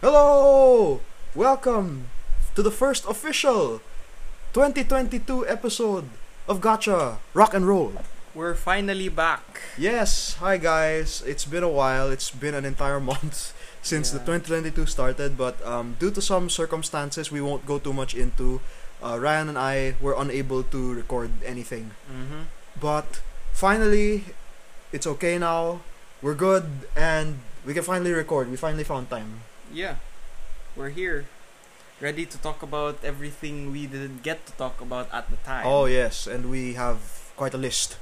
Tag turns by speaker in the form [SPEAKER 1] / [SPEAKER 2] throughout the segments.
[SPEAKER 1] Hello! Welcome to the first official 2022 episode of Gotcha Rock and Roll.
[SPEAKER 2] We're finally back.
[SPEAKER 1] Yes, hi guys. It's been a while. It's been an entire month since the
[SPEAKER 2] Yeah.
[SPEAKER 1] 2022 started, but um, due to some circumstances we won't go too much into. Uh, Ryan and I were unable to record anything.
[SPEAKER 2] Mm-hmm.
[SPEAKER 1] But finally, it's okay now. We're good and we can finally record. We finally found time.
[SPEAKER 2] Yeah, we're here, ready to talk about everything we didn't get to talk about at the time.
[SPEAKER 1] Oh yes, and we have quite a list.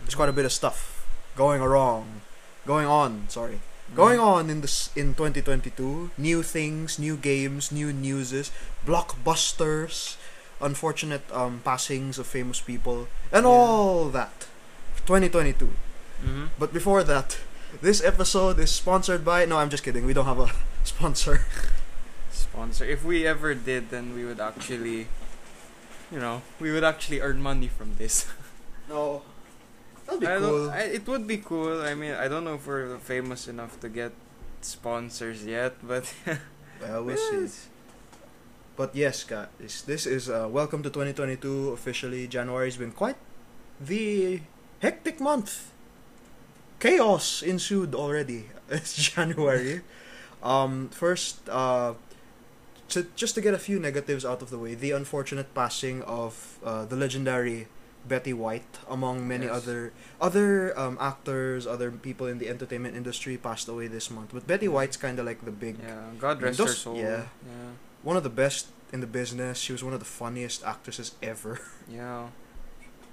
[SPEAKER 1] There's quite a bit of stuff going wrong, going on. Sorry, going on in this in 2022. New things, new games, new newses, blockbusters, unfortunate um passings of famous people, and
[SPEAKER 2] Yeah.
[SPEAKER 1] all that. 2022.
[SPEAKER 2] Mm-hmm.
[SPEAKER 1] But before that, this episode is sponsored by. No, I'm just kidding. We don't have a sponsor.
[SPEAKER 2] Sponsor. If we ever did, then we would actually, you know, we would actually earn money from this.
[SPEAKER 1] No, that'd be
[SPEAKER 2] I don't-
[SPEAKER 1] cool.
[SPEAKER 2] I, it would be cool. I mean, I don't know if we're famous enough to get sponsors yet, but
[SPEAKER 1] Well, we'll see. But yes, guys, this is uh, welcome to 2022 officially. January's been quite the hectic month. Chaos ensued already. It's January. um, first, uh, to, just to get a few negatives out of the way, the unfortunate passing of uh, the legendary Betty White, among many
[SPEAKER 2] Yes.
[SPEAKER 1] other other um, actors, other people in the entertainment industry, passed away this month. But Betty White's kind of like the big
[SPEAKER 2] yeah, God rest her
[SPEAKER 1] Those-
[SPEAKER 2] soul.
[SPEAKER 1] yeah.
[SPEAKER 2] yeah,
[SPEAKER 1] one of the best in the business. She was one of the funniest actresses ever.
[SPEAKER 2] yeah.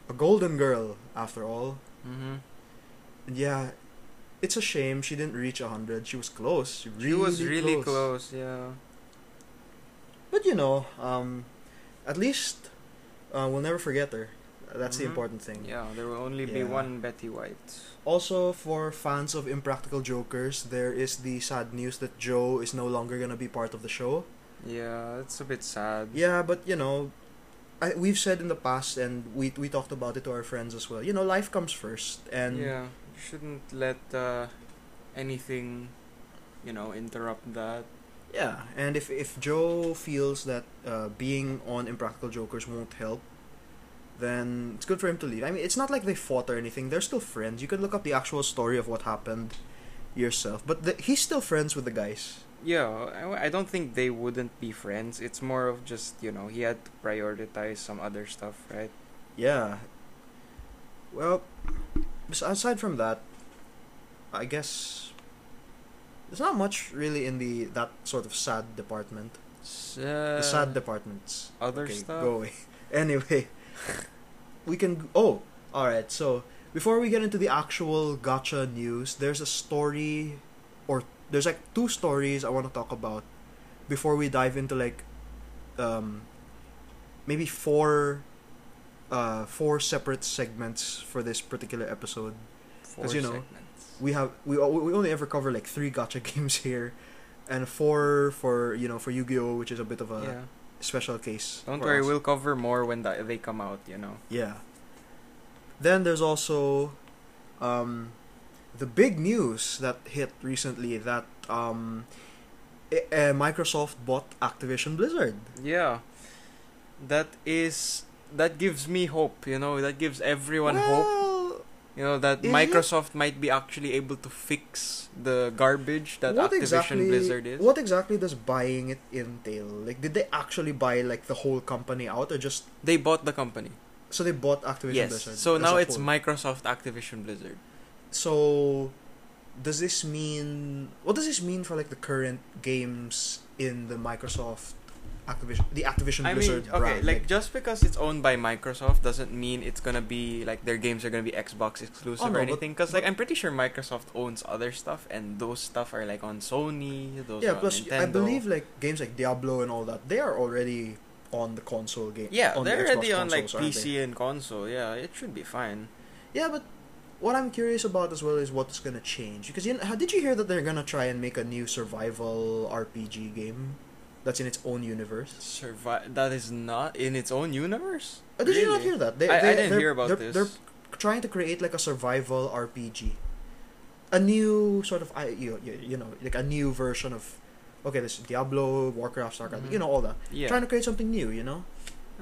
[SPEAKER 1] A golden girl, after all.
[SPEAKER 2] Mm-hmm.
[SPEAKER 1] And yeah, it's a shame she didn't reach 100. She was close. She really
[SPEAKER 2] she was really close. yeah.
[SPEAKER 1] But you know, um, at least uh, we'll never forget her. That's the
[SPEAKER 2] Mhm.
[SPEAKER 1] important thing.
[SPEAKER 2] Yeah, there will only be
[SPEAKER 1] Yeah.
[SPEAKER 2] one Betty White.
[SPEAKER 1] Also, for fans of Impractical Jokers, there is the sad news that Joe is no longer going to be part of the show.
[SPEAKER 2] Mm-hmm. Yeah, it's a bit sad.
[SPEAKER 1] Yeah, but you know, I, we've said in the past, and we, we talked about it to our friends as well. You know, life comes first. And
[SPEAKER 2] yeah, you shouldn't let uh, anything, you know, interrupt that.
[SPEAKER 1] Yeah, and if if Joe feels that uh, being on Impractical Jokers won't help, then it's good for him to leave. I mean, it's not like they fought or anything. They're still friends. You can look up the actual story of what happened yourself. But the, he's still friends with the guys.
[SPEAKER 2] Yeah, I, I don't think they wouldn't be friends. It's more of just you know he had to prioritize some other stuff, right?
[SPEAKER 1] Yeah. Well, bes- aside from that, I guess there's not much really in the that sort of sad department.
[SPEAKER 2] Sad.
[SPEAKER 1] the
[SPEAKER 2] Uh,
[SPEAKER 1] sad departments.
[SPEAKER 2] Other
[SPEAKER 1] okay,
[SPEAKER 2] stuff.
[SPEAKER 1] Go away. Anyway, we can. Oh, all right. So before we get into the actual gotcha news, there's a story, or there's like two stories I want to talk about before we dive into like, um, maybe four, uh, four separate segments for this particular episode.
[SPEAKER 2] Four
[SPEAKER 1] 'Cause, you know,
[SPEAKER 2] segments.
[SPEAKER 1] We have we o- we only ever cover like three gotcha games here, and four for you know for Yu-Gi-Oh, which is a bit of a
[SPEAKER 2] yeah.
[SPEAKER 1] special case.
[SPEAKER 2] Don't
[SPEAKER 1] uh, for
[SPEAKER 2] worry,
[SPEAKER 1] us.
[SPEAKER 2] we'll cover more when the, they come out. You know.
[SPEAKER 1] Yeah. Then there's also um, the big news that hit recently that um, I- uh, Microsoft bought Activision Blizzard.
[SPEAKER 2] Yeah. That is that gives me hope, you know, that gives everyone hope.
[SPEAKER 1] Well,
[SPEAKER 2] You know, that
[SPEAKER 1] is it?
[SPEAKER 2] Microsoft might be actually able to fix the garbage that
[SPEAKER 1] what
[SPEAKER 2] Activision
[SPEAKER 1] exactly,
[SPEAKER 2] Blizzard is.
[SPEAKER 1] What exactly does buying it entail? Like, did they actually buy like the whole company out, or just
[SPEAKER 2] They bought the company.
[SPEAKER 1] so they bought Activision
[SPEAKER 2] yes.
[SPEAKER 1] Blizzard?
[SPEAKER 2] So
[SPEAKER 1] as
[SPEAKER 2] now
[SPEAKER 1] a
[SPEAKER 2] it's
[SPEAKER 1] whole?
[SPEAKER 2] Microsoft Activision Blizzard.
[SPEAKER 1] So, does this mean what does this mean for like the current games in the Microsoft Activision the Activision
[SPEAKER 2] I mean,
[SPEAKER 1] Blizzard
[SPEAKER 2] okay,
[SPEAKER 1] brand?
[SPEAKER 2] like just because it's owned by Microsoft doesn't mean it's gonna be like their games are gonna be Xbox exclusive
[SPEAKER 1] Oh, no,
[SPEAKER 2] or
[SPEAKER 1] but-
[SPEAKER 2] anything. Because like
[SPEAKER 1] but-
[SPEAKER 2] I'm pretty sure Microsoft owns other stuff, and those stuff are like on Sony. Those
[SPEAKER 1] yeah,
[SPEAKER 2] are on
[SPEAKER 1] plus
[SPEAKER 2] Nintendo.
[SPEAKER 1] I believe like games like Diablo and all that they are already on the console game.
[SPEAKER 2] Yeah,
[SPEAKER 1] on the
[SPEAKER 2] they're
[SPEAKER 1] Xbox
[SPEAKER 2] already on like
[SPEAKER 1] consoles, aren't
[SPEAKER 2] PC and console. Yeah, it should be fine.
[SPEAKER 1] they? Yeah, but what I'm curious about as well is what's gonna change because you know, how did you hear that they're gonna try and make a new survival RPG game that's in its own universe?
[SPEAKER 2] Survive. That is not in its own universe.
[SPEAKER 1] Uh, did you not
[SPEAKER 2] Really?
[SPEAKER 1] hear that? They,
[SPEAKER 2] I, I
[SPEAKER 1] they-
[SPEAKER 2] didn't
[SPEAKER 1] they're-
[SPEAKER 2] hear about
[SPEAKER 1] they're-
[SPEAKER 2] this.
[SPEAKER 1] They're trying to create like a survival RPG, a new sort of I you, you you know like a new version of okay, there's Diablo, Warcraft, StarCraft,
[SPEAKER 2] Mhm.
[SPEAKER 1] you know, all that.
[SPEAKER 2] Yeah. Mm-hmm.
[SPEAKER 1] Trying to create something new, you know?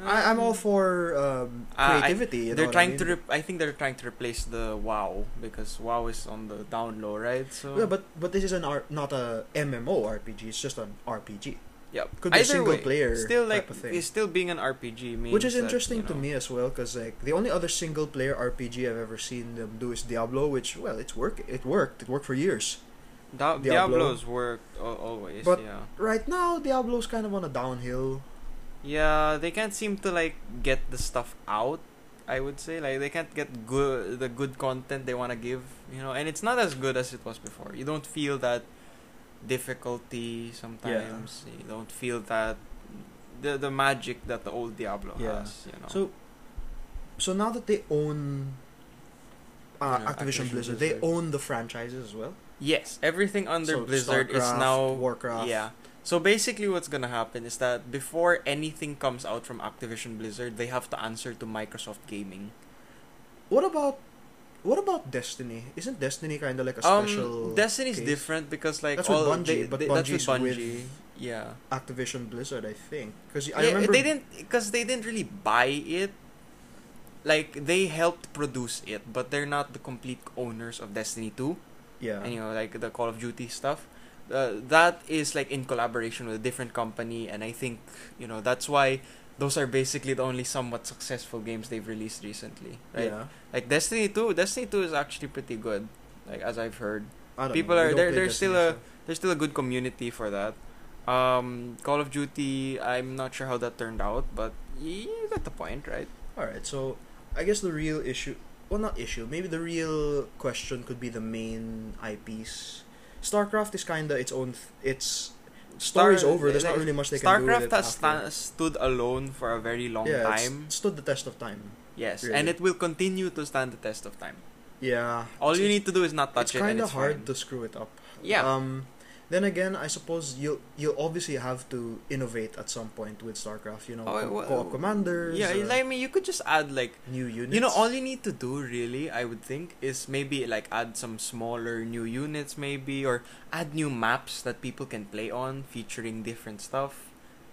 [SPEAKER 1] I, I'm all for um,
[SPEAKER 2] Uh, I-
[SPEAKER 1] creativity. you know
[SPEAKER 2] They're
[SPEAKER 1] what I
[SPEAKER 2] trying
[SPEAKER 1] mean?
[SPEAKER 2] to. Re- I think they're trying to replace the WoW because WoW is on the down low, right? So
[SPEAKER 1] Yeah, but but this is an R- not a MMO RPG. It's just an RPG.
[SPEAKER 2] yeah,
[SPEAKER 1] Could be
[SPEAKER 2] Either
[SPEAKER 1] single
[SPEAKER 2] way,
[SPEAKER 1] player
[SPEAKER 2] Still like
[SPEAKER 1] type of thing.
[SPEAKER 2] it's still being an RPG means
[SPEAKER 1] Which is
[SPEAKER 2] that,
[SPEAKER 1] interesting
[SPEAKER 2] you
[SPEAKER 1] to
[SPEAKER 2] know,
[SPEAKER 1] me as well, because like the only other single player RPG I've ever seen them do is Diablo, which well, it's work. It worked. It worked for years.
[SPEAKER 2] Da-
[SPEAKER 1] Diablo.
[SPEAKER 2] Diablo's worked al- always.
[SPEAKER 1] But-
[SPEAKER 2] yeah,
[SPEAKER 1] Right now, Diablo's kind of on a downhill.
[SPEAKER 2] yeah, they can't seem to like get the stuff out. I would say like they can't get good the good content they want to give, you know, and it's not as good as it was before. You don't feel that difficulty sometimes. You don't feel that the the magic that the old Diablo
[SPEAKER 1] Yeah.
[SPEAKER 2] has, you know.
[SPEAKER 1] So, so now that they own uh,
[SPEAKER 2] Yeah,
[SPEAKER 1] Activision,
[SPEAKER 2] Activision
[SPEAKER 1] Blizzard, they
[SPEAKER 2] Blizzard.
[SPEAKER 1] own the franchises as well.
[SPEAKER 2] Yes, everything under
[SPEAKER 1] So
[SPEAKER 2] Blizzard is
[SPEAKER 1] StarCraft,
[SPEAKER 2] now
[SPEAKER 1] Warcraft.
[SPEAKER 2] Yeah. So basically, what's gonna happen is that before anything comes out from Activision Blizzard, they have to answer to Microsoft Gaming.
[SPEAKER 1] What about what about Destiny? Isn't Destiny kind of like a special?
[SPEAKER 2] um, Destiny's
[SPEAKER 1] case?
[SPEAKER 2] different because like
[SPEAKER 1] That's with
[SPEAKER 2] all
[SPEAKER 1] Bungie,
[SPEAKER 2] they,
[SPEAKER 1] but
[SPEAKER 2] they- that's with
[SPEAKER 1] Bungie's
[SPEAKER 2] Bungie.
[SPEAKER 1] with-
[SPEAKER 2] yeah.
[SPEAKER 1] Activision Blizzard, I think, because I
[SPEAKER 2] Yeah,
[SPEAKER 1] remember
[SPEAKER 2] they didn't because they didn't really buy it. Like they helped produce it, but they're not the complete owners of Destiny Two.
[SPEAKER 1] Yeah,
[SPEAKER 2] and you know like the call of duty stuff uh, that is like in collaboration with a different company and i think you know that's why those are basically the only somewhat successful games they've released recently right
[SPEAKER 1] yeah.
[SPEAKER 2] like destiny 2 destiny 2 is actually pretty good like as i've heard
[SPEAKER 1] I don't
[SPEAKER 2] People
[SPEAKER 1] know. We
[SPEAKER 2] are-
[SPEAKER 1] don't
[SPEAKER 2] there-
[SPEAKER 1] play
[SPEAKER 2] there's still
[SPEAKER 1] Destiny,
[SPEAKER 2] there's still a good community for that um call of duty i'm not sure how that turned out but you got the point right
[SPEAKER 1] so- All right, so I guess the real issue, well, not issue, maybe the real question could be the main IPs. StarCraft is kind of its own. Th- its story's
[SPEAKER 2] Star-
[SPEAKER 1] over. There's
[SPEAKER 2] like,
[SPEAKER 1] not really much they can do.
[SPEAKER 2] starcraft
[SPEAKER 1] with it
[SPEAKER 2] has
[SPEAKER 1] after.
[SPEAKER 2] sta- stood alone for a very long
[SPEAKER 1] yeah, it's
[SPEAKER 2] time
[SPEAKER 1] stood the test of time.
[SPEAKER 2] yes
[SPEAKER 1] really.
[SPEAKER 2] and it will continue to stand the test of time
[SPEAKER 1] Yeah,
[SPEAKER 2] All
[SPEAKER 1] it's,
[SPEAKER 2] you need to do is not touch
[SPEAKER 1] It's
[SPEAKER 2] it.
[SPEAKER 1] kind
[SPEAKER 2] and
[SPEAKER 1] of hard
[SPEAKER 2] fine.
[SPEAKER 1] to screw it up.
[SPEAKER 2] Yeah.
[SPEAKER 1] Um, then again, I suppose you'll you'll obviously have to innovate at some point with StarCraft. You know,
[SPEAKER 2] Oh,
[SPEAKER 1] co-
[SPEAKER 2] well,
[SPEAKER 1] co-op commanders.
[SPEAKER 2] Yeah,
[SPEAKER 1] uh,
[SPEAKER 2] like, I mean, you could just add like.
[SPEAKER 1] new units.
[SPEAKER 2] You know, all you need to do really, I would think, is maybe like add some smaller new units, maybe, or add new maps that people can play on, featuring different stuff.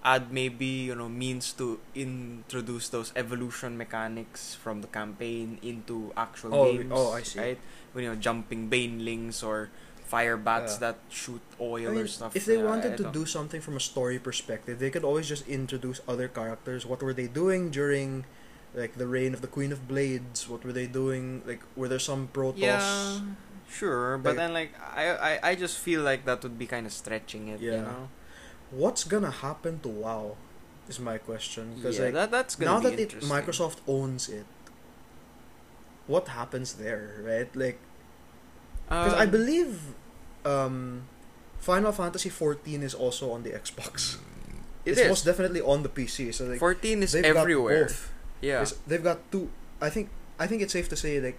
[SPEAKER 2] Add maybe you know means to introduce those evolution mechanics from the campaign into actual
[SPEAKER 1] Oh,
[SPEAKER 2] games.
[SPEAKER 1] oh, I see.
[SPEAKER 2] Right, when you know jumping banelings or fire bats
[SPEAKER 1] Yeah.
[SPEAKER 2] that shoot
[SPEAKER 1] I
[SPEAKER 2] oil
[SPEAKER 1] mean,
[SPEAKER 2] or stuff.
[SPEAKER 1] if they
[SPEAKER 2] Yeah, I- I
[SPEAKER 1] wanted to
[SPEAKER 2] don't-
[SPEAKER 1] do something from a story perspective, they could always just introduce other characters. What were they doing during, like the reign of the Queen of Blades? What were they doing? Like, were there some Protoss?
[SPEAKER 2] Yeah, sure, but
[SPEAKER 1] Like-
[SPEAKER 2] then like I, I I just feel like that would be kind of stretching it, you
[SPEAKER 1] Yeah.
[SPEAKER 2] know.
[SPEAKER 1] What's gonna happen to WoW? Is my question because
[SPEAKER 2] yeah,
[SPEAKER 1] like
[SPEAKER 2] that that's gonna
[SPEAKER 1] now
[SPEAKER 2] be
[SPEAKER 1] that it,
[SPEAKER 2] interesting.
[SPEAKER 1] Microsoft owns it, what happens there? Right, like because I
[SPEAKER 2] Um,
[SPEAKER 1] believe, um, Final Fantasy fourteen is also on the Xbox.
[SPEAKER 2] it
[SPEAKER 1] it's
[SPEAKER 2] is.
[SPEAKER 1] most definitely on the PC. So like
[SPEAKER 2] fourteen is
[SPEAKER 1] they've got
[SPEAKER 2] everywhere.
[SPEAKER 1] both.
[SPEAKER 2] Yeah,
[SPEAKER 1] It's- they've got two. I think I think it's safe to say like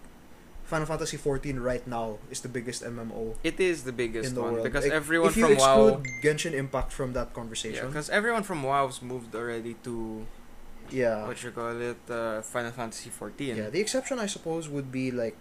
[SPEAKER 1] Final Fantasy 14 right now is the biggest MMO.
[SPEAKER 2] it is the biggest
[SPEAKER 1] in the
[SPEAKER 2] one
[SPEAKER 1] world.
[SPEAKER 2] because
[SPEAKER 1] Like,
[SPEAKER 2] everyone
[SPEAKER 1] if you
[SPEAKER 2] from WoW.
[SPEAKER 1] exclude Genshin Impact from that
[SPEAKER 2] Yeah,
[SPEAKER 1] conversation,
[SPEAKER 2] because everyone from WoW's moved already to
[SPEAKER 1] yeah, yeah,
[SPEAKER 2] what you call it, uh, Final Fantasy fourteen.
[SPEAKER 1] The exception, I suppose, would be like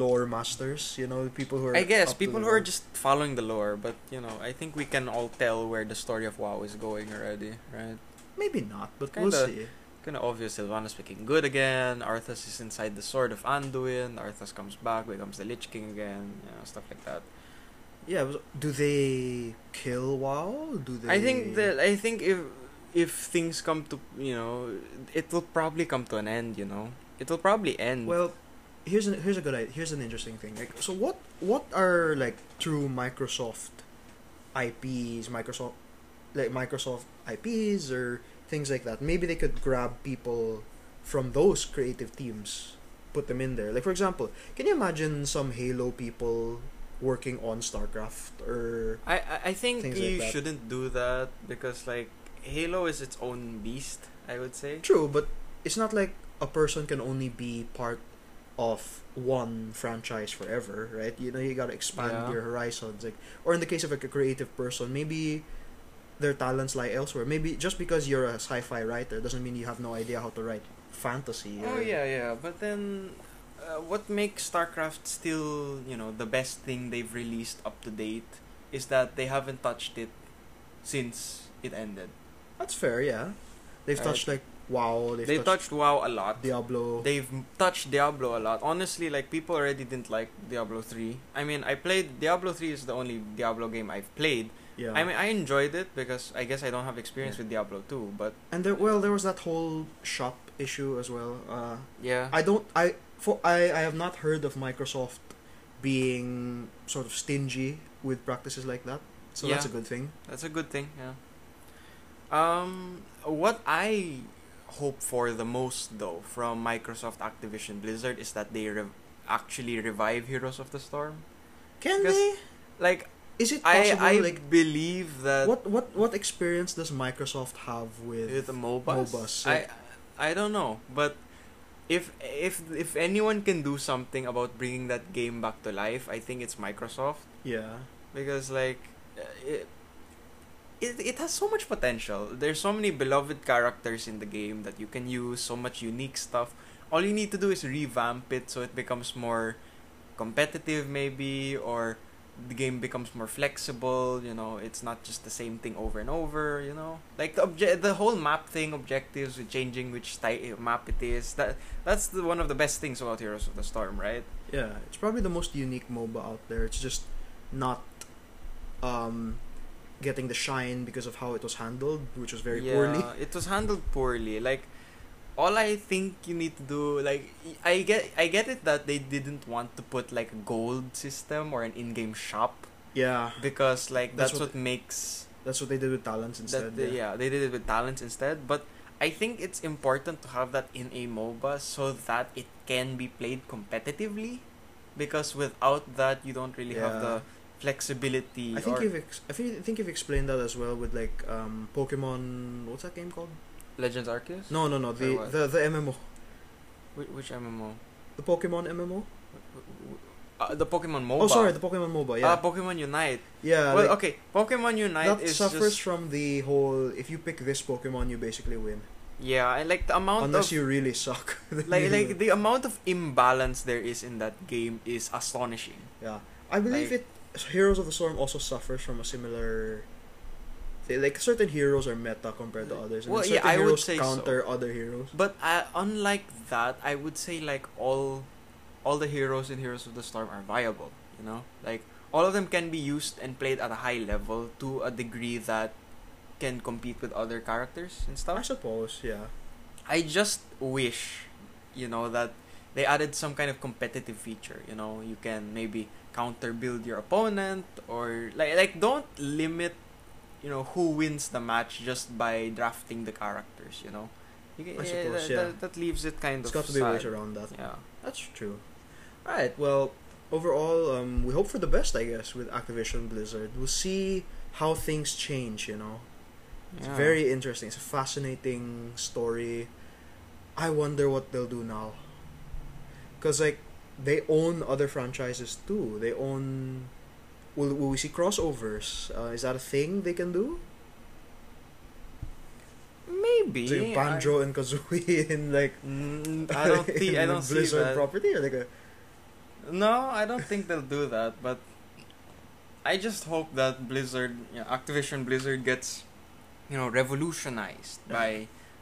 [SPEAKER 1] lore masters. You know, the people who are
[SPEAKER 2] I guess
[SPEAKER 1] up to
[SPEAKER 2] people
[SPEAKER 1] the
[SPEAKER 2] who are
[SPEAKER 1] lore.
[SPEAKER 2] just following the lore, but you know, I think we can all tell where the story of WoW is going already, right?
[SPEAKER 1] maybe not, but we'll
[SPEAKER 2] Kinda.
[SPEAKER 1] see.
[SPEAKER 2] Kind of obvious Sylvanas became good again. Arthas is inside the sword of Anduin. Arthas comes back, becomes the Lich King again, you know, stuff like that.
[SPEAKER 1] Yeah, but do they kill WoW? Do they?
[SPEAKER 2] I think that I think if if things come to you know, it will probably come to an end. You know, it will probably end.
[SPEAKER 1] Well, here's an here's a good idea. Here's an interesting thing. Like, so what what are like true Microsoft IPs, Microsoft like Microsoft IPs or things like that? Maybe they could grab people from those creative teams, put them in there. Like for example, can you imagine some Halo people working on StarCraft or
[SPEAKER 2] I I- I think
[SPEAKER 1] Things
[SPEAKER 2] you
[SPEAKER 1] like that.
[SPEAKER 2] shouldn't do that because like Halo is its own beast. I would say.
[SPEAKER 1] True, but it's not like a person can only be part of one franchise forever, right? You know, you gotta expand
[SPEAKER 2] Yeah.
[SPEAKER 1] your horizons. Like, or in the case of like a creative person, maybe their talents lie elsewhere. Maybe just because you're a sci-fi writer doesn't mean you have no idea how to write fantasy.
[SPEAKER 2] Oh
[SPEAKER 1] or-
[SPEAKER 2] yeah, yeah. But then, uh, what makes StarCraft still you know the best thing they've released up to date is that they haven't touched it since it ended.
[SPEAKER 1] That's fair, yeah. They've
[SPEAKER 2] Right.
[SPEAKER 1] touched like WoW. They've
[SPEAKER 2] they
[SPEAKER 1] touched,
[SPEAKER 2] touched WoW a lot.
[SPEAKER 1] Diablo.
[SPEAKER 2] They've touched Diablo a lot. Honestly, like people already didn't like Diablo 3. I mean, I played Diablo 3 is the only Diablo game I've played.
[SPEAKER 1] yeah.
[SPEAKER 2] I mean, I enjoyed it because I guess I don't have experience
[SPEAKER 1] Yeah.
[SPEAKER 2] with Diablo 2, but
[SPEAKER 1] and there, well, there was that whole shop issue as well. Uh,
[SPEAKER 2] yeah.
[SPEAKER 1] I don't. I for I, I have not heard of Microsoft being sort of stingy with practices like that. So that's a
[SPEAKER 2] Yeah.
[SPEAKER 1] good thing.
[SPEAKER 2] That's a good thing, yeah. Um, what I hope for the most, though, from Microsoft, Activision, Blizzard is that they rev- actually revive Heroes of the Storm.
[SPEAKER 1] Can
[SPEAKER 2] Because
[SPEAKER 1] they?
[SPEAKER 2] Like,
[SPEAKER 1] Is it
[SPEAKER 2] I,
[SPEAKER 1] possible?
[SPEAKER 2] I
[SPEAKER 1] like,
[SPEAKER 2] believe that
[SPEAKER 1] what what what experience does Microsoft have with?
[SPEAKER 2] with the MOBAs,
[SPEAKER 1] MOBAs,
[SPEAKER 2] I, I don't know, but if if if anyone can do something about bringing that game back to life, I think it's Microsoft.
[SPEAKER 1] yeah.
[SPEAKER 2] because like uh, it, it it has so much potential there's so many beloved characters in the game that you can use so much unique stuff all you need to do is revamp it so it becomes more competitive maybe or the game becomes more flexible you know it's not just the same thing over and over you know like the obje- the whole map thing objectives with changing which type map it is that that's the, one of the best things about heroes of the storm right
[SPEAKER 1] Yeah, it's probably the most unique MOBA out there. It's just not um, getting the shine because of how it was handled, which was very poorly.
[SPEAKER 2] It was handled poorly. Like all I think you need to do like I get I get it that they didn't want to put like a gold system or an in-game shop
[SPEAKER 1] Yeah,
[SPEAKER 2] because
[SPEAKER 1] That's
[SPEAKER 2] like that's,
[SPEAKER 1] what-
[SPEAKER 2] what, makes
[SPEAKER 1] that's what they did with talents instead.
[SPEAKER 2] that they-
[SPEAKER 1] yeah.
[SPEAKER 2] yeah. they did it with talents instead but I think it's important to have that in a MOBA so that it can be played competitively because without that you don't really
[SPEAKER 1] Yeah.
[SPEAKER 2] have the flexibility
[SPEAKER 1] I think
[SPEAKER 2] or
[SPEAKER 1] you've ex- I think, I think you've explained that as well with like um, Pokemon. What's that game called?
[SPEAKER 2] Legends Arceus?
[SPEAKER 1] No, no, no.
[SPEAKER 2] Or
[SPEAKER 1] The
[SPEAKER 2] what?
[SPEAKER 1] the, the MMO,
[SPEAKER 2] Whi- Which MMO?
[SPEAKER 1] the Pokemon MMO.
[SPEAKER 2] Uh, the Pokemon MOBA.
[SPEAKER 1] Oh, sorry, the Pokemon MOBA. Yeah,
[SPEAKER 2] Ah, Pokemon Unite.
[SPEAKER 1] yeah.
[SPEAKER 2] well,
[SPEAKER 1] like,
[SPEAKER 2] okay, Pokemon Unite
[SPEAKER 1] That
[SPEAKER 2] is
[SPEAKER 1] suffers
[SPEAKER 2] just
[SPEAKER 1] from the whole if you pick this Pokemon, you basically win.
[SPEAKER 2] yeah, and like the amount
[SPEAKER 1] Unless
[SPEAKER 2] of
[SPEAKER 1] you really suck. then you
[SPEAKER 2] like
[SPEAKER 1] lose.
[SPEAKER 2] like the amount of imbalance there is in that game is astonishing.
[SPEAKER 1] Yeah, I believe
[SPEAKER 2] Like-
[SPEAKER 1] it. Heroes of the Storm also suffers from a similar. They, like certain heroes are meta compared to others, and
[SPEAKER 2] Well,
[SPEAKER 1] then
[SPEAKER 2] yeah,
[SPEAKER 1] certain
[SPEAKER 2] I would
[SPEAKER 1] heroes
[SPEAKER 2] say so.
[SPEAKER 1] counter other heroes.
[SPEAKER 2] But uh, unlike that, I would say like all all the heroes in Heroes of the Storm are viable. You know, like all of them can be used and played at a high level to a degree that can compete with other characters and
[SPEAKER 1] I
[SPEAKER 2] stuff.
[SPEAKER 1] suppose, yeah.
[SPEAKER 2] I just wish, you know, that they added some kind of competitive feature. You know, you can maybe counter build your opponent or like like don't limit, you know, who wins the match just by drafting the characters. You know, you eh,
[SPEAKER 1] I suppose,
[SPEAKER 2] that,
[SPEAKER 1] yeah.
[SPEAKER 2] that, that leaves it kind
[SPEAKER 1] It's
[SPEAKER 2] of.
[SPEAKER 1] got to be
[SPEAKER 2] sad.
[SPEAKER 1] ways around that.
[SPEAKER 2] Yeah.
[SPEAKER 1] That's true. All right. Well, overall, um, we hope for the best, I guess, with Activision Blizzard. We'll see how things change. You know, it's
[SPEAKER 2] Yeah.
[SPEAKER 1] very interesting. It's a fascinating story. I wonder what they'll do now. Cause like they own other franchises too. They own. Will, will we see crossovers? Uh, is that a thing they can do?
[SPEAKER 2] maybe.
[SPEAKER 1] So yung Banjo and Kazooie in like
[SPEAKER 2] I, Mm, I don't think I
[SPEAKER 1] in
[SPEAKER 2] don't see
[SPEAKER 1] Blizzard
[SPEAKER 2] that.
[SPEAKER 1] property or like a,
[SPEAKER 2] No, I don't think they'll do that, but I just hope that Blizzard, you know, Activision Blizzard gets, you know, revolutionized
[SPEAKER 1] Yeah.
[SPEAKER 2] by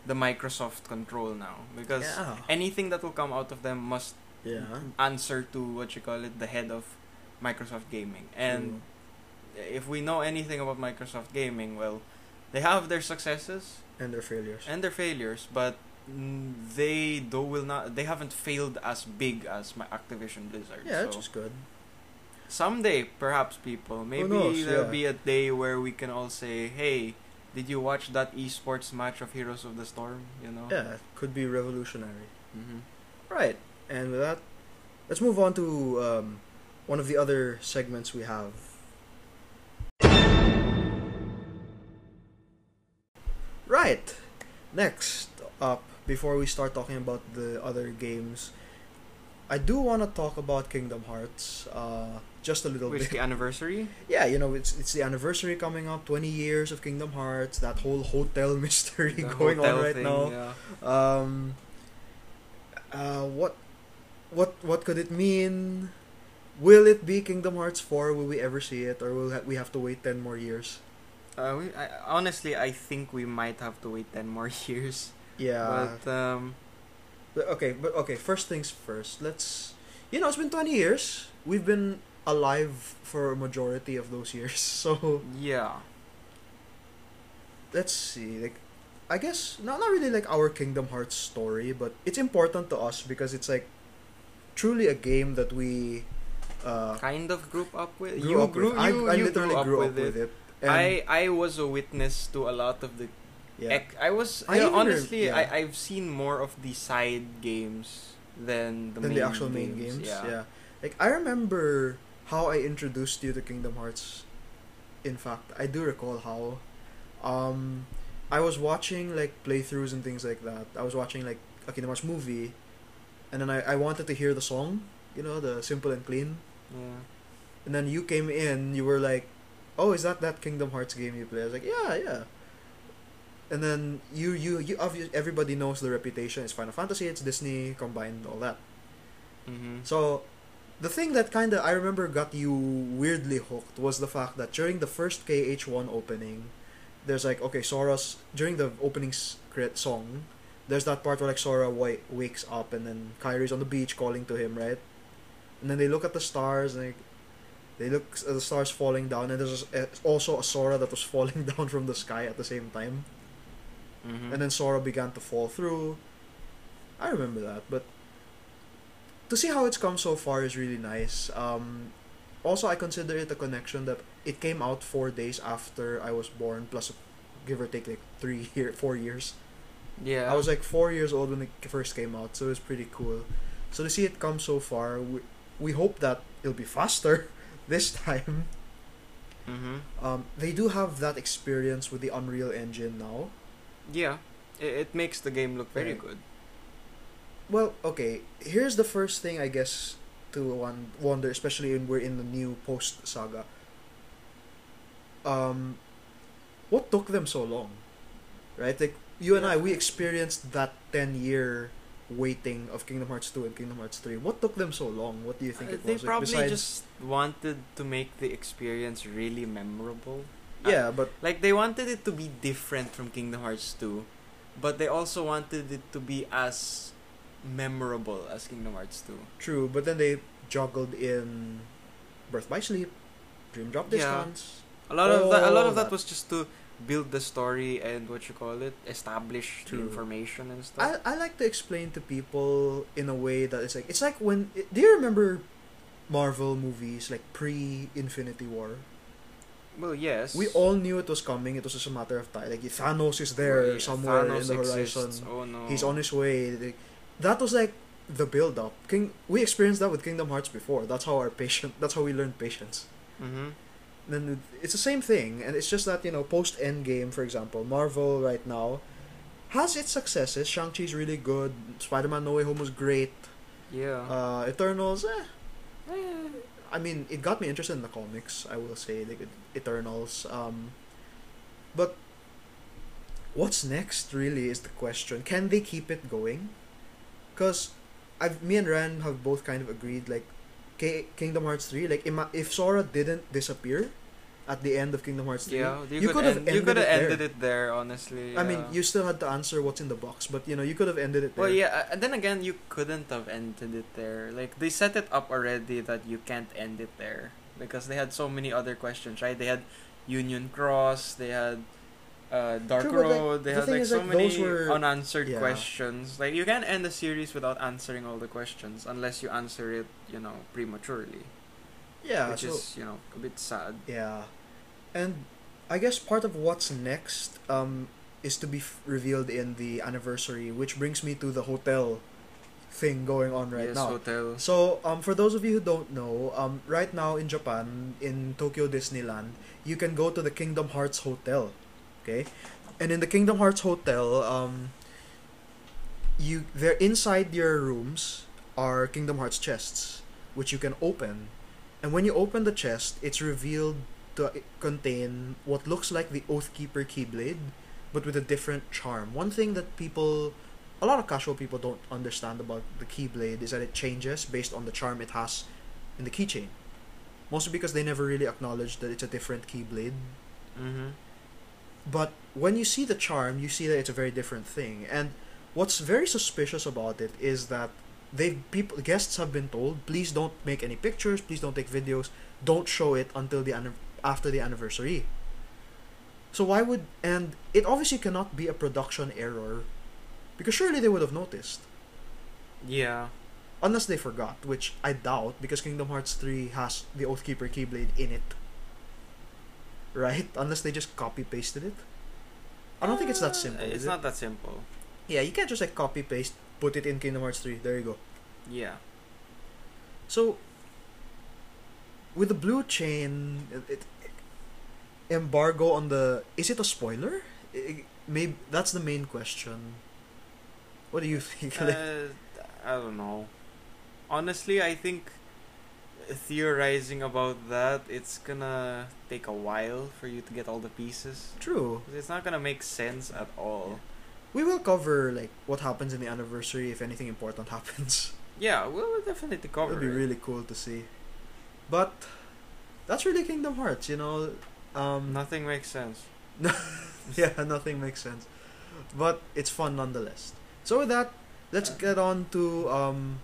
[SPEAKER 2] the Microsoft control now because
[SPEAKER 1] yeah
[SPEAKER 2] anything that will come out of them must
[SPEAKER 1] yeah
[SPEAKER 2] answer to what you call it the head of Microsoft Gaming. And if we know anything about Microsoft Gaming, well, they have their successes
[SPEAKER 1] True. and their failures.
[SPEAKER 2] and their failures, but mm, they do will not they haven't failed as big as my Activision Blizzard.
[SPEAKER 1] Yeah,
[SPEAKER 2] so.
[SPEAKER 1] that's just good.
[SPEAKER 2] someday perhaps people maybe
[SPEAKER 1] knows,
[SPEAKER 2] there'll
[SPEAKER 1] yeah.
[SPEAKER 2] be a day where we can all say hey did you watch that esports match of heroes of the storm you know
[SPEAKER 1] Yeah, it could be revolutionary.
[SPEAKER 2] hmm
[SPEAKER 1] Right, and with that, let's move on to um, one of the other segments we have. Right, next up, before we start talking about the other games, I do want to talk about Kingdom Hearts uh, just a little
[SPEAKER 2] which
[SPEAKER 1] bit.
[SPEAKER 2] the anniversary
[SPEAKER 1] Yeah, you know, it's it's the anniversary coming up, 20 years of Kingdom Hearts, that whole hotel mystery
[SPEAKER 2] the
[SPEAKER 1] going on
[SPEAKER 2] hotel
[SPEAKER 1] right
[SPEAKER 2] thing,
[SPEAKER 1] now.
[SPEAKER 2] yeah.
[SPEAKER 1] Um, uh, what, what, what could it mean? Will it be Kingdom Hearts four? Will we ever see it, or will ha- we have to wait ten more years?
[SPEAKER 2] Uh, we, I, honestly, I think we might have to wait ten more years.
[SPEAKER 1] Yeah.
[SPEAKER 2] But um,
[SPEAKER 1] But okay, but okay, first things first. Let's you know, it's been 20 years. We've been alive for a majority of those years. So,
[SPEAKER 2] yeah,
[SPEAKER 1] let's see. Like I guess not not really like our Kingdom Hearts story, but it's important to us because it's like truly a game that we uh
[SPEAKER 2] kind of grew up with.
[SPEAKER 1] grew
[SPEAKER 2] you
[SPEAKER 1] up
[SPEAKER 2] grew.
[SPEAKER 1] with. I,
[SPEAKER 2] You,
[SPEAKER 1] I
[SPEAKER 2] you
[SPEAKER 1] literally
[SPEAKER 2] grew up with it.
[SPEAKER 1] And,
[SPEAKER 2] I I was a witness to a lot of the
[SPEAKER 1] yeah.
[SPEAKER 2] Ec- I was
[SPEAKER 1] I
[SPEAKER 2] yeah,
[SPEAKER 1] even re-
[SPEAKER 2] honestly
[SPEAKER 1] yeah.
[SPEAKER 2] I I've seen more of the side games than the
[SPEAKER 1] than the
[SPEAKER 2] main
[SPEAKER 1] actual main games. Yeah. Like I remember how I introduced you to Kingdom Hearts. In fact, I do recall how. Um, I was watching like playthroughs and things like that. I was watching like a Kingdom Hearts movie, and then I, I wanted to hear the song, you know, the simple and clean.
[SPEAKER 2] Yeah.
[SPEAKER 1] And then you came in, you were like, "Oh, is that that Kingdom Hearts game you play?" I was like, "Yeah, yeah." And then you you you obviously everybody knows the reputation. It's Final Fantasy, it's Disney combined, all that.
[SPEAKER 2] Mm-hmm.
[SPEAKER 1] So, the thing that kind of I remember got you weirdly hooked was the fact that during the first KH1 opening, there's like okay, Sora's during the opening s- cre- song, there's that part where like Sora wa- wakes up and then Kyrie's on the beach calling to him, right? And then they look at the stars and like, they look s- at the stars falling down, and there's a- also a Sora that was falling down from the sky at the same time
[SPEAKER 2] Mm-hmm.
[SPEAKER 1] and then Sora began to fall through. I remember that, but to see how it's come so far is really nice. Um, also, I consider it a connection that it came out four days after I was born, plus give or take like three year, four years.
[SPEAKER 2] yeah.
[SPEAKER 1] I was like four years old when it first came out, so it was pretty cool. So to see it come so far, we, we hope that it'll be faster this time.
[SPEAKER 2] mm-hmm.
[SPEAKER 1] Um, they do have that experience with the Unreal Engine now.
[SPEAKER 2] Yeah. It, it makes the game look very
[SPEAKER 1] Right.
[SPEAKER 2] good.
[SPEAKER 1] Well, okay. Here's the first thing I guess to one wonder, especially when we're in the new post saga. Um, what took them so long, right? Like you and I, we experienced that ten-year waiting of Kingdom Hearts two and Kingdom Hearts three. What took them so long? What do you think
[SPEAKER 2] Uh,
[SPEAKER 1] it
[SPEAKER 2] they
[SPEAKER 1] was? Like,
[SPEAKER 2] probably
[SPEAKER 1] besides-
[SPEAKER 2] just wanted to make the experience really memorable. uh,
[SPEAKER 1] yeah, but
[SPEAKER 2] Like they wanted it to be different from Kingdom Hearts 2, but they also wanted it to be as memorable as Kingdom Hearts 2.
[SPEAKER 1] true. But then they juggled in Birth by Sleep, Dream Drop
[SPEAKER 2] Yeah.
[SPEAKER 1] Distance.
[SPEAKER 2] A lot of that, a lot
[SPEAKER 1] All
[SPEAKER 2] of that
[SPEAKER 1] that.
[SPEAKER 2] was just to build the story and what you call it, establish
[SPEAKER 1] True.
[SPEAKER 2] the information and stuff.
[SPEAKER 1] I, I like to explain to people in a way that it's like it's like when do you remember Marvel movies like pre Infinity War?
[SPEAKER 2] well, yes.
[SPEAKER 1] We all knew it was coming. It was just a matter of time. Like Thanos is there
[SPEAKER 2] Well, yeah,
[SPEAKER 1] somewhere
[SPEAKER 2] Thanos
[SPEAKER 1] in the horizon.
[SPEAKER 2] exists. Oh no.
[SPEAKER 1] He's on his way. Like, that was like the build up. King we experienced that with Kingdom Hearts before. That's how our patient. That's how we learned patience.
[SPEAKER 2] Mm-hmm.
[SPEAKER 1] then it's the same thing and it's just that you know post endgame for example marvel right now has its successes shang-chi's really good spider-man no way home was great
[SPEAKER 2] Yeah.
[SPEAKER 1] uh eternals eh.
[SPEAKER 2] Eh,
[SPEAKER 1] i mean it got me interested in the comics i will say like eternals um but what's next really is the question can they keep it going because i've me and ran have both kind of agreed like K- kingdom hearts 3 like ima- if sora didn't disappear at the end of kingdom hearts 3
[SPEAKER 2] yeah. You,
[SPEAKER 1] you
[SPEAKER 2] could
[SPEAKER 1] could have
[SPEAKER 2] end, you
[SPEAKER 1] ended
[SPEAKER 2] could have
[SPEAKER 1] it
[SPEAKER 2] ended
[SPEAKER 1] there.
[SPEAKER 2] it there. Honestly.
[SPEAKER 1] i mean
[SPEAKER 2] yeah.
[SPEAKER 1] you still had to answer what's in the box but you know you could have ended it there.
[SPEAKER 2] Well, yeah, uh, and then again, you couldn't have ended it there. Like they set it up already that you can't end it there because they had so many other questions, right? They had Union Cross, they had uh, Dark
[SPEAKER 1] True, but, like,
[SPEAKER 2] Road, they
[SPEAKER 1] the
[SPEAKER 2] had
[SPEAKER 1] thing
[SPEAKER 2] like
[SPEAKER 1] is,
[SPEAKER 2] so
[SPEAKER 1] like,
[SPEAKER 2] many
[SPEAKER 1] those were-
[SPEAKER 2] unanswered
[SPEAKER 1] yeah.
[SPEAKER 2] questions. Like you can't end a series without answering all the questions unless you answer it, you know, prematurely,
[SPEAKER 1] yeah
[SPEAKER 2] which
[SPEAKER 1] so-
[SPEAKER 2] is you know a bit sad.
[SPEAKER 1] Yeah, and I guess part of what's next um, is to be f- revealed in the anniversary, which brings me to the hotel thing going on right
[SPEAKER 2] yes,
[SPEAKER 1] now.
[SPEAKER 2] hotel.
[SPEAKER 1] So, um, for those of you who don't know, um, right now in Japan, in Tokyo Disneyland, you can go to the Kingdom Hearts Hotel, okay? And in the Kingdom Hearts Hotel, um, you there inside your rooms are Kingdom Hearts chests, which you can open, and when you open the chest, it's revealed to contain what looks like the Oathkeeper Keyblade, but with a different charm. One thing that people a lot of casual people don't understand about the Keyblade is that it changes based on the charm it has in the keychain. Mostly because they never really acknowledge that it's a different Keyblade.
[SPEAKER 2] Mm-hmm.
[SPEAKER 1] But when you see the charm, you see that it's a very different thing. And what's very suspicious about it is that they people guests have been told, please don't make any pictures, please don't take videos, don't show it until the anniv- after the anniversary. So why would and it obviously cannot be a production error, because surely they would have noticed,
[SPEAKER 2] Yeah.
[SPEAKER 1] unless they forgot, which I doubt, because Kingdom Hearts three has the Oathkeeper Keyblade in it. Right? Unless they just copy pasted it. I don't think it's
[SPEAKER 2] Uh,
[SPEAKER 1] that simple.
[SPEAKER 2] It's
[SPEAKER 1] is it?
[SPEAKER 2] not that simple.
[SPEAKER 1] Yeah, you can't just like copy paste, put it in Kingdom Hearts 3. There you go.
[SPEAKER 2] Yeah.
[SPEAKER 1] So, with the blue chain, it, it- embargo on the. Is it a spoiler? I- I- maybe that's the main question. What do you think? Like,
[SPEAKER 2] Uh, I don't know. Honestly, I think theorizing about that it's gonna take a while for you to get all the pieces.
[SPEAKER 1] true.
[SPEAKER 2] 'Cause It's not gonna make sense at all.
[SPEAKER 1] We will cover like what happens in the anniversary if anything important happens.
[SPEAKER 2] Yeah, we'll, we'll definitely cover
[SPEAKER 1] It'll be
[SPEAKER 2] it.
[SPEAKER 1] really cool to see. But that's really Kingdom Hearts, you know. Um,
[SPEAKER 2] Nothing makes sense.
[SPEAKER 1] yeah, nothing makes sense. But it's fun nonetheless. So with that, let's get on to um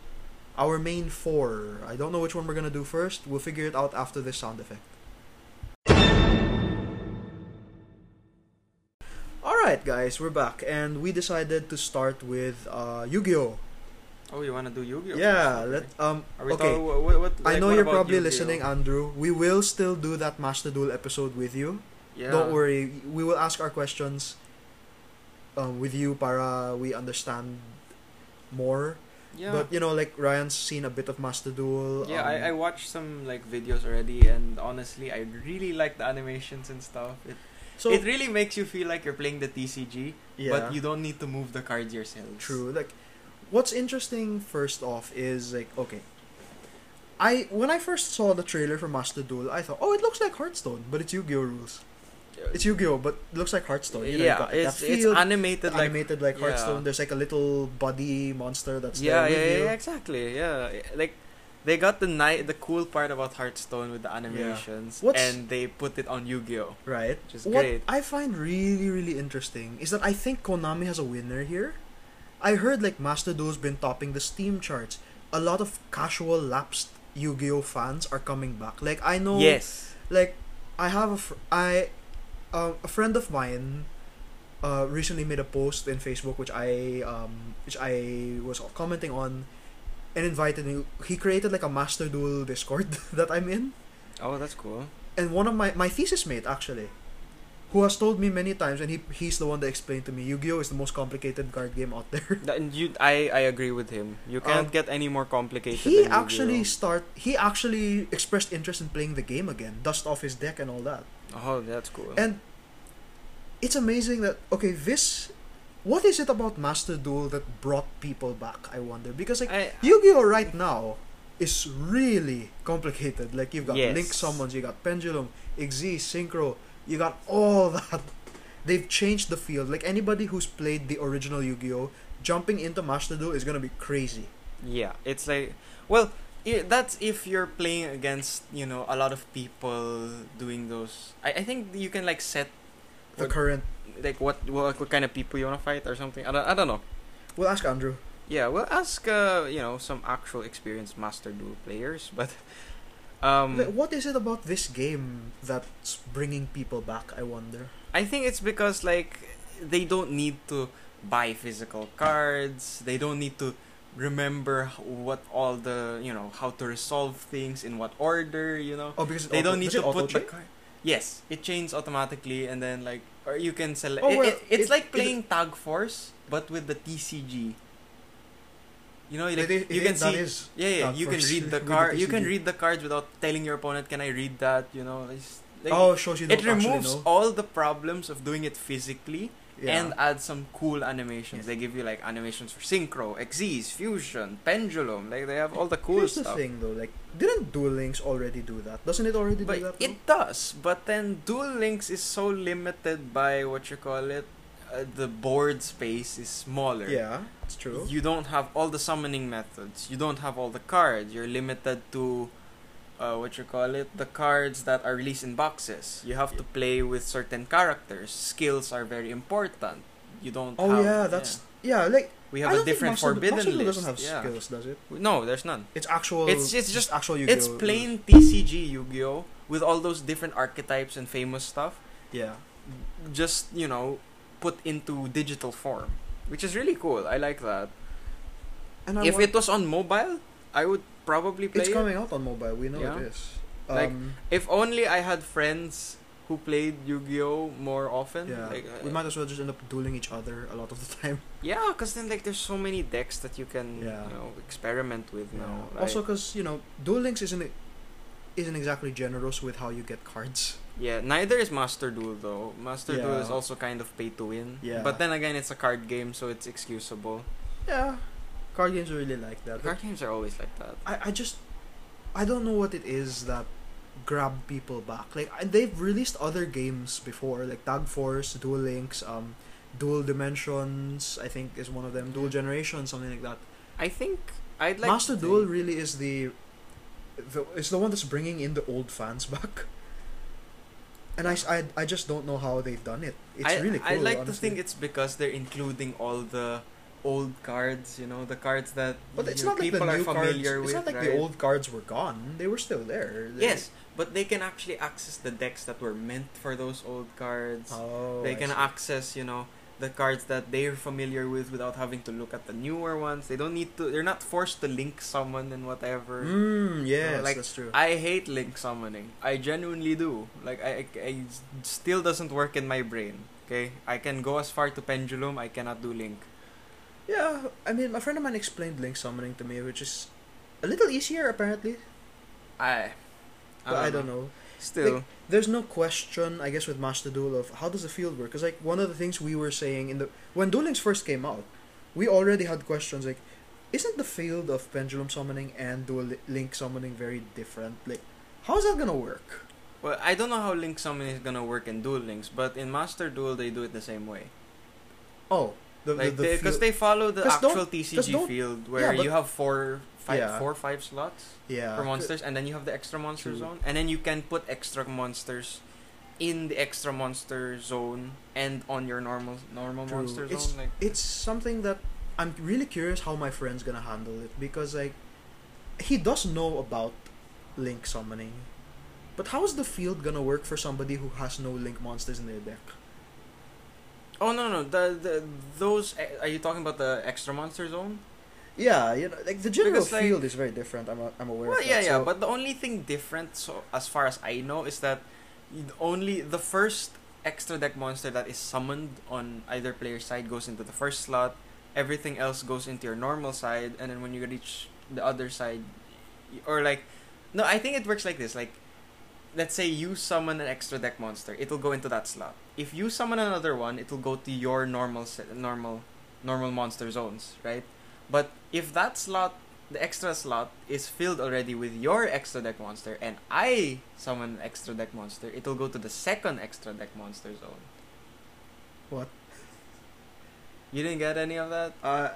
[SPEAKER 1] our main four. I don't know which one we're gonna do first. We'll figure it out after this sound effect. Alright guys, we're back and we decided to start with uh Yu-Gi-Oh!
[SPEAKER 2] Oh, you wanna do Yu-Gi-Oh?
[SPEAKER 1] Yeah,
[SPEAKER 2] first?
[SPEAKER 1] let
[SPEAKER 2] Okay.
[SPEAKER 1] um
[SPEAKER 2] Are we
[SPEAKER 1] okay.
[SPEAKER 2] talking- wha- what, what,
[SPEAKER 1] I
[SPEAKER 2] like,
[SPEAKER 1] know
[SPEAKER 2] what
[SPEAKER 1] you're
[SPEAKER 2] about
[SPEAKER 1] probably
[SPEAKER 2] Yu-Gi-Oh?
[SPEAKER 1] listening, Andrew. We will still do that Master Duel episode with you.
[SPEAKER 2] Yeah.
[SPEAKER 1] Don't worry, we will ask our questions um, with you para we understand more.
[SPEAKER 2] Yeah.
[SPEAKER 1] But you know, like Ryan's seen a bit of Master Duel.
[SPEAKER 2] yeah, I, I
[SPEAKER 1] um,
[SPEAKER 2] watched some like videos already, and honestly, I really like the animations and stuff. It
[SPEAKER 1] so
[SPEAKER 2] it really makes you feel like you're playing the TCG,
[SPEAKER 1] yeah,
[SPEAKER 2] but you don't need to move the cards yourself.
[SPEAKER 1] true. Like, what's interesting first off is like okay, I when I first saw the trailer for Master Duel, I thought, oh, it looks like Hearthstone, but it's Yu-Gi-Oh rules. It's Yu-Gi-Oh, but it looks like Hearthstone. You know, you
[SPEAKER 2] yeah,
[SPEAKER 1] got, like,
[SPEAKER 2] it's,
[SPEAKER 1] that
[SPEAKER 2] it's
[SPEAKER 1] field,
[SPEAKER 2] animated like
[SPEAKER 1] animated like
[SPEAKER 2] yeah.
[SPEAKER 1] Hearthstone. There's like a little buddy monster that's
[SPEAKER 2] yeah,
[SPEAKER 1] there with
[SPEAKER 2] yeah,
[SPEAKER 1] you.
[SPEAKER 2] yeah, exactly. Yeah, like they got the night the cool part about Hearthstone with the animations,
[SPEAKER 1] What's-
[SPEAKER 2] and they put it on Yu-Gi-Oh,
[SPEAKER 1] Right.
[SPEAKER 2] which is
[SPEAKER 1] What
[SPEAKER 2] great.
[SPEAKER 1] I find really, really interesting is that I think Konami has a winner here. I heard like Master Duel's been topping the Steam charts. A lot of casual lapsed Yu-Gi-Oh fans are coming back. Like I know,
[SPEAKER 2] Yes.
[SPEAKER 1] like I have a fr- I uh, a friend of mine uh, recently made a post in Facebook which I um which I was commenting on and invited me. He created like a Master Duel Discord that I'm in
[SPEAKER 2] Oh, that's cool.
[SPEAKER 1] and one of my my thesis mate actually who has told me many times and he he's the one that explained to me Yu-Gi-Oh is the most complicated card game out there.
[SPEAKER 2] And you, I, I agree with him. You can't
[SPEAKER 1] Um,
[SPEAKER 2] get any more complicated.
[SPEAKER 1] he
[SPEAKER 2] than
[SPEAKER 1] actually
[SPEAKER 2] Yu-Gi-Oh.
[SPEAKER 1] start he actually expressed interest in playing the game again, dust off his deck and all that.
[SPEAKER 2] Oh, that's cool.
[SPEAKER 1] And it's amazing that okay, this what is it about Master Duel that brought people back, I wonder? Because like
[SPEAKER 2] I,
[SPEAKER 1] Yu-Gi-Oh right now is really complicated. Like you've got
[SPEAKER 2] Yes.
[SPEAKER 1] Link summons, you got Pendulum, Xyz, Synchro, you got all that. They've changed the field. Like anybody who's played the original Yu-Gi-Oh, jumping into Master Duel is gonna be crazy.
[SPEAKER 2] Yeah, it's like well, i that's if you're playing against you know a lot of people doing those. I, I think you can like set
[SPEAKER 1] The
[SPEAKER 2] What-
[SPEAKER 1] current.
[SPEAKER 2] like what, what what kind of people you wanna fight or something. I don't I don't know.
[SPEAKER 1] We'll ask Andrew.
[SPEAKER 2] Yeah, we'll ask uh, you know some actual experienced master duel players, but um,
[SPEAKER 1] Like, what is it about this game that's bringing people back? I wonder.
[SPEAKER 2] I think it's because like they don't need to buy physical cards. They don't need to remember h- what all the you know how to resolve things in what order. You know.
[SPEAKER 1] Oh, because it
[SPEAKER 2] they
[SPEAKER 1] auto-
[SPEAKER 2] don't need
[SPEAKER 1] does it
[SPEAKER 2] to
[SPEAKER 1] auto
[SPEAKER 2] put the
[SPEAKER 1] change?
[SPEAKER 2] card. Yes, it changes automatically, and then like, or you can select.
[SPEAKER 1] Oh,
[SPEAKER 2] it-
[SPEAKER 1] well,
[SPEAKER 2] it- it's
[SPEAKER 1] it-
[SPEAKER 2] like
[SPEAKER 1] it-
[SPEAKER 2] playing Tag Force, but with the TCG. You know, like,
[SPEAKER 1] It is-
[SPEAKER 2] you
[SPEAKER 1] it
[SPEAKER 2] can
[SPEAKER 1] is-
[SPEAKER 2] see.
[SPEAKER 1] that is
[SPEAKER 2] yeah, yeah,
[SPEAKER 1] Tag
[SPEAKER 2] you can
[SPEAKER 1] Force
[SPEAKER 2] read the
[SPEAKER 1] with the
[SPEAKER 2] card. you can
[SPEAKER 1] TCG.
[SPEAKER 2] read the cards without telling your opponent, "Can I read that?" You know, it's, like,
[SPEAKER 1] oh, it shows you don't
[SPEAKER 2] it
[SPEAKER 1] actually
[SPEAKER 2] removes
[SPEAKER 1] know.
[SPEAKER 2] all the problems of doing it physically
[SPEAKER 1] Yeah.
[SPEAKER 2] and adds some cool animations.
[SPEAKER 1] Yeah.
[SPEAKER 2] They give you like animations for synchro, xyz, fusion, pendulum. Like they have all the cool
[SPEAKER 1] Here's
[SPEAKER 2] stuff.
[SPEAKER 1] the thing though, like didn't Duel Links already do that? Doesn't it already do
[SPEAKER 2] But
[SPEAKER 1] that? though?
[SPEAKER 2] it does. But then Duel Links is so limited by what you call it. Uh, the board space is smaller.
[SPEAKER 1] yeah, it's true.
[SPEAKER 2] You don't have all the summoning methods. You don't have all the cards. You're limited to uh, what you call it, the cards that are released in boxes. You have to play with certain characters. Skills are very important. You don't.
[SPEAKER 1] Oh
[SPEAKER 2] have,
[SPEAKER 1] yeah, that's yeah. like
[SPEAKER 2] We have
[SPEAKER 1] I don't
[SPEAKER 2] a
[SPEAKER 1] think
[SPEAKER 2] different
[SPEAKER 1] Monster-
[SPEAKER 2] forbidden
[SPEAKER 1] Monster Duel
[SPEAKER 2] list.
[SPEAKER 1] doesn't have
[SPEAKER 2] yeah.
[SPEAKER 1] skills, does it?
[SPEAKER 2] No, there's none.
[SPEAKER 1] It's actual.
[SPEAKER 2] It's- it's just-
[SPEAKER 1] actual Yu-Gi-Oh.
[SPEAKER 2] It's plain TCG Yu-Gi-Oh with all those different archetypes and famous stuff.
[SPEAKER 1] Yeah.
[SPEAKER 2] just you know put into digital form which is really cool i like that
[SPEAKER 1] And
[SPEAKER 2] if
[SPEAKER 1] want-
[SPEAKER 2] it was on mobile i would probably play
[SPEAKER 1] it's
[SPEAKER 2] it.
[SPEAKER 1] coming out on mobile, we know
[SPEAKER 2] Yeah.
[SPEAKER 1] it is.
[SPEAKER 2] Like,
[SPEAKER 1] Um,
[SPEAKER 2] if only i had friends who played yu-gi-oh more often
[SPEAKER 1] yeah,
[SPEAKER 2] like, uh,
[SPEAKER 1] we might as well just end up dueling each other a lot of the time.
[SPEAKER 2] yeah because then like there's so many decks that you can
[SPEAKER 1] Yeah.
[SPEAKER 2] you know experiment with now
[SPEAKER 1] Yeah.
[SPEAKER 2] like-
[SPEAKER 1] Also, because you know, Duel Links isn't isn't exactly generous with how you get cards.
[SPEAKER 2] yeah neither is master duel though master duel
[SPEAKER 1] Yeah.
[SPEAKER 2] is also kind of pay to win
[SPEAKER 1] Yeah.
[SPEAKER 2] but then again it's a card game so it's excusable
[SPEAKER 1] Yeah, card games are really like that.
[SPEAKER 2] card games are always like that
[SPEAKER 1] I, I just I don't know what it is that grab people back. Like I- they've released other games before, like Tag Force, Dual Links, um, Dual Dimensions. I think is one of them. Dual Generation, something like that.
[SPEAKER 2] i think i'd like
[SPEAKER 1] Master
[SPEAKER 2] to
[SPEAKER 1] Duel
[SPEAKER 2] think-
[SPEAKER 1] really is the, the it's the one that's bringing in the old fans back. And I, s- I, I just don't know how they've done it. It's
[SPEAKER 2] I,
[SPEAKER 1] really cool.
[SPEAKER 2] I like to
[SPEAKER 1] honestly.
[SPEAKER 2] think it's because they're including all the old cards, you know, the cards that
[SPEAKER 1] but
[SPEAKER 2] you
[SPEAKER 1] it's
[SPEAKER 2] know,
[SPEAKER 1] not like the
[SPEAKER 2] people
[SPEAKER 1] new
[SPEAKER 2] are
[SPEAKER 1] cards.
[SPEAKER 2] familiar
[SPEAKER 1] It's
[SPEAKER 2] with.
[SPEAKER 1] not like
[SPEAKER 2] right?
[SPEAKER 1] the old cards were gone. They were still there. They-
[SPEAKER 2] Yes, but they can actually access the decks that were meant for those old cards.
[SPEAKER 1] Oh.
[SPEAKER 2] they
[SPEAKER 1] I
[SPEAKER 2] can
[SPEAKER 1] see.
[SPEAKER 2] access, you know, the cards that they're familiar with without having to look at the newer ones. They don't need to. They're not forced to link someone and whatever.
[SPEAKER 1] Mm, yes,
[SPEAKER 2] like,
[SPEAKER 1] that's true.
[SPEAKER 2] I hate link summoning. I genuinely do. Like I, I, I still doesn't work in my brain. Okay, I can go as far to pendulum. I cannot do link.
[SPEAKER 1] yeah, I mean, my friend of mine explained link summoning to me, which is a little easier apparently,
[SPEAKER 2] I,
[SPEAKER 1] but I don't know.
[SPEAKER 2] Still,
[SPEAKER 1] Like, There's no question, I guess, with Master Duel of how does the field work? Because like one of the things we were saying in the when Duel Links first came out, we already had questions like, isn't the field of Pendulum Summoning and Duel Li- Link Summoning very different? Like, how's that gonna work?
[SPEAKER 2] well, I don't know how Link Summoning is gonna work in Duel Links, but in Master Duel they do it the same way.
[SPEAKER 1] Oh, the the,
[SPEAKER 2] Like,
[SPEAKER 1] the
[SPEAKER 2] they, because
[SPEAKER 1] field-
[SPEAKER 2] they follow the
[SPEAKER 1] 'cause don't-
[SPEAKER 2] actual
[SPEAKER 1] 'cause
[SPEAKER 2] TCG
[SPEAKER 1] don't-
[SPEAKER 2] field where
[SPEAKER 1] yeah, but-
[SPEAKER 2] you have four, five,
[SPEAKER 1] Yeah.
[SPEAKER 2] four, five slots
[SPEAKER 1] yeah
[SPEAKER 2] for monsters, and then you have the extra monster
[SPEAKER 1] True.
[SPEAKER 2] zone, and then you can put extra monsters in the extra monster zone and on your normal normal
[SPEAKER 1] True.
[SPEAKER 2] monster
[SPEAKER 1] It's-
[SPEAKER 2] zone. Like,
[SPEAKER 1] it's something that I'm really curious how my friend's gonna handle it because like he does know about link summoning. But how is the field gonna work for somebody who has no link monsters in their deck?
[SPEAKER 2] oh no no the, the those eh, are you talking about the extra monster zone?
[SPEAKER 1] Yeah, you know, like the general
[SPEAKER 2] Because, like-
[SPEAKER 1] field is very different. I'm I'm aware.
[SPEAKER 2] Well,
[SPEAKER 1] of
[SPEAKER 2] yeah,
[SPEAKER 1] that,
[SPEAKER 2] yeah,
[SPEAKER 1] so-
[SPEAKER 2] but the only thing different, so as far as I know, is that you'd only the first extra deck monster that is summoned on either player's side goes into the first slot. Everything else goes into your normal side, and then when you reach the other side, y- or like, no, I think it works like this. Like, let's say you summon an extra deck monster, it'll go into that slot. If you summon another one, it'll go to your normal se- normal normal monster zones, right? But if that slot the extra slot is filled already with your extra deck monster and I summon an extra deck monster, it'll go to the second extra deck monster zone.
[SPEAKER 1] What?
[SPEAKER 2] You didn't get any of that?
[SPEAKER 1] uh,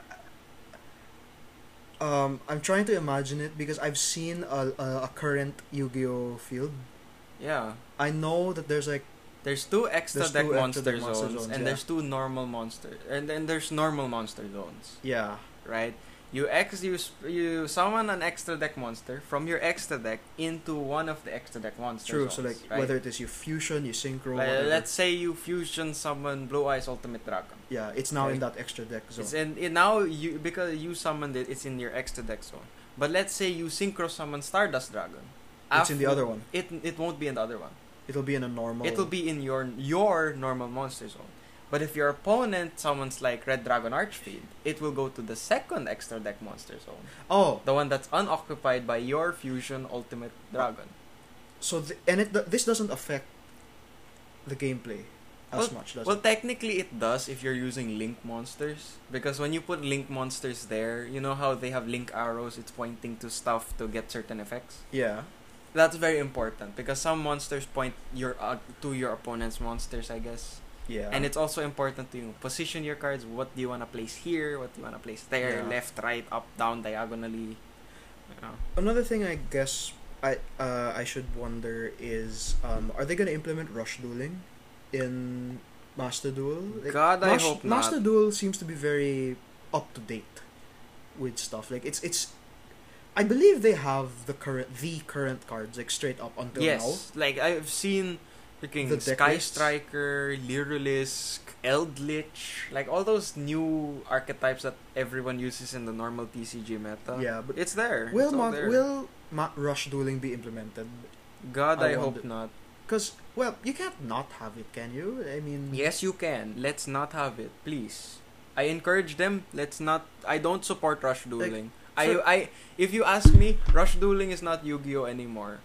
[SPEAKER 1] um, I'm trying to imagine it because I've seen a a, a current Yu-Gi-Oh field.
[SPEAKER 2] Yeah.
[SPEAKER 1] I know that there's like
[SPEAKER 2] There's two extra
[SPEAKER 1] There's
[SPEAKER 2] deck
[SPEAKER 1] two extra
[SPEAKER 2] monster
[SPEAKER 1] deck
[SPEAKER 2] zones
[SPEAKER 1] monster zones,
[SPEAKER 2] and
[SPEAKER 1] yeah.
[SPEAKER 2] there's two normal monster and then there's normal monster zones,
[SPEAKER 1] yeah,
[SPEAKER 2] right? You ex you sp- you summon an extra deck monster from your extra deck into one of the extra deck monster
[SPEAKER 1] true.
[SPEAKER 2] zones.
[SPEAKER 1] So like
[SPEAKER 2] right?
[SPEAKER 1] whether it is you fusion, you synchro,
[SPEAKER 2] Like,
[SPEAKER 1] whatever.
[SPEAKER 2] let's say you fusion summon Blue Eyes Ultimate Dragon.
[SPEAKER 1] yeah, it's now
[SPEAKER 2] Okay.
[SPEAKER 1] in that extra deck zone.
[SPEAKER 2] It's in, in now you because you summoned it, it's in your extra deck zone. But let's say you synchro summon Stardust Dragon.
[SPEAKER 1] It's in the other one. Oh.
[SPEAKER 2] It it won't be in the other one.
[SPEAKER 1] It'll be in a normal.
[SPEAKER 2] It'll be in your your normal monster zone. But if your opponent summons like Red Dragon Archfiend, it will go to the second extra deck monster zone,
[SPEAKER 1] Oh,
[SPEAKER 2] the one that's unoccupied by your fusion Ultimate Dragon.
[SPEAKER 1] so th- and it this doesn't affect the gameplay as much, does
[SPEAKER 2] Well,
[SPEAKER 1] it?
[SPEAKER 2] technically it does if you're using link monsters because when you put link monsters there, you know how they have link arrows. It's pointing to stuff to get certain effects.
[SPEAKER 1] Yeah.
[SPEAKER 2] That's very important because some monsters point your uh, to your opponent's monsters, I guess.
[SPEAKER 1] Yeah.
[SPEAKER 2] And it's also important to you know, position your cards. What do you want to place here? What do you want to place there?
[SPEAKER 1] Yeah.
[SPEAKER 2] Left, right, up, down, diagonally. You know.
[SPEAKER 1] another thing I guess I uh, I should wonder is um, are they gonna implement rush dueling in Master Duel? Like,
[SPEAKER 2] God, I
[SPEAKER 1] Mas-
[SPEAKER 2] hope not.
[SPEAKER 1] Master Duel seems to be very up to date with stuff. Like it's it's I believe they have the current the current cards like straight up until
[SPEAKER 2] yes, like I've seen freaking
[SPEAKER 1] The deck
[SPEAKER 2] Sky
[SPEAKER 1] lists?
[SPEAKER 2] Striker, Lyrilisk, Eldritch, like all those new archetypes that everyone uses in the normal TCG meta.
[SPEAKER 1] now. Yeah, but
[SPEAKER 2] It's there.
[SPEAKER 1] will
[SPEAKER 2] It's all
[SPEAKER 1] Mon-
[SPEAKER 2] there.
[SPEAKER 1] will Ma- rush dueling be implemented?
[SPEAKER 2] God,
[SPEAKER 1] I
[SPEAKER 2] I, hope
[SPEAKER 1] wonder-
[SPEAKER 2] not.
[SPEAKER 1] Because well, you can't not have it, can you? I mean,
[SPEAKER 2] Yes, you can. Let's not have it, please. I encourage them. Let's not. I don't support rush dueling.
[SPEAKER 1] so-
[SPEAKER 2] I, I, if you ask me, rush dueling is not Yu-Gi-Oh anymore.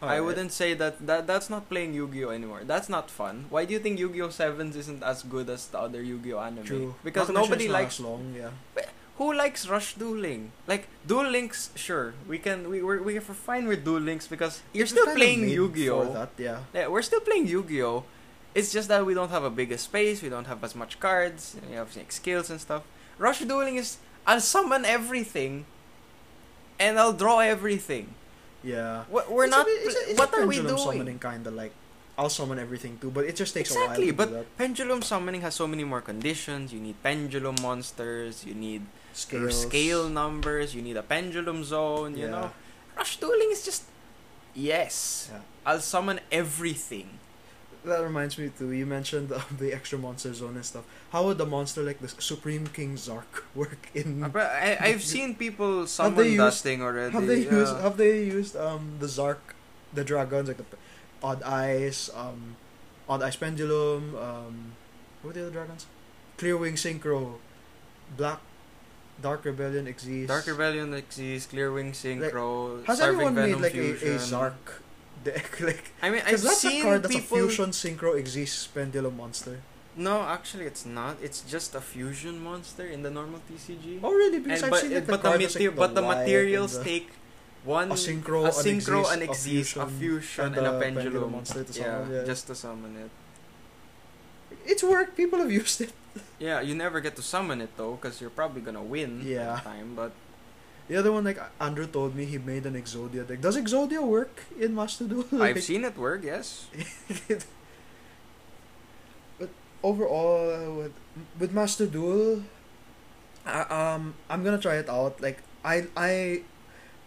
[SPEAKER 2] I
[SPEAKER 1] alright.
[SPEAKER 2] wouldn't say that, that that's not playing Yu-Gi-Oh anymore. That's not fun. Why do you think Yu-Gi-Oh Sevens isn't as good as the other Yu-Gi-Oh anime?
[SPEAKER 1] True.
[SPEAKER 2] Because
[SPEAKER 1] Not to mention
[SPEAKER 2] nobody
[SPEAKER 1] it's not
[SPEAKER 2] likes
[SPEAKER 1] as long. Yeah.
[SPEAKER 2] who likes rush dueling. Like duel links, sure we can we we're, we're fine with duel links because you're
[SPEAKER 1] It was
[SPEAKER 2] still
[SPEAKER 1] kinda
[SPEAKER 2] playing
[SPEAKER 1] made
[SPEAKER 2] Yu-Gi-Oh.
[SPEAKER 1] For that, yeah.
[SPEAKER 2] Yeah, we're still playing Yu-Gi-Oh. It's just that we don't have a bigger space. We don't have as much cards. And we have like skills and stuff. Rush dueling is I'll summon everything, and I'll draw everything.
[SPEAKER 1] Yeah.
[SPEAKER 2] We're, we're
[SPEAKER 1] It's a
[SPEAKER 2] not.
[SPEAKER 1] bit- it's a- it's a
[SPEAKER 2] what are we
[SPEAKER 1] pendulum
[SPEAKER 2] doing?
[SPEAKER 1] Summoning kind of like I'll summon everything too, but it just takes
[SPEAKER 2] Exactly,
[SPEAKER 1] a while.
[SPEAKER 2] but
[SPEAKER 1] to do that.
[SPEAKER 2] Pendulum summoning has so many more conditions. You need pendulum monsters. You need your
[SPEAKER 1] Scales.
[SPEAKER 2] scale numbers. You need a pendulum zone. You
[SPEAKER 1] Yeah.
[SPEAKER 2] know, rush dueling is just yes.
[SPEAKER 1] Yeah.
[SPEAKER 2] I'll summon everything.
[SPEAKER 1] That reminds me too. You mentioned um, the extra monster zone and stuff. How would the monster like the Supreme King Zark work in?
[SPEAKER 2] Uh, but I, I've seen people
[SPEAKER 1] Mm. Have they
[SPEAKER 2] summon that
[SPEAKER 1] used-
[SPEAKER 2] thing already.
[SPEAKER 1] have they
[SPEAKER 2] yeah.
[SPEAKER 1] used? Have they used um the Zark, the dragons like the p- Odd Eyes, um, Odd Eyes Pendulum, um, what were the other dragons? Clear Wing Synchro, Black, Dark Rebellion exists.
[SPEAKER 2] Dark Rebellion exists, Clear Wing Synchro,
[SPEAKER 1] Has
[SPEAKER 2] Starving
[SPEAKER 1] anyone
[SPEAKER 2] Venom
[SPEAKER 1] made like
[SPEAKER 2] Fusion.
[SPEAKER 1] a, a Zark deck like?
[SPEAKER 2] I mean, I've
[SPEAKER 1] Because that's
[SPEAKER 2] seen
[SPEAKER 1] a card that's
[SPEAKER 2] people.
[SPEAKER 1] a fusion synchro exists pendulum monster.
[SPEAKER 2] No, actually, it's not. It's just a fusion monster in the normal TCG.
[SPEAKER 1] Oh really? Because
[SPEAKER 2] and,
[SPEAKER 1] I've
[SPEAKER 2] but
[SPEAKER 1] seen that
[SPEAKER 2] it- but
[SPEAKER 1] the,
[SPEAKER 2] the,
[SPEAKER 1] card that's,
[SPEAKER 2] materi-
[SPEAKER 1] like,
[SPEAKER 2] but the
[SPEAKER 1] white and
[SPEAKER 2] materials
[SPEAKER 1] the-
[SPEAKER 2] take one
[SPEAKER 1] a synchro,
[SPEAKER 2] a synchro, an
[SPEAKER 1] exist,
[SPEAKER 2] exist, a fusion, and, a pendulum.
[SPEAKER 1] monster. To
[SPEAKER 2] yeah,
[SPEAKER 1] summon, yeah.
[SPEAKER 2] just to summon it.
[SPEAKER 1] it's worked. People have used it.
[SPEAKER 2] Yeah, you never get to summon it though, because you're probably gonna win.
[SPEAKER 1] Yeah.
[SPEAKER 2] At the time, but
[SPEAKER 1] The other one, like Andrew told me, he made an Exodia deck. Does Exodia work in Master Duel? Like,
[SPEAKER 2] I've seen it work. Yes.
[SPEAKER 1] overall with with Master Duel, I, um, I'm gonna try it out. Like I I,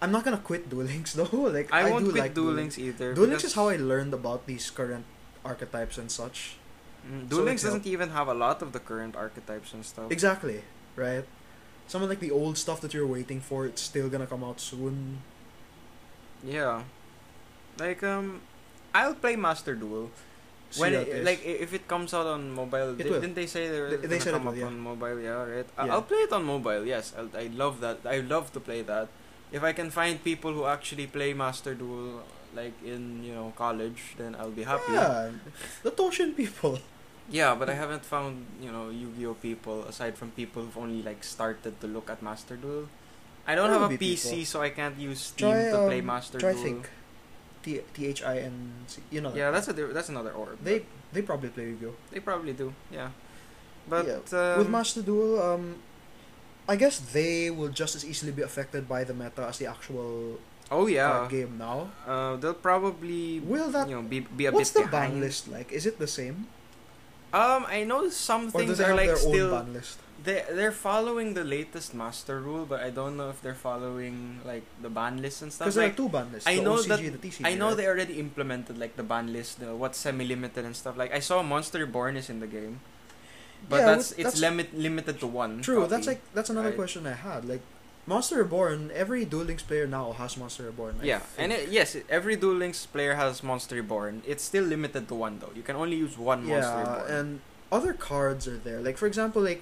[SPEAKER 1] I'm not gonna quit Duel Links though. Like
[SPEAKER 2] I, won't
[SPEAKER 1] do
[SPEAKER 2] quit
[SPEAKER 1] like
[SPEAKER 2] Duel Links either.
[SPEAKER 1] Duel Links is
[SPEAKER 2] because-
[SPEAKER 1] how I learned about these current archetypes and such.
[SPEAKER 2] Mm,
[SPEAKER 1] So
[SPEAKER 2] Duel
[SPEAKER 1] like
[SPEAKER 2] Links
[SPEAKER 1] the-
[SPEAKER 2] doesn't even have a lot of the current archetypes and stuff.
[SPEAKER 1] Exactly, right? Some of like the old stuff that you're waiting for, it's still gonna come out soon.
[SPEAKER 2] Yeah. Like um I'll play Master Duel.
[SPEAKER 1] See
[SPEAKER 2] When
[SPEAKER 1] how
[SPEAKER 2] it-
[SPEAKER 1] is.
[SPEAKER 2] like i- if it comes out on mobile,
[SPEAKER 1] It
[SPEAKER 2] di-
[SPEAKER 1] will.
[SPEAKER 2] didn't they say they were
[SPEAKER 1] They- they
[SPEAKER 2] gonna
[SPEAKER 1] said it
[SPEAKER 2] come
[SPEAKER 1] will,
[SPEAKER 2] up
[SPEAKER 1] yeah.
[SPEAKER 2] on mobile? Yeah, right. I-
[SPEAKER 1] Yeah.
[SPEAKER 2] I'll play it on mobile. Yes, I'll, I love that. I love to play that. If I can find people who actually play Master Duel, like in you know college, then I'll be happy.
[SPEAKER 1] yeah, the Toshin people.
[SPEAKER 2] Yeah, but I haven't found, you know, Yu-Gi-Oh people aside from people who've only like started to look at Master Duel. I don't
[SPEAKER 1] There
[SPEAKER 2] have
[SPEAKER 1] will
[SPEAKER 2] a
[SPEAKER 1] be
[SPEAKER 2] PC,
[SPEAKER 1] people.
[SPEAKER 2] so I can't use Steam
[SPEAKER 1] Try
[SPEAKER 2] to play
[SPEAKER 1] um,
[SPEAKER 2] Master
[SPEAKER 1] try
[SPEAKER 2] Duel.
[SPEAKER 1] think, T T H I N C. You know. that.
[SPEAKER 2] Yeah, that's a di- that's another orb.
[SPEAKER 1] they
[SPEAKER 2] but
[SPEAKER 1] they probably play Yu-Gi-Oh.
[SPEAKER 2] they probably do. Yeah, but
[SPEAKER 1] Yeah,
[SPEAKER 2] um,
[SPEAKER 1] With Master Duel, um, I guess they will just as easily be affected by the meta as the actual
[SPEAKER 2] oh
[SPEAKER 1] card
[SPEAKER 2] yeah,
[SPEAKER 1] game now.
[SPEAKER 2] uh, they'll probably
[SPEAKER 1] Will that-
[SPEAKER 2] you know be be a
[SPEAKER 1] What's the
[SPEAKER 2] bit behind.
[SPEAKER 1] ban list like? Is it the same,
[SPEAKER 2] Um, I know some
[SPEAKER 1] or do
[SPEAKER 2] things
[SPEAKER 1] they
[SPEAKER 2] are
[SPEAKER 1] have
[SPEAKER 2] like
[SPEAKER 1] their
[SPEAKER 2] still
[SPEAKER 1] own ban list?
[SPEAKER 2] They they're following the latest master rule, but I don't know if they're following like the ban list and stuff.
[SPEAKER 1] Because there
[SPEAKER 2] Like
[SPEAKER 1] are two ban lists.
[SPEAKER 2] I
[SPEAKER 1] the
[SPEAKER 2] know
[SPEAKER 1] OCG
[SPEAKER 2] that-
[SPEAKER 1] and the TCG,
[SPEAKER 2] I know
[SPEAKER 1] right?
[SPEAKER 2] they already implemented like the ban list, the what's semi limited and stuff. Like I saw Monster Reborn is in the game, but
[SPEAKER 1] Yeah,
[SPEAKER 2] that's
[SPEAKER 1] with-
[SPEAKER 2] it's
[SPEAKER 1] that's-
[SPEAKER 2] limit limited to one.
[SPEAKER 1] True. That's
[SPEAKER 2] copy.
[SPEAKER 1] like that's another
[SPEAKER 2] right?
[SPEAKER 1] question I had. Like Monster Reborn, every Duel Links player now has Monster Reborn. I
[SPEAKER 2] yeah,
[SPEAKER 1] think.
[SPEAKER 2] and it, yes, it- every Duel Links player has Monster Reborn. It's still limited to one though. You can only use one Monster
[SPEAKER 1] yeah,
[SPEAKER 2] Reborn.
[SPEAKER 1] and other cards are there. Like for example, like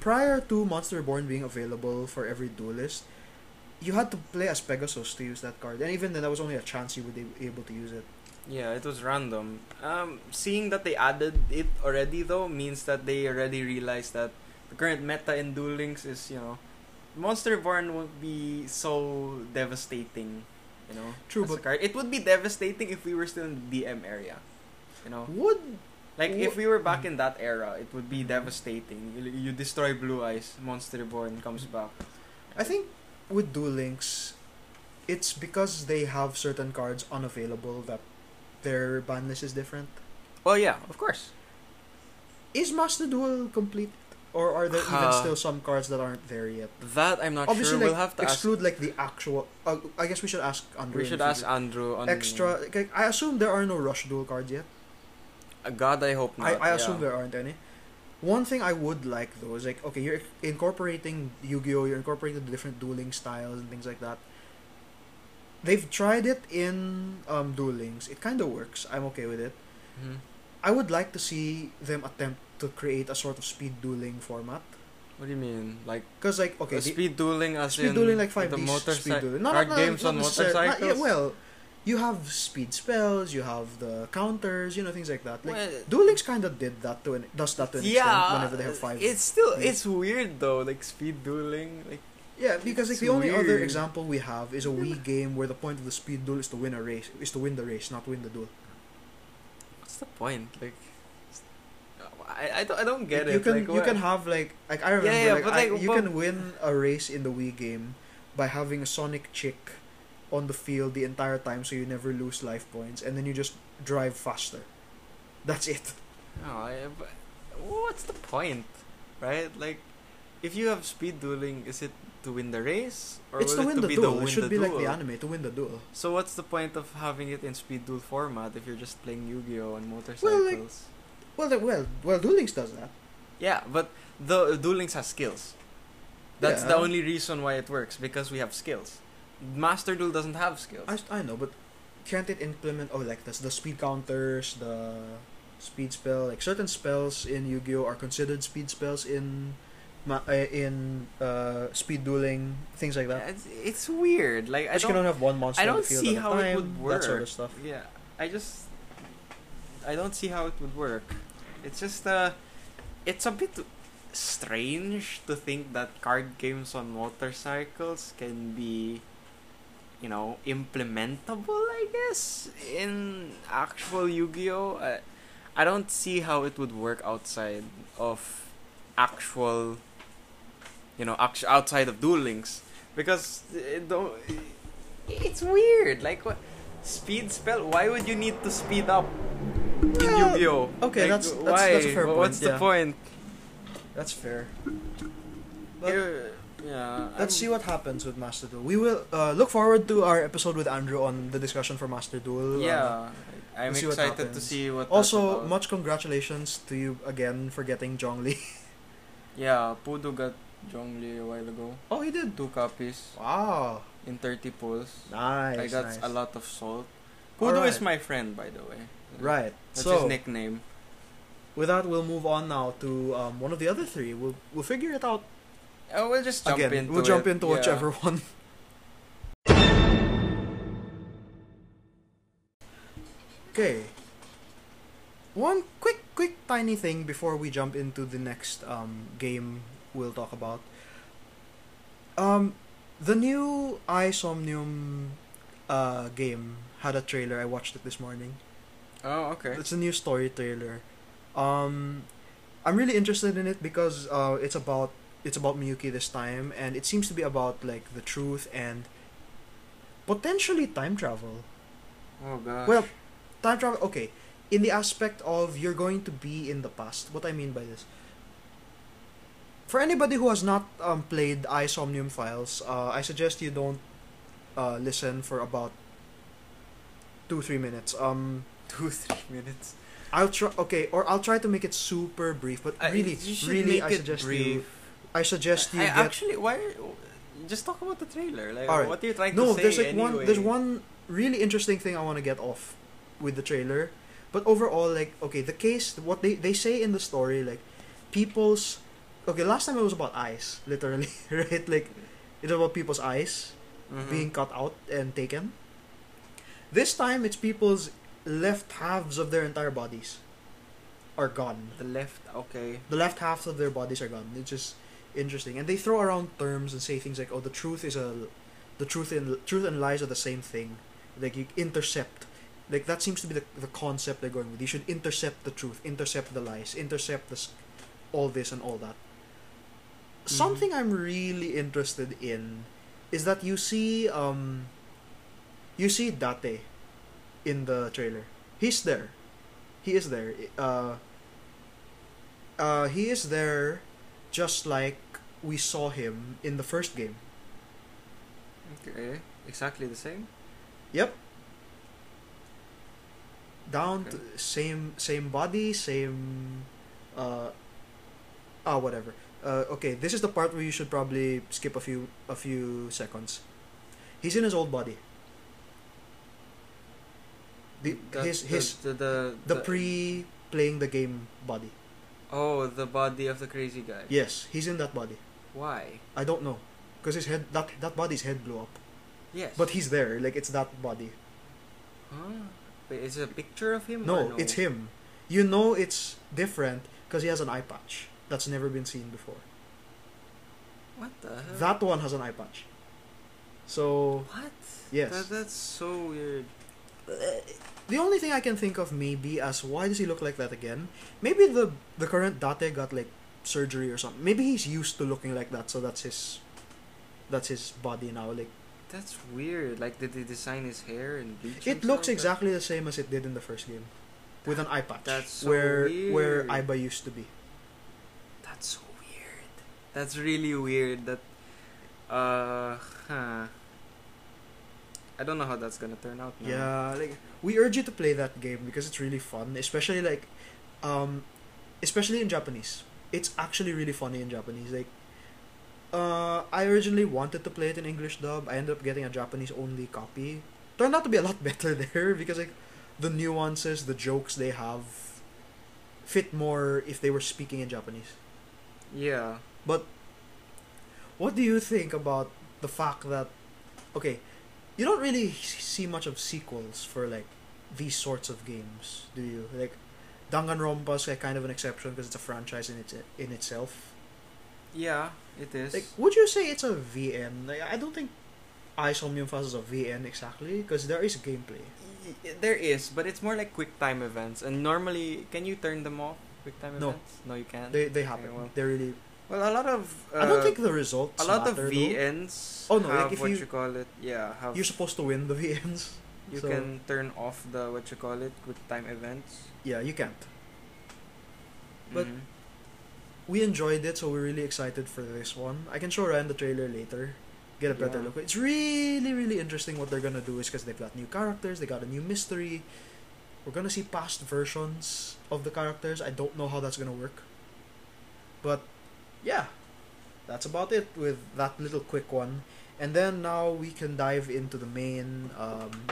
[SPEAKER 1] prior to Monster Reborn being available for every duelist, you had to play as Pegasus to use that card, and even then, that was only a chance you would be able to use it.
[SPEAKER 2] yeah, it was random. Um, seeing that they added it already though means that they already realized that the current meta in Duel Links is you know, Monster Reborn would be so devastating. You know,
[SPEAKER 1] True,
[SPEAKER 2] as a
[SPEAKER 1] but-
[SPEAKER 2] card. it would be devastating if we were still in the DM area. You know,
[SPEAKER 1] Would
[SPEAKER 2] like if
[SPEAKER 1] Wh-
[SPEAKER 2] we were back in that era, it would be devastating. You, you destroy Blue Eyes, Monster Reborn comes back.
[SPEAKER 1] I think with Duel Links, it's because they have certain cards unavailable that their ban list is different.
[SPEAKER 2] Well, yeah, of course.
[SPEAKER 1] Is Master Duel complete, or are there even
[SPEAKER 2] Uh,
[SPEAKER 1] still some cards that aren't there yet?
[SPEAKER 2] That I'm not
[SPEAKER 1] Obviously,
[SPEAKER 2] sure.
[SPEAKER 1] like,
[SPEAKER 2] we'll have to ask.
[SPEAKER 1] exclude like the actual. Uh, I guess we should ask Andrew.
[SPEAKER 2] We
[SPEAKER 1] in
[SPEAKER 2] should
[SPEAKER 1] the
[SPEAKER 2] ask
[SPEAKER 1] future.
[SPEAKER 2] Andrew on
[SPEAKER 1] Extra, like, I assume there are no Rush Duel cards yet.
[SPEAKER 2] Uh, God, I hope not.
[SPEAKER 1] I, I
[SPEAKER 2] yeah.
[SPEAKER 1] assume there aren't any. One thing I would like though is like okay, you're incorporating Yu-Gi-Oh, you're incorporating the different dueling styles and things like that. They've tried it in um, duelings. It kind of works. I'm okay with it.
[SPEAKER 2] Mhm.
[SPEAKER 1] I would like to see them attempt to create a sort of speed dueling format.
[SPEAKER 2] What do you mean? Like
[SPEAKER 1] Cause like okay,
[SPEAKER 2] uh,
[SPEAKER 1] the-
[SPEAKER 2] speed dueling as
[SPEAKER 1] speed
[SPEAKER 2] in
[SPEAKER 1] dueling like
[SPEAKER 2] with
[SPEAKER 1] five
[SPEAKER 2] the
[SPEAKER 1] D
[SPEAKER 2] motorcycle
[SPEAKER 1] speed dueling. No,
[SPEAKER 2] card
[SPEAKER 1] no, no,
[SPEAKER 2] games
[SPEAKER 1] not
[SPEAKER 2] on
[SPEAKER 1] necessarily- not-
[SPEAKER 2] motorcycles.
[SPEAKER 1] yeah, well, you have speed spells. You have the counters. You know things like that. Like
[SPEAKER 2] Well,
[SPEAKER 1] Dueling's kind of did that to an does that to an extent whenever they have five.
[SPEAKER 2] It's still
[SPEAKER 1] Yeah.
[SPEAKER 2] it's weird though, like speed dueling. Like
[SPEAKER 1] yeah, because like
[SPEAKER 2] it's
[SPEAKER 1] the only other
[SPEAKER 2] weird.
[SPEAKER 1] example we have is a Wii game where the point of the speed duel is to win a race, is to win the race, not win the duel.
[SPEAKER 2] what's the point? Like I I don't, I don't get
[SPEAKER 1] you
[SPEAKER 2] it.
[SPEAKER 1] can
[SPEAKER 2] like,
[SPEAKER 1] you
[SPEAKER 2] what-
[SPEAKER 1] can have like like I remember
[SPEAKER 2] yeah,
[SPEAKER 1] like,
[SPEAKER 2] but,
[SPEAKER 1] I-
[SPEAKER 2] like,
[SPEAKER 1] you
[SPEAKER 2] but-
[SPEAKER 1] can win a race in the Wii game by having a Sonic chick on the field the entire time so you never lose life points and then you just drive faster. That's it.
[SPEAKER 2] No, I, but what's the point, right? Like, if you have speed dueling, is it to win the race or
[SPEAKER 1] it's
[SPEAKER 2] will
[SPEAKER 1] to
[SPEAKER 2] it
[SPEAKER 1] win
[SPEAKER 2] to
[SPEAKER 1] the
[SPEAKER 2] be
[SPEAKER 1] duel.
[SPEAKER 2] The win
[SPEAKER 1] it should
[SPEAKER 2] the
[SPEAKER 1] be
[SPEAKER 2] duel?
[SPEAKER 1] like the anime to win the duel.
[SPEAKER 2] So what's the point of having it in speed duel format if you're just playing Yu-Gi-Oh on motorcycles?
[SPEAKER 1] like- Well, the, well, well, Duel Links does that.
[SPEAKER 2] Yeah, but the Duel Links has skills. That's the
[SPEAKER 1] Yeah.
[SPEAKER 2] only reason why it works because we have skills. Master Duel doesn't have skills.
[SPEAKER 1] I, I know, but can't it implement oh like this the speed counters, the speed spell, like certain spells in Yu-Gi-Oh are considered speed spells in ma- uh, in uh, speed dueling things like that.
[SPEAKER 2] It's, it's weird. Like I
[SPEAKER 1] Which can
[SPEAKER 2] don't,
[SPEAKER 1] only have one monster
[SPEAKER 2] I
[SPEAKER 1] on
[SPEAKER 2] don't
[SPEAKER 1] the field
[SPEAKER 2] see
[SPEAKER 1] at a
[SPEAKER 2] how
[SPEAKER 1] time,
[SPEAKER 2] it would work.
[SPEAKER 1] that sort of stuff.
[SPEAKER 2] Yeah, I just I don't see how it would work. It's just uh, it's a bit strange to think that card games on motorcycles can be, you know, implementable. I guess in actual Yu-Gi-Oh, Uh, I, I don't see how it would work outside of actual, you know, actu- outside of Duel Links because it don't. It's weird. Like what speed spell? Why would you need to speed up in
[SPEAKER 1] Well,
[SPEAKER 2] Yu-Gi-Oh?
[SPEAKER 1] okay,
[SPEAKER 2] Like,
[SPEAKER 1] that's- that's- that's a fair point,
[SPEAKER 2] What's
[SPEAKER 1] yeah.
[SPEAKER 2] the point?
[SPEAKER 1] That's fair. But-
[SPEAKER 2] Uh, yeah.
[SPEAKER 1] Let's
[SPEAKER 2] I'm-
[SPEAKER 1] see what happens with Master Duel. We will uh, look forward to our episode with Andrew on the discussion for Master Duel. Uh,
[SPEAKER 2] Yeah, I'm
[SPEAKER 1] we'll see what
[SPEAKER 2] excited to
[SPEAKER 1] happens.
[SPEAKER 2] see what. that's
[SPEAKER 1] also,
[SPEAKER 2] about.
[SPEAKER 1] much congratulations to you again for getting Zhongli.
[SPEAKER 2] Yeah, Pudu got Zhongli a while ago.
[SPEAKER 1] oh, he did.
[SPEAKER 2] Two copies
[SPEAKER 1] Wow,
[SPEAKER 2] in 30 pulls.
[SPEAKER 1] nice.
[SPEAKER 2] I got
[SPEAKER 1] nice.
[SPEAKER 2] a lot of salt. Pudu
[SPEAKER 1] Alright.
[SPEAKER 2] is my friend, by the way.
[SPEAKER 1] Right.
[SPEAKER 2] That's
[SPEAKER 1] so
[SPEAKER 2] his nickname.
[SPEAKER 1] with that, we'll move on now to um, one of the other three. We'll we'll figure it out
[SPEAKER 2] Uh, we'll just jump
[SPEAKER 1] again.
[SPEAKER 2] into
[SPEAKER 1] we'll jump
[SPEAKER 2] it.
[SPEAKER 1] into
[SPEAKER 2] yeah.
[SPEAKER 1] whichever one. Okay. One quick, quick, tiny thing before we jump into the next um, game we'll talk about. Um, the new Isomnium uh, game had a trailer. I watched it this morning.
[SPEAKER 2] Oh, okay.
[SPEAKER 1] It's a new story trailer. Um, I'm really interested in it because uh, it's about it's about Miyuki this time, and it seems to be about like the truth and potentially time travel.
[SPEAKER 2] Oh gosh.
[SPEAKER 1] Well, time travel. Okay, in the aspect of you're going to be in the past. What I mean by this. For anybody who has not um, played Isomnium Files, uh, I suggest you don't uh, listen for about two three minutes. Um,
[SPEAKER 2] two three minutes.
[SPEAKER 1] I'll try. Okay, or I'll try to make it super brief. But
[SPEAKER 2] I-
[SPEAKER 1] really,
[SPEAKER 2] Uh, you should
[SPEAKER 1] really,
[SPEAKER 2] make
[SPEAKER 1] I
[SPEAKER 2] it
[SPEAKER 1] suggest you.
[SPEAKER 2] brief.
[SPEAKER 1] I suggest you
[SPEAKER 2] I
[SPEAKER 1] get.
[SPEAKER 2] actually why just talk about the trailer. Like
[SPEAKER 1] Alright.
[SPEAKER 2] what are you trying
[SPEAKER 1] no,
[SPEAKER 2] to say?
[SPEAKER 1] there's like
[SPEAKER 2] anyway?
[SPEAKER 1] one. There's one really interesting thing I want to get off with the trailer, but overall, like okay, the case. What they they say in the story, like people's. Okay, last time it was about eyes, literally, right? Like it was about people's eyes
[SPEAKER 2] Mhm.
[SPEAKER 1] being cut out and taken. This time, it's people's left halves of their entire bodies are gone.
[SPEAKER 2] the left okay.
[SPEAKER 1] the left half of their bodies are gone. It's just interesting, and they throw around terms and say things like, "Oh, the truth is a, the truth and truth and lies are the same thing." Like you intercept, like that seems to be the the concept they're going with. You should intercept the truth, intercept the lies, intercept this, all this and all that. Something I'm really interested in is that you see um, you see Date in the trailer. He's there. He is there. Uh, uh, he is there just like we saw him in the first game.
[SPEAKER 2] Okay, exactly the same.
[SPEAKER 1] Yep. Down
[SPEAKER 2] Okay.
[SPEAKER 1] to same same body, same uh ah whatever. Uh okay, this is the part where you should probably skip a few a few seconds. He's in his old body. The,
[SPEAKER 2] That-
[SPEAKER 1] his his
[SPEAKER 2] the the,
[SPEAKER 1] the pre playing the game body.
[SPEAKER 2] Oh, the body of the crazy guy.
[SPEAKER 1] Yes, he's in that body.
[SPEAKER 2] Why?
[SPEAKER 1] I don't know. Cuz his head that that body's head blew up.
[SPEAKER 2] Yes.
[SPEAKER 1] But he's there, like it's that body.
[SPEAKER 2] Huh? Wait, is it a picture of him? or
[SPEAKER 1] No,
[SPEAKER 2] no,
[SPEAKER 1] it's him. You know it's different because he has an eye patch that's never been seen before.
[SPEAKER 2] What the hell?
[SPEAKER 1] That one has an eye patch. So
[SPEAKER 2] What?
[SPEAKER 1] Yes.
[SPEAKER 2] That, that's so weird.
[SPEAKER 1] the only thing I can think of maybe as why does he look like that again? Maybe the the current Date got like surgery or something. Maybe he's used to looking like that, so that's his that's his body now. Like
[SPEAKER 2] That's weird. Like, did they design his hair and bleach?
[SPEAKER 1] it looks
[SPEAKER 2] himself?
[SPEAKER 1] exactly the same as it did in the first game, with an eye patch.
[SPEAKER 2] That's so
[SPEAKER 1] where where
[SPEAKER 2] weird.
[SPEAKER 1] Aiba used to be.
[SPEAKER 2] That- That's so weird. That's really weird. That. Uh. Huh. I don't know how that's gonna turn out. Now.
[SPEAKER 1] Yeah, like we urge you to play that game because it's really fun, especially like um especially in Japanese. It's actually really funny in Japanese. Like uh I originally wanted to play it in English dub. I ended up getting a Japanese only copy. Turned out to be a lot better there because like the nuances, the jokes they have fit more if they were speaking in Japanese.
[SPEAKER 2] Yeah.
[SPEAKER 1] What do you think about the fact that okay, you don't really see much of sequels for like these sorts of games, do you? Like Danganronpa is like, kind of an exception because it's a franchise in its in itself.
[SPEAKER 2] Yeah. It is.
[SPEAKER 1] Like, would you say it's a VN? Like, I don't think I saw Mufasa is a VN exactly because there is gameplay.
[SPEAKER 2] Y- There is, but it's more like quick time events. And normally, can you turn them off? Quick time
[SPEAKER 1] No.
[SPEAKER 2] events? No, you can't.
[SPEAKER 1] They they happen.
[SPEAKER 2] well.
[SPEAKER 1] they really.
[SPEAKER 2] well, a lot of uh,
[SPEAKER 1] I don't think the results.
[SPEAKER 2] a lot of
[SPEAKER 1] matter, though.
[SPEAKER 2] VNs.
[SPEAKER 1] Oh, no, like,
[SPEAKER 2] have
[SPEAKER 1] if
[SPEAKER 2] what
[SPEAKER 1] you-
[SPEAKER 2] you, call it. Yeah, have
[SPEAKER 1] You're supposed to win the VNs.
[SPEAKER 2] you
[SPEAKER 1] so-
[SPEAKER 2] can turn off the what you call it quick time events.
[SPEAKER 1] Yeah, you can't. But-
[SPEAKER 2] Mhm.
[SPEAKER 1] we enjoyed it, so we're really excited for this one. I can show Ryan the trailer later, get a better
[SPEAKER 2] Yeah.
[SPEAKER 1] look. It's really, really interesting what they're gonna do is because they've got new characters, they got a new mystery. We're gonna see past versions of the characters. I don't know how that's gonna work, but yeah, that's about it with that little quick one. And then now we can dive into the main um,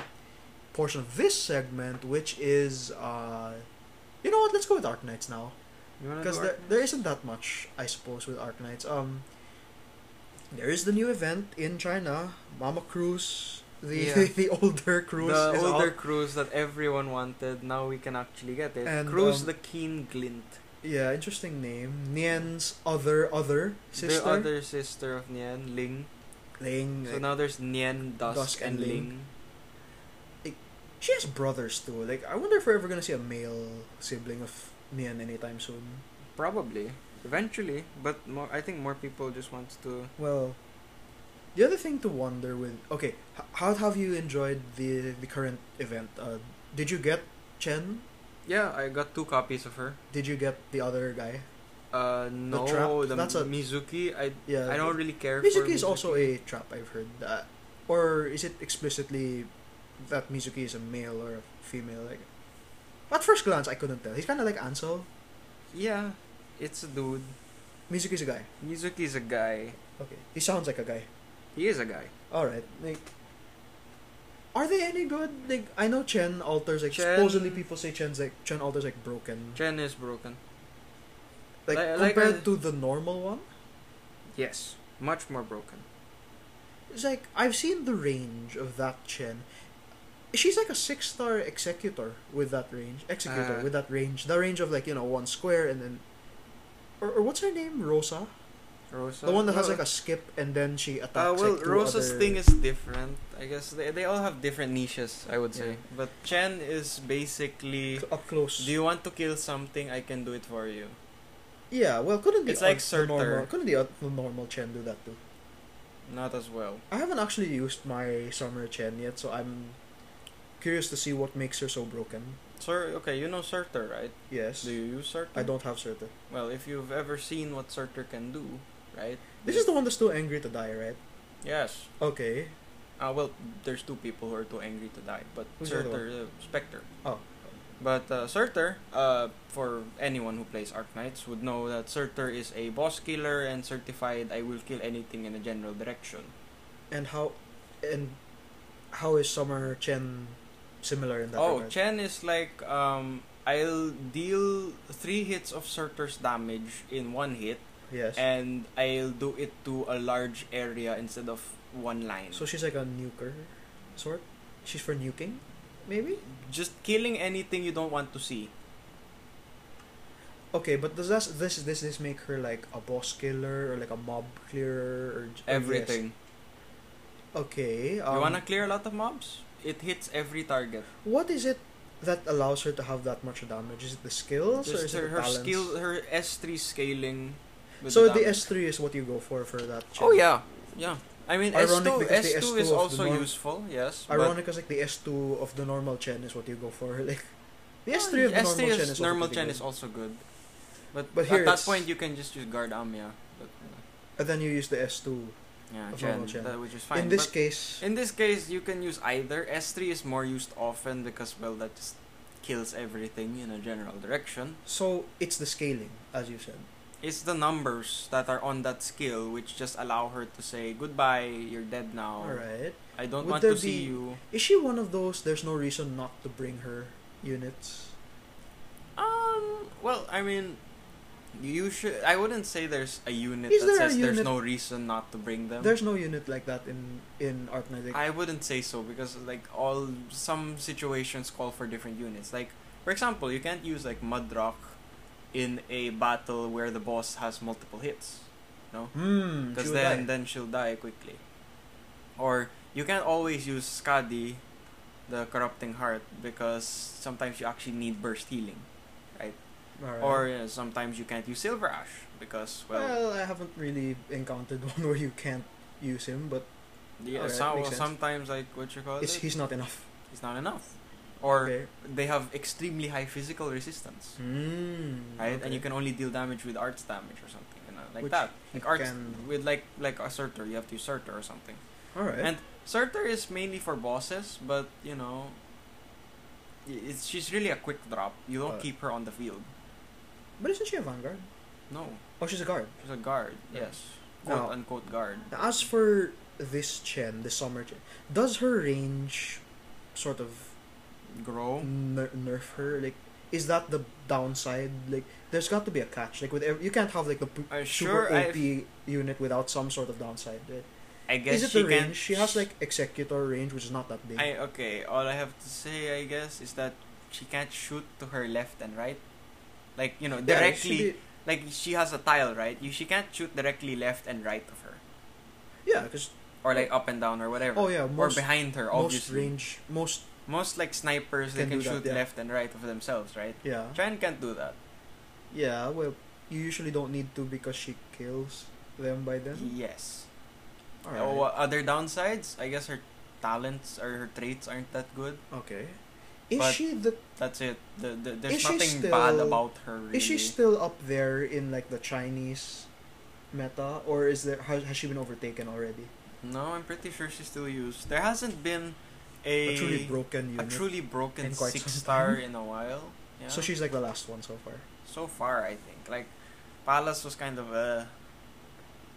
[SPEAKER 1] portion of this segment, which is uh, you know what? Let's go with Dark Knights now.
[SPEAKER 2] you wanna
[SPEAKER 1] Because
[SPEAKER 2] do
[SPEAKER 1] there,
[SPEAKER 2] Arc
[SPEAKER 1] there
[SPEAKER 2] Knights?
[SPEAKER 1] isn't that much, I suppose, with Arc Knights. Um, there is the new event in China, Mama Cruise. The
[SPEAKER 2] Yeah.
[SPEAKER 1] the, older cruise
[SPEAKER 2] the
[SPEAKER 1] is
[SPEAKER 2] older
[SPEAKER 1] out.
[SPEAKER 2] cruise that everyone wanted. Now we can actually get it.
[SPEAKER 1] And,
[SPEAKER 2] cruise
[SPEAKER 1] um,
[SPEAKER 2] the Keen Glint,
[SPEAKER 1] Yeah, interesting name. Nian's other other sister.
[SPEAKER 2] the other sister of Nien Ling.
[SPEAKER 1] Ling.
[SPEAKER 2] So now there's Nien, Dusk,
[SPEAKER 1] Dusk and
[SPEAKER 2] and
[SPEAKER 1] Ling. she has brothers too. Like I wonder if we're ever gonna see a male sibling of Nian anytime soon.
[SPEAKER 2] Probably. Eventually. But more, I think more people just want to.
[SPEAKER 1] Well, the other thing to wonder with okay, h- how have you enjoyed the the current event? Uh, did you get Chen?
[SPEAKER 2] Yeah, I got two copies of her.
[SPEAKER 1] Did you get the other guy?
[SPEAKER 2] Uh, no,
[SPEAKER 1] trap?
[SPEAKER 2] the
[SPEAKER 1] That's a-
[SPEAKER 2] Mizuki. I
[SPEAKER 1] Yeah.
[SPEAKER 2] I don't really care. for
[SPEAKER 1] Mizuki is also a trap. I've heard that, or is it explicitly that Mizuki is a male or a female? Like, at first glance, I couldn't tell. He's kind of like Ansel.
[SPEAKER 2] Yeah, it's a dude.
[SPEAKER 1] Mizuki's a guy.
[SPEAKER 2] Mizuki is a guy.
[SPEAKER 1] Okay, he sounds like a guy.
[SPEAKER 2] He is a guy.
[SPEAKER 1] All right, like. Are they any good? Like I know Chen alters like
[SPEAKER 2] Chen-
[SPEAKER 1] supposedly people say Chen's like Chen alters like broken.
[SPEAKER 2] Chen is broken.
[SPEAKER 1] like,
[SPEAKER 2] Like- like
[SPEAKER 1] compared
[SPEAKER 2] I-
[SPEAKER 1] to the normal one,
[SPEAKER 2] Yes, much more broken.
[SPEAKER 1] it's like I've seen the range of that Chen. She's like a six star executor with that range. Executor
[SPEAKER 2] Uh.
[SPEAKER 1] with that range. The range of like, you know, one square and then or, or what's her name? Rosa?
[SPEAKER 2] Rosa.
[SPEAKER 1] the one that has
[SPEAKER 2] Uh, well,
[SPEAKER 1] like a skip and then she attacks.
[SPEAKER 2] Uh, well,
[SPEAKER 1] like, two
[SPEAKER 2] Rosa's
[SPEAKER 1] other-
[SPEAKER 2] thing is different. I guess they, they all have different niches, I would say.
[SPEAKER 1] Yeah.
[SPEAKER 2] But Chen is basically
[SPEAKER 1] up close.
[SPEAKER 2] do you want to kill something? I can do it for you.
[SPEAKER 1] yeah, well couldn't the
[SPEAKER 2] It's like
[SPEAKER 1] oth- the normal
[SPEAKER 2] Surtur.
[SPEAKER 1] couldn't the, oth- the normal Chen do that too?
[SPEAKER 2] Not as well.
[SPEAKER 1] I haven't actually used my Summer Chen yet, so I'm curious to see what makes her so broken.
[SPEAKER 2] Sir, okay, you know Surtur, right?
[SPEAKER 1] Yes.
[SPEAKER 2] Do you use Surtur?
[SPEAKER 1] I don't have Surtur.
[SPEAKER 2] Well, if you've ever seen what Surtur can do, right?
[SPEAKER 1] This is the one that's too angry to die, right?
[SPEAKER 2] Yes.
[SPEAKER 1] Okay.
[SPEAKER 2] Uh, well, there's two people who are too angry to die, but
[SPEAKER 1] Who's the other
[SPEAKER 2] Surtur, uh, Spectre.
[SPEAKER 1] Oh.
[SPEAKER 2] But uh, Surtur, uh, for anyone who plays Arknights, would know that Surtur is a boss killer and certified I will kill anything in a general direction.
[SPEAKER 1] And how and how is Summer Chen similar in that
[SPEAKER 2] oh,
[SPEAKER 1] regard?
[SPEAKER 2] Chen is like um, I'll deal three hits of Surtur's damage in one hit,
[SPEAKER 1] yes.
[SPEAKER 2] and I'll do it to a large area instead of one line.
[SPEAKER 1] so she's like a nuker sort? She's for nuking? Maybe?
[SPEAKER 2] just killing anything you don't want to see.
[SPEAKER 1] Okay, but does this this this this make her like a boss killer or like a mob clearer or j- or Oh, yes?
[SPEAKER 2] Everything.
[SPEAKER 1] Okay. Um,
[SPEAKER 2] you wanna clear a lot of mobs? It hits every target.
[SPEAKER 1] What is it that allows her to have that much damage? Is it the skills or is
[SPEAKER 2] Just her,
[SPEAKER 1] it
[SPEAKER 2] her
[SPEAKER 1] talents?
[SPEAKER 2] skill, her S three scaling. with
[SPEAKER 1] so the,
[SPEAKER 2] damage.
[SPEAKER 1] S3 is what you go for for that. Chin.
[SPEAKER 2] Oh yeah, yeah. I mean S
[SPEAKER 1] Ironic
[SPEAKER 2] two
[SPEAKER 1] because the
[SPEAKER 2] S
[SPEAKER 1] S2
[SPEAKER 2] two
[SPEAKER 1] of
[SPEAKER 2] is
[SPEAKER 1] the
[SPEAKER 2] also
[SPEAKER 1] norm-
[SPEAKER 2] useful. Yes. but-
[SPEAKER 1] Ironic because like the S2 of the normal Chen is what you go for. Like the S3 of the
[SPEAKER 2] S3
[SPEAKER 1] normal Chen is also
[SPEAKER 2] normal
[SPEAKER 1] pretty
[SPEAKER 2] Chen
[SPEAKER 1] good.
[SPEAKER 2] Oh, is also good. But,
[SPEAKER 1] But here
[SPEAKER 2] at that
[SPEAKER 1] it's-
[SPEAKER 2] point you can just use guard arm, yeah. But,
[SPEAKER 1] And then you use the S2.
[SPEAKER 2] yeah,
[SPEAKER 1] Of
[SPEAKER 2] Chen,
[SPEAKER 1] normal Chen.
[SPEAKER 2] That, which is fine.
[SPEAKER 1] In this
[SPEAKER 2] but
[SPEAKER 1] case,
[SPEAKER 2] in this case you can use either. S3 is more used often because well that just kills everything in a general direction.
[SPEAKER 1] so it's the scaling, as you said.
[SPEAKER 2] It's the numbers that are on that skill which just allow her to say goodbye, you're dead now.
[SPEAKER 1] All right.
[SPEAKER 2] I don't
[SPEAKER 1] Would
[SPEAKER 2] want to
[SPEAKER 1] there
[SPEAKER 2] see
[SPEAKER 1] be-
[SPEAKER 2] you.
[SPEAKER 1] Is she one of those? There's no reason not to bring her units.
[SPEAKER 2] Um well, I mean you should I wouldn't say there's a unit
[SPEAKER 1] Is
[SPEAKER 2] that
[SPEAKER 1] there a
[SPEAKER 2] says there's
[SPEAKER 1] unit-
[SPEAKER 2] no reason not to bring them.
[SPEAKER 1] There's no unit like that in in Art Knight.
[SPEAKER 2] I wouldn't say so because like all some situations call for different units. Like for example, you can't use like Mudrock in a battle where the boss has multiple hits,
[SPEAKER 1] Hmm.
[SPEAKER 2] because
[SPEAKER 1] she would
[SPEAKER 2] then
[SPEAKER 1] die.
[SPEAKER 2] then she'll die quickly. Or you can't always use Skadi, the corrupting heart, because sometimes you actually need burst healing,
[SPEAKER 1] Alright.
[SPEAKER 2] or uh, sometimes you can't use Silver Ash because well,
[SPEAKER 1] Well, I haven't really encountered one where you can't use him, but
[SPEAKER 2] yeah,
[SPEAKER 1] alright,
[SPEAKER 2] so-
[SPEAKER 1] makes sense.
[SPEAKER 2] sometimes like what you call
[SPEAKER 1] it's,
[SPEAKER 2] it,
[SPEAKER 1] he's not enough.
[SPEAKER 2] it's not enough, or
[SPEAKER 1] okay.
[SPEAKER 2] they have extremely high physical resistance.
[SPEAKER 1] Mm,
[SPEAKER 2] right?
[SPEAKER 1] okay.
[SPEAKER 2] And you can only deal damage with arts damage or something, you know, like
[SPEAKER 1] Which
[SPEAKER 2] that.
[SPEAKER 1] you
[SPEAKER 2] Like arts
[SPEAKER 1] can-
[SPEAKER 2] with like like a Surtur, you have to use Surtur or something.
[SPEAKER 1] All right.
[SPEAKER 2] And Surtur is mainly for bosses, but you know, i- it's she's really a quick drop. You don't
[SPEAKER 1] Uh,
[SPEAKER 2] keep her on the field.
[SPEAKER 1] but isn't she a vanguard?
[SPEAKER 2] No,
[SPEAKER 1] Oh, she's a guard.
[SPEAKER 2] she's a guard.
[SPEAKER 1] Yeah.
[SPEAKER 2] Yes, quote
[SPEAKER 1] Now-
[SPEAKER 2] unquote guard.
[SPEAKER 1] Now, as for this Chen, the summer Chen, does her range sort of
[SPEAKER 2] Grow.
[SPEAKER 1] ner- nerf her? Like, is that the downside? Like, there's got to be a catch. Like, with ev- you can't have like the p-
[SPEAKER 2] Uh,
[SPEAKER 1] super
[SPEAKER 2] sure,
[SPEAKER 1] OP
[SPEAKER 2] I
[SPEAKER 1] unit without some sort of downside. Right?
[SPEAKER 2] I guess
[SPEAKER 1] Is it
[SPEAKER 2] she
[SPEAKER 1] the
[SPEAKER 2] can.
[SPEAKER 1] range? She has like executor range, which is not that big.
[SPEAKER 2] I okay. All I have to say, I guess, is that she can't shoot to her left and right, like you know,
[SPEAKER 1] Yeah, it
[SPEAKER 2] directly.
[SPEAKER 1] should be-
[SPEAKER 2] like she has a tile, right? You, she can't shoot directly left and right of her,
[SPEAKER 1] Yeah, because
[SPEAKER 2] or like up and down or whatever,
[SPEAKER 1] oh yeah,
[SPEAKER 2] or
[SPEAKER 1] most
[SPEAKER 2] behind her.
[SPEAKER 1] most
[SPEAKER 2] Obviously,
[SPEAKER 1] range most
[SPEAKER 2] most like snipers they
[SPEAKER 1] Can
[SPEAKER 2] can
[SPEAKER 1] do that,
[SPEAKER 2] shoot
[SPEAKER 1] yeah.
[SPEAKER 2] left and right of themselves, right?
[SPEAKER 1] yeah
[SPEAKER 2] Chen can't do that.
[SPEAKER 1] yeah. Well, you usually don't need to because she kills them by then.
[SPEAKER 2] Yes.
[SPEAKER 1] All right.
[SPEAKER 2] Oh, uh, other downsides? I guess her talents or her traits aren't that good.
[SPEAKER 1] Okay. Is
[SPEAKER 2] uh, But-
[SPEAKER 1] she the
[SPEAKER 2] That's it. The, the, there's
[SPEAKER 1] Is she
[SPEAKER 2] nothing bad
[SPEAKER 1] still-
[SPEAKER 2] about her. Really.
[SPEAKER 1] is she still up there in like the Chinese meta or is there has, has she been overtaken already?
[SPEAKER 2] no, I'm pretty sure she's still used. There hasn't been
[SPEAKER 1] A,
[SPEAKER 2] a
[SPEAKER 1] truly broken
[SPEAKER 2] a
[SPEAKER 1] unit.
[SPEAKER 2] truly broken
[SPEAKER 1] in quite
[SPEAKER 2] six
[SPEAKER 1] some
[SPEAKER 2] star in a while. Yeah.
[SPEAKER 1] So she's like the last one so far.
[SPEAKER 2] so far I think like Palace was kind of a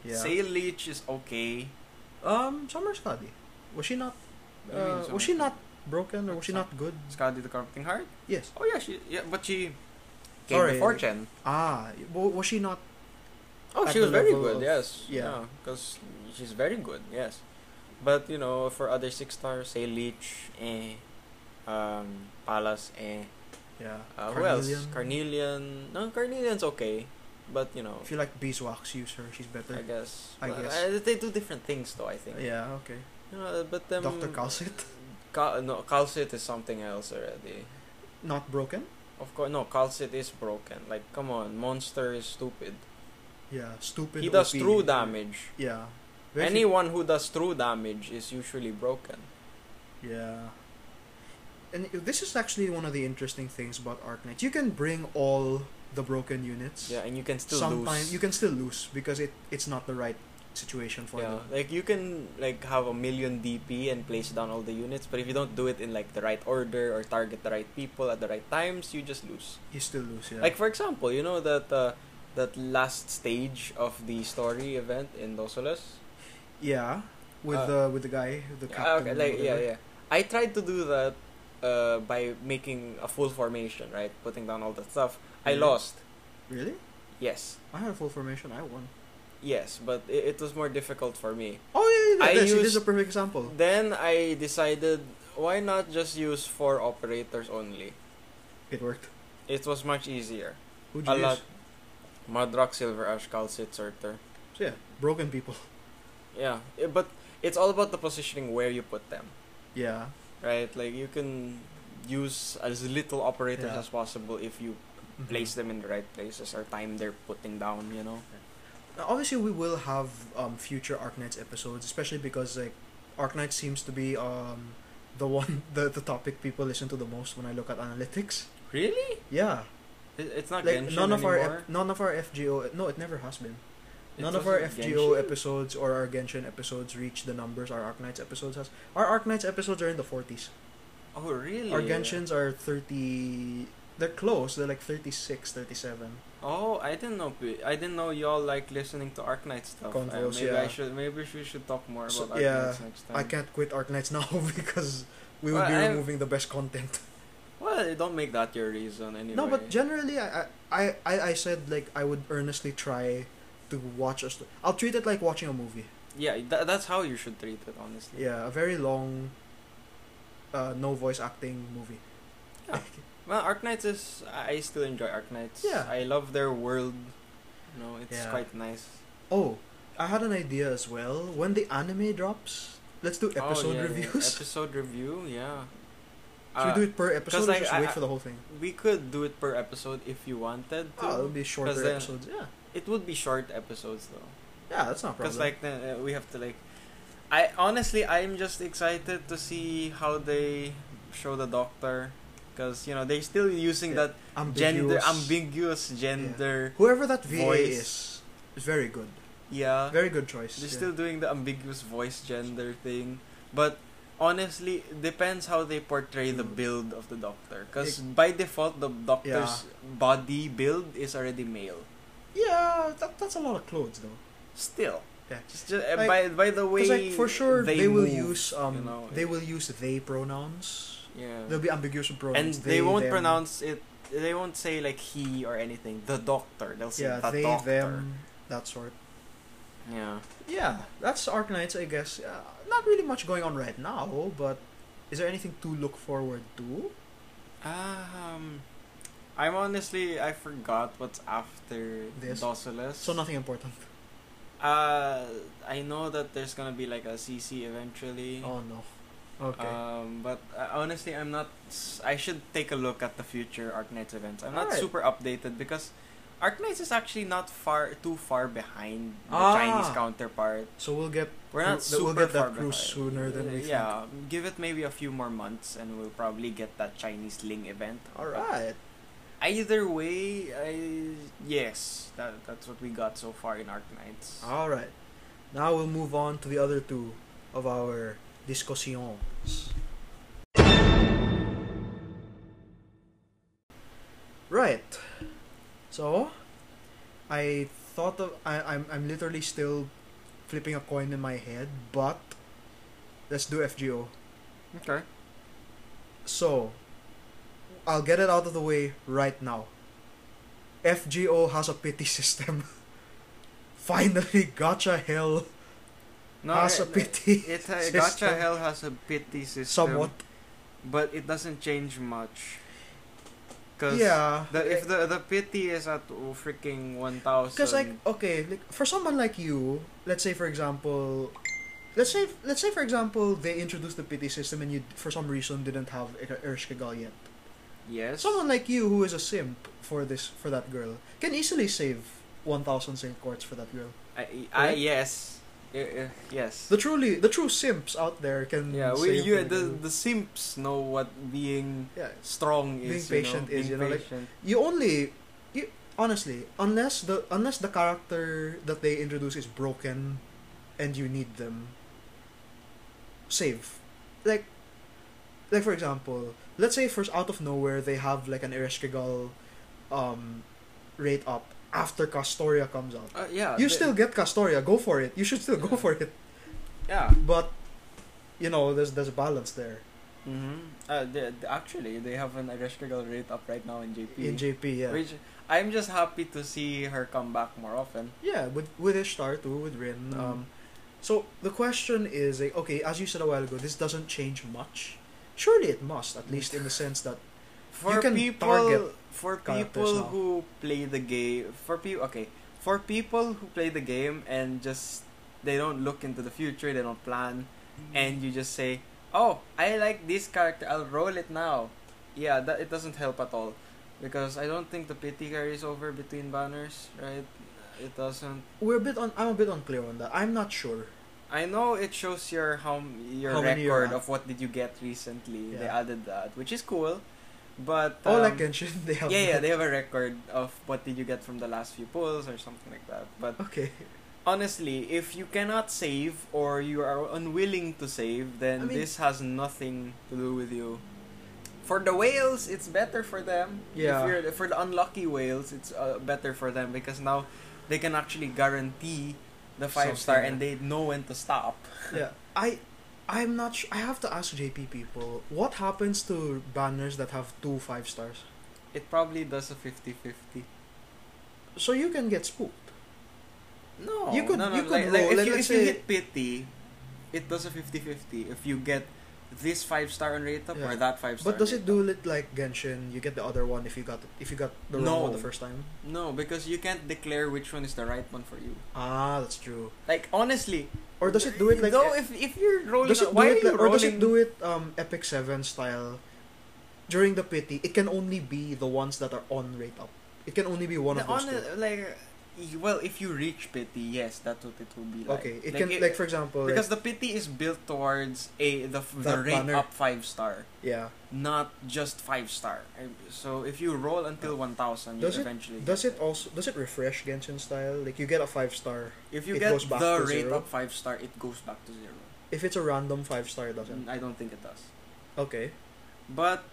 [SPEAKER 1] Yeah.
[SPEAKER 2] Sail Leech is okay.
[SPEAKER 1] Um, Summer Scotty. Was she not?
[SPEAKER 2] What do you mean,
[SPEAKER 1] Uh,
[SPEAKER 2] Summer
[SPEAKER 1] was she
[SPEAKER 2] Scotty?
[SPEAKER 1] not broken or was she
[SPEAKER 2] Sum-
[SPEAKER 1] not good?
[SPEAKER 2] Scotty the Corrupting Heart?
[SPEAKER 1] Yes.
[SPEAKER 2] Oh yeah, she yeah, but she came
[SPEAKER 1] Sorry.
[SPEAKER 2] before Chen.
[SPEAKER 1] Ah, wa- was she not?
[SPEAKER 2] Oh,
[SPEAKER 1] At
[SPEAKER 2] she
[SPEAKER 1] the
[SPEAKER 2] was very
[SPEAKER 1] level
[SPEAKER 2] good.
[SPEAKER 1] of-
[SPEAKER 2] yes.
[SPEAKER 1] yeah.
[SPEAKER 2] because she's very good. Yes, but you know, for other six stars, Sail Leech, eh, um, Palace, eh.
[SPEAKER 1] Yeah.
[SPEAKER 2] Uh, who else? Carnelian. No, Carnelian's okay, but you know,
[SPEAKER 1] If you like beeswax, use her. She's better.
[SPEAKER 2] I guess.
[SPEAKER 1] I
[SPEAKER 2] Well,
[SPEAKER 1] guess.
[SPEAKER 2] uh, they do different things though. I think.
[SPEAKER 1] Yeah. Okay.
[SPEAKER 2] You know, but um,
[SPEAKER 1] Doctor Calcet,
[SPEAKER 2] Cal- no, Calcit is something else already.
[SPEAKER 1] not broken.
[SPEAKER 2] Of course, no, Calcit is broken. Like, come on, Monster is stupid.
[SPEAKER 1] Yeah. Stupid.
[SPEAKER 2] he does
[SPEAKER 1] OP.
[SPEAKER 2] true damage.
[SPEAKER 1] Yeah. Very few-
[SPEAKER 2] Anyone who does true damage is usually broken.
[SPEAKER 1] Yeah. And i- this is actually one of the interesting things about Arc Knights. You can bring all the broken units.
[SPEAKER 2] Yeah, and you can still
[SPEAKER 1] Sometimes
[SPEAKER 2] lose.
[SPEAKER 1] you can still lose because it, it's not the right situation for
[SPEAKER 2] yeah,
[SPEAKER 1] them.
[SPEAKER 2] like you can like have a million DP and place down all the units, but if you don't do it in like the right order or target the right people at the right times, you just lose.
[SPEAKER 1] You still lose, yeah.
[SPEAKER 2] Like for example, you know that uh, that last stage of the story event in Dosolus.
[SPEAKER 1] yeah. With
[SPEAKER 2] uh,
[SPEAKER 1] the with the guy, the
[SPEAKER 2] Ah,
[SPEAKER 1] captain.
[SPEAKER 2] okay,
[SPEAKER 1] or
[SPEAKER 2] like yeah,
[SPEAKER 1] whatever.
[SPEAKER 2] yeah. I tried to do that uh, by making a full formation, right? Putting down all the stuff. I
[SPEAKER 1] Mhm.
[SPEAKER 2] lost.
[SPEAKER 1] Really?
[SPEAKER 2] Yes,
[SPEAKER 1] I had a full formation. I won.
[SPEAKER 2] yes, but it, it was more difficult for me.
[SPEAKER 1] Oh yeah, yeah, yeah.
[SPEAKER 2] I
[SPEAKER 1] see, this is
[SPEAKER 2] used-
[SPEAKER 1] a perfect example.
[SPEAKER 2] Then I decided why not just use four operators only.
[SPEAKER 1] It worked.
[SPEAKER 2] It was much easier.
[SPEAKER 1] Who'd you
[SPEAKER 2] A
[SPEAKER 1] use?
[SPEAKER 2] lot. Mudrock, Silver Ash, Calcit, Surtur.
[SPEAKER 1] So yeah, broken people.
[SPEAKER 2] Yeah, eh, but it's all about the positioning where you put them,
[SPEAKER 1] Yeah. Mm-hmm.
[SPEAKER 2] right? Like you can use as little operators
[SPEAKER 1] Yeah.
[SPEAKER 2] as possible if you
[SPEAKER 1] Mhm.
[SPEAKER 2] place them in the right places or time they're putting down, you know.
[SPEAKER 1] Now, obviously, we will have um, future Arknights episodes, especially because like Arknight seems to be um, the one the, the topic people listen to the most when I look at analytics.
[SPEAKER 2] Really?
[SPEAKER 1] Yeah,
[SPEAKER 2] It's not
[SPEAKER 1] like
[SPEAKER 2] Genshin
[SPEAKER 1] none of our
[SPEAKER 2] anymore.
[SPEAKER 1] ep- none of our FGO no, it never has been.
[SPEAKER 2] It
[SPEAKER 1] none of our
[SPEAKER 2] wasn't
[SPEAKER 1] FGO
[SPEAKER 2] Genshin?
[SPEAKER 1] episodes or our Genshin episodes reach the numbers our Arknights episodes has. Our Arknights episodes are in the forties.
[SPEAKER 2] Oh really?
[SPEAKER 1] Our Genshins are thirty. They're close. They're like 36, 37.
[SPEAKER 2] Oh, I didn't know. pe- I didn't know y'all like listening to Arknight stuff. Uh,
[SPEAKER 1] Convos,
[SPEAKER 2] maybe I
[SPEAKER 1] yeah.
[SPEAKER 2] should. Maybe we should talk more
[SPEAKER 1] So,
[SPEAKER 2] about Arknights
[SPEAKER 1] yeah,
[SPEAKER 2] next time.
[SPEAKER 1] I can't quit Arknights now because we would
[SPEAKER 2] Um, Well,
[SPEAKER 1] be
[SPEAKER 2] I-
[SPEAKER 1] removing the best content.
[SPEAKER 2] Well, don't make that your reason anyway.
[SPEAKER 1] No, but generally, I, I, I, I said like I would earnestly try to watch a. St- I'll treat it like watching a movie.
[SPEAKER 2] yeah, tha- that's how you should treat it, honestly.
[SPEAKER 1] Yeah, a very long, uh, no voice acting movie.
[SPEAKER 2] Yeah. Well, Arknights is. I I still enjoy Arknights.
[SPEAKER 1] Yeah.
[SPEAKER 2] I love their world. You know, it's
[SPEAKER 1] Yeah.
[SPEAKER 2] quite nice.
[SPEAKER 1] oh, I had an idea as well. When the anime drops, let's do
[SPEAKER 2] Oh,
[SPEAKER 1] episode
[SPEAKER 2] yeah, yeah.
[SPEAKER 1] reviews.
[SPEAKER 2] Episode review, yeah.
[SPEAKER 1] Should
[SPEAKER 2] Uh,
[SPEAKER 1] we do it per episode or
[SPEAKER 2] like,
[SPEAKER 1] just
[SPEAKER 2] I-
[SPEAKER 1] wait
[SPEAKER 2] I-
[SPEAKER 1] for the whole thing?
[SPEAKER 2] we could do it per episode if you wanted to.
[SPEAKER 1] Oh, it'll be shorter
[SPEAKER 2] then-
[SPEAKER 1] episodes. Yeah,
[SPEAKER 2] It would be short episodes though.
[SPEAKER 1] yeah, that's not a problem.
[SPEAKER 2] Because like then, uh, we have to like, I honestly I'm just excited to see how they show the doctor, because you know they're still using
[SPEAKER 1] Yeah,
[SPEAKER 2] that gender ambiguous gender.
[SPEAKER 1] Whoever that VA
[SPEAKER 2] voice.
[SPEAKER 1] is, is very good.
[SPEAKER 2] Yeah,
[SPEAKER 1] Very good choice.
[SPEAKER 2] they're
[SPEAKER 1] yeah.
[SPEAKER 2] still doing the ambiguous voice gender thing, but honestly depends how they portray the
[SPEAKER 1] Mm.
[SPEAKER 2] build of the doctor. Because by default the doctor's body build is already male.
[SPEAKER 1] Yeah, that, that's a lot of clothes though.
[SPEAKER 2] Still.
[SPEAKER 1] Yeah.
[SPEAKER 2] Just, just uh,
[SPEAKER 1] Like,
[SPEAKER 2] by by the way,
[SPEAKER 1] Because like for sure they, will
[SPEAKER 2] move,
[SPEAKER 1] use um
[SPEAKER 2] you know,
[SPEAKER 1] they
[SPEAKER 2] it-
[SPEAKER 1] will use they pronouns.
[SPEAKER 2] Yeah.
[SPEAKER 1] There'll be ambiguous
[SPEAKER 2] and
[SPEAKER 1] pronouns.
[SPEAKER 2] they, won't
[SPEAKER 1] them.
[SPEAKER 2] pronounce it. They won't say like he or anything. The doctor. They'll say
[SPEAKER 1] yeah
[SPEAKER 2] the
[SPEAKER 1] they
[SPEAKER 2] doctor.
[SPEAKER 1] them that sort.
[SPEAKER 2] Yeah.
[SPEAKER 1] Yeah, that's Arc Knights, I guess. Uh, not really much going on right now, but is there anything to look forward to?
[SPEAKER 2] Um, I'm honestly I forgot what's after
[SPEAKER 1] This.
[SPEAKER 2] Dosolus.
[SPEAKER 1] So nothing important.
[SPEAKER 2] Uh, I know that there's gonna be like a CC eventually.
[SPEAKER 1] Oh no. Okay.
[SPEAKER 2] Um, but uh, honestly, I'm not. s- I should take a look at the future Arknights events. I'm not
[SPEAKER 1] Alright.
[SPEAKER 2] super updated because Arknights is actually not far too far behind the
[SPEAKER 1] Ah.
[SPEAKER 2] Chinese counterpart.
[SPEAKER 1] so we'll get
[SPEAKER 2] We're not
[SPEAKER 1] cru-
[SPEAKER 2] super
[SPEAKER 1] we'll get
[SPEAKER 2] far
[SPEAKER 1] that cruise
[SPEAKER 2] behind.
[SPEAKER 1] sooner than we
[SPEAKER 2] yeah, give it maybe a few more months, and we'll probably get that Chinese Ling event.
[SPEAKER 1] think. All right.
[SPEAKER 2] Either way, I yes, that that's what we got so far in Arknights.
[SPEAKER 1] All right. Now we'll move on to the other two of our discussions. Right. So, I thought of I, I'm I'm literally still flipping a coin in my head, but let's do FGO.
[SPEAKER 2] Okay.
[SPEAKER 1] So, I'll get it out of the way right now. FGO has a pity system. Finally, gotcha hell. Has a
[SPEAKER 2] it-
[SPEAKER 1] pity
[SPEAKER 2] It, uh,
[SPEAKER 1] system.
[SPEAKER 2] Gotcha Hell has a pity system.
[SPEAKER 1] Somewhat.
[SPEAKER 2] but it doesn't change much. Cause
[SPEAKER 1] yeah.
[SPEAKER 2] The, if the the pity is at oh, freaking one thousand.
[SPEAKER 1] Because like okay, like for someone like you, let's say for example, let's say let's say for example they introduced the pity system and you for some reason didn't have E Ir- Irishkigal yet.
[SPEAKER 2] yes.
[SPEAKER 1] Someone like you who is a simp for this for that girl can easily save one thousand saint quartz for that girl.
[SPEAKER 2] I, I,
[SPEAKER 1] Right?
[SPEAKER 2] yes. I- I- yes.
[SPEAKER 1] The truly the true simps out there can
[SPEAKER 2] yeah, we,
[SPEAKER 1] save
[SPEAKER 2] you,
[SPEAKER 1] Filipino-
[SPEAKER 2] the, the simps know what being
[SPEAKER 1] yeah.
[SPEAKER 2] strong
[SPEAKER 1] Being
[SPEAKER 2] is.
[SPEAKER 1] patient
[SPEAKER 2] you know,
[SPEAKER 1] is,
[SPEAKER 2] being
[SPEAKER 1] you know, like-
[SPEAKER 2] patient.
[SPEAKER 1] You only you, honestly, unless the unless the character that they introduce is broken and you need them save. Like like for example, let's say first out of nowhere they have like an Ereshkigal um rate up after Castoria comes out.
[SPEAKER 2] Uh, yeah.
[SPEAKER 1] You
[SPEAKER 2] the-
[SPEAKER 1] still get Castoria, go for it. You should still go
[SPEAKER 2] Yeah.
[SPEAKER 1] for it.
[SPEAKER 2] Yeah.
[SPEAKER 1] But you know, there's there's a balance there.
[SPEAKER 2] Mm-hmm. Uh, they, they- actually, they have an Ereshkigal rate up right now in JP.
[SPEAKER 1] In JP, yeah.
[SPEAKER 2] Which I'm just happy to see her come back more often.
[SPEAKER 1] Yeah, with with Ishtar too, with Rin.
[SPEAKER 2] Mm.
[SPEAKER 1] Um, so the question is, like, okay, as you said a while ago, this doesn't change much. Surely it must, at least in the sense that
[SPEAKER 2] For
[SPEAKER 1] You can
[SPEAKER 2] people,
[SPEAKER 1] target
[SPEAKER 2] for
[SPEAKER 1] characters
[SPEAKER 2] people
[SPEAKER 1] now.
[SPEAKER 2] who play the game, for people, okay, for people who play the game and just they don't look into the future, they don't plan, and you just say, "Oh, I like this character, I'll roll it now." Yeah, that it doesn't help at all, because I don't think the pity carries over between banners, right? It doesn't.
[SPEAKER 1] we're a bit on. I'm a bit unclear on that. I'm not sure.
[SPEAKER 2] I know it shows your how m- your
[SPEAKER 1] How many you're
[SPEAKER 2] record
[SPEAKER 1] at.
[SPEAKER 2] of what did you get recently. They
[SPEAKER 1] Yeah. Oh,
[SPEAKER 2] added that, which is cool, but
[SPEAKER 1] All I
[SPEAKER 2] um,
[SPEAKER 1] can Kenshin, they have.
[SPEAKER 2] yeah, yeah,
[SPEAKER 1] that.
[SPEAKER 2] they have a record of what did you get from the last few pulls or something like that. But
[SPEAKER 1] Okay.
[SPEAKER 2] honestly, if you cannot save or you are unwilling to save, then
[SPEAKER 1] I mean-
[SPEAKER 2] this has nothing to do with you. For the whales, it's better for them.
[SPEAKER 1] Yeah.
[SPEAKER 2] If you're for the unlucky whales, it's uh, better for them because now they can actually guarantee the five star
[SPEAKER 1] Something.
[SPEAKER 2] and they know when to stop.
[SPEAKER 1] Yeah, I, I'm not. Su- I have to ask JP people what happens to banners that have two five stars.
[SPEAKER 2] It probably does a 50-50.
[SPEAKER 1] So you can get spooked.
[SPEAKER 2] No,
[SPEAKER 1] You could-
[SPEAKER 2] no, no.
[SPEAKER 1] you could
[SPEAKER 2] like, like,
[SPEAKER 1] roll,
[SPEAKER 2] if,
[SPEAKER 1] like,
[SPEAKER 2] you,
[SPEAKER 1] let's
[SPEAKER 2] if you
[SPEAKER 1] say-
[SPEAKER 2] hit pity, it does a 50-50. If you get this five star on rate up or
[SPEAKER 1] Yeah.
[SPEAKER 2] that five star.
[SPEAKER 1] But does
[SPEAKER 2] on
[SPEAKER 1] it
[SPEAKER 2] rate up.
[SPEAKER 1] do it like Genshin? You get the other one if you got if you got the wrong one
[SPEAKER 2] No.
[SPEAKER 1] the first time.
[SPEAKER 2] No, because you can't declare which one is the right one for you.
[SPEAKER 1] Ah, that's true.
[SPEAKER 2] Like honestly,
[SPEAKER 1] Or does it do it like
[SPEAKER 2] no? If if you're rolling,
[SPEAKER 1] does it do
[SPEAKER 2] why
[SPEAKER 1] it
[SPEAKER 2] are you
[SPEAKER 1] like, or
[SPEAKER 2] rolling?
[SPEAKER 1] does it do it um epic 7 style during the pity it can only be the ones that are on rate up it can only be one
[SPEAKER 2] The
[SPEAKER 1] of those
[SPEAKER 2] honest-
[SPEAKER 1] two.
[SPEAKER 2] like, y- well, if you reach pity, yes, that's what it would be like.
[SPEAKER 1] okay it can
[SPEAKER 2] it-
[SPEAKER 1] like for example
[SPEAKER 2] because
[SPEAKER 1] like,
[SPEAKER 2] the pity is built towards a the f- the
[SPEAKER 1] That
[SPEAKER 2] rate
[SPEAKER 1] banner.
[SPEAKER 2] up five star.
[SPEAKER 1] yeah
[SPEAKER 2] not just five star. Uh, So if you roll until one thousand, you
[SPEAKER 1] Does it-
[SPEAKER 2] eventually.
[SPEAKER 1] does it also does it refresh Genshin style like you get a 5 star
[SPEAKER 2] if you
[SPEAKER 1] it
[SPEAKER 2] get
[SPEAKER 1] goes back
[SPEAKER 2] the
[SPEAKER 1] to
[SPEAKER 2] rate
[SPEAKER 1] zero?
[SPEAKER 2] of five star, it goes back to zero.
[SPEAKER 1] if it's a random 5 star it doesn't
[SPEAKER 2] Mm, I don't think it does.
[SPEAKER 1] okay
[SPEAKER 2] But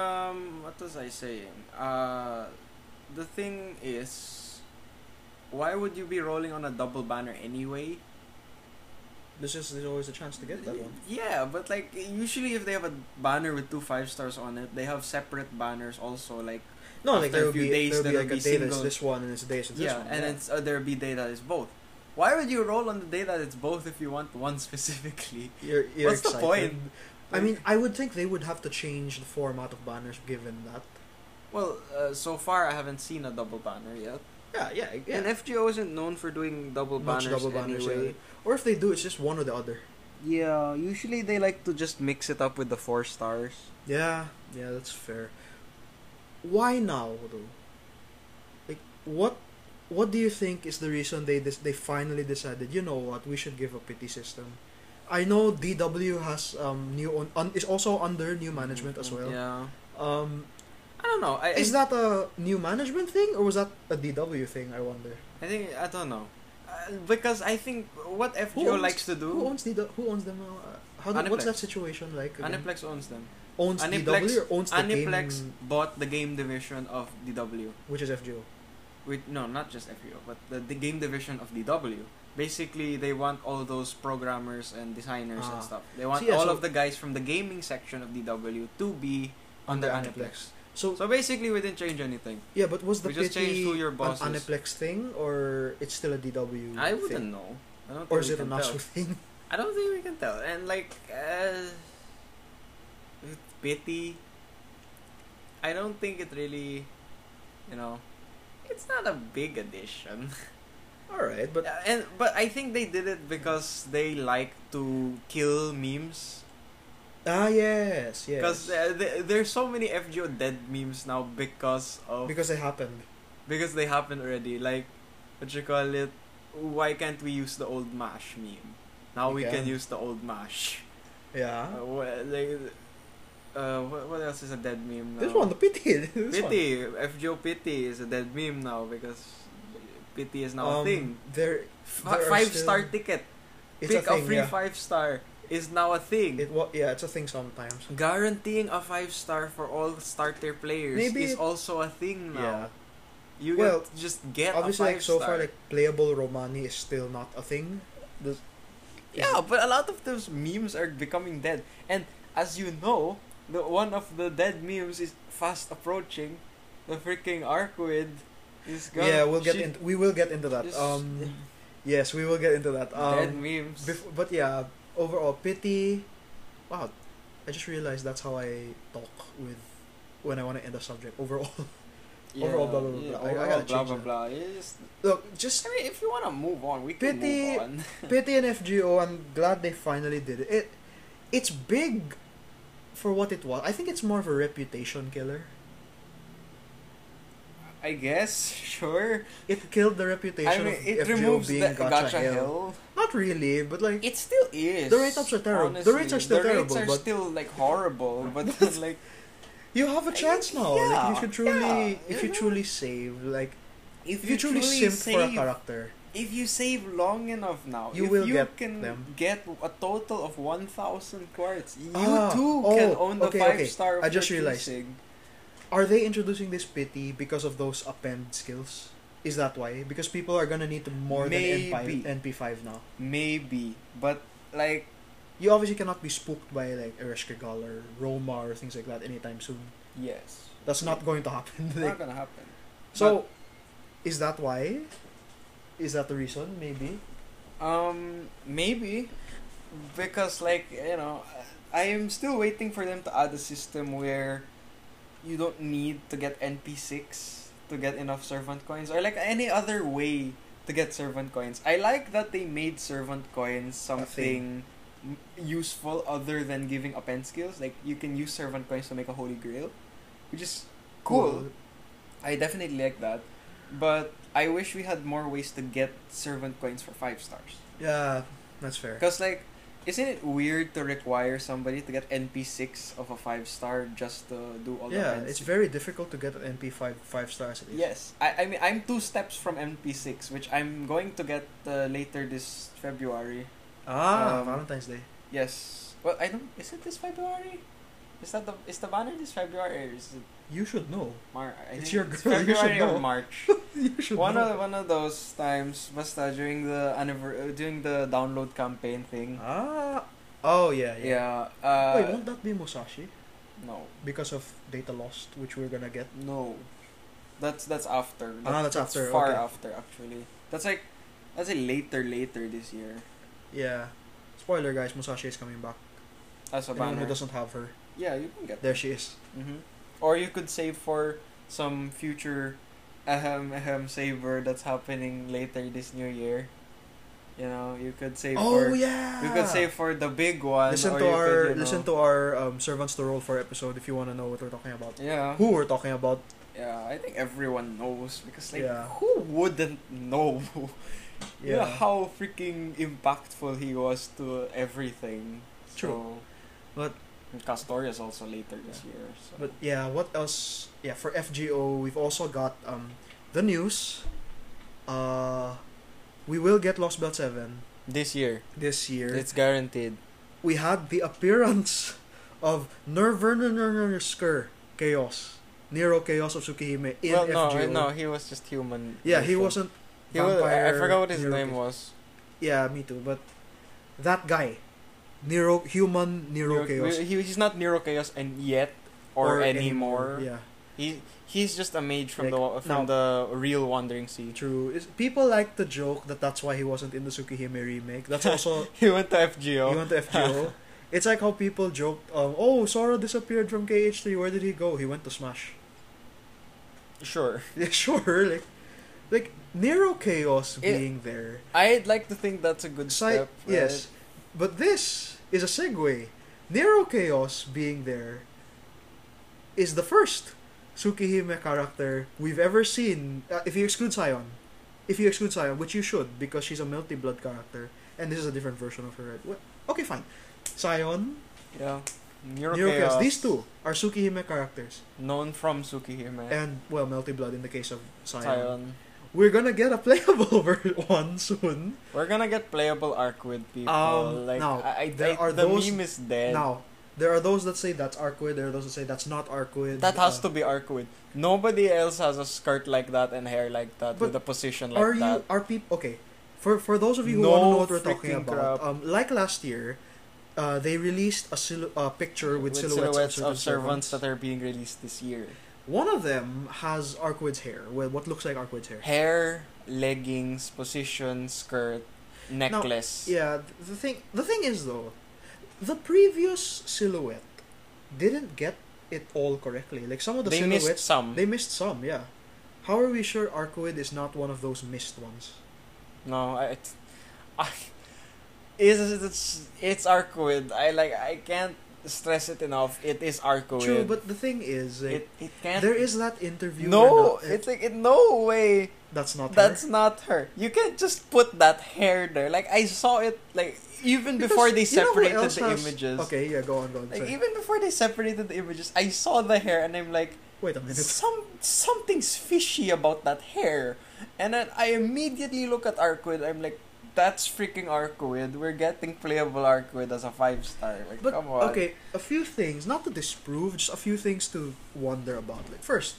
[SPEAKER 2] um, what was I saying? Uh, the thing is, why would you be rolling on a double banner anyway?
[SPEAKER 1] this is there's always a chance to get that one
[SPEAKER 2] Yeah, but like usually if they have a banner with two five stars on it, they have separate banners also like.
[SPEAKER 1] no
[SPEAKER 2] After
[SPEAKER 1] like
[SPEAKER 2] a
[SPEAKER 1] there will
[SPEAKER 2] few
[SPEAKER 1] be
[SPEAKER 2] days,
[SPEAKER 1] there will be
[SPEAKER 2] there'll
[SPEAKER 1] like
[SPEAKER 2] be
[SPEAKER 1] a day that's
[SPEAKER 2] single-
[SPEAKER 1] this one and it's a day that's this
[SPEAKER 2] yeah,
[SPEAKER 1] one
[SPEAKER 2] and it's uh, there'll be day that is both. Why would you roll on the day that it's both if you want one specifically?
[SPEAKER 1] You're- you're
[SPEAKER 2] What's the
[SPEAKER 1] excited.
[SPEAKER 2] point?
[SPEAKER 1] I mean I would think they would have to change the format of banners given that
[SPEAKER 2] well, uh, so far I haven't seen a double banner yet.
[SPEAKER 1] yeah yeah, yeah.
[SPEAKER 2] And FGO isn't known for doing double
[SPEAKER 1] Much
[SPEAKER 2] banners
[SPEAKER 1] double banners,
[SPEAKER 2] anyway.
[SPEAKER 1] Or if they do, it's just one or the other.
[SPEAKER 2] Yeah, usually they like to just mix it up with the four stars.
[SPEAKER 1] Yeah, yeah, that's fair. Why now though? Like what what do you think is the reason they des- they finally decided, you know what, we should give a pity system? I know DW has um new on, un- is also under new management as well.
[SPEAKER 2] Mm-hmm, Yeah. Eh,
[SPEAKER 1] Um
[SPEAKER 2] I don't know. I,
[SPEAKER 1] is
[SPEAKER 2] I,
[SPEAKER 1] that a new management thing or was that a DW thing, I wonder?
[SPEAKER 2] I think I don't know. Uh, because I think what FGO
[SPEAKER 1] owns-
[SPEAKER 2] likes to do,
[SPEAKER 1] Who owns DW, who owns them now? Uh, How do, what's
[SPEAKER 2] Aniplex.
[SPEAKER 1] that situation like? again?
[SPEAKER 2] Aniplex owns them.
[SPEAKER 1] owns
[SPEAKER 2] Aniplex-
[SPEAKER 1] DW or owns the
[SPEAKER 2] Aniplex
[SPEAKER 1] game,
[SPEAKER 2] bought the game division of DW.
[SPEAKER 1] which is FGO.
[SPEAKER 2] with no not just FBO but the, the game division of DW basically they want all those programmers and designers
[SPEAKER 1] Ah.
[SPEAKER 2] and stuff they want
[SPEAKER 1] So, yeah,
[SPEAKER 2] all
[SPEAKER 1] so-
[SPEAKER 2] of the guys from the gaming section of DW to be on the Aniplex
[SPEAKER 1] So,
[SPEAKER 2] so basically we didn't change anything
[SPEAKER 1] yeah, but was the
[SPEAKER 2] we just
[SPEAKER 1] pity
[SPEAKER 2] changed who your
[SPEAKER 1] an
[SPEAKER 2] boss is
[SPEAKER 1] Aniplex thing or it's still a DW?
[SPEAKER 2] I
[SPEAKER 1] thing?
[SPEAKER 2] wouldn't know I don't
[SPEAKER 1] Or
[SPEAKER 2] think
[SPEAKER 1] is
[SPEAKER 2] we
[SPEAKER 1] it a
[SPEAKER 2] can
[SPEAKER 1] Nasu
[SPEAKER 2] tell.
[SPEAKER 1] thing?
[SPEAKER 2] I don't think we can tell and like uh, with pity I don't think it really you know it's not a big addition
[SPEAKER 1] All right, but
[SPEAKER 2] Yeah, and but I think they did it because they like to kill memes.
[SPEAKER 1] ah yes, yes,
[SPEAKER 2] Because uh, th- there's so many FGO dead memes now because of
[SPEAKER 1] because it happened.
[SPEAKER 2] because they happened already. Like what you call it, why can't we use the old mash meme? Now
[SPEAKER 1] We
[SPEAKER 2] we can
[SPEAKER 1] can.
[SPEAKER 2] use the old mash.
[SPEAKER 1] Yeah.
[SPEAKER 2] Uh, wha- like, uh, wha- what else is a dead meme now?
[SPEAKER 1] This one, the pity. This one.
[SPEAKER 2] Pity. FGO Pity is a dead meme now because Pity is now a
[SPEAKER 1] Um,
[SPEAKER 2] thing.
[SPEAKER 1] There,
[SPEAKER 2] F-
[SPEAKER 1] there are
[SPEAKER 2] five
[SPEAKER 1] still-
[SPEAKER 2] star ticket.
[SPEAKER 1] it's
[SPEAKER 2] Pick
[SPEAKER 1] a,
[SPEAKER 2] a,
[SPEAKER 1] thing,
[SPEAKER 2] free
[SPEAKER 1] yeah.
[SPEAKER 2] five star is now a thing.
[SPEAKER 1] It wa- yeah, it's a thing sometimes.
[SPEAKER 2] Guaranteeing a five star for all starter players
[SPEAKER 1] Maybe
[SPEAKER 2] is
[SPEAKER 1] it-
[SPEAKER 2] also a thing
[SPEAKER 1] Yeah.
[SPEAKER 2] now. You
[SPEAKER 1] Well,
[SPEAKER 2] get, just get
[SPEAKER 1] Obviously,
[SPEAKER 2] a
[SPEAKER 1] like
[SPEAKER 2] five
[SPEAKER 1] so
[SPEAKER 2] star.
[SPEAKER 1] far, like playable Romani is still not a thing. Does-
[SPEAKER 2] Yeah, but a lot of those memes are becoming dead. And as you know, the one of the dead memes is fast approaching. The freaking Arquid is gone.
[SPEAKER 1] yeah, we'll get
[SPEAKER 2] She-
[SPEAKER 1] into we will get into that.
[SPEAKER 2] is-
[SPEAKER 1] Um, yes, we will get into that.
[SPEAKER 2] dead
[SPEAKER 1] Um,
[SPEAKER 2] memes.
[SPEAKER 1] bef- but yeah, overall pity. Wow, I just realized that's how I talk with when I want to end a subject. Overall,
[SPEAKER 2] yeah,
[SPEAKER 1] overall, blah, blah, blah,
[SPEAKER 2] yeah,
[SPEAKER 1] blah. I- I
[SPEAKER 2] overall,
[SPEAKER 1] gotta
[SPEAKER 2] blah,
[SPEAKER 1] change
[SPEAKER 2] blah,
[SPEAKER 1] that.
[SPEAKER 2] blah. It's-
[SPEAKER 1] look, just
[SPEAKER 2] I mean, if you wanna move on, we can
[SPEAKER 1] Pity-
[SPEAKER 2] move on.
[SPEAKER 1] Pity and FGO, I'm glad they finally did it. it. It's big for what it was. I think it's more of a reputation killer.
[SPEAKER 2] I guess, sure.
[SPEAKER 1] It killed the reputation
[SPEAKER 2] I mean,
[SPEAKER 1] of
[SPEAKER 2] it
[SPEAKER 1] FGO
[SPEAKER 2] removes
[SPEAKER 1] being
[SPEAKER 2] the
[SPEAKER 1] gacha, hell.
[SPEAKER 2] hill.
[SPEAKER 1] Not really, but like
[SPEAKER 2] It still is.
[SPEAKER 1] The rate-ups are terrible. The rates are
[SPEAKER 2] honestly.
[SPEAKER 1] still
[SPEAKER 2] the rates
[SPEAKER 1] terrible,
[SPEAKER 2] are
[SPEAKER 1] but-
[SPEAKER 2] still like horrible, but like
[SPEAKER 1] you have a chance now.
[SPEAKER 2] Yeah,
[SPEAKER 1] like, if you truly,
[SPEAKER 2] yeah,
[SPEAKER 1] if you
[SPEAKER 2] you know?
[SPEAKER 1] truly save, like if, you, truly, simp
[SPEAKER 2] save,
[SPEAKER 1] for a character,
[SPEAKER 2] if you save long enough now,
[SPEAKER 1] You
[SPEAKER 2] if
[SPEAKER 1] will
[SPEAKER 2] you
[SPEAKER 1] get
[SPEAKER 2] can
[SPEAKER 1] them.
[SPEAKER 2] get a total of one thousand quarts, you
[SPEAKER 1] Ah,
[SPEAKER 2] too
[SPEAKER 1] oh,
[SPEAKER 2] can own the
[SPEAKER 1] okay,
[SPEAKER 2] five
[SPEAKER 1] okay.
[SPEAKER 2] star. Of
[SPEAKER 1] I just
[SPEAKER 2] your
[SPEAKER 1] realized.
[SPEAKER 2] choosing.
[SPEAKER 1] are they introducing this pity because of those append skills? Is that why? Because people are gonna need more
[SPEAKER 2] Maybe.
[SPEAKER 1] than NP five now.
[SPEAKER 2] Maybe, but like
[SPEAKER 1] You obviously cannot be spooked by like Ereshkigal or Roma or things like that anytime soon.
[SPEAKER 2] yes,
[SPEAKER 1] That's not going to happen.
[SPEAKER 2] It's
[SPEAKER 1] Like,
[SPEAKER 2] not gonna happen.
[SPEAKER 1] so, is that why? Is that the reason? Maybe.
[SPEAKER 2] Um, maybe because like you know, I am still waiting for them to add a system where you don't need to get NP six to get enough servant coins or like any other way to get servant coins. I like that they made servant coins something m- useful other than giving append skills. Like you can use servant coins to make a holy grail, which is cool. I definitely like that, but I wish we had more ways to get servant coins for five stars.
[SPEAKER 1] Yeah, that's fair.
[SPEAKER 2] Because, like, isn't it weird to require somebody to get NP6 of a 5 star just to do all
[SPEAKER 1] yeah,
[SPEAKER 2] the events?
[SPEAKER 1] it's very difficult to get an MP five five stars at least.
[SPEAKER 2] Yes. I, I mean, I'm two steps from NP6, which I'm going to get uh, later this February.
[SPEAKER 1] Ah,
[SPEAKER 2] Um,
[SPEAKER 1] Valentine's Day.
[SPEAKER 2] Yes. Well, I don't. Is it this February? Is that the is the banner this February or is it
[SPEAKER 1] You should know.
[SPEAKER 2] March?
[SPEAKER 1] It's your girl, you should
[SPEAKER 2] February or
[SPEAKER 1] know.
[SPEAKER 2] March.
[SPEAKER 1] You should
[SPEAKER 2] one
[SPEAKER 1] know.
[SPEAKER 2] of one of those times, basta during the anniver- uh, during the download campaign thing.
[SPEAKER 1] Ah. Oh yeah yeah.
[SPEAKER 2] yeah. Uh,
[SPEAKER 1] Wait, won't that be Musashi
[SPEAKER 2] no.
[SPEAKER 1] because of data lost, which we're gonna get?
[SPEAKER 2] No, that's that's after.
[SPEAKER 1] Ah, that's after,
[SPEAKER 2] Far
[SPEAKER 1] okay.
[SPEAKER 2] after, actually. That's like, that's like later, later this year.
[SPEAKER 1] Yeah. Spoiler, guys. Musashi is coming back.
[SPEAKER 2] As a
[SPEAKER 1] Anyone who
[SPEAKER 2] banner.
[SPEAKER 1] doesn't have her,
[SPEAKER 2] Yeah, you can get.
[SPEAKER 1] there she is.
[SPEAKER 2] Mm-hmm. Or you could save for some future, ahem ahem saver that's happening later this new year. You know, you could save
[SPEAKER 1] Oh
[SPEAKER 2] for.
[SPEAKER 1] yeah.
[SPEAKER 2] You could save for the big one.
[SPEAKER 1] Listen
[SPEAKER 2] or
[SPEAKER 1] to
[SPEAKER 2] you
[SPEAKER 1] our
[SPEAKER 2] could, you know,
[SPEAKER 1] listen to our um, servants to roll for episode if you want to know what we're talking about.
[SPEAKER 2] Yeah.
[SPEAKER 1] Who we're talking about?
[SPEAKER 2] Yeah, I think everyone knows because like
[SPEAKER 1] Yeah.
[SPEAKER 2] who wouldn't know? You know
[SPEAKER 1] Yeah.
[SPEAKER 2] how freaking impactful he was to everything.
[SPEAKER 1] True.
[SPEAKER 2] So,
[SPEAKER 1] But-
[SPEAKER 2] and Castoria's also later this year. So.
[SPEAKER 1] But yeah, what else? Yeah, for FGO, we've also got um, the news. Uh, we will get Lost Belt Seven
[SPEAKER 2] this year,
[SPEAKER 1] this year.
[SPEAKER 2] it's guaranteed.
[SPEAKER 1] we had the appearance of Nervernernersker Chaos, Nero Chaos of Tsukihime in
[SPEAKER 2] well, no,
[SPEAKER 1] FGO.
[SPEAKER 2] no, he was just human.
[SPEAKER 1] yeah, he
[SPEAKER 2] version.
[SPEAKER 1] wasn't.
[SPEAKER 2] He was, I I
[SPEAKER 1] vampire
[SPEAKER 2] forgot what his
[SPEAKER 1] Nero
[SPEAKER 2] name
[SPEAKER 1] Chaos.
[SPEAKER 2] was.
[SPEAKER 1] Yeah, me too. But that guy, Nero, human Nero, Chaos,
[SPEAKER 2] He, he's not Nero Chaos, and yet or, anymore.
[SPEAKER 1] Yeah.
[SPEAKER 2] He he's just a mage from
[SPEAKER 1] Like,
[SPEAKER 2] the from the real Wandering Sea.
[SPEAKER 1] True. Is, people like to joke that that's why he wasn't in the Tsukihime remake. That's also
[SPEAKER 2] He went to FGO.
[SPEAKER 1] he went to FGO. it's like how people joked, um, "Oh, Sora disappeared from KH3. Where did he go? He went to Smash."
[SPEAKER 2] sure.
[SPEAKER 1] Yeah, sure. Like, like Nero Chaos
[SPEAKER 2] It-
[SPEAKER 1] being there.
[SPEAKER 2] I'd like to think that's a good
[SPEAKER 1] Sci-
[SPEAKER 2] step. right?
[SPEAKER 1] Yes, but this is a segue. Nero Chaos being there is the first Tsukihime character we've ever seen. Uh, if you exclude Scion, if you exclude Saya, which you should because she's a multi blood character, and this is a different version of her. Right? What? Okay, fine. Sion,
[SPEAKER 2] Yeah. Neuro
[SPEAKER 1] Nero Chaos.
[SPEAKER 2] Chaos,
[SPEAKER 1] These two are Tsukihime characters,
[SPEAKER 2] known from Tsukihime.
[SPEAKER 1] and well, multi blood in the case of Sion.
[SPEAKER 2] Scion.
[SPEAKER 1] We're gonna get a playable ver- one soon.
[SPEAKER 2] We're gonna get playable Arquid people.
[SPEAKER 1] Um,
[SPEAKER 2] like
[SPEAKER 1] now,
[SPEAKER 2] I, I,
[SPEAKER 1] there
[SPEAKER 2] I-
[SPEAKER 1] are
[SPEAKER 2] the
[SPEAKER 1] those-
[SPEAKER 2] meme is dead.
[SPEAKER 1] Now, there are those that say that's Arquid. There are those that say that's not Arquid.
[SPEAKER 2] That has
[SPEAKER 1] uh,
[SPEAKER 2] to be Arquid. Nobody else has a skirt like that and hair like that
[SPEAKER 1] But
[SPEAKER 2] with a position like
[SPEAKER 1] Are
[SPEAKER 2] that.
[SPEAKER 1] you are people okay? For for those of you who
[SPEAKER 2] No
[SPEAKER 1] want to know what we're talking
[SPEAKER 2] freaking
[SPEAKER 1] about,
[SPEAKER 2] crap.
[SPEAKER 1] um, like last year, uh, they released a silhou- uh, picture with, silhouettes, of, certain
[SPEAKER 2] of servants that are being released this year.
[SPEAKER 1] One of them has Arquid's hair. Well, what looks like Arquid's hair.
[SPEAKER 2] Hair, leggings, position, skirt, necklace.
[SPEAKER 1] Yeah, th- the thing the thing is though, the previous silhouette didn't get it all correctly. Like some of the
[SPEAKER 2] they missed
[SPEAKER 1] silhouettes,
[SPEAKER 2] some.
[SPEAKER 1] they missed some. Yeah, how are we sure Arquid is not one of those missed ones?
[SPEAKER 2] No, I, it, I is it's it's Arcoid. I like I can't stress it enough. It is Arcoid.
[SPEAKER 1] True, but the thing is, like,
[SPEAKER 2] it, it can't.
[SPEAKER 1] there is that interview.
[SPEAKER 2] no.
[SPEAKER 1] where
[SPEAKER 2] It's like it, no way.
[SPEAKER 1] that's not
[SPEAKER 2] That's
[SPEAKER 1] her.
[SPEAKER 2] not her. You can't just put that hair there. Like I saw it. Like even before they
[SPEAKER 1] Because you know who
[SPEAKER 2] separated
[SPEAKER 1] else
[SPEAKER 2] the
[SPEAKER 1] has-
[SPEAKER 2] images.
[SPEAKER 1] Okay, yeah, go on, go on.
[SPEAKER 2] Like
[SPEAKER 1] sorry.
[SPEAKER 2] even before they separated the images, I saw the hair and I'm like,
[SPEAKER 1] Wait a minute.
[SPEAKER 2] some something's fishy about that hair. And then I immediately look at Arquid. I'm like, that's freaking Arquid. We're getting playable Arquid as a five star. Like,
[SPEAKER 1] But
[SPEAKER 2] come on.
[SPEAKER 1] okay, a few things not to disprove, just a few things to wonder about. Like first,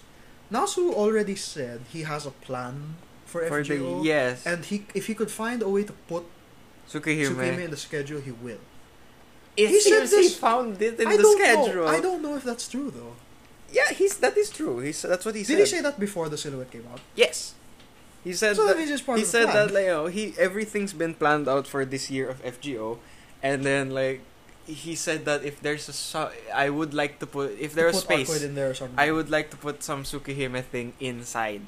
[SPEAKER 1] Nasu already said he has a plan for
[SPEAKER 2] For
[SPEAKER 1] FGO,
[SPEAKER 2] the yes,
[SPEAKER 1] and he if he could find a way to put Tsukime
[SPEAKER 2] Tsukihime.
[SPEAKER 1] in the schedule, he will.
[SPEAKER 2] It
[SPEAKER 1] He said
[SPEAKER 2] seems he
[SPEAKER 1] this-
[SPEAKER 2] found it in
[SPEAKER 1] I
[SPEAKER 2] the
[SPEAKER 1] don't
[SPEAKER 2] schedule.
[SPEAKER 1] Know. I don't know if that's true though.
[SPEAKER 2] Yeah, he's that is true. He's that's what he
[SPEAKER 1] Did
[SPEAKER 2] said.
[SPEAKER 1] he say that before the silhouette came out?
[SPEAKER 2] yes? He said
[SPEAKER 1] so that
[SPEAKER 2] that,
[SPEAKER 1] means it's part
[SPEAKER 2] he
[SPEAKER 1] of the
[SPEAKER 2] said
[SPEAKER 1] plan.
[SPEAKER 2] that like you know, he everything's been planned out for this year of FGO, and then like he said that if there's a so- I would like to put if
[SPEAKER 1] To
[SPEAKER 2] there's
[SPEAKER 1] put
[SPEAKER 2] space
[SPEAKER 1] Arcoid in there or something.
[SPEAKER 2] I would like to put some Tsukihime thing inside.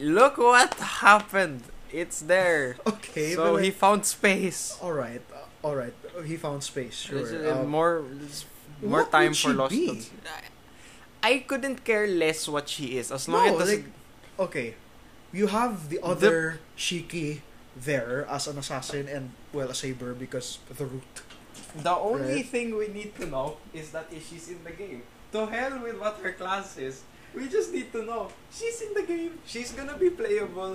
[SPEAKER 2] Look what happened. It's there.
[SPEAKER 1] Okay,
[SPEAKER 2] so
[SPEAKER 1] but
[SPEAKER 2] he found space.
[SPEAKER 1] all right, all right. He found space. Sure.
[SPEAKER 2] This is, uh,
[SPEAKER 1] Um,
[SPEAKER 2] more this- more
[SPEAKER 1] what
[SPEAKER 2] time
[SPEAKER 1] would
[SPEAKER 2] for
[SPEAKER 1] she
[SPEAKER 2] Lost
[SPEAKER 1] be?
[SPEAKER 2] Dots. I, I couldn't care less what she is as long
[SPEAKER 1] No,
[SPEAKER 2] as it
[SPEAKER 1] like, okay, you have the other Shiki there as an assassin and well a saber because of the root.
[SPEAKER 2] doesn't The only
[SPEAKER 1] Right.
[SPEAKER 2] thing we need to know is that if she's in the game. To hell with what her class is. We just need to know she's in the game. She's going to be playable.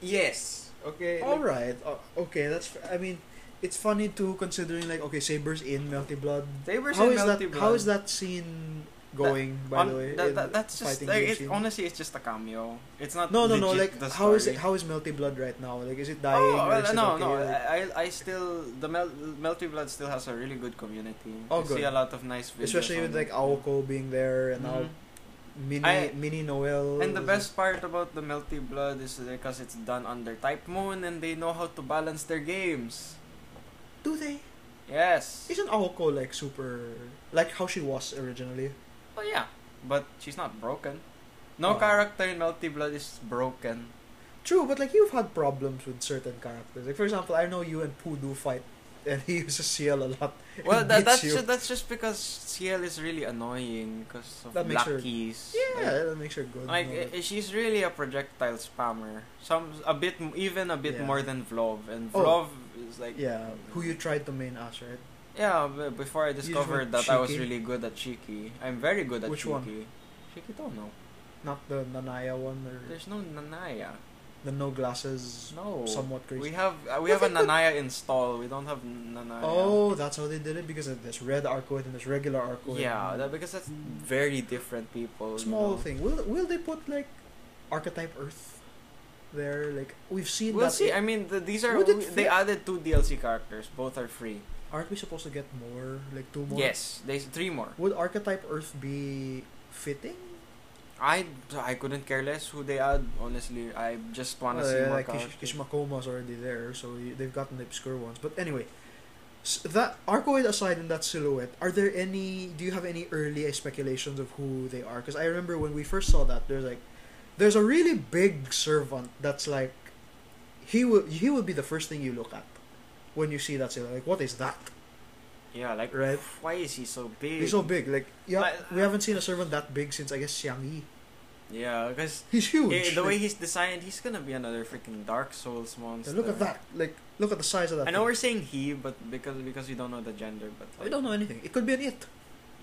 [SPEAKER 2] Yes. Okay.
[SPEAKER 1] All
[SPEAKER 2] like-
[SPEAKER 1] right, uh, okay, that's. f- I mean, it's funny too considering like okay, sabers in melty blood.
[SPEAKER 2] They were
[SPEAKER 1] How
[SPEAKER 2] so
[SPEAKER 1] is that?
[SPEAKER 2] melty
[SPEAKER 1] How
[SPEAKER 2] blood.
[SPEAKER 1] is that scene going? by
[SPEAKER 2] On-
[SPEAKER 1] the way,
[SPEAKER 2] that-
[SPEAKER 1] in
[SPEAKER 2] that- that's just
[SPEAKER 1] fighting
[SPEAKER 2] like
[SPEAKER 1] game
[SPEAKER 2] it,
[SPEAKER 1] scene?
[SPEAKER 2] honestly, it's just a cameo. It's not.
[SPEAKER 1] No, no, no.
[SPEAKER 2] legit,
[SPEAKER 1] Like,
[SPEAKER 2] the
[SPEAKER 1] how is it?
[SPEAKER 2] story.
[SPEAKER 1] How is Melty Blood right now? Like, is it dying?
[SPEAKER 2] Oh,
[SPEAKER 1] or
[SPEAKER 2] well,
[SPEAKER 1] is it
[SPEAKER 2] no,
[SPEAKER 1] okay?
[SPEAKER 2] no.
[SPEAKER 1] Like,
[SPEAKER 2] I, I I still the Mel, Melty Blood still has a really good community.
[SPEAKER 1] Oh,
[SPEAKER 2] you
[SPEAKER 1] good.
[SPEAKER 2] see a lot of nice videos.
[SPEAKER 1] especially
[SPEAKER 2] on
[SPEAKER 1] with
[SPEAKER 2] it.
[SPEAKER 1] like Aoko being there and now
[SPEAKER 2] Mhm.
[SPEAKER 1] Mini
[SPEAKER 2] I-
[SPEAKER 1] Mini Noel.
[SPEAKER 2] And the
[SPEAKER 1] is-
[SPEAKER 2] best part about the Melty Blood is because it's done under Type Moon, and they know how to balance their games.
[SPEAKER 1] Do they?
[SPEAKER 2] Yes.
[SPEAKER 1] Isn't Aoko like super like how she was originally?
[SPEAKER 2] Oh yeah, but she's not broken. No
[SPEAKER 1] Oh.
[SPEAKER 2] character in Melty Blood is broken.
[SPEAKER 1] True, but like you've had problems with certain characters. Like for example, I know you and Pooh do fight, and he uses CL a lot. and
[SPEAKER 2] Well, that,
[SPEAKER 1] beats
[SPEAKER 2] that's
[SPEAKER 1] you.
[SPEAKER 2] just, that's just because CL is really annoying because of
[SPEAKER 1] That makes
[SPEAKER 2] black
[SPEAKER 1] her-
[SPEAKER 2] keys.
[SPEAKER 1] yeah,
[SPEAKER 2] Like-
[SPEAKER 1] that makes her good.
[SPEAKER 2] Like,
[SPEAKER 1] no, but-
[SPEAKER 2] i- she's really a projectile spammer. Some a bit m- even a bit
[SPEAKER 1] Yeah.
[SPEAKER 2] more than Vlov, and
[SPEAKER 1] Oh.
[SPEAKER 2] Vlov is like
[SPEAKER 1] yeah, who you tried to main us, right?
[SPEAKER 2] yeah. b- Before I
[SPEAKER 1] just
[SPEAKER 2] discovered that
[SPEAKER 1] want
[SPEAKER 2] I was
[SPEAKER 1] Shiki?
[SPEAKER 2] really good at Shiki, I'm very good at
[SPEAKER 1] Which
[SPEAKER 2] Shiki.
[SPEAKER 1] one?
[SPEAKER 2] Shiki don't know.
[SPEAKER 1] Not the Nanaya one or
[SPEAKER 2] There's no Nanaya.
[SPEAKER 1] the no glasses,
[SPEAKER 2] No.
[SPEAKER 1] somewhat crazy.
[SPEAKER 2] We have uh, we
[SPEAKER 1] But
[SPEAKER 2] have a
[SPEAKER 1] they could-
[SPEAKER 2] Nanaya install. We don't have Nanaya.
[SPEAKER 1] Oh, that's how they did it because there's red arcoid and there's regular arcoid.
[SPEAKER 2] Yeah, that, because that's very different people. you
[SPEAKER 1] small
[SPEAKER 2] know.
[SPEAKER 1] thing. Will will they put like archetype Earth there? Like we've seen.
[SPEAKER 2] We'll
[SPEAKER 1] that
[SPEAKER 2] see. I mean, the, these are
[SPEAKER 1] Would it
[SPEAKER 2] they
[SPEAKER 1] fit?
[SPEAKER 2] added two DLC characters. Both are free.
[SPEAKER 1] Aren't we supposed to get more? Like two more.
[SPEAKER 2] Yes, there's three more.
[SPEAKER 1] Would archetype Earth be fitting?
[SPEAKER 2] I I couldn't care less who they add. Honestly, I just wanna
[SPEAKER 1] Well,
[SPEAKER 2] see
[SPEAKER 1] Oh, yeah,
[SPEAKER 2] more
[SPEAKER 1] Uh, like Kish-
[SPEAKER 2] characters.
[SPEAKER 1] Kishmakoma's already there, so y- they've gotten the obscure ones. But anyway, s- that arcoid aside in that silhouette, are there any? Do you have any early speculations of who they are? Because I remember when we first saw that, there's like, there's a really big servant that's like, he will he will be the first thing you look at when you see that silhouette. Like, what is that?
[SPEAKER 2] yeah, like
[SPEAKER 1] Right.
[SPEAKER 2] why is he so big?
[SPEAKER 1] He's so big. Like, yeah,
[SPEAKER 2] But-
[SPEAKER 1] we haven't seen a servant that big since I guess Xiang Yi.
[SPEAKER 2] Yeah, because
[SPEAKER 1] He's huge.
[SPEAKER 2] the way
[SPEAKER 1] like,
[SPEAKER 2] he's designed, he's gonna be another freaking Dark Souls monster.
[SPEAKER 1] look at that. Like, look at the size of that.
[SPEAKER 2] I know
[SPEAKER 1] thing.
[SPEAKER 2] we're saying he, but because because we don't know the gender, but like,
[SPEAKER 1] we don't know anything. It could be an it.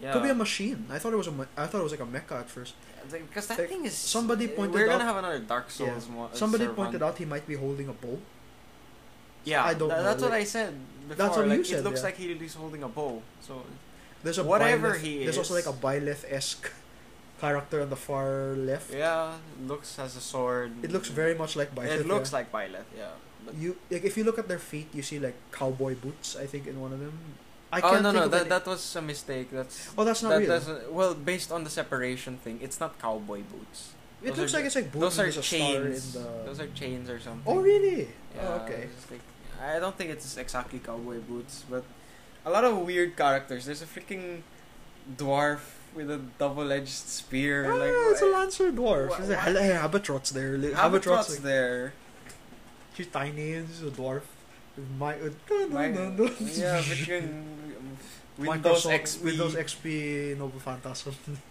[SPEAKER 2] Yeah,
[SPEAKER 1] Could be a machine. I thought it was a. ma- I thought it was like a mecha at first.
[SPEAKER 2] because that
[SPEAKER 1] Like,
[SPEAKER 2] thing is eh,
[SPEAKER 1] somebody pointed
[SPEAKER 2] We're
[SPEAKER 1] out-
[SPEAKER 2] gonna have another Dark Souls.
[SPEAKER 1] Yeah.
[SPEAKER 2] Mo-
[SPEAKER 1] Somebody
[SPEAKER 2] servant.
[SPEAKER 1] pointed out he might be holding a bow.
[SPEAKER 2] Yeah,
[SPEAKER 1] I don't
[SPEAKER 2] tha-
[SPEAKER 1] know,
[SPEAKER 2] That's what
[SPEAKER 1] like-
[SPEAKER 2] I said before.
[SPEAKER 1] That's what you
[SPEAKER 2] like,
[SPEAKER 1] said,
[SPEAKER 2] It looks
[SPEAKER 1] yeah.
[SPEAKER 2] like he- he's holding a bow. So
[SPEAKER 1] There's a
[SPEAKER 2] Whatever
[SPEAKER 1] Byleth-
[SPEAKER 2] he
[SPEAKER 1] There's also like
[SPEAKER 2] is.
[SPEAKER 1] a Byleth esque character on the far left.
[SPEAKER 2] yeah, looks has a sword.
[SPEAKER 1] It looks very much like Byleth.
[SPEAKER 2] It looks
[SPEAKER 1] yeah.
[SPEAKER 2] like Violet. Yeah. But
[SPEAKER 1] you like if you look at their feet, you see like cowboy boots. I think in one of them. I
[SPEAKER 2] oh
[SPEAKER 1] can't
[SPEAKER 2] no
[SPEAKER 1] think
[SPEAKER 2] no
[SPEAKER 1] of
[SPEAKER 2] that
[SPEAKER 1] any-
[SPEAKER 2] that was a mistake. That's
[SPEAKER 1] Oh, that's not
[SPEAKER 2] that
[SPEAKER 1] real.
[SPEAKER 2] doesn't well based on the separation thing. It's not cowboy boots.
[SPEAKER 1] it
[SPEAKER 2] those
[SPEAKER 1] looks
[SPEAKER 2] are-
[SPEAKER 1] like it's like boots.
[SPEAKER 2] Those
[SPEAKER 1] and
[SPEAKER 2] are
[SPEAKER 1] there's a Star
[SPEAKER 2] chains.
[SPEAKER 1] in the...
[SPEAKER 2] Those are chains or something.
[SPEAKER 1] Oh really?
[SPEAKER 2] Yeah,
[SPEAKER 1] oh, okay.
[SPEAKER 2] it's just like- I don't think it's exactly cowboy boots, but a lot of weird characters. There's a freaking dwarf with a double-edged spear.
[SPEAKER 1] Ah,
[SPEAKER 2] like
[SPEAKER 1] it's a lancer dwarf.
[SPEAKER 2] wha-
[SPEAKER 1] There's a
[SPEAKER 2] what?
[SPEAKER 1] hell- hey, albatross there. Li-
[SPEAKER 2] Albatross
[SPEAKER 1] like,
[SPEAKER 2] there.
[SPEAKER 1] she's tiny and she's a dwarf. My, uh,
[SPEAKER 2] My- yeah, freaking um, Windows
[SPEAKER 1] Microsoft-
[SPEAKER 2] XP.
[SPEAKER 1] Windows XP Noble Phantasm.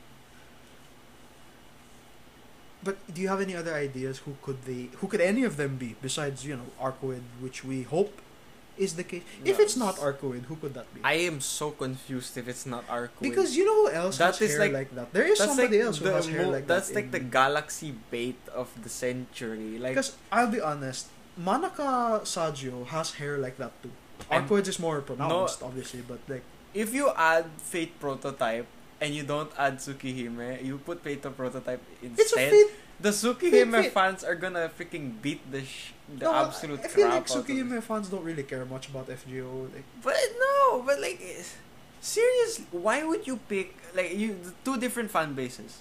[SPEAKER 1] but do you have any other ideas? Who could they? Who could any of them be besides you know Arcoid, which we hope is the case. If
[SPEAKER 2] No,
[SPEAKER 1] it's not
[SPEAKER 2] it's-
[SPEAKER 1] Arcoid, who could that be?
[SPEAKER 2] I am so confused if it's not Arcoid.
[SPEAKER 1] because you know who else
[SPEAKER 2] That
[SPEAKER 1] has
[SPEAKER 2] is
[SPEAKER 1] hair
[SPEAKER 2] like-
[SPEAKER 1] like, that. There is
[SPEAKER 2] that's
[SPEAKER 1] somebody
[SPEAKER 2] like
[SPEAKER 1] else who
[SPEAKER 2] the
[SPEAKER 1] has hair
[SPEAKER 2] mo-
[SPEAKER 1] like
[SPEAKER 2] that's
[SPEAKER 1] that.
[SPEAKER 2] like the galaxy bait of the century. Like
[SPEAKER 1] Because I'll be honest, Manaka Saggio has hair like that too.
[SPEAKER 2] And-
[SPEAKER 1] Arcoid is more pronounced, obviously, but like
[SPEAKER 2] if you add Fate Prototype and you don't add Tsukihime, you put Fate of Prototype instead.
[SPEAKER 1] it's a fit.
[SPEAKER 2] the
[SPEAKER 1] Fate-
[SPEAKER 2] Tsukihime
[SPEAKER 1] Fate-
[SPEAKER 2] fans are gonna freaking beat the sh- the
[SPEAKER 1] No,
[SPEAKER 2] absolute
[SPEAKER 1] I feel
[SPEAKER 2] crap
[SPEAKER 1] like
[SPEAKER 2] out of this.
[SPEAKER 1] Tsukihime fans don't really care much about FGO. Like,
[SPEAKER 2] But no, but like eh, seriously, why would you pick like you the two different fan bases?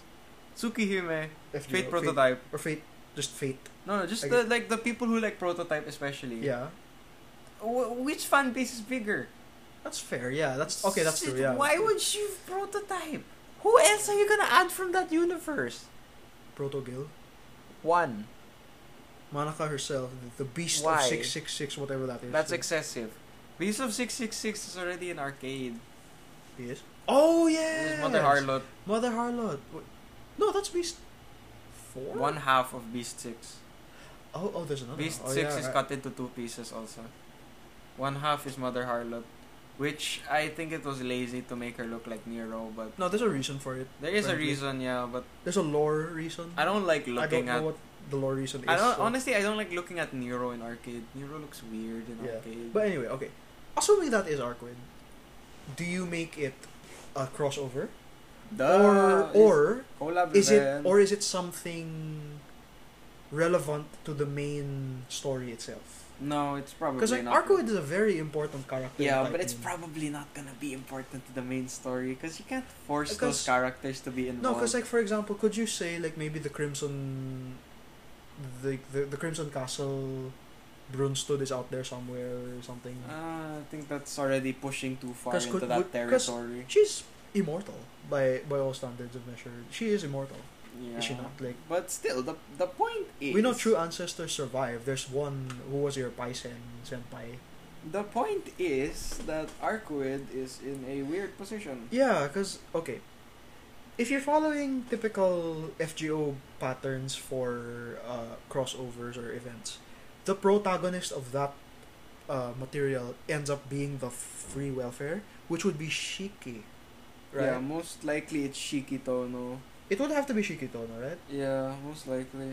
[SPEAKER 2] Tsukihime,
[SPEAKER 1] FGO,
[SPEAKER 2] Fate Prototyte.
[SPEAKER 1] or fate just fate
[SPEAKER 2] No, no, just
[SPEAKER 1] Okay.
[SPEAKER 2] the, like the people who like Prototype especially.
[SPEAKER 1] yeah
[SPEAKER 2] Wh- which fan base is bigger?
[SPEAKER 1] that's fair yeah that's okay that's
[SPEAKER 2] Shit,
[SPEAKER 1] true yeah
[SPEAKER 2] Why would you Prototype? Who else are you gonna add from that universe?
[SPEAKER 1] proto gil
[SPEAKER 2] One.
[SPEAKER 1] manaka herself the, the beast of
[SPEAKER 2] Why?
[SPEAKER 1] 666 whatever that is
[SPEAKER 2] That's
[SPEAKER 1] yeah.
[SPEAKER 2] excessive. Beast of 666 is already an arcade.
[SPEAKER 1] yes oh
[SPEAKER 2] There's
[SPEAKER 1] yeah
[SPEAKER 2] Mother Harlot,
[SPEAKER 1] mother harlot Wait, no that's beast four
[SPEAKER 2] one half of Beast 6.
[SPEAKER 1] oh oh there's another
[SPEAKER 2] Beast
[SPEAKER 1] one. Oh,
[SPEAKER 2] 6
[SPEAKER 1] yeah,
[SPEAKER 2] is
[SPEAKER 1] right.
[SPEAKER 2] cut into two pieces also. One half is Mother Harlot, which I think it was lazy to make her look like Nero, but
[SPEAKER 1] no there's a reason for it
[SPEAKER 2] there is a
[SPEAKER 1] Frankly.
[SPEAKER 2] reason, yeah, but
[SPEAKER 1] there's a lore reason
[SPEAKER 2] I don't like
[SPEAKER 1] I don't
[SPEAKER 2] Ah, looking
[SPEAKER 1] know
[SPEAKER 2] at.
[SPEAKER 1] what the lore reason is
[SPEAKER 2] I don't,
[SPEAKER 1] so-
[SPEAKER 2] honestly, I don't like looking at Nero in arcade. Nero looks weird in
[SPEAKER 1] Yeah.
[SPEAKER 2] arcade.
[SPEAKER 1] but anyway okay assuming that is arquid do you make it a crossover
[SPEAKER 2] Duh,
[SPEAKER 1] or
[SPEAKER 2] it's
[SPEAKER 1] or
[SPEAKER 2] collab
[SPEAKER 1] is it
[SPEAKER 2] event.
[SPEAKER 1] or is it something relevant to the main story itself?
[SPEAKER 2] no? It's probably
[SPEAKER 1] Because like
[SPEAKER 2] not.
[SPEAKER 1] Arcoid is mm. a very important character. in
[SPEAKER 2] Yeah, but it's
[SPEAKER 1] Tycoon.
[SPEAKER 2] probably not gonna be important to the main story because you can't force
[SPEAKER 1] Because-
[SPEAKER 2] those characters to be
[SPEAKER 1] no.
[SPEAKER 2] involved.
[SPEAKER 1] Because like for example, could you say like maybe the Crimson, the the, the Crimson Castle, Brunstood is out there somewhere or something.
[SPEAKER 2] Uh, I think that's already pushing too far
[SPEAKER 1] 'Cause
[SPEAKER 2] into
[SPEAKER 1] could-
[SPEAKER 2] that
[SPEAKER 1] would- 'cause-
[SPEAKER 2] territory.
[SPEAKER 1] She's immortal by by all standards of measure. She is immortal.
[SPEAKER 2] Yeah.
[SPEAKER 1] Is she not? Like
[SPEAKER 2] But still, the the point is
[SPEAKER 1] we know true ancestors survive. There's one who was your Paisen senpai.
[SPEAKER 2] The point is that Arquid is in a weird position.
[SPEAKER 1] Yeah, because, okay. If you're following typical FGO patterns for uh, crossovers or events, the protagonist of that uh, material ends up being the free welfare, which would be Shiki,
[SPEAKER 2] Yeah,
[SPEAKER 1] right?
[SPEAKER 2] most likely it's Shikito, no.
[SPEAKER 1] It would have to be Shiki Tono, right?
[SPEAKER 2] Yeah, most likely.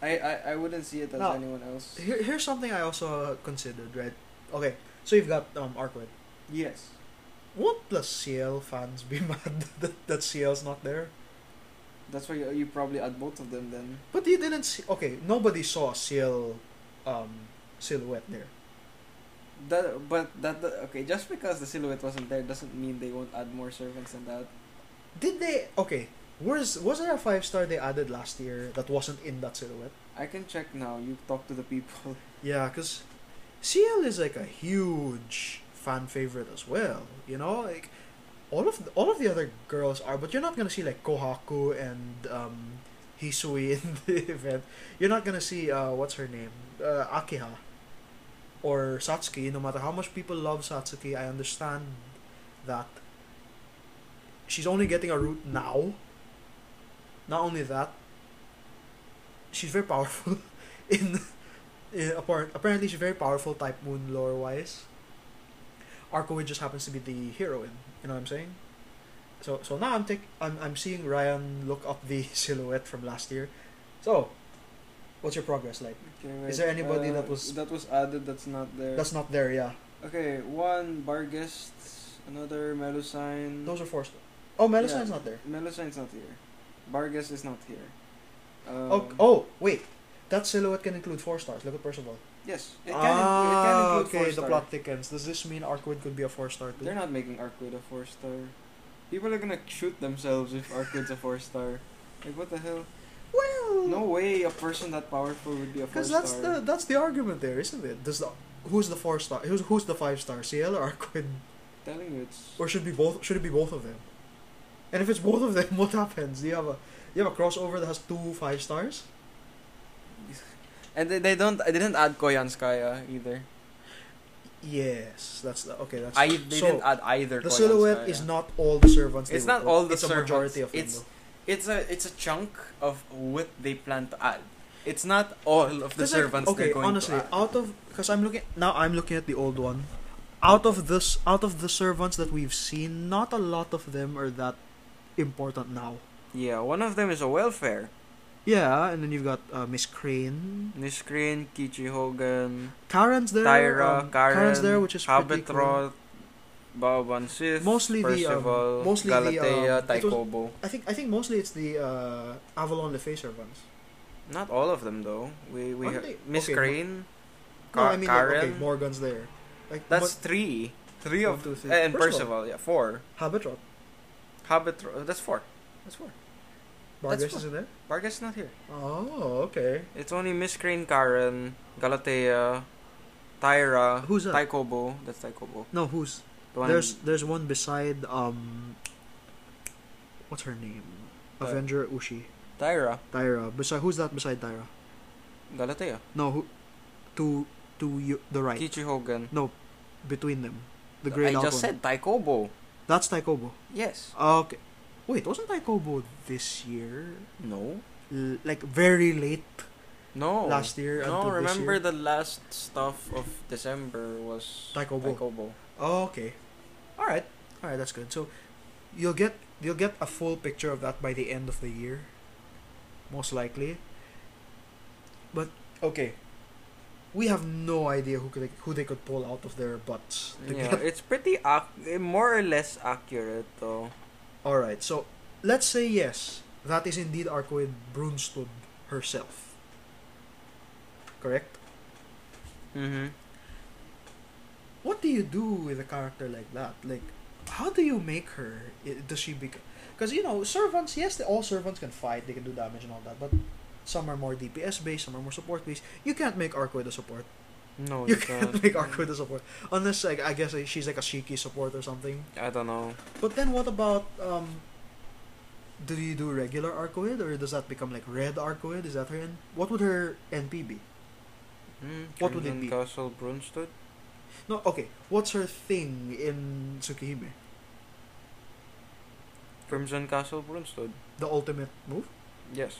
[SPEAKER 2] I, I, I wouldn't see it as
[SPEAKER 1] Now,
[SPEAKER 2] anyone else.
[SPEAKER 1] Here, here's something I also considered, right? Okay, so you've got um, Arquid.
[SPEAKER 2] Yes.
[SPEAKER 1] Won't the CL fans be mad that, that CL's not there?
[SPEAKER 2] That's why you, you probably add both of them then.
[SPEAKER 1] But you didn't see. Okay, nobody saw Seal, um, silhouette there.
[SPEAKER 2] That, but that, that okay. Just because the silhouette wasn't there doesn't mean they won't add more servants than that.
[SPEAKER 1] Did they? Okay, was was there a five star they added last year that wasn't in that silhouette?
[SPEAKER 2] I can check now. You talk to the people.
[SPEAKER 1] Yeah, cause CL is like a huge fan favorite as well. You know, like all of the, all of the other girls are, but you're not gonna see like Kohaku and um, Hisui in the event. You're not gonna see uh, what's her name, uh, Akiha, or Satsuki. No matter how much people love Satsuki, I understand that she's only getting a route now. Not only that, she's very powerful in, in appar- Eh, apparently she's very powerful type moon lore wise Arkowid just happens to be the heroine you know what I'm saying so so now I'm take I'm, I'm seeing Ryan look up the silhouette from last year so what's your progress like
[SPEAKER 2] Okay,
[SPEAKER 1] Is there anybody that was-
[SPEAKER 2] Uh, that was added that's not there?
[SPEAKER 1] that's not there yeah
[SPEAKER 2] okay. One Barghest, another Melusine.
[SPEAKER 1] those are forced oh Melusine's
[SPEAKER 2] mm. Yeah.
[SPEAKER 1] not there
[SPEAKER 2] Melusine's not here. Barghest is not here. Um,
[SPEAKER 1] oh, oh wait that silhouette can include four stars look at Percival
[SPEAKER 2] Yes, it can, include, it can
[SPEAKER 1] ah,
[SPEAKER 2] include
[SPEAKER 1] okay,
[SPEAKER 2] four
[SPEAKER 1] the
[SPEAKER 2] star.
[SPEAKER 1] plot thickens. Does this mean Arkwood could be a four star too?
[SPEAKER 2] They're not making Arquid a four star. People are gonna shoot themselves if Arquid's a four star. Like what the hell?
[SPEAKER 1] well,
[SPEAKER 2] No way a person that powerful would be a four
[SPEAKER 1] because
[SPEAKER 2] star.
[SPEAKER 1] that's the that's the argument there, isn't it? Does the who's the four star? Who's who's the five star? CL or Arkwood?
[SPEAKER 2] telling you it's
[SPEAKER 1] Or should be both? Should it be both of them? And if it's both of them, what happens? Do you have a you have a crossover that has two five stars?
[SPEAKER 2] and they, they don't I didn't add Koyanskaya either.
[SPEAKER 1] Yes, that's the, okay. That's
[SPEAKER 3] I they
[SPEAKER 1] so,
[SPEAKER 3] didn't add either.
[SPEAKER 1] the
[SPEAKER 3] Koyanskaya.
[SPEAKER 1] silhouette is not all the servants. they
[SPEAKER 3] It's not
[SPEAKER 1] were-
[SPEAKER 3] all the
[SPEAKER 1] it's
[SPEAKER 3] servants,
[SPEAKER 1] a majority of them.
[SPEAKER 3] it's-
[SPEAKER 1] though.
[SPEAKER 3] It's a it's a chunk of what they plan to add. It's not all of the
[SPEAKER 1] 'Cause, like,
[SPEAKER 3] servants
[SPEAKER 1] okay,
[SPEAKER 3] they're going
[SPEAKER 1] honestly,
[SPEAKER 3] to add.
[SPEAKER 1] out of because I'm looking now, I'm looking at the old one. Out of this, out of the servants that we've seen, not a lot of them are that important now.
[SPEAKER 2] Yeah, one of them is a welfare.
[SPEAKER 1] Yeah, and then you've got uh, Miss Crane,
[SPEAKER 2] Niskrin, Kichi Hogan,
[SPEAKER 1] Karen's there,
[SPEAKER 2] Tyra,
[SPEAKER 1] um,
[SPEAKER 2] Karen,
[SPEAKER 1] Karen's there, which is pretty cool.
[SPEAKER 2] Habitroth, Baoban Sith,
[SPEAKER 1] Mostly the, um,
[SPEAKER 2] Percival,
[SPEAKER 1] mostly the, um,
[SPEAKER 2] Galatea,
[SPEAKER 1] it was-
[SPEAKER 2] Taikobo.
[SPEAKER 1] I think I think mostly it's the uh, Avalon Lefay servants.
[SPEAKER 2] Not all of them though. We we
[SPEAKER 1] Aren't
[SPEAKER 2] ha-
[SPEAKER 1] they-
[SPEAKER 2] Miss
[SPEAKER 1] okay,
[SPEAKER 2] Crane,
[SPEAKER 1] No,
[SPEAKER 2] Ka-
[SPEAKER 1] I mean like,
[SPEAKER 2] Karen.
[SPEAKER 1] okay, Morgan's there. Like
[SPEAKER 3] That's
[SPEAKER 1] but
[SPEAKER 3] three. Three
[SPEAKER 1] One,
[SPEAKER 3] of
[SPEAKER 1] two, three.
[SPEAKER 3] and
[SPEAKER 1] Percival.
[SPEAKER 3] Percival, yeah, four.
[SPEAKER 1] Habitroth,
[SPEAKER 3] Habit that's four. That's four. That's
[SPEAKER 1] Vargas
[SPEAKER 3] fine.
[SPEAKER 1] isn't there.
[SPEAKER 3] Vargas is not here.
[SPEAKER 1] Oh, okay.
[SPEAKER 2] It's only Miss Crane, Karen, Galatea, Tyra,
[SPEAKER 1] Who's that?
[SPEAKER 2] Taikobo. That's Taikobo.
[SPEAKER 1] No, who's
[SPEAKER 2] The one
[SPEAKER 1] There's there's one beside um what's her name?
[SPEAKER 2] Uh,
[SPEAKER 1] Avenger Ushi.
[SPEAKER 2] Tyra,
[SPEAKER 1] Tyra. Beside who's that beside Tyra?
[SPEAKER 2] Galatea,
[SPEAKER 1] No, who to to you, the right.
[SPEAKER 2] Kichi Hogan.
[SPEAKER 1] No, between them. The Grey
[SPEAKER 2] I
[SPEAKER 1] Dalton.
[SPEAKER 2] just said Taikobo.
[SPEAKER 1] That's Taikobo.
[SPEAKER 2] Yes.
[SPEAKER 1] Okay. Wait, wasn't Taikobo this year?
[SPEAKER 2] No.
[SPEAKER 1] L- like very late
[SPEAKER 2] No.
[SPEAKER 1] last year
[SPEAKER 2] No.
[SPEAKER 1] until
[SPEAKER 2] Oh, Remember
[SPEAKER 1] this year?
[SPEAKER 2] the last stuff of December was
[SPEAKER 1] Taikobo.
[SPEAKER 2] Taikobo.
[SPEAKER 1] Oh, okay. All right. All right, that's good. So you'll get you'll get a full picture of that by the end of the year most likely. But okay. We have no idea who could who they could pull out of their butts. to
[SPEAKER 2] Yeah,
[SPEAKER 1] get-
[SPEAKER 2] it's pretty ac- eh, more or less accurate though.
[SPEAKER 1] All right. So let's say yes, that is indeed Arcoid Brunstud herself. Correct?
[SPEAKER 2] Mm-hmm.
[SPEAKER 1] what do you do with a character like that? Like, how do you make her? I- Does she become? Because you know, servants. Yes, they, all servants can fight. They can do damage and all that. But some are more DPS based. Some are more support based. You can't make Arcoid a support.
[SPEAKER 2] No,
[SPEAKER 1] Oh, You can't make
[SPEAKER 2] Arquid.
[SPEAKER 1] Arcoid a support unless, like, I guess like, she's like a Shiki support or something.
[SPEAKER 2] I don't know.
[SPEAKER 1] But then, what about um? Do you do regular Arcoid or does that become like red Arcoid? Is that her? N- what would her NP be?
[SPEAKER 2] Mm,
[SPEAKER 1] What would it
[SPEAKER 2] Crimson
[SPEAKER 1] be?
[SPEAKER 2] Castle Brunstood?
[SPEAKER 1] No, okay. What's her thing in Tsukihime?
[SPEAKER 2] Crimson Castle Brunstood.
[SPEAKER 1] The ultimate move.
[SPEAKER 2] Yes.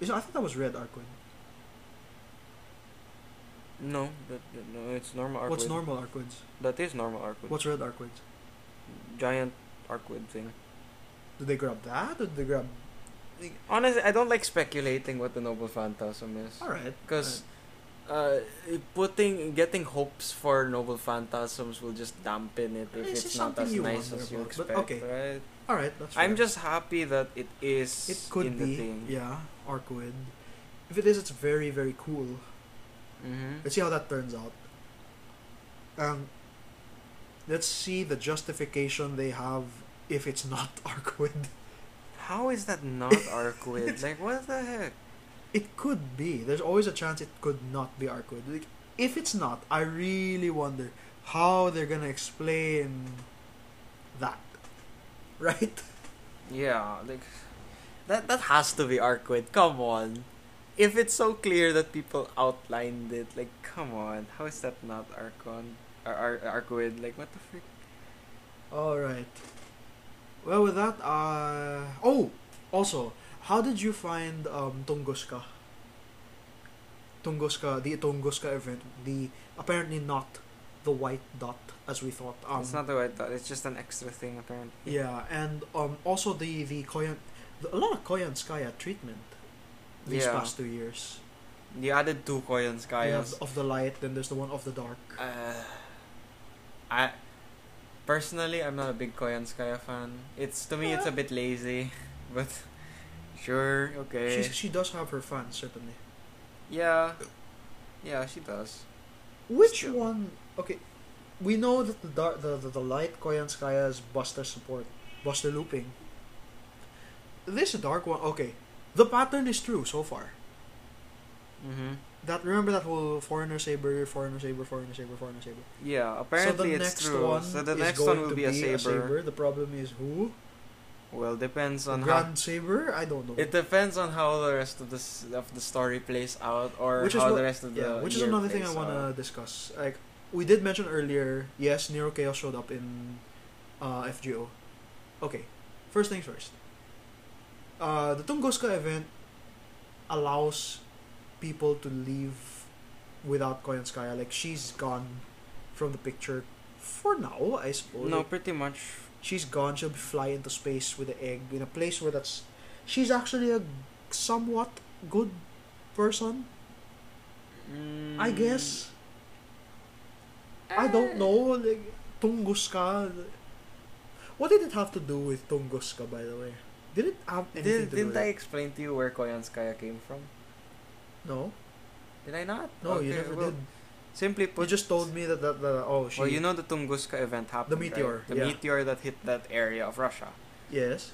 [SPEAKER 1] Is I thought that was red Arcoid.
[SPEAKER 2] No, that, that- no, it's normal Arquid.
[SPEAKER 1] What's normal Arcoids?
[SPEAKER 2] That is normal Arquid.
[SPEAKER 1] What's red Arcoids?
[SPEAKER 2] giant Arquid thing?
[SPEAKER 1] Did they grab that or did they grab?
[SPEAKER 2] Honestly, I don't like speculating what the Noble Phantasm is.
[SPEAKER 1] All right,
[SPEAKER 2] Because uh, putting getting hopes for Noble Phantasms will just dampen it if
[SPEAKER 1] This
[SPEAKER 2] it's,
[SPEAKER 1] is
[SPEAKER 2] not
[SPEAKER 1] something
[SPEAKER 2] as
[SPEAKER 1] you
[SPEAKER 2] nice
[SPEAKER 1] wonder
[SPEAKER 2] as you
[SPEAKER 1] about, but
[SPEAKER 2] expect,
[SPEAKER 1] okay.
[SPEAKER 2] right?
[SPEAKER 1] all right. That's.
[SPEAKER 2] I'm
[SPEAKER 1] fair.
[SPEAKER 2] just happy that it is
[SPEAKER 1] It could
[SPEAKER 2] in
[SPEAKER 1] be.
[SPEAKER 2] the thing.
[SPEAKER 1] Yeah, Arcoid. If it is, it's very very cool.
[SPEAKER 2] Mm-hmm.
[SPEAKER 1] Let's see how that turns out. Um. Let's see the justification they have if it's not Arcoid.
[SPEAKER 2] How is that not Arquid? like, what the heck?
[SPEAKER 1] It could be. There's always a chance it could not be Arcoid. Like, if it's not, I really wonder how they're gonna explain that. Right?
[SPEAKER 2] Yeah, like that that has to be Arquid. Come on. If it's so clear that people outlined it, like come on, how is that not Arcon or Ar- Arquid? Like what the frick?
[SPEAKER 1] All right. Well, with that, uh oh, also, how did you find um Tunguska? Tunguska, the Tunguska event, the apparently not the white dot as we thought. Um,
[SPEAKER 2] it's not the white dot. It's just an extra thing apparently.
[SPEAKER 1] yeah, and um, also the the Koyan, the, a lot of Koyanskaya treatment these
[SPEAKER 2] Yeah. Ah,
[SPEAKER 1] past two years.
[SPEAKER 2] You added two coins,
[SPEAKER 1] We
[SPEAKER 2] guys.
[SPEAKER 1] have of the light, then there's the one of the dark.
[SPEAKER 2] Uh, I personally, I'm not a big Koyanskaya fan. It's to me, it's a bit lazy, but sure, okay,
[SPEAKER 1] She she does have her fans certainly.
[SPEAKER 2] yeah, yeah, she does.
[SPEAKER 1] Which
[SPEAKER 2] Still.
[SPEAKER 1] one? Okay, we know that the dark, the, the the light Koyanskaya is Buster support, Buster looping. This dark one, okay, the pattern is true so far.
[SPEAKER 2] Mm-hmm.
[SPEAKER 1] That remember that whole foreigner saber, foreigner saber, foreigner saber, foreigner saber.
[SPEAKER 2] Yeah, apparently
[SPEAKER 1] so the
[SPEAKER 2] it's
[SPEAKER 1] next
[SPEAKER 2] true.
[SPEAKER 1] one
[SPEAKER 2] so the
[SPEAKER 1] is
[SPEAKER 2] next
[SPEAKER 1] going
[SPEAKER 2] one will
[SPEAKER 1] to
[SPEAKER 2] be a saber.
[SPEAKER 1] The problem is who?
[SPEAKER 2] Well, depends
[SPEAKER 1] The
[SPEAKER 2] on
[SPEAKER 1] Grand saber? I don't know.
[SPEAKER 2] how. It depends on how the rest of the s- of the story plays out, or
[SPEAKER 1] Which is
[SPEAKER 2] how
[SPEAKER 1] what-
[SPEAKER 2] the rest of the
[SPEAKER 1] yeah, Uh, which is
[SPEAKER 2] year uh,
[SPEAKER 1] another thing I
[SPEAKER 2] plays
[SPEAKER 1] want to
[SPEAKER 2] out.
[SPEAKER 1] discuss. Like we did mention earlier, yes, Nero Chaos showed up in uh, FGO. Okay, first things first. Uh, the Tunguska event allows people to leave without Koyanskaya. Like she's gone from the picture for now, I suppose.
[SPEAKER 2] No,
[SPEAKER 1] Like,
[SPEAKER 2] pretty much.
[SPEAKER 1] she's gone. She'll fly into space with the egg in a place where that's. She's actually a somewhat good person, I
[SPEAKER 2] Mm,
[SPEAKER 1] guess. I don't know, like Tunguska. What did it have to do with Tunguska, by the way? Did it have anything
[SPEAKER 2] Did,
[SPEAKER 1] to do
[SPEAKER 2] didn't
[SPEAKER 1] with
[SPEAKER 2] I
[SPEAKER 1] it?
[SPEAKER 2] explain to you where Koyanskaya came from?
[SPEAKER 1] No,
[SPEAKER 2] Did I not?
[SPEAKER 1] no, you
[SPEAKER 2] Okay,
[SPEAKER 1] never
[SPEAKER 2] well,
[SPEAKER 1] did.
[SPEAKER 2] Simply
[SPEAKER 1] You
[SPEAKER 2] put,
[SPEAKER 1] just told me that that, that oh she
[SPEAKER 2] well, you know the Tunguska event happened. right?
[SPEAKER 1] meteor,
[SPEAKER 2] The
[SPEAKER 1] yeah.
[SPEAKER 2] meteor that hit that area of Russia.
[SPEAKER 1] yes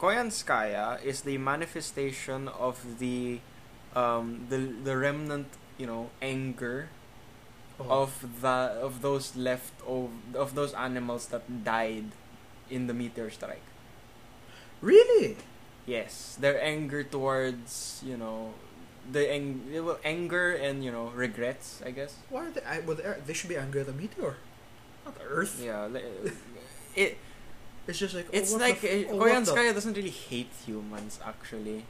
[SPEAKER 2] Koyanskaya is the manifestation of the, um, the the remnant, you know, anger
[SPEAKER 1] oh,
[SPEAKER 2] of the of those left of of those animals that died in the meteor strike.
[SPEAKER 1] really
[SPEAKER 2] Yes, their anger towards you know, the ang- well, anger and you know regrets, I guess.
[SPEAKER 1] why are they I, well, they're- they should be angry at the meteor, not the Earth.
[SPEAKER 2] Yeah, li- it
[SPEAKER 1] It's just like oh,
[SPEAKER 2] It's
[SPEAKER 1] what
[SPEAKER 2] like
[SPEAKER 1] the f-
[SPEAKER 2] uh,
[SPEAKER 1] oh, what the-
[SPEAKER 2] Koyanskaya doesn't really hate humans actually.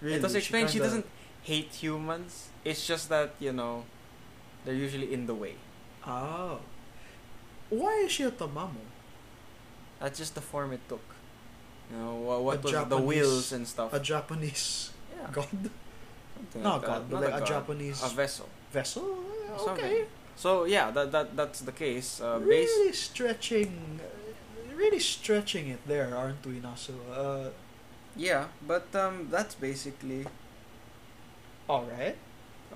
[SPEAKER 1] Really,
[SPEAKER 2] it was explained she,
[SPEAKER 1] kinda-
[SPEAKER 2] doesn't hate humans. It's just that you know they're usually in the way.
[SPEAKER 1] Oh, why is she a tamamo?
[SPEAKER 2] That's just the form it took. You know wha- what
[SPEAKER 1] A
[SPEAKER 2] was the
[SPEAKER 1] Japanese-
[SPEAKER 2] wheels and stuff.
[SPEAKER 1] A Japanese
[SPEAKER 2] yeah,
[SPEAKER 1] god?
[SPEAKER 2] something
[SPEAKER 1] No
[SPEAKER 2] like that.
[SPEAKER 1] god, but
[SPEAKER 2] Not
[SPEAKER 1] like a,
[SPEAKER 2] Oh god,
[SPEAKER 1] Japanese
[SPEAKER 2] a vessel.
[SPEAKER 1] vessel. Uh,
[SPEAKER 2] Something.
[SPEAKER 1] Okay.
[SPEAKER 2] So yeah, that that that's the case. Uh, based
[SPEAKER 1] really stretching, uh, really stretching it there, aren't we, Nasu? Uh,
[SPEAKER 2] yeah, but um, that's basically
[SPEAKER 1] all right.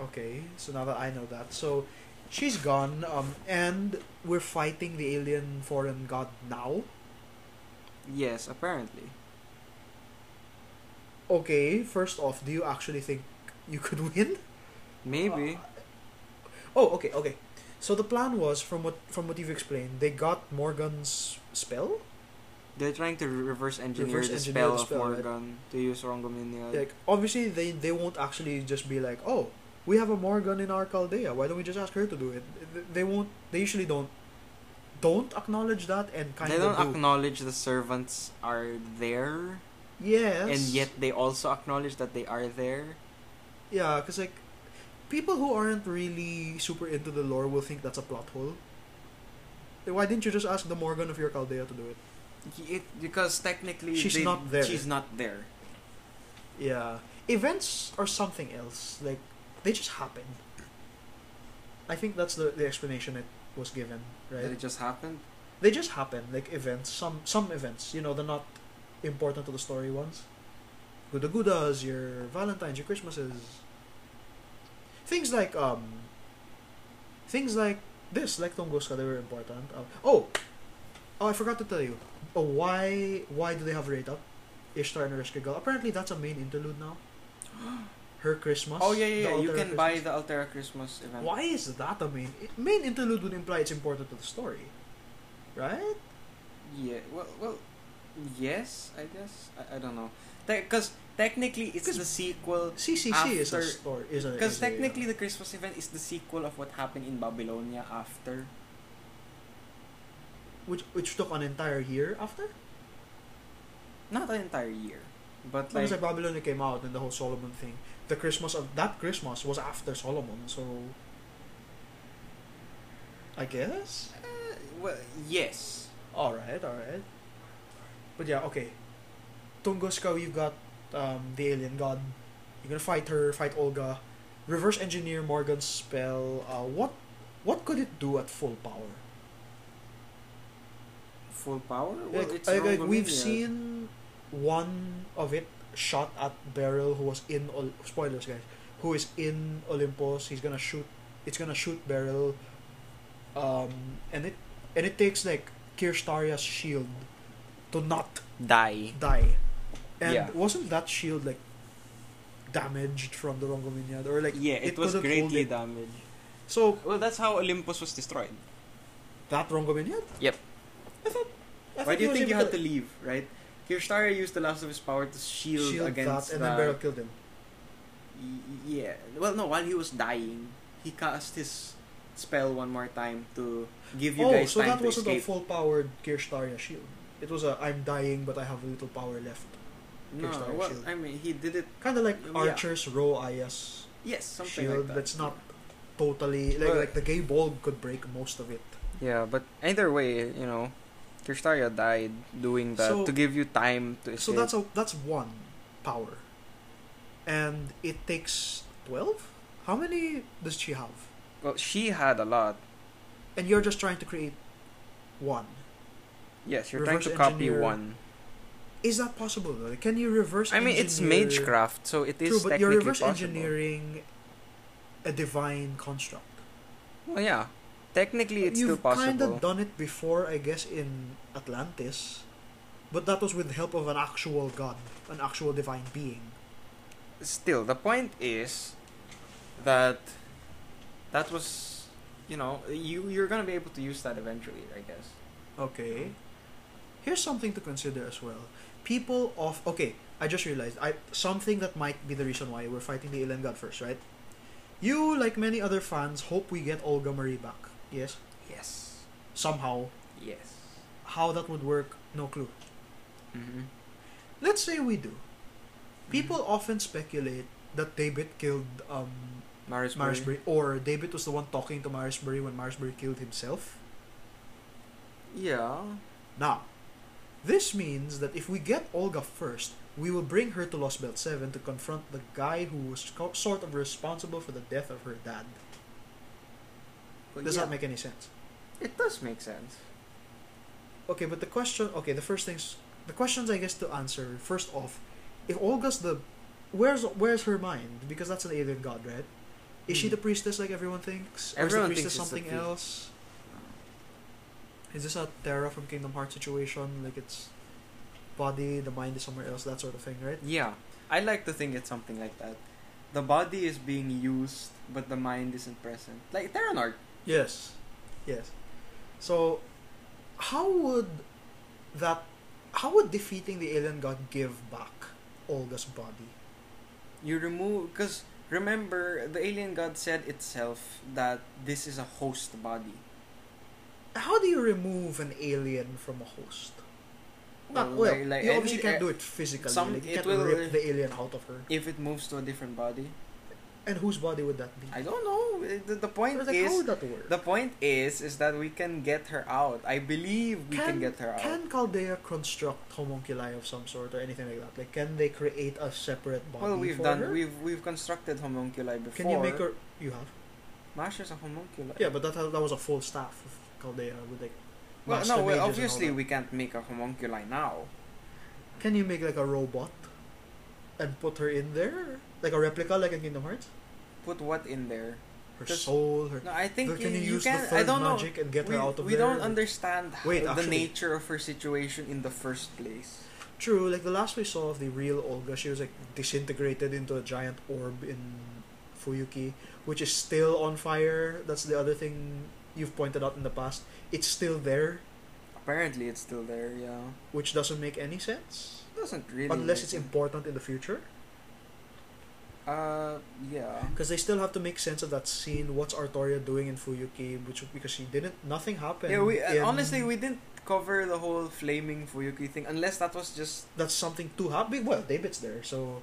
[SPEAKER 1] Okay, so now that I know that, so she's gone, um, and we're fighting the alien foreign god now.
[SPEAKER 2] yes. Apparently,
[SPEAKER 1] Okay, first off, do you actually think you could win?
[SPEAKER 2] maybe.
[SPEAKER 1] Oh, okay, okay. So the plan was, from what from what you've explained, they got Morgan's spell.
[SPEAKER 2] They're trying to re- reverse engineer
[SPEAKER 1] Reverse
[SPEAKER 2] the
[SPEAKER 1] engineer
[SPEAKER 2] spell
[SPEAKER 1] the spell,
[SPEAKER 2] of
[SPEAKER 1] right?
[SPEAKER 2] Morgan to use Rongominia.
[SPEAKER 1] Like obviously they they won't actually just be like, oh, we have a Morgan in our Chaldea. Why don't we just ask her to do it? Th- They won't. They usually don't don't acknowledge that and kind
[SPEAKER 2] they
[SPEAKER 1] of
[SPEAKER 2] don't
[SPEAKER 1] do.
[SPEAKER 2] acknowledge the servants are there,
[SPEAKER 1] yes.
[SPEAKER 2] and yet they also acknowledge that they are there.
[SPEAKER 1] yeah, because like people who aren't really super into the lore will think that's a plot hole. Then Why didn't you just ask the Morgan of your Chaldea to do it?
[SPEAKER 2] It, because technically,
[SPEAKER 1] She's
[SPEAKER 2] they-
[SPEAKER 1] not there.
[SPEAKER 2] She's not there.
[SPEAKER 1] Yeah, events are something else. Like they just happen. I think that's the the explanation it was given. Right.
[SPEAKER 2] That it just happened.
[SPEAKER 1] they just happen like events some some events you know they're not important to the story ones Guda Gudas, your Valentine's, your Christmases. Things like, um. Things like this, like Tunguska, they were important. Um, oh! Oh, I forgot to tell you. Oh, why why do they have rate up? Ishtar and her rescue girl. Apparently, that's a main interlude now. Her Christmas.
[SPEAKER 2] Oh yeah, yeah,
[SPEAKER 1] the
[SPEAKER 2] yeah. You
[SPEAKER 1] altar
[SPEAKER 2] can
[SPEAKER 1] of
[SPEAKER 2] buy
[SPEAKER 1] Christmas.
[SPEAKER 2] the Altera Christmas event.
[SPEAKER 1] Why is that a main. Main interlude would imply it's important to the story. Right?
[SPEAKER 2] Yeah. Well, well. Yes, I guess. I, I don't know. Because technically, it's
[SPEAKER 1] 'Cause-
[SPEAKER 2] the sequel.
[SPEAKER 1] CCC is a
[SPEAKER 2] After-
[SPEAKER 1] store, is a.
[SPEAKER 2] Because
[SPEAKER 1] is a, uh,
[SPEAKER 2] technically, the Christmas event is the sequel of what happened in Babylonia after.
[SPEAKER 1] which which took an entire year after.
[SPEAKER 2] Not an entire year. But
[SPEAKER 1] Like,
[SPEAKER 2] like,
[SPEAKER 1] like Babylon it came out and the whole Solomon thing. The Christmas of that Christmas was after Solomon, so I guess.
[SPEAKER 2] uh, well, yes.
[SPEAKER 1] All right, all right. But yeah, okay. Tunguska, you've got um, the alien god. You're gonna fight her, fight Olga. Reverse engineer Morgan's spell. Uh, what, what could it do at full power?
[SPEAKER 2] Full power. Well,
[SPEAKER 1] Like,
[SPEAKER 2] it's
[SPEAKER 1] like, like,
[SPEAKER 2] Rongo
[SPEAKER 1] we've
[SPEAKER 2] Mania.
[SPEAKER 1] seen one of it shot at Beryl, who was in Ol- spoilers, guys. Who is in Olympus? He's gonna shoot. It's gonna shoot Beryl. Um, and it and it takes like Kirstaria's shield to not
[SPEAKER 4] Die.
[SPEAKER 1] die. And
[SPEAKER 2] Yeah.
[SPEAKER 1] wasn't that shield like damaged from the Rongo Vineyard or like
[SPEAKER 2] yeah, it, was
[SPEAKER 1] couldn't hold
[SPEAKER 2] greatly
[SPEAKER 1] it?
[SPEAKER 2] damaged.
[SPEAKER 1] So
[SPEAKER 2] Well, that's how Olympus was destroyed.
[SPEAKER 1] that Rongo Vineyard?
[SPEAKER 4] Yep.
[SPEAKER 1] I
[SPEAKER 2] Why
[SPEAKER 1] thought
[SPEAKER 2] do you
[SPEAKER 1] was
[SPEAKER 2] think you
[SPEAKER 1] able
[SPEAKER 2] had to leave, right? Kirstara used the last of his power to shield,
[SPEAKER 1] shield
[SPEAKER 2] against
[SPEAKER 1] that and then
[SPEAKER 2] the-
[SPEAKER 1] Beryl killed him?
[SPEAKER 2] Y- Yeah. Well, no, while he was dying, he cast his spell one more time to give you
[SPEAKER 1] oh,
[SPEAKER 2] guys
[SPEAKER 1] so
[SPEAKER 2] time
[SPEAKER 1] that
[SPEAKER 2] to
[SPEAKER 1] wasn't a
[SPEAKER 2] escape.
[SPEAKER 1] full powered Kirstaria shield. It was a I'm dying but I have little power left.
[SPEAKER 2] no,
[SPEAKER 1] Kirstara
[SPEAKER 2] well,
[SPEAKER 1] shield.
[SPEAKER 2] I mean, he did it.
[SPEAKER 1] Kinda like
[SPEAKER 2] Yeah.
[SPEAKER 1] Archer's row Aya's
[SPEAKER 2] Yes, something
[SPEAKER 1] shield
[SPEAKER 2] like that.
[SPEAKER 1] that's not totally like
[SPEAKER 2] Well-
[SPEAKER 1] like the gay ball could break most of it.
[SPEAKER 2] Yeah, but either way, you know, Kirstaria died doing
[SPEAKER 1] that So- to
[SPEAKER 2] give you time to
[SPEAKER 1] So that's a that's one power. And it takes twelve? How many does she have?
[SPEAKER 2] well, she had a lot.
[SPEAKER 1] And you're just trying to create one.
[SPEAKER 2] Yes,
[SPEAKER 1] you're trying Reverse to copy engineer one. Is that possible though? Can you reverse engineer-
[SPEAKER 2] so it
[SPEAKER 1] True, but you're reverse engineering a divine construct.
[SPEAKER 2] Well, yeah. Technically,
[SPEAKER 1] You've kind of done it before, I guess, in Atlantis, but that was with the help of an actual god, an actual divine being.
[SPEAKER 4] Still, the point is that that was, you know, you you're gonna be able to use that eventually, I guess.
[SPEAKER 1] Okay. Here's something to consider as well. People of okay, I just realized I something that might be the reason why we're fighting the alien god first, right? You, like many other fans, hope we get Olga Marie back. Yes,
[SPEAKER 4] Yes.
[SPEAKER 1] somehow.
[SPEAKER 4] Yes.
[SPEAKER 1] How that would work, no clue.
[SPEAKER 2] Mm-hmm.
[SPEAKER 1] Let's say we do. People often speculate that David killed um,
[SPEAKER 2] Maris
[SPEAKER 1] Marisbury, or David was the one talking to Marisbury when Marisbury killed himself.
[SPEAKER 2] Yeah.
[SPEAKER 1] Now, this means that if we get Olga first, we will bring her to Lost Belt 7 to confront the guy who was co- sort of responsible for the death of her dad.
[SPEAKER 2] Well,
[SPEAKER 1] Does
[SPEAKER 2] yeah.
[SPEAKER 1] that make any sense?
[SPEAKER 2] It does make sense.
[SPEAKER 1] Okay, but the question. Okay, the first things. The questions I guess to answer first off, if Olga's the, where's where's her mind? Because that's an alien god, right? Is she
[SPEAKER 2] Hmm.
[SPEAKER 1] the priestess like everyone thinks? Or
[SPEAKER 4] Everyone
[SPEAKER 1] is the
[SPEAKER 4] thinks
[SPEAKER 1] priestess
[SPEAKER 4] it's the
[SPEAKER 1] something
[SPEAKER 4] priest-
[SPEAKER 1] else? Is this a Terra from Kingdom Hearts situation? Like it's body, the mind is somewhere else, that sort of thing, right?
[SPEAKER 2] Yeah. I like to think it's something like that. The body is being used, but the mind isn't present. Like Terranort.
[SPEAKER 1] Yes. Yes. So, how would that? How would defeating the alien god give back Olga's body?
[SPEAKER 2] You remove. Because remember, the alien god said itself that this is a host body.
[SPEAKER 1] How do you remove an alien from a host? Not
[SPEAKER 2] Well,
[SPEAKER 1] well.
[SPEAKER 2] like- like
[SPEAKER 1] you obviously
[SPEAKER 2] any-
[SPEAKER 1] can't
[SPEAKER 2] uh,
[SPEAKER 1] do it physically.
[SPEAKER 2] some-
[SPEAKER 1] like, you
[SPEAKER 2] it
[SPEAKER 1] can't
[SPEAKER 2] will-
[SPEAKER 1] rip the alien out of her.
[SPEAKER 2] If it moves to a different body,
[SPEAKER 1] And whose body would that be?
[SPEAKER 2] I don't know. The, the point
[SPEAKER 1] Like, how
[SPEAKER 2] is,
[SPEAKER 1] would that work?
[SPEAKER 2] the point is, is that we can get her out. I believe we can,
[SPEAKER 1] Can-
[SPEAKER 2] get her out.
[SPEAKER 1] Can Chaldea construct homunculi of some sort or anything like that? Like, can they create a separate body
[SPEAKER 2] Well, we've
[SPEAKER 1] for
[SPEAKER 2] done.
[SPEAKER 1] her?
[SPEAKER 2] We've we've constructed homunculi before.
[SPEAKER 1] Can you make her? You have.
[SPEAKER 2] Mash is a homunculi.
[SPEAKER 1] Yeah, but that that was a full staff of Chaldea with like.
[SPEAKER 2] well,
[SPEAKER 1] master mages
[SPEAKER 2] no.
[SPEAKER 1] and
[SPEAKER 2] Well,
[SPEAKER 1] all
[SPEAKER 2] obviously
[SPEAKER 1] that.
[SPEAKER 2] we can't make a homunculi now.
[SPEAKER 1] Can you make like a robot, and put her in there, like a replica, like in Kingdom Hearts?
[SPEAKER 2] Put what in there?
[SPEAKER 1] Her
[SPEAKER 2] Just-
[SPEAKER 1] soul, her.
[SPEAKER 2] No, I think
[SPEAKER 1] can you, use
[SPEAKER 2] can.
[SPEAKER 1] the third
[SPEAKER 2] I don't
[SPEAKER 1] magic and
[SPEAKER 2] know.
[SPEAKER 1] get
[SPEAKER 2] we
[SPEAKER 1] her out of
[SPEAKER 2] we
[SPEAKER 1] there?
[SPEAKER 2] don't understand
[SPEAKER 1] Wait,
[SPEAKER 2] the
[SPEAKER 1] actually-
[SPEAKER 2] nature of her situation in the first place.
[SPEAKER 1] True, like the last we saw of the real Olga, she was like disintegrated into a giant orb in Fuyuki, which is still on fire. That's the other thing you've pointed out in the past. It's still there,
[SPEAKER 2] Apparently, it's still there. Yeah,
[SPEAKER 1] which doesn't make any sense
[SPEAKER 2] doesn't really.
[SPEAKER 1] unless
[SPEAKER 2] make
[SPEAKER 1] it's
[SPEAKER 2] sense.
[SPEAKER 1] important in the future.
[SPEAKER 2] Uh, yeah.
[SPEAKER 1] Because they still have to make sense of that scene. What's Artoria doing in Fuyuki? Which because she didn't, nothing happened.
[SPEAKER 2] Yeah, we
[SPEAKER 1] in-
[SPEAKER 2] uh, honestly we didn't cover the whole flaming Fuyuki thing unless that was just
[SPEAKER 1] that's something too happy. Well, David's there, so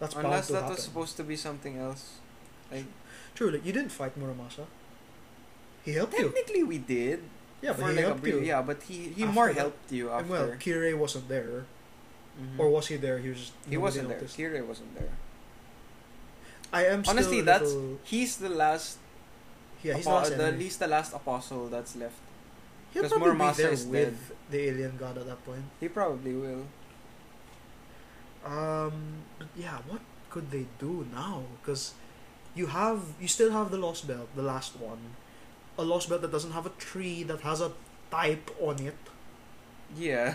[SPEAKER 1] that's bound
[SPEAKER 2] unless
[SPEAKER 1] to
[SPEAKER 2] that
[SPEAKER 1] happen.
[SPEAKER 2] was supposed to be something else. Like
[SPEAKER 1] True, like you didn't fight Muramasa. He helped you.
[SPEAKER 2] technically we did.
[SPEAKER 1] Yeah,
[SPEAKER 2] for
[SPEAKER 1] but he
[SPEAKER 2] like a
[SPEAKER 1] helped
[SPEAKER 2] brief-
[SPEAKER 1] you.
[SPEAKER 2] Yeah, but he he
[SPEAKER 1] After
[SPEAKER 2] more
[SPEAKER 1] that-
[SPEAKER 2] helped you
[SPEAKER 1] And
[SPEAKER 2] after.
[SPEAKER 1] well, Kirei wasn't there,
[SPEAKER 2] Mhm.
[SPEAKER 1] or was he there? He was. Just,
[SPEAKER 2] he
[SPEAKER 1] nobody
[SPEAKER 2] wasn't there.
[SPEAKER 1] noticed.
[SPEAKER 2] Kirei wasn't there.
[SPEAKER 1] I am. Still
[SPEAKER 2] Honestly,
[SPEAKER 1] a
[SPEAKER 2] that's
[SPEAKER 1] little-
[SPEAKER 2] he's the last.
[SPEAKER 1] yeah. He's
[SPEAKER 2] apo-
[SPEAKER 1] not
[SPEAKER 2] the, at least the last apostle that's left.
[SPEAKER 1] He'll
[SPEAKER 2] 'cause
[SPEAKER 1] probably
[SPEAKER 2] Muramasa
[SPEAKER 1] be there
[SPEAKER 2] is
[SPEAKER 1] with
[SPEAKER 2] dead.
[SPEAKER 1] the alien god at that point.
[SPEAKER 2] He probably will.
[SPEAKER 1] Um, but yeah, what could they do now? Because you have, you still have the lost belt, the last one, a lost belt that doesn't have a tree that has a type on it.
[SPEAKER 2] Yeah.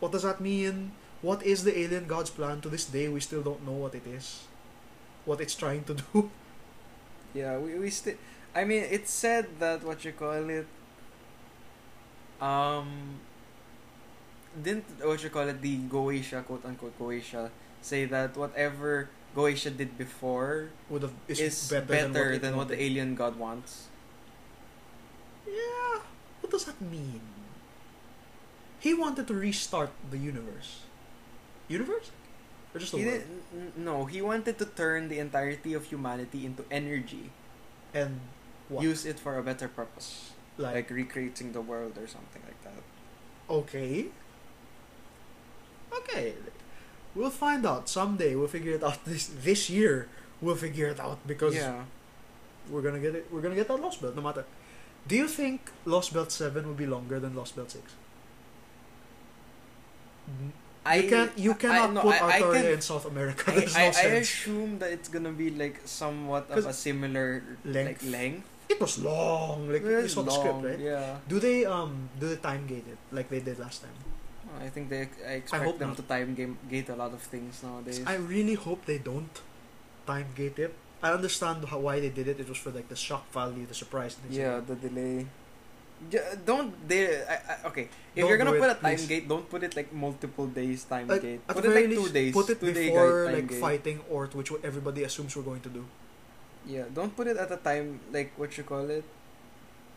[SPEAKER 1] What does that mean? What is the alien god's plan? To this day, we still don't know what it is, what it's trying to do.
[SPEAKER 2] Yeah, we we still. I mean, it said that what you call it. Um. Didn't what you call it the Goetia quote unquote Goetia say that whatever Goetia did before
[SPEAKER 1] Would have is,
[SPEAKER 2] is,
[SPEAKER 1] better,
[SPEAKER 2] better,
[SPEAKER 1] than what, it
[SPEAKER 2] than what the
[SPEAKER 1] wanted.
[SPEAKER 2] alien god wants?
[SPEAKER 1] Yeah, what does that mean? He wanted to restart the universe. Universe? Or just a
[SPEAKER 2] He
[SPEAKER 1] world?
[SPEAKER 2] didn't, n- no, he wanted to turn the entirety of humanity into energy.
[SPEAKER 1] And what?
[SPEAKER 2] Use it for a better purpose,
[SPEAKER 1] like,
[SPEAKER 2] like recreating the world or something like that.
[SPEAKER 1] okay. Okay. We'll find out someday. We'll figure it out this this year. We'll figure it out because
[SPEAKER 2] Yeah.
[SPEAKER 1] we're gonna get it. We're gonna get that Lost Belt no matter. Do you think Lost Belt Seven will be longer than Lost Belt Six? N-
[SPEAKER 2] I
[SPEAKER 1] you can't. You
[SPEAKER 2] I-
[SPEAKER 1] cannot
[SPEAKER 2] no,
[SPEAKER 1] put
[SPEAKER 2] I- I
[SPEAKER 1] Artoria
[SPEAKER 2] can-
[SPEAKER 1] in South America.
[SPEAKER 2] I,
[SPEAKER 1] There's
[SPEAKER 2] I,
[SPEAKER 1] no
[SPEAKER 2] I
[SPEAKER 1] sense.
[SPEAKER 2] assume that it's gonna be like somewhat of
[SPEAKER 1] 'Cause
[SPEAKER 2] a similar
[SPEAKER 1] length.
[SPEAKER 2] like length.
[SPEAKER 1] it was long. Like
[SPEAKER 2] It
[SPEAKER 1] you
[SPEAKER 2] is
[SPEAKER 1] saw the script,
[SPEAKER 2] long,
[SPEAKER 1] right?
[SPEAKER 2] Yeah,
[SPEAKER 1] Do they um do they time gate it like they did last time?
[SPEAKER 2] I think they. I expect
[SPEAKER 1] hope
[SPEAKER 2] them
[SPEAKER 1] not.
[SPEAKER 2] to time game gate a lot of things nowadays.
[SPEAKER 1] I really hope they don't time gate it. I understand how, why they did it. It was for like the shock value, the surprise. and things
[SPEAKER 2] yeah,
[SPEAKER 1] like
[SPEAKER 2] the delay. Ju- Don't they? I, I, okay, if
[SPEAKER 1] Don't
[SPEAKER 2] you're gonna
[SPEAKER 1] do
[SPEAKER 2] put
[SPEAKER 1] it,
[SPEAKER 2] a time
[SPEAKER 1] please.
[SPEAKER 2] gate, don't put it like multiple days time
[SPEAKER 1] that. Like,
[SPEAKER 2] gate.
[SPEAKER 1] at
[SPEAKER 2] Put
[SPEAKER 1] the
[SPEAKER 2] it
[SPEAKER 1] very
[SPEAKER 2] like two
[SPEAKER 1] least,
[SPEAKER 2] days.
[SPEAKER 1] put it
[SPEAKER 2] two day
[SPEAKER 1] before
[SPEAKER 2] guide time
[SPEAKER 1] like
[SPEAKER 2] gate.
[SPEAKER 1] fighting Ort, which everybody assumes we're going to do.
[SPEAKER 2] Yeah, don't put it at a time like what you call it.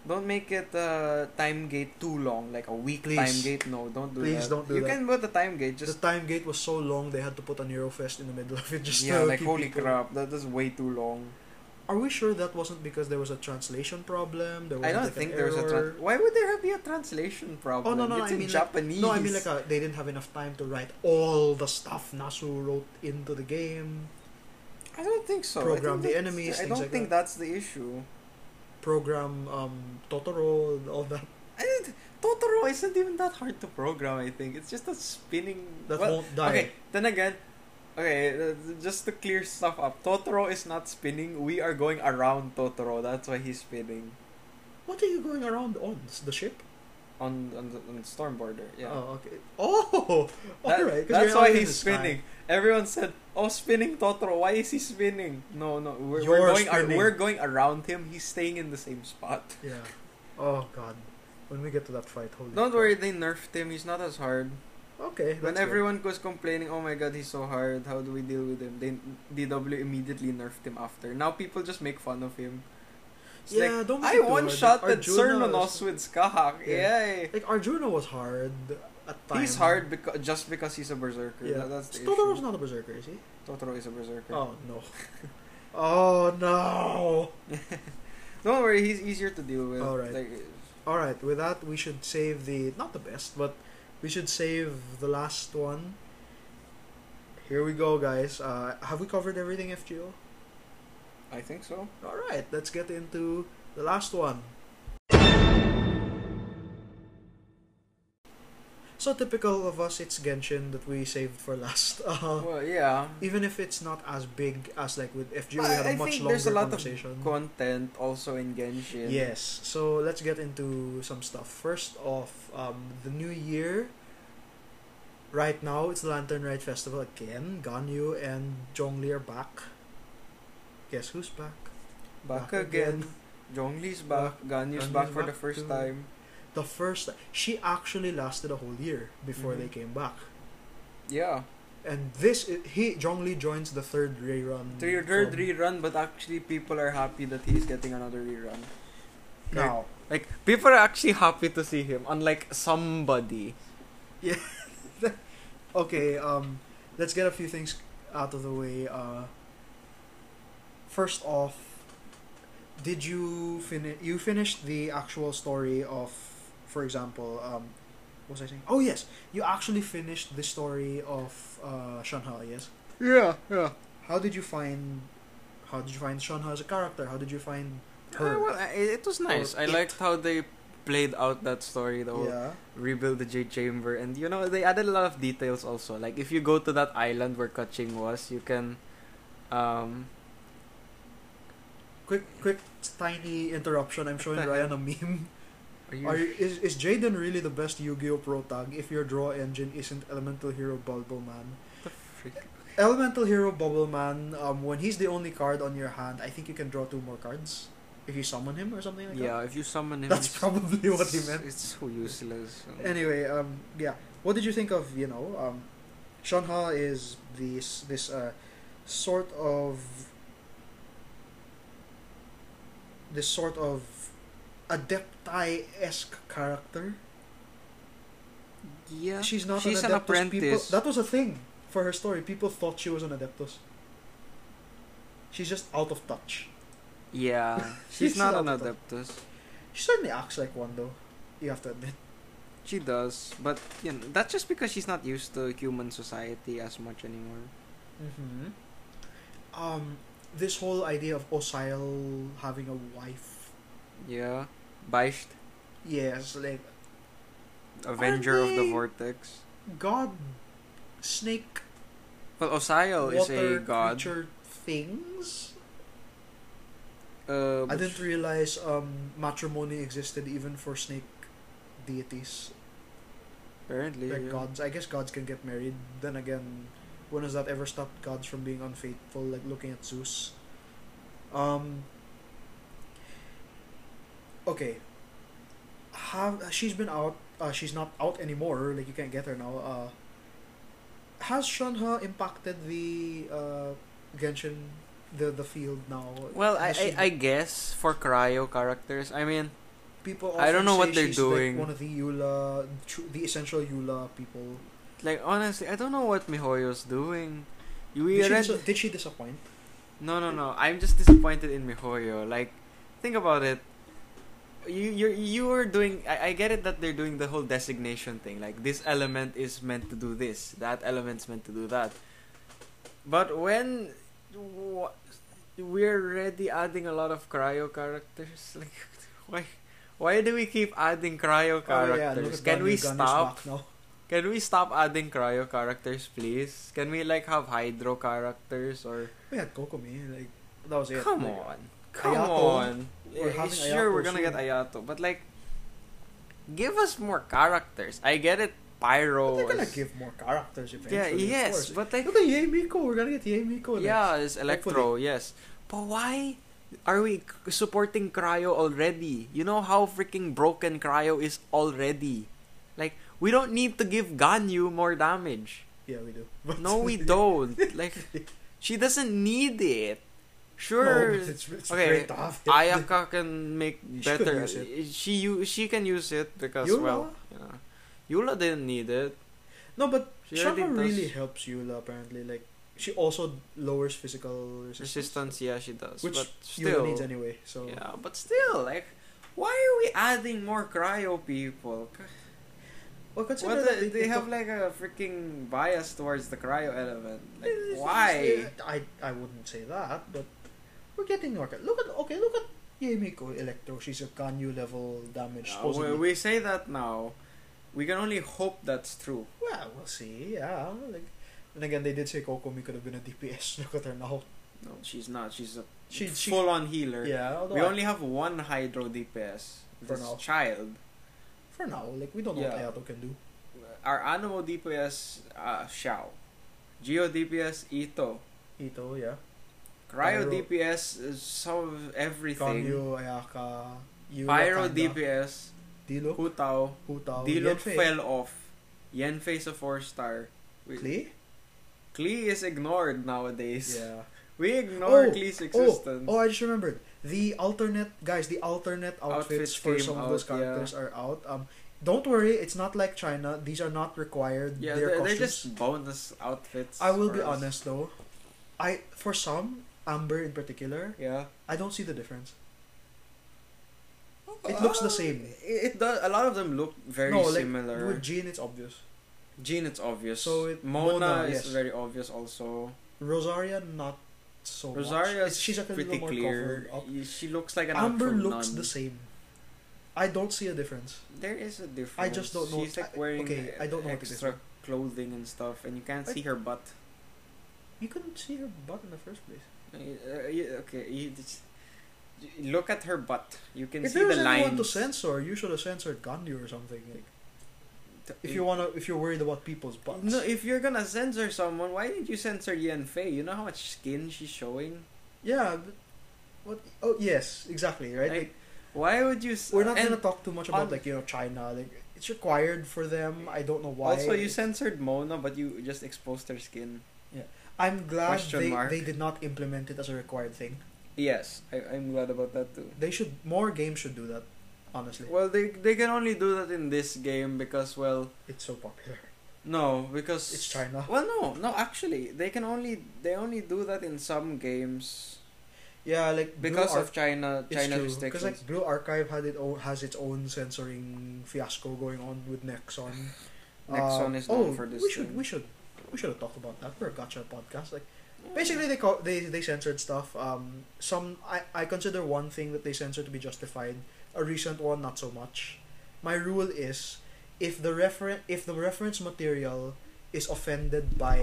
[SPEAKER 2] Don't make it a time gate too long, like a week
[SPEAKER 1] Please.
[SPEAKER 2] time gate. No, don't do
[SPEAKER 1] Please
[SPEAKER 2] that.
[SPEAKER 1] don't do
[SPEAKER 2] you
[SPEAKER 1] that.
[SPEAKER 2] can put a time gate. Just
[SPEAKER 1] the time gate was so long they had to put a Nero Fest in the middle of it. Just
[SPEAKER 2] yeah,
[SPEAKER 1] to
[SPEAKER 2] like
[SPEAKER 1] keep
[SPEAKER 2] holy
[SPEAKER 1] people-
[SPEAKER 2] crap, that is way too long.
[SPEAKER 1] Are we sure that wasn't because there was a translation problem? There was
[SPEAKER 2] I don't
[SPEAKER 1] like, an
[SPEAKER 2] think there's a
[SPEAKER 1] error?
[SPEAKER 2] trans- why would there be a translation problem?
[SPEAKER 1] Oh, no, no,
[SPEAKER 2] Oh, it's
[SPEAKER 1] I
[SPEAKER 2] in
[SPEAKER 1] mean, like-
[SPEAKER 2] Japanese.
[SPEAKER 1] No, I mean like uh they didn't have enough time to write all the stuff Nasu wrote into the game.
[SPEAKER 2] I don't think so. I
[SPEAKER 1] program
[SPEAKER 2] think
[SPEAKER 1] the
[SPEAKER 2] that's-
[SPEAKER 1] enemies,
[SPEAKER 2] I
[SPEAKER 1] things
[SPEAKER 2] don't
[SPEAKER 1] like
[SPEAKER 2] think
[SPEAKER 1] that.
[SPEAKER 2] that's the issue.
[SPEAKER 1] Program um, Totoro, all that.
[SPEAKER 2] I didn't, Totoro isn't even that hard to program. I think it's just a spinning.
[SPEAKER 1] That
[SPEAKER 2] well,
[SPEAKER 1] won't die.
[SPEAKER 2] Okay, then again, okay, uh, just to clear stuff up, Totoro is not spinning. We are going around Totoro. That's why he's spinning
[SPEAKER 1] What are you going around on? S- The ship?
[SPEAKER 2] on on the on storm border. Yeah.
[SPEAKER 1] Oh, okay. Oh,
[SPEAKER 2] That-
[SPEAKER 1] all right. 'cause you're
[SPEAKER 2] that's
[SPEAKER 1] out
[SPEAKER 2] why
[SPEAKER 1] in
[SPEAKER 2] he's
[SPEAKER 1] the sky.
[SPEAKER 2] spinning. Everyone said, "Oh, spinning Totoro. Why is he spinning?" No, no, we're,
[SPEAKER 1] You're
[SPEAKER 2] we're going. ar-
[SPEAKER 1] spinning.
[SPEAKER 2] we're going around him. He's staying in the same spot.
[SPEAKER 1] Yeah. Oh God. When we get to that fight, holy.
[SPEAKER 2] Don't
[SPEAKER 1] crap.
[SPEAKER 2] worry, they nerfed him. He's not as hard.
[SPEAKER 1] Okay.
[SPEAKER 2] when
[SPEAKER 1] that's good.
[SPEAKER 2] everyone was complaining, "Oh my God, he's so hard. How do we deal with him?" They DW immediately nerfed him after. Now people just make fun of him. It's
[SPEAKER 1] Yeah,
[SPEAKER 2] like,
[SPEAKER 1] don't make
[SPEAKER 2] I
[SPEAKER 1] it too
[SPEAKER 2] one
[SPEAKER 1] hard.
[SPEAKER 2] shot at
[SPEAKER 1] Arjuna
[SPEAKER 2] Cernanos
[SPEAKER 1] is-
[SPEAKER 2] with Skahak.
[SPEAKER 1] Yeah.
[SPEAKER 2] Yay!
[SPEAKER 1] Like Arjuna was hard at times.
[SPEAKER 2] He's hard because just because he's a berserker.
[SPEAKER 1] Yeah.
[SPEAKER 2] That- that's the
[SPEAKER 1] Totoro's
[SPEAKER 2] issue.
[SPEAKER 1] not a berserker, is he?
[SPEAKER 2] Totoro is a berserker.
[SPEAKER 1] Oh no. oh no.
[SPEAKER 2] Don't worry, he's easier to deal with.
[SPEAKER 1] Alright.
[SPEAKER 2] Like,
[SPEAKER 1] All right. With that, we should save the not the best, but we should save the last one. Here we go, guys. Uh, have we covered everything, FGO?
[SPEAKER 2] I think so.
[SPEAKER 1] All right. Let's get into the last one. So typical of us, it's Genshin that we saved for last. Uh,
[SPEAKER 2] Well, yeah.
[SPEAKER 1] even if it's not as big as like with FGO, we
[SPEAKER 2] I,
[SPEAKER 1] had a
[SPEAKER 2] I
[SPEAKER 1] much
[SPEAKER 2] think
[SPEAKER 1] longer
[SPEAKER 2] there's a lot
[SPEAKER 1] conversation.
[SPEAKER 2] of content also in Genshin.
[SPEAKER 1] Yes. So let's get into some stuff. First off, um, the new year. Right now, it's the Lantern Ride Festival again. Ganyu and Zhongli are back. Guess who's back?
[SPEAKER 2] Back, again. Zhongli's back.
[SPEAKER 1] Ganyu's
[SPEAKER 2] Ganyu's back for
[SPEAKER 1] back
[SPEAKER 2] the first
[SPEAKER 1] too.
[SPEAKER 2] time.
[SPEAKER 1] The first. She actually lasted a whole year before
[SPEAKER 2] Mhm.
[SPEAKER 1] they came back.
[SPEAKER 2] Yeah.
[SPEAKER 1] And this i- he Jong Lee joins the third rerun.
[SPEAKER 2] To your third
[SPEAKER 1] from-
[SPEAKER 2] rerun, but actually people are happy that he's getting another rerun.
[SPEAKER 1] Now,
[SPEAKER 2] Like people are actually happy to see him, unlike somebody.
[SPEAKER 1] okay, um, let's get a few things out of the way. Uh, first off, did you finish? You finished the actual story of, for example, um, what was I saying? Oh yes, you actually finished the story of uh, Shanha. Yes.
[SPEAKER 2] Yeah, yeah.
[SPEAKER 1] How did you find? How did you find Shanha as a character? How did you find
[SPEAKER 2] Uh,
[SPEAKER 1] her?
[SPEAKER 2] well, I- it was nice. I
[SPEAKER 1] it.
[SPEAKER 2] liked how they played out that story, though.
[SPEAKER 1] Yeah.
[SPEAKER 2] Rebuild the J Chamber, and you know they added a lot of details also. Like if you go to that island where Kaching was, you can, um,
[SPEAKER 1] Quick, quick, tiny interruption. I'm showing
[SPEAKER 2] the
[SPEAKER 1] Ryan a meme.
[SPEAKER 2] are you?
[SPEAKER 1] Are you, is is Jaden really the best Yu-Gi-Oh pro tag if your draw engine isn't Elemental Hero Bubble Man?
[SPEAKER 2] the freak?
[SPEAKER 1] Elemental Hero Bubble Man, um, when he's the only card on your hand, I think you can draw two more cards if you summon him or something like
[SPEAKER 2] Yeah, if you summon
[SPEAKER 1] that.
[SPEAKER 2] him,
[SPEAKER 1] That's
[SPEAKER 2] it's-
[SPEAKER 1] probably what he
[SPEAKER 2] it's-
[SPEAKER 1] meant.
[SPEAKER 2] It's so useless.
[SPEAKER 1] Anyway, um, yeah. What did you think of you know, um, Shanha is this this uh, sort of this sort of adepti esque character.
[SPEAKER 2] yeah,
[SPEAKER 1] She's not
[SPEAKER 2] She's
[SPEAKER 1] an
[SPEAKER 2] an
[SPEAKER 1] adeptus. People,
[SPEAKER 2] apprentice.
[SPEAKER 1] that was a thing for her story. People thought she was an adeptus. She's just out of touch.
[SPEAKER 2] yeah, she's,
[SPEAKER 1] She's
[SPEAKER 2] not
[SPEAKER 1] not
[SPEAKER 2] an
[SPEAKER 1] the-
[SPEAKER 2] adeptus.
[SPEAKER 1] She certainly acts like one, though. You have to admit.
[SPEAKER 2] She does, but you know that's just because she's not used to human society as much anymore.
[SPEAKER 1] Mm-hmm. Um, this whole idea of Osail having a wife.
[SPEAKER 2] Yeah, Baisht,
[SPEAKER 1] Yes, like
[SPEAKER 2] Avenger of the
[SPEAKER 1] they-
[SPEAKER 2] Vortex.
[SPEAKER 1] god, snake,
[SPEAKER 2] Well, Osayo Oh, is
[SPEAKER 1] water
[SPEAKER 2] a god.
[SPEAKER 1] creature things.
[SPEAKER 2] Uh,
[SPEAKER 1] I
[SPEAKER 2] but
[SPEAKER 1] didn't realize um matrimony existed even for snake deities.
[SPEAKER 2] apparently,
[SPEAKER 1] Like
[SPEAKER 2] yeah.
[SPEAKER 1] gods, I guess gods can get married. Then again, when has that ever stopped gods from being unfaithful? Like looking at Zeus. Um. Okay. Have she's been out? Uh, she's not out anymore. Like you can't get her now. Uh. Has Shanha impacted the uh, Genshin, the the field now?
[SPEAKER 2] Well, I,
[SPEAKER 1] Has
[SPEAKER 2] I
[SPEAKER 1] she-
[SPEAKER 2] I guess for cryo characters, I mean,
[SPEAKER 1] people.
[SPEAKER 2] I don't
[SPEAKER 1] often
[SPEAKER 2] know what
[SPEAKER 1] say
[SPEAKER 2] they're
[SPEAKER 1] she's,
[SPEAKER 2] doing.
[SPEAKER 1] Like one of the Eula, tru- the essential Eula people.
[SPEAKER 2] like honestly, I don't know what Mihoyo's doing. You
[SPEAKER 1] Did she,
[SPEAKER 2] read
[SPEAKER 1] dis- did she disappoint?
[SPEAKER 2] No, no, no. I'm just disappointed in Mihoyo. Like, think about it. You you you were doing. I, I get it that they're doing the whole designation thing. Like this element is meant to do this. That element's meant to do that. But when wha- we're already adding a lot of cryo characters, like why why do we keep adding
[SPEAKER 1] Oh,
[SPEAKER 2] cryo characters?
[SPEAKER 1] yeah, look at
[SPEAKER 2] Can
[SPEAKER 1] Gun-
[SPEAKER 2] we
[SPEAKER 1] Gun is
[SPEAKER 2] stop?
[SPEAKER 1] back now.
[SPEAKER 2] Can we stop adding cryo characters, please? Can we like have hydro characters or?
[SPEAKER 1] We had Kokomi, like that was it.
[SPEAKER 2] Come
[SPEAKER 1] Like,
[SPEAKER 2] on. Come
[SPEAKER 1] Ayato.
[SPEAKER 2] on.
[SPEAKER 1] We're
[SPEAKER 2] Yeah,
[SPEAKER 1] having
[SPEAKER 2] sure, we're
[SPEAKER 1] Ayato
[SPEAKER 2] gonna
[SPEAKER 1] soon.
[SPEAKER 2] get Ayato. But, like, give us more characters. I get it, Pyro.
[SPEAKER 1] But they're gonna
[SPEAKER 2] is-
[SPEAKER 1] give more characters
[SPEAKER 2] yeah,
[SPEAKER 1] eventually. of
[SPEAKER 2] yes,
[SPEAKER 1] course.
[SPEAKER 2] but, like,
[SPEAKER 1] Look at Yay Miko. We're gonna get Yay Miko. next.
[SPEAKER 2] yeah, it's Electro,
[SPEAKER 1] Hopefully.
[SPEAKER 2] yes. But why are we c- supporting Cryo already? You know how freaking broken Cryo is already. Like, we don't need to give Ganyu more damage.
[SPEAKER 1] Yeah, we do. But
[SPEAKER 2] No, we don't. Like, she doesn't need it.
[SPEAKER 1] No,
[SPEAKER 2] Sure.
[SPEAKER 1] but it's, it's
[SPEAKER 2] Okay,
[SPEAKER 1] great to have it.
[SPEAKER 2] Ayaka can make
[SPEAKER 1] She could
[SPEAKER 2] better.
[SPEAKER 1] use
[SPEAKER 2] She u- she can use it because
[SPEAKER 1] Yula?
[SPEAKER 2] well, yeah. Yula didn't need it.
[SPEAKER 1] No, but
[SPEAKER 2] She already
[SPEAKER 1] Shama
[SPEAKER 2] does-
[SPEAKER 1] really helps Yula apparently. Like she also lowers physical resistance,
[SPEAKER 2] Resistance, yeah, she does.
[SPEAKER 1] which
[SPEAKER 2] but
[SPEAKER 1] Yula
[SPEAKER 2] still,
[SPEAKER 1] needs anyway. So
[SPEAKER 2] yeah, but still, like, why are we adding more cryo people? C-
[SPEAKER 1] well, consider
[SPEAKER 2] What
[SPEAKER 1] that
[SPEAKER 2] the,
[SPEAKER 1] it-
[SPEAKER 2] they
[SPEAKER 1] it
[SPEAKER 2] have
[SPEAKER 1] took-
[SPEAKER 2] like a freaking bias towards the cryo element. Like,
[SPEAKER 1] It's- it's-
[SPEAKER 2] why?
[SPEAKER 1] I I wouldn't say that, but we're getting more. Look at okay, look at Yamiko Electro. She's a Ganyu level damage.
[SPEAKER 2] Uh, we,
[SPEAKER 1] supposedly.
[SPEAKER 2] we say that now. We can only hope that's true.
[SPEAKER 1] Well, we'll see. Yeah, like, and again, they did say Kokomi could have been a DPS. Look at her now.
[SPEAKER 2] No, she's not. She's a
[SPEAKER 1] She, she
[SPEAKER 2] full on healer.
[SPEAKER 1] yeah. Although
[SPEAKER 2] We
[SPEAKER 1] I-
[SPEAKER 2] only have one hydro DPS.
[SPEAKER 1] For
[SPEAKER 2] This
[SPEAKER 1] now.
[SPEAKER 2] child.
[SPEAKER 1] for now, like we don't know
[SPEAKER 2] Yeah.
[SPEAKER 1] what Ayato can do.
[SPEAKER 2] Our animal DPS, uh, Xiao. Geo DPS, Ito.
[SPEAKER 1] Ito, yeah.
[SPEAKER 2] Cryo
[SPEAKER 1] Pyro.
[SPEAKER 2] DPS, uh, some of everything.
[SPEAKER 1] Ganyu, Ayaka, Yura,
[SPEAKER 2] Pyro
[SPEAKER 1] Kanda,
[SPEAKER 2] DPS,
[SPEAKER 1] Dilo,
[SPEAKER 2] Hutao.
[SPEAKER 1] Hutao,
[SPEAKER 2] Dilo
[SPEAKER 1] Yenfei,
[SPEAKER 2] fell off. Yenfei's a 4 star. We-
[SPEAKER 1] Klee,
[SPEAKER 2] Klee is ignored nowadays.
[SPEAKER 1] Yeah.
[SPEAKER 2] We ignore
[SPEAKER 1] Oh,
[SPEAKER 2] Klee's
[SPEAKER 1] Oh,
[SPEAKER 2] existence.
[SPEAKER 1] oh, I just remembered. The alternate guys, the alternate outfits,
[SPEAKER 2] Outfits
[SPEAKER 1] for
[SPEAKER 2] came
[SPEAKER 1] some of those
[SPEAKER 2] out, yeah.
[SPEAKER 1] characters are out. Um, don't worry, it's not like China. These are not required.
[SPEAKER 2] yeah,
[SPEAKER 1] they're,
[SPEAKER 2] they're, they're
[SPEAKER 1] costumes.
[SPEAKER 2] just bonus outfits.
[SPEAKER 1] I will be
[SPEAKER 2] for us.
[SPEAKER 1] honest though, I for some Amber in particular,
[SPEAKER 2] Yeah.
[SPEAKER 1] I don't see the difference. It looks the same.
[SPEAKER 2] Uh, It, it does. A lot of them look very
[SPEAKER 1] no, like
[SPEAKER 2] similar.
[SPEAKER 1] with Jean, it's obvious.
[SPEAKER 2] Jean, it's obvious.
[SPEAKER 1] So it-
[SPEAKER 2] Mona,
[SPEAKER 1] Mona, yes.
[SPEAKER 2] is very obvious also.
[SPEAKER 1] Rosaria, not so
[SPEAKER 2] Rosaria,
[SPEAKER 1] much. It's- She's a little
[SPEAKER 2] pretty
[SPEAKER 1] more
[SPEAKER 2] clear.
[SPEAKER 1] covered up.
[SPEAKER 2] Y- She looks like an
[SPEAKER 1] Amber
[SPEAKER 2] actual
[SPEAKER 1] looks
[SPEAKER 2] nun.
[SPEAKER 1] the same. I don't see a difference.
[SPEAKER 2] There is a difference.
[SPEAKER 1] I just don't know.
[SPEAKER 2] She's like
[SPEAKER 1] I-
[SPEAKER 2] wearing
[SPEAKER 1] okay, I don't know what it is.
[SPEAKER 2] extra clothing and stuff, and you can't
[SPEAKER 1] I-
[SPEAKER 2] see her butt.
[SPEAKER 1] You couldn't see her butt in the first place.
[SPEAKER 2] Uh, you- okay, you just, you look at her butt. You can
[SPEAKER 1] if
[SPEAKER 2] see
[SPEAKER 1] there
[SPEAKER 2] the
[SPEAKER 1] was anyone
[SPEAKER 2] lines.
[SPEAKER 1] to censor, you should have censored Gandhi or something. Like,
[SPEAKER 2] T-
[SPEAKER 1] if you wanna, if you're worried about people's butts.
[SPEAKER 2] No, if you're gonna censor someone, why didn't you censor Yan Fei? You know how much skin she's showing.
[SPEAKER 1] yeah. But what? Oh yes, exactly. Right.
[SPEAKER 2] Like,
[SPEAKER 1] Like,
[SPEAKER 2] why would you? s-
[SPEAKER 1] we're not
[SPEAKER 2] and
[SPEAKER 1] gonna talk too much about
[SPEAKER 2] on-
[SPEAKER 1] like you know China. Like it's required for them. I don't know why.
[SPEAKER 2] Also, you censored Mona, but you just exposed her skin.
[SPEAKER 1] I'm glad
[SPEAKER 2] Question
[SPEAKER 1] they,
[SPEAKER 2] mark.
[SPEAKER 1] they did not implement it as a required thing.
[SPEAKER 2] Yes, I, I'm glad about that too.
[SPEAKER 1] They should more games should do that. Honestly,
[SPEAKER 2] Well, they they can only do that in this game because well,
[SPEAKER 1] it's so popular.
[SPEAKER 2] no, because
[SPEAKER 1] It's China.
[SPEAKER 2] Well, no, no. Actually, they can only they only do that in some games
[SPEAKER 1] Yeah, like
[SPEAKER 2] because
[SPEAKER 1] Blue
[SPEAKER 2] of China
[SPEAKER 1] Ar- it's
[SPEAKER 2] China
[SPEAKER 1] true, 'cause,
[SPEAKER 2] restrictions.
[SPEAKER 1] like Blue Archive had it own, has its own censoring fiasco going on with Nexon.
[SPEAKER 2] Nexon
[SPEAKER 1] Uh,
[SPEAKER 2] is known
[SPEAKER 1] oh,
[SPEAKER 2] for this.
[SPEAKER 1] we should
[SPEAKER 2] thing.
[SPEAKER 1] we should we should have talked about that for a gotcha podcast. Like basically they co- they they censored stuff. Um, some I I consider one thing that they censored to be justified. A recent one, not so much. My rule is, if the refer- if the reference material is offended by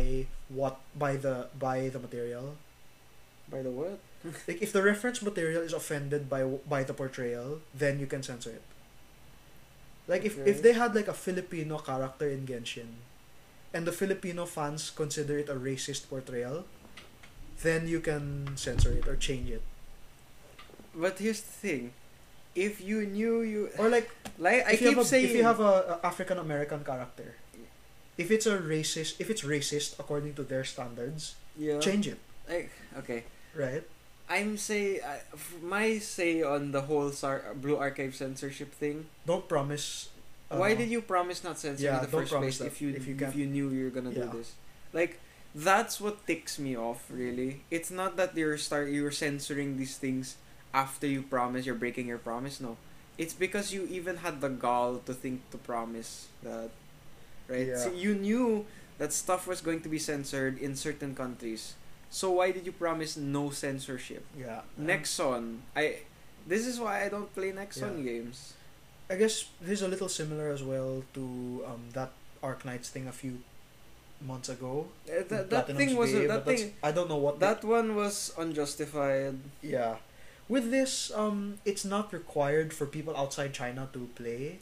[SPEAKER 1] what by the by the material,
[SPEAKER 2] Oh, by the word.
[SPEAKER 1] like if the reference material is offended by by the portrayal, then you can censor it. Like if
[SPEAKER 2] Okay.
[SPEAKER 1] if they had like a Filipino character in Genshin, and the Filipino fans consider it a racist portrayal, then you can censor it or change it.
[SPEAKER 2] But here's the thing, if you knew you
[SPEAKER 1] Or like
[SPEAKER 2] like I
[SPEAKER 1] if you
[SPEAKER 2] keep
[SPEAKER 1] have a,
[SPEAKER 2] saying
[SPEAKER 1] if you have a, a African American character, if it's a racist if it's racist according to their standards,
[SPEAKER 2] yeah
[SPEAKER 1] change it.
[SPEAKER 2] like okay
[SPEAKER 1] Right?
[SPEAKER 2] I'm say I- f- my say on the whole sar- Blue Archive censorship thing.
[SPEAKER 1] Don't promise. uh,
[SPEAKER 2] Why did you promise not censor
[SPEAKER 1] yeah,
[SPEAKER 2] in the
[SPEAKER 1] don't
[SPEAKER 2] first
[SPEAKER 1] promise
[SPEAKER 2] place
[SPEAKER 1] that
[SPEAKER 2] if you
[SPEAKER 1] if
[SPEAKER 2] if
[SPEAKER 1] you
[SPEAKER 2] you,
[SPEAKER 1] can.
[SPEAKER 2] knew you were gonna
[SPEAKER 1] Yeah.
[SPEAKER 2] do this? Like that's what ticks me off really. It's not that you're start you're censoring these things after you promise you're breaking your promise. No, it's because you even had the gall to think to promise that, right?
[SPEAKER 1] Yeah.
[SPEAKER 2] So you knew that stuff was going to be censored in certain countries. So why did you promise no censorship?
[SPEAKER 1] Yeah.
[SPEAKER 2] Nexon, I. This is why I don't play Nexon games.
[SPEAKER 1] I guess this is a little similar as well to um, that Arc Knights thing a few months ago.
[SPEAKER 2] Uh, that, that
[SPEAKER 1] Platinum's
[SPEAKER 2] thing was
[SPEAKER 1] Bay,
[SPEAKER 2] that
[SPEAKER 1] but that's-
[SPEAKER 2] thing.
[SPEAKER 1] I don't know what
[SPEAKER 2] That one was unjustified.
[SPEAKER 1] the- yeah. With this, um, it's not required for people outside China to play.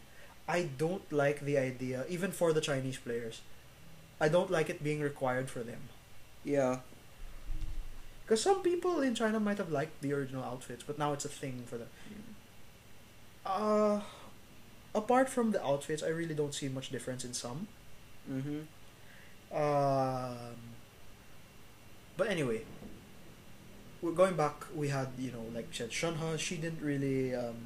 [SPEAKER 1] I don't like the idea, even for the Chinese players. I don't like it being required for them.
[SPEAKER 2] Yeah.
[SPEAKER 1] Because some people in China might have liked the original outfits, but now it's a thing for them. Uh, apart from the outfits, I really don't see much difference in some.
[SPEAKER 2] Mm-hmm.
[SPEAKER 1] Um, but anyway, we're going back. We had you know, like you said, Shunha. She didn't really um,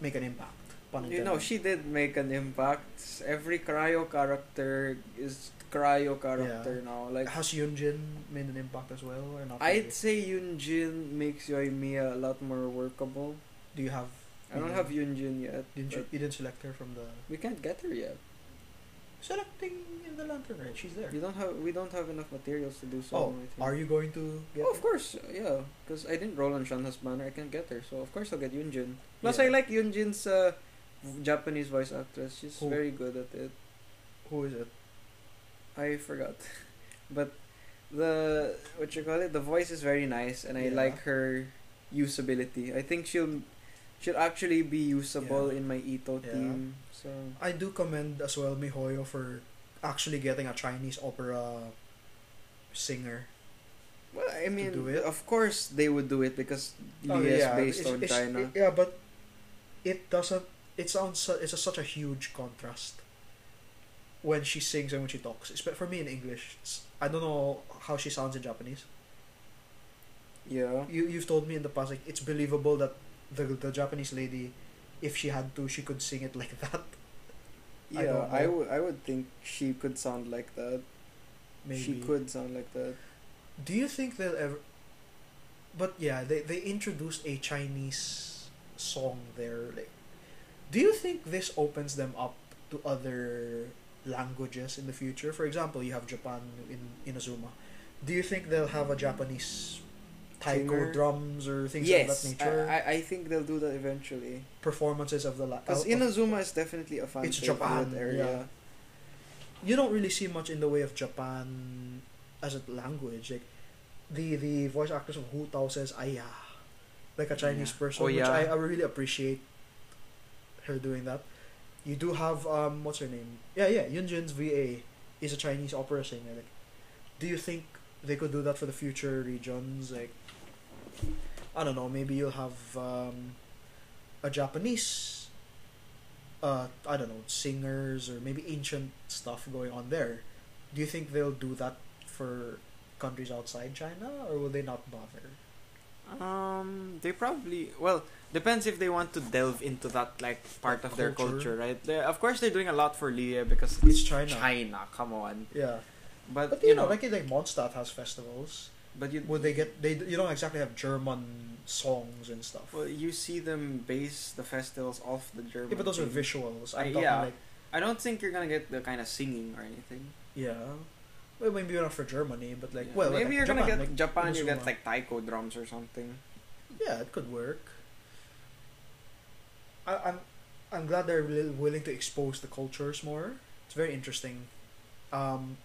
[SPEAKER 1] make an impact. Pun
[SPEAKER 2] You know,
[SPEAKER 1] intended.
[SPEAKER 2] she did make an impact. Every cryo character is cryo character now. Like
[SPEAKER 1] has Yunjin made an impact as well, or not? really?
[SPEAKER 2] I'd say Yunjin makes Yoi Mia a lot more workable.
[SPEAKER 1] Do you have?
[SPEAKER 2] I
[SPEAKER 1] Mm-hmm.
[SPEAKER 2] don't have uh, Yunjin yet.
[SPEAKER 1] Didn't you,
[SPEAKER 2] but
[SPEAKER 1] you didn't select her from the
[SPEAKER 2] We can't get her yet.
[SPEAKER 1] selecting in the lantern? Right, she's there.
[SPEAKER 2] We don't have we don't have enough materials to do so.
[SPEAKER 1] Oh,
[SPEAKER 2] I think.
[SPEAKER 1] are you going to? Get
[SPEAKER 2] Oh, of
[SPEAKER 1] her?
[SPEAKER 2] course, yeah. Because I didn't roll on Shanha's banner, I can't get her. So of course I'll get Yunjin. Plus
[SPEAKER 1] Yeah.
[SPEAKER 2] I like Yunjin's uh, Japanese voice actress. She's
[SPEAKER 1] Who?
[SPEAKER 2] very good at it.
[SPEAKER 1] Who is it?
[SPEAKER 2] I forgot, but the what you call it, the voice is very nice, and I
[SPEAKER 1] Yeah.
[SPEAKER 2] like her usability. I think she'll she'll actually be usable in my Ito
[SPEAKER 1] Yeah.
[SPEAKER 2] team. So
[SPEAKER 1] I do commend as well MiHoYo for actually getting a Chinese opera singer.
[SPEAKER 2] well, I mean,
[SPEAKER 1] do it?
[SPEAKER 2] of course they would do it because
[SPEAKER 1] Oh,
[SPEAKER 2] Lee is
[SPEAKER 1] yeah,
[SPEAKER 2] based
[SPEAKER 1] it's-
[SPEAKER 2] on
[SPEAKER 1] it's-
[SPEAKER 2] China.
[SPEAKER 1] it- yeah, but it doesn't. It sounds. su- It's a, such a huge contrast when she sings and when she talks. It's, for me in English, it's, I don't know how she sounds in Japanese.
[SPEAKER 4] Yeah.
[SPEAKER 1] You you've told me in the past like it's believable that the the Japanese lady, if she had to, she could sing it like that. I
[SPEAKER 4] Yeah,
[SPEAKER 1] don't
[SPEAKER 4] I,
[SPEAKER 1] know.
[SPEAKER 4] would I would think she could sound like that.
[SPEAKER 1] Maybe.
[SPEAKER 4] She could sound like that.
[SPEAKER 1] Do you think they'll ever? But yeah, they they introduced a Chinese song there. Like, do you think this opens them up to other languages in the future? For example, you have Japan in Inazuma. Do you think they'll have a Japanese taiko
[SPEAKER 4] Singer?
[SPEAKER 1] drums or things of
[SPEAKER 4] yes,
[SPEAKER 1] that nature?
[SPEAKER 4] I, I, I think they'll do that eventually.
[SPEAKER 1] Performances of the la- uh,
[SPEAKER 4] Because
[SPEAKER 1] of- of-
[SPEAKER 4] Inazuma is definitely a fan
[SPEAKER 1] It's
[SPEAKER 4] favorite
[SPEAKER 1] Japan,
[SPEAKER 4] area.
[SPEAKER 1] you don't really see much in the way of Japan as a language. Like the the voice actress of Hu Tao says "Aya," like a Chinese
[SPEAKER 2] Yeah.
[SPEAKER 1] person,
[SPEAKER 2] Oh,
[SPEAKER 1] which
[SPEAKER 2] yeah.
[SPEAKER 1] I, I really appreciate her doing that. You do have um what's her name? Yeah, yeah, Yunjin's VA is a Chinese opera singer. Like, do you think they could do that for the future regions? Like, I don't know. Maybe you'll have um, a Japanese. Uh, I don't know singers or maybe ancient stuff going on there. Do you think they'll do that for countries outside China, or will they not bother?
[SPEAKER 2] Um, they probably well depends if they want to delve into that like part of their
[SPEAKER 1] Culture.
[SPEAKER 2] culture, right? they of course, they're doing a lot for Liye because
[SPEAKER 1] It's China.
[SPEAKER 2] China, come on.
[SPEAKER 1] Yeah,
[SPEAKER 2] But,
[SPEAKER 1] but you know, like like Mondstadt has festivals.
[SPEAKER 2] but you
[SPEAKER 1] Would they get they? You don't exactly have German songs and stuff.
[SPEAKER 2] Well, you see them base the festivals off the German.
[SPEAKER 1] yeah, but those are
[SPEAKER 2] thing.
[SPEAKER 1] visuals. I'm
[SPEAKER 2] Uh,
[SPEAKER 1] talking
[SPEAKER 2] yeah.
[SPEAKER 1] like
[SPEAKER 2] I don't think you're gonna get the kind of singing or anything.
[SPEAKER 1] yeah. Well, maybe not for Germany, but like
[SPEAKER 2] Yeah.
[SPEAKER 1] well,
[SPEAKER 2] maybe
[SPEAKER 1] like
[SPEAKER 2] you're
[SPEAKER 1] Japan,
[SPEAKER 2] gonna get
[SPEAKER 1] like
[SPEAKER 2] Japan. You
[SPEAKER 1] Inazuma.
[SPEAKER 2] get like taiko drums or something.
[SPEAKER 1] Yeah, it could work. I, I'm, I'm glad they're really willing to expose the cultures more. It's very interesting. Um,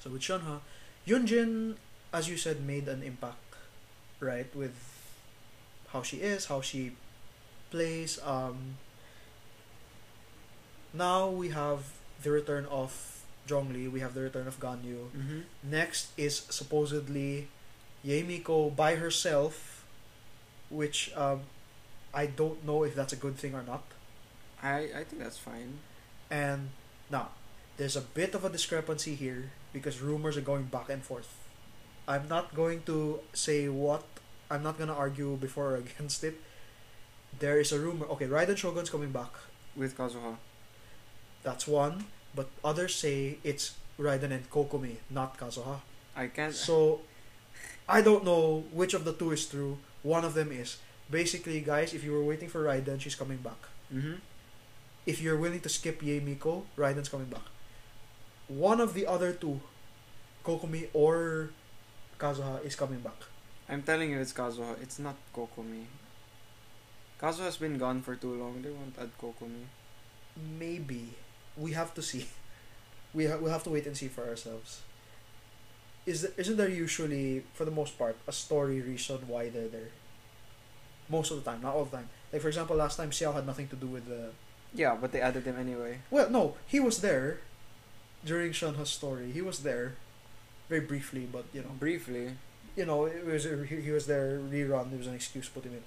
[SPEAKER 1] so with Shunha, Yunjin, as you said, made an impact, right? With how she is, how she plays. Um, now we have the return of Zhongli. We have the return of Ganyu.
[SPEAKER 2] Mm-hmm.
[SPEAKER 1] Next is supposedly Yamiko by herself, which um, I don't know if that's a good thing or not.
[SPEAKER 2] I I think that's fine.
[SPEAKER 1] And now, there's a bit of a discrepancy here because rumors are going back and forth. I'm not going to say what, I'm not going to argue before or against it. There is a rumor. Okay, Raiden Shogun's coming back.
[SPEAKER 2] With Kazuha.
[SPEAKER 1] That's one. But others say it's Raiden and Kokomi, not Kazuha.
[SPEAKER 2] I can't.
[SPEAKER 1] So, I don't know which of the two is true. One of them is. Basically, guys, if you were waiting for Raiden, she's coming back.
[SPEAKER 2] hmm
[SPEAKER 1] If you're willing to skip Yei Miko, Raiden's coming back. One of the other two, Kokomi or Kazuha, is coming back.
[SPEAKER 2] I'm telling you, it's Kazuha. It's not Kokomi. Kazuha's been gone for too long. They won't add Kokomi.
[SPEAKER 1] Maybe. We have to see. We ha- we'll have to wait and see for ourselves. Is there, isn't there usually, for the most part, a story reason why they're there? Most of the time, not all the time. Like, for example, last time Xiao had nothing to do with the
[SPEAKER 2] Yeah, but they added him anyway.
[SPEAKER 1] Well, no, he was there during Shanha's story. He was there very briefly, but you know,
[SPEAKER 2] Briefly.
[SPEAKER 1] you know, it was he he was there rerun. It was an excuse to put him in.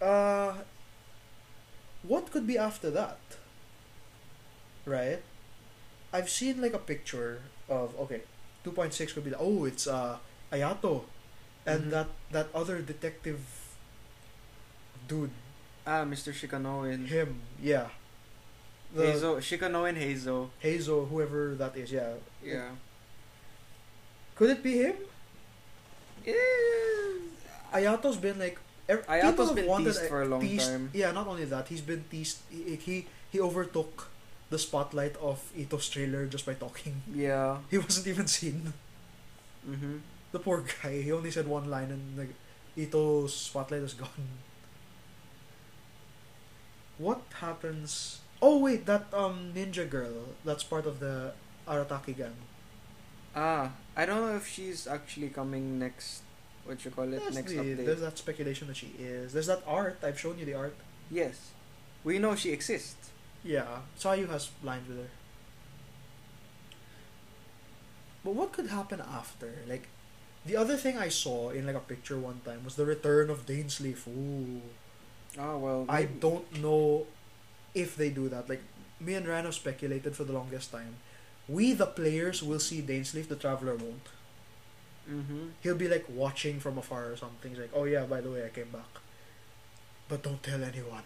[SPEAKER 1] Uh, what could be after that? Right, I've seen like a picture of okay, two point six could be the, oh it's uh Ayato, and
[SPEAKER 2] Mhm.
[SPEAKER 1] that that other detective dude
[SPEAKER 2] Ah, Mr. Shikanoe and
[SPEAKER 1] him, yeah. The
[SPEAKER 2] Heizo. Shikanoe and Heizo.
[SPEAKER 1] Hazel, whoever that is, yeah.
[SPEAKER 2] Yeah.
[SPEAKER 1] Could it be him?
[SPEAKER 2] Yeah.
[SPEAKER 1] Ayato's been like. ev- people
[SPEAKER 2] Ayato's
[SPEAKER 1] have
[SPEAKER 2] been
[SPEAKER 1] wanted
[SPEAKER 2] teased
[SPEAKER 1] a-
[SPEAKER 2] for a long
[SPEAKER 1] teased-
[SPEAKER 2] time.
[SPEAKER 1] Yeah, not only that, he's been teased. He, he he overtook the spotlight of Ito's trailer just by talking.
[SPEAKER 2] Yeah.
[SPEAKER 1] He wasn't even seen.
[SPEAKER 2] Mm-hmm.
[SPEAKER 1] The poor guy. He only said one line, and like, Ito's spotlight is gone. What happens? Oh wait, that um ninja girl. That's part of the Arataki gang.
[SPEAKER 2] Ah, I don't know if she's actually coming next. What you call it?
[SPEAKER 1] There's,
[SPEAKER 2] next
[SPEAKER 1] the-
[SPEAKER 2] update.
[SPEAKER 1] there's that speculation that she is. There's that art. I've shown you the art.
[SPEAKER 2] Yes, we know she exists.
[SPEAKER 1] Yeah, Sayu has lines with her. But what could happen after? Like, the other thing I saw in like a picture one time was the return of Dainsleif. Ooh,
[SPEAKER 2] Oh well.
[SPEAKER 1] I
[SPEAKER 2] maybe-
[SPEAKER 1] don't know if they do that. Like, me and Rano speculated for the longest time. we the players will see Dainsleif the Traveler won't.
[SPEAKER 2] Mm-hmm.
[SPEAKER 1] He'll be like watching from afar or something. He's like, oh yeah, by the way, I came back. But don't tell anyone.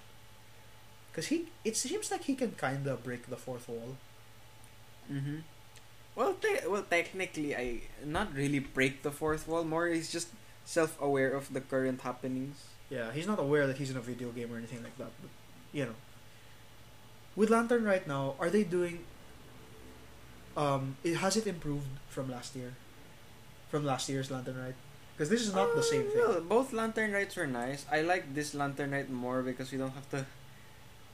[SPEAKER 1] Cause he, it seems like he can kinda break the fourth wall.
[SPEAKER 2] Mm-hmm. Well, te- well, technically, I not really break the fourth wall. More is just self-aware of the current happenings.
[SPEAKER 1] Yeah, he's not aware that he's in a video game or anything like that. But you know, with Lantern right now, are they doing? Um, it has it improved from last year, from last year's Lantern Ride, because this is not the
[SPEAKER 2] Uh,
[SPEAKER 1] same thing.
[SPEAKER 2] well, both lantern rights were nice. I like this lantern right more because we don't have to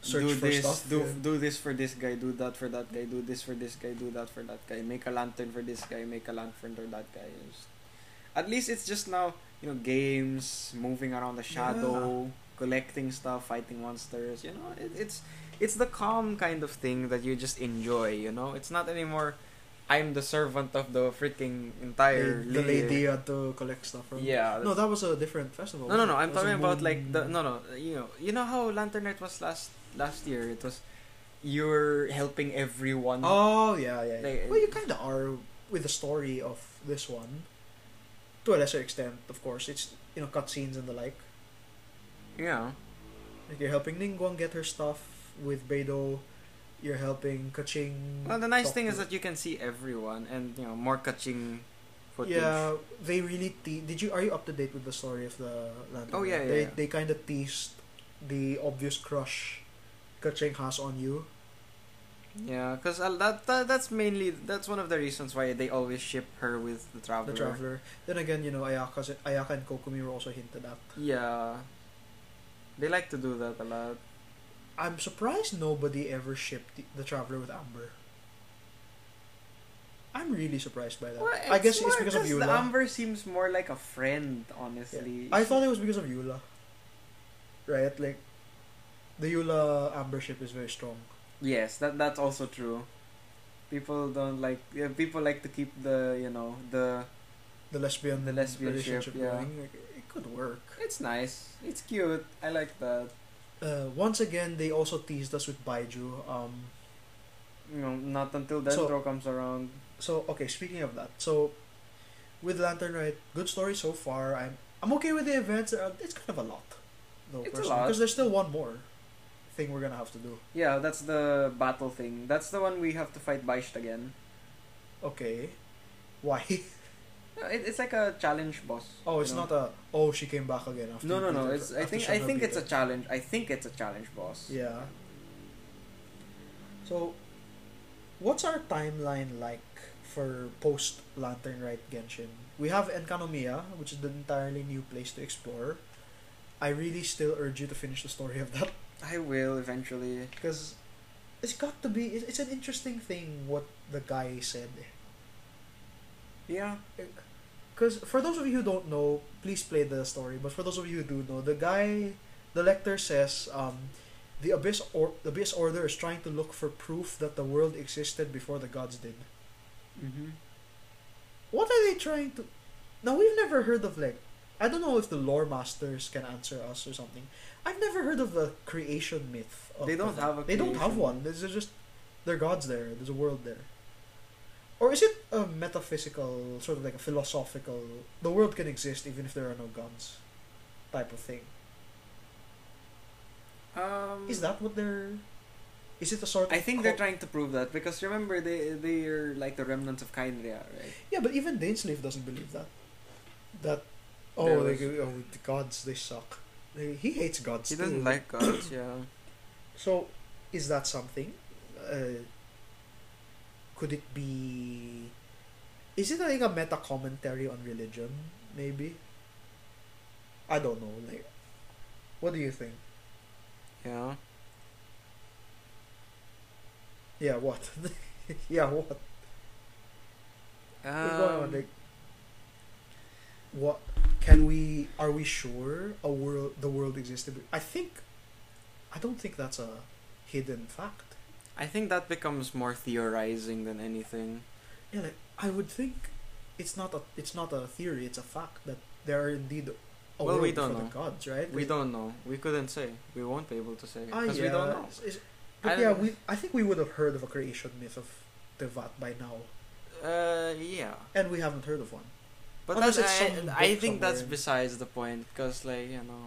[SPEAKER 1] Search
[SPEAKER 2] do
[SPEAKER 1] for
[SPEAKER 2] this,
[SPEAKER 1] stuff.
[SPEAKER 2] do
[SPEAKER 1] yeah.
[SPEAKER 2] do this for this guy, do that for that guy, do this for this guy, do that for that guy. Make a lantern for this guy, make a lantern for that guy. Just- At least it's just now you know games, moving around the shadow, collecting stuff, fighting monsters. You know, it, it's it's the calm kind of thing that you just enjoy. You know, it's not anymore. I'm the servant of the freaking entire
[SPEAKER 1] the, the
[SPEAKER 2] layer."
[SPEAKER 1] lady had to collect stuff from.
[SPEAKER 2] Yeah,
[SPEAKER 1] No, that was a different festival.
[SPEAKER 2] No, no, no.
[SPEAKER 1] That was
[SPEAKER 2] I'm
[SPEAKER 1] a
[SPEAKER 2] talking about like
[SPEAKER 1] moon-
[SPEAKER 2] the no, no. You know, you know how Lantern Night was last last year. It was you're helping everyone.
[SPEAKER 1] Oh yeah, yeah. yeah.
[SPEAKER 2] Like,
[SPEAKER 1] well, you kind of are with the story of this one, to a lesser extent, of course. It's you know cutscenes and the like.
[SPEAKER 2] Yeah.
[SPEAKER 1] Like you're helping Ningguang get her stuff with Beidou. You're helping Kaching.
[SPEAKER 2] Well, the nice
[SPEAKER 1] talk
[SPEAKER 2] thing
[SPEAKER 1] to-
[SPEAKER 2] is that you can see everyone, and you know more catching footage.
[SPEAKER 1] yeah, they really te- did you are you up to date with the story of the Lantern?
[SPEAKER 2] Oh, yeah,
[SPEAKER 1] Knight?
[SPEAKER 2] yeah,
[SPEAKER 1] They
[SPEAKER 2] yeah.
[SPEAKER 1] they kind of teased the obvious crush Kaching has on you.
[SPEAKER 2] Yeah, because that, that that's mainly that's one of the reasons why they always ship her with the traveler.
[SPEAKER 1] the traveler. Then again, you know, Ayaka's, Ayaka and Kokumi were also hinted at.
[SPEAKER 2] Yeah. They like to do that a lot.
[SPEAKER 1] I'm surprised nobody ever shipped the, the traveler with Amber. I'm really surprised by that.
[SPEAKER 2] Well,
[SPEAKER 1] I guess it's
[SPEAKER 2] more
[SPEAKER 1] because of
[SPEAKER 2] 'cause The
[SPEAKER 1] Eula.
[SPEAKER 2] Amber seems more like a friend,
[SPEAKER 1] Yeah.
[SPEAKER 2] honestly.
[SPEAKER 1] I thought it was because of Eula. Right? Like, the Eula Amber ship is very strong.
[SPEAKER 2] Yes, that that's also true. People don't like yeah, people like to keep the you know the
[SPEAKER 1] The lesbian,
[SPEAKER 2] The lesbian ship,
[SPEAKER 1] relationship
[SPEAKER 2] yeah.
[SPEAKER 1] going. Like, it could work.
[SPEAKER 2] it's nice it's cute I like that
[SPEAKER 1] Uh, once again, they also teased us with Baiju. Um,
[SPEAKER 2] you know not until
[SPEAKER 1] So-
[SPEAKER 2] Dendro comes around
[SPEAKER 1] so okay speaking of that so with lantern right good story so far i'm i'm okay with the events uh, it's kind of a lot though
[SPEAKER 2] It's a
[SPEAKER 1] personally,
[SPEAKER 2] lot.
[SPEAKER 1] because there's still one more thing we're gonna have to do
[SPEAKER 2] yeah that's the battle thing that's the one we have to fight Baisht again
[SPEAKER 1] okay why
[SPEAKER 2] No, it, it's like a challenge boss
[SPEAKER 1] oh it's
[SPEAKER 2] you know?
[SPEAKER 1] not a oh she came back again after
[SPEAKER 2] no
[SPEAKER 1] you
[SPEAKER 2] no
[SPEAKER 1] beat
[SPEAKER 2] no
[SPEAKER 1] her-
[SPEAKER 2] it's I
[SPEAKER 1] after
[SPEAKER 2] think
[SPEAKER 1] Shona
[SPEAKER 2] I think
[SPEAKER 1] beat
[SPEAKER 2] it's a
[SPEAKER 1] her."
[SPEAKER 2] challenge I think it's a challenge boss
[SPEAKER 1] yeah so what's our timeline like for post lantern right genshin we have enkanomiya which is an entirely new place to explore i really still urge you to finish the story of that
[SPEAKER 2] I will eventually
[SPEAKER 1] because it's got to be it's, it's an interesting thing what the guy said
[SPEAKER 2] yeah
[SPEAKER 1] because for those of you who don't know please play the story but for those of you who do know the guy the lector says um, the abyss or the abyss order is trying to look for proof that the world existed before the gods did
[SPEAKER 2] mm-hmm.
[SPEAKER 1] what are they trying to now we've never heard of like i don't know if the lore masters can answer us or something i've never heard of the creation myth of
[SPEAKER 2] They don't
[SPEAKER 1] the-
[SPEAKER 2] have a
[SPEAKER 1] they don't have
[SPEAKER 2] creation.
[SPEAKER 1] one there's just there are gods there there's a world there or is it a metaphysical sort of like a philosophical the world can exist even if there are no gods type of thing
[SPEAKER 2] um
[SPEAKER 1] is that what they're is it a sort of
[SPEAKER 2] I think they're
[SPEAKER 1] co-
[SPEAKER 2] trying to prove that because remember they they are like the remnants of Kainria, right?
[SPEAKER 1] Yeah, but even Dainsleif doesn't believe that. That
[SPEAKER 2] There
[SPEAKER 1] oh,
[SPEAKER 2] was-
[SPEAKER 1] like, oh the gods they suck. Like, He hates gods.
[SPEAKER 2] He
[SPEAKER 1] too.
[SPEAKER 2] doesn't like gods, yeah.
[SPEAKER 1] So, is that something? Uh, could it be? Is it like a meta commentary on religion? Maybe. I don't know. Like, what do you think?
[SPEAKER 2] Yeah.
[SPEAKER 1] Yeah, what? yeah, what? What's going on?
[SPEAKER 2] Um,
[SPEAKER 1] Like, what can we? Are we sure a world the world existed? be- I think, I don't think that's a hidden fact.
[SPEAKER 2] I think that becomes more theorizing than anything.
[SPEAKER 1] Yeah, like I would think it's not a it's not a theory. It's a fact that there are indeed a
[SPEAKER 2] Well,
[SPEAKER 1] world
[SPEAKER 2] we don't
[SPEAKER 1] for the
[SPEAKER 2] know.
[SPEAKER 1] gods, right?
[SPEAKER 2] We
[SPEAKER 1] Like,
[SPEAKER 2] don't know. We couldn't say. We won't be able to say
[SPEAKER 1] Ah,
[SPEAKER 2] because
[SPEAKER 1] yeah,
[SPEAKER 2] we don't know.
[SPEAKER 1] it's- it's- but
[SPEAKER 2] I
[SPEAKER 1] yeah,
[SPEAKER 2] don't-
[SPEAKER 1] we I think we would have heard of a creation myth of Teyvat by now,
[SPEAKER 2] Uh, yeah.
[SPEAKER 1] and we haven't heard of one.
[SPEAKER 2] But
[SPEAKER 1] Unless
[SPEAKER 2] that's,
[SPEAKER 1] it's some
[SPEAKER 2] I, I
[SPEAKER 1] book
[SPEAKER 2] think that's
[SPEAKER 1] somewhere.
[SPEAKER 2] besides the point because, like, you know,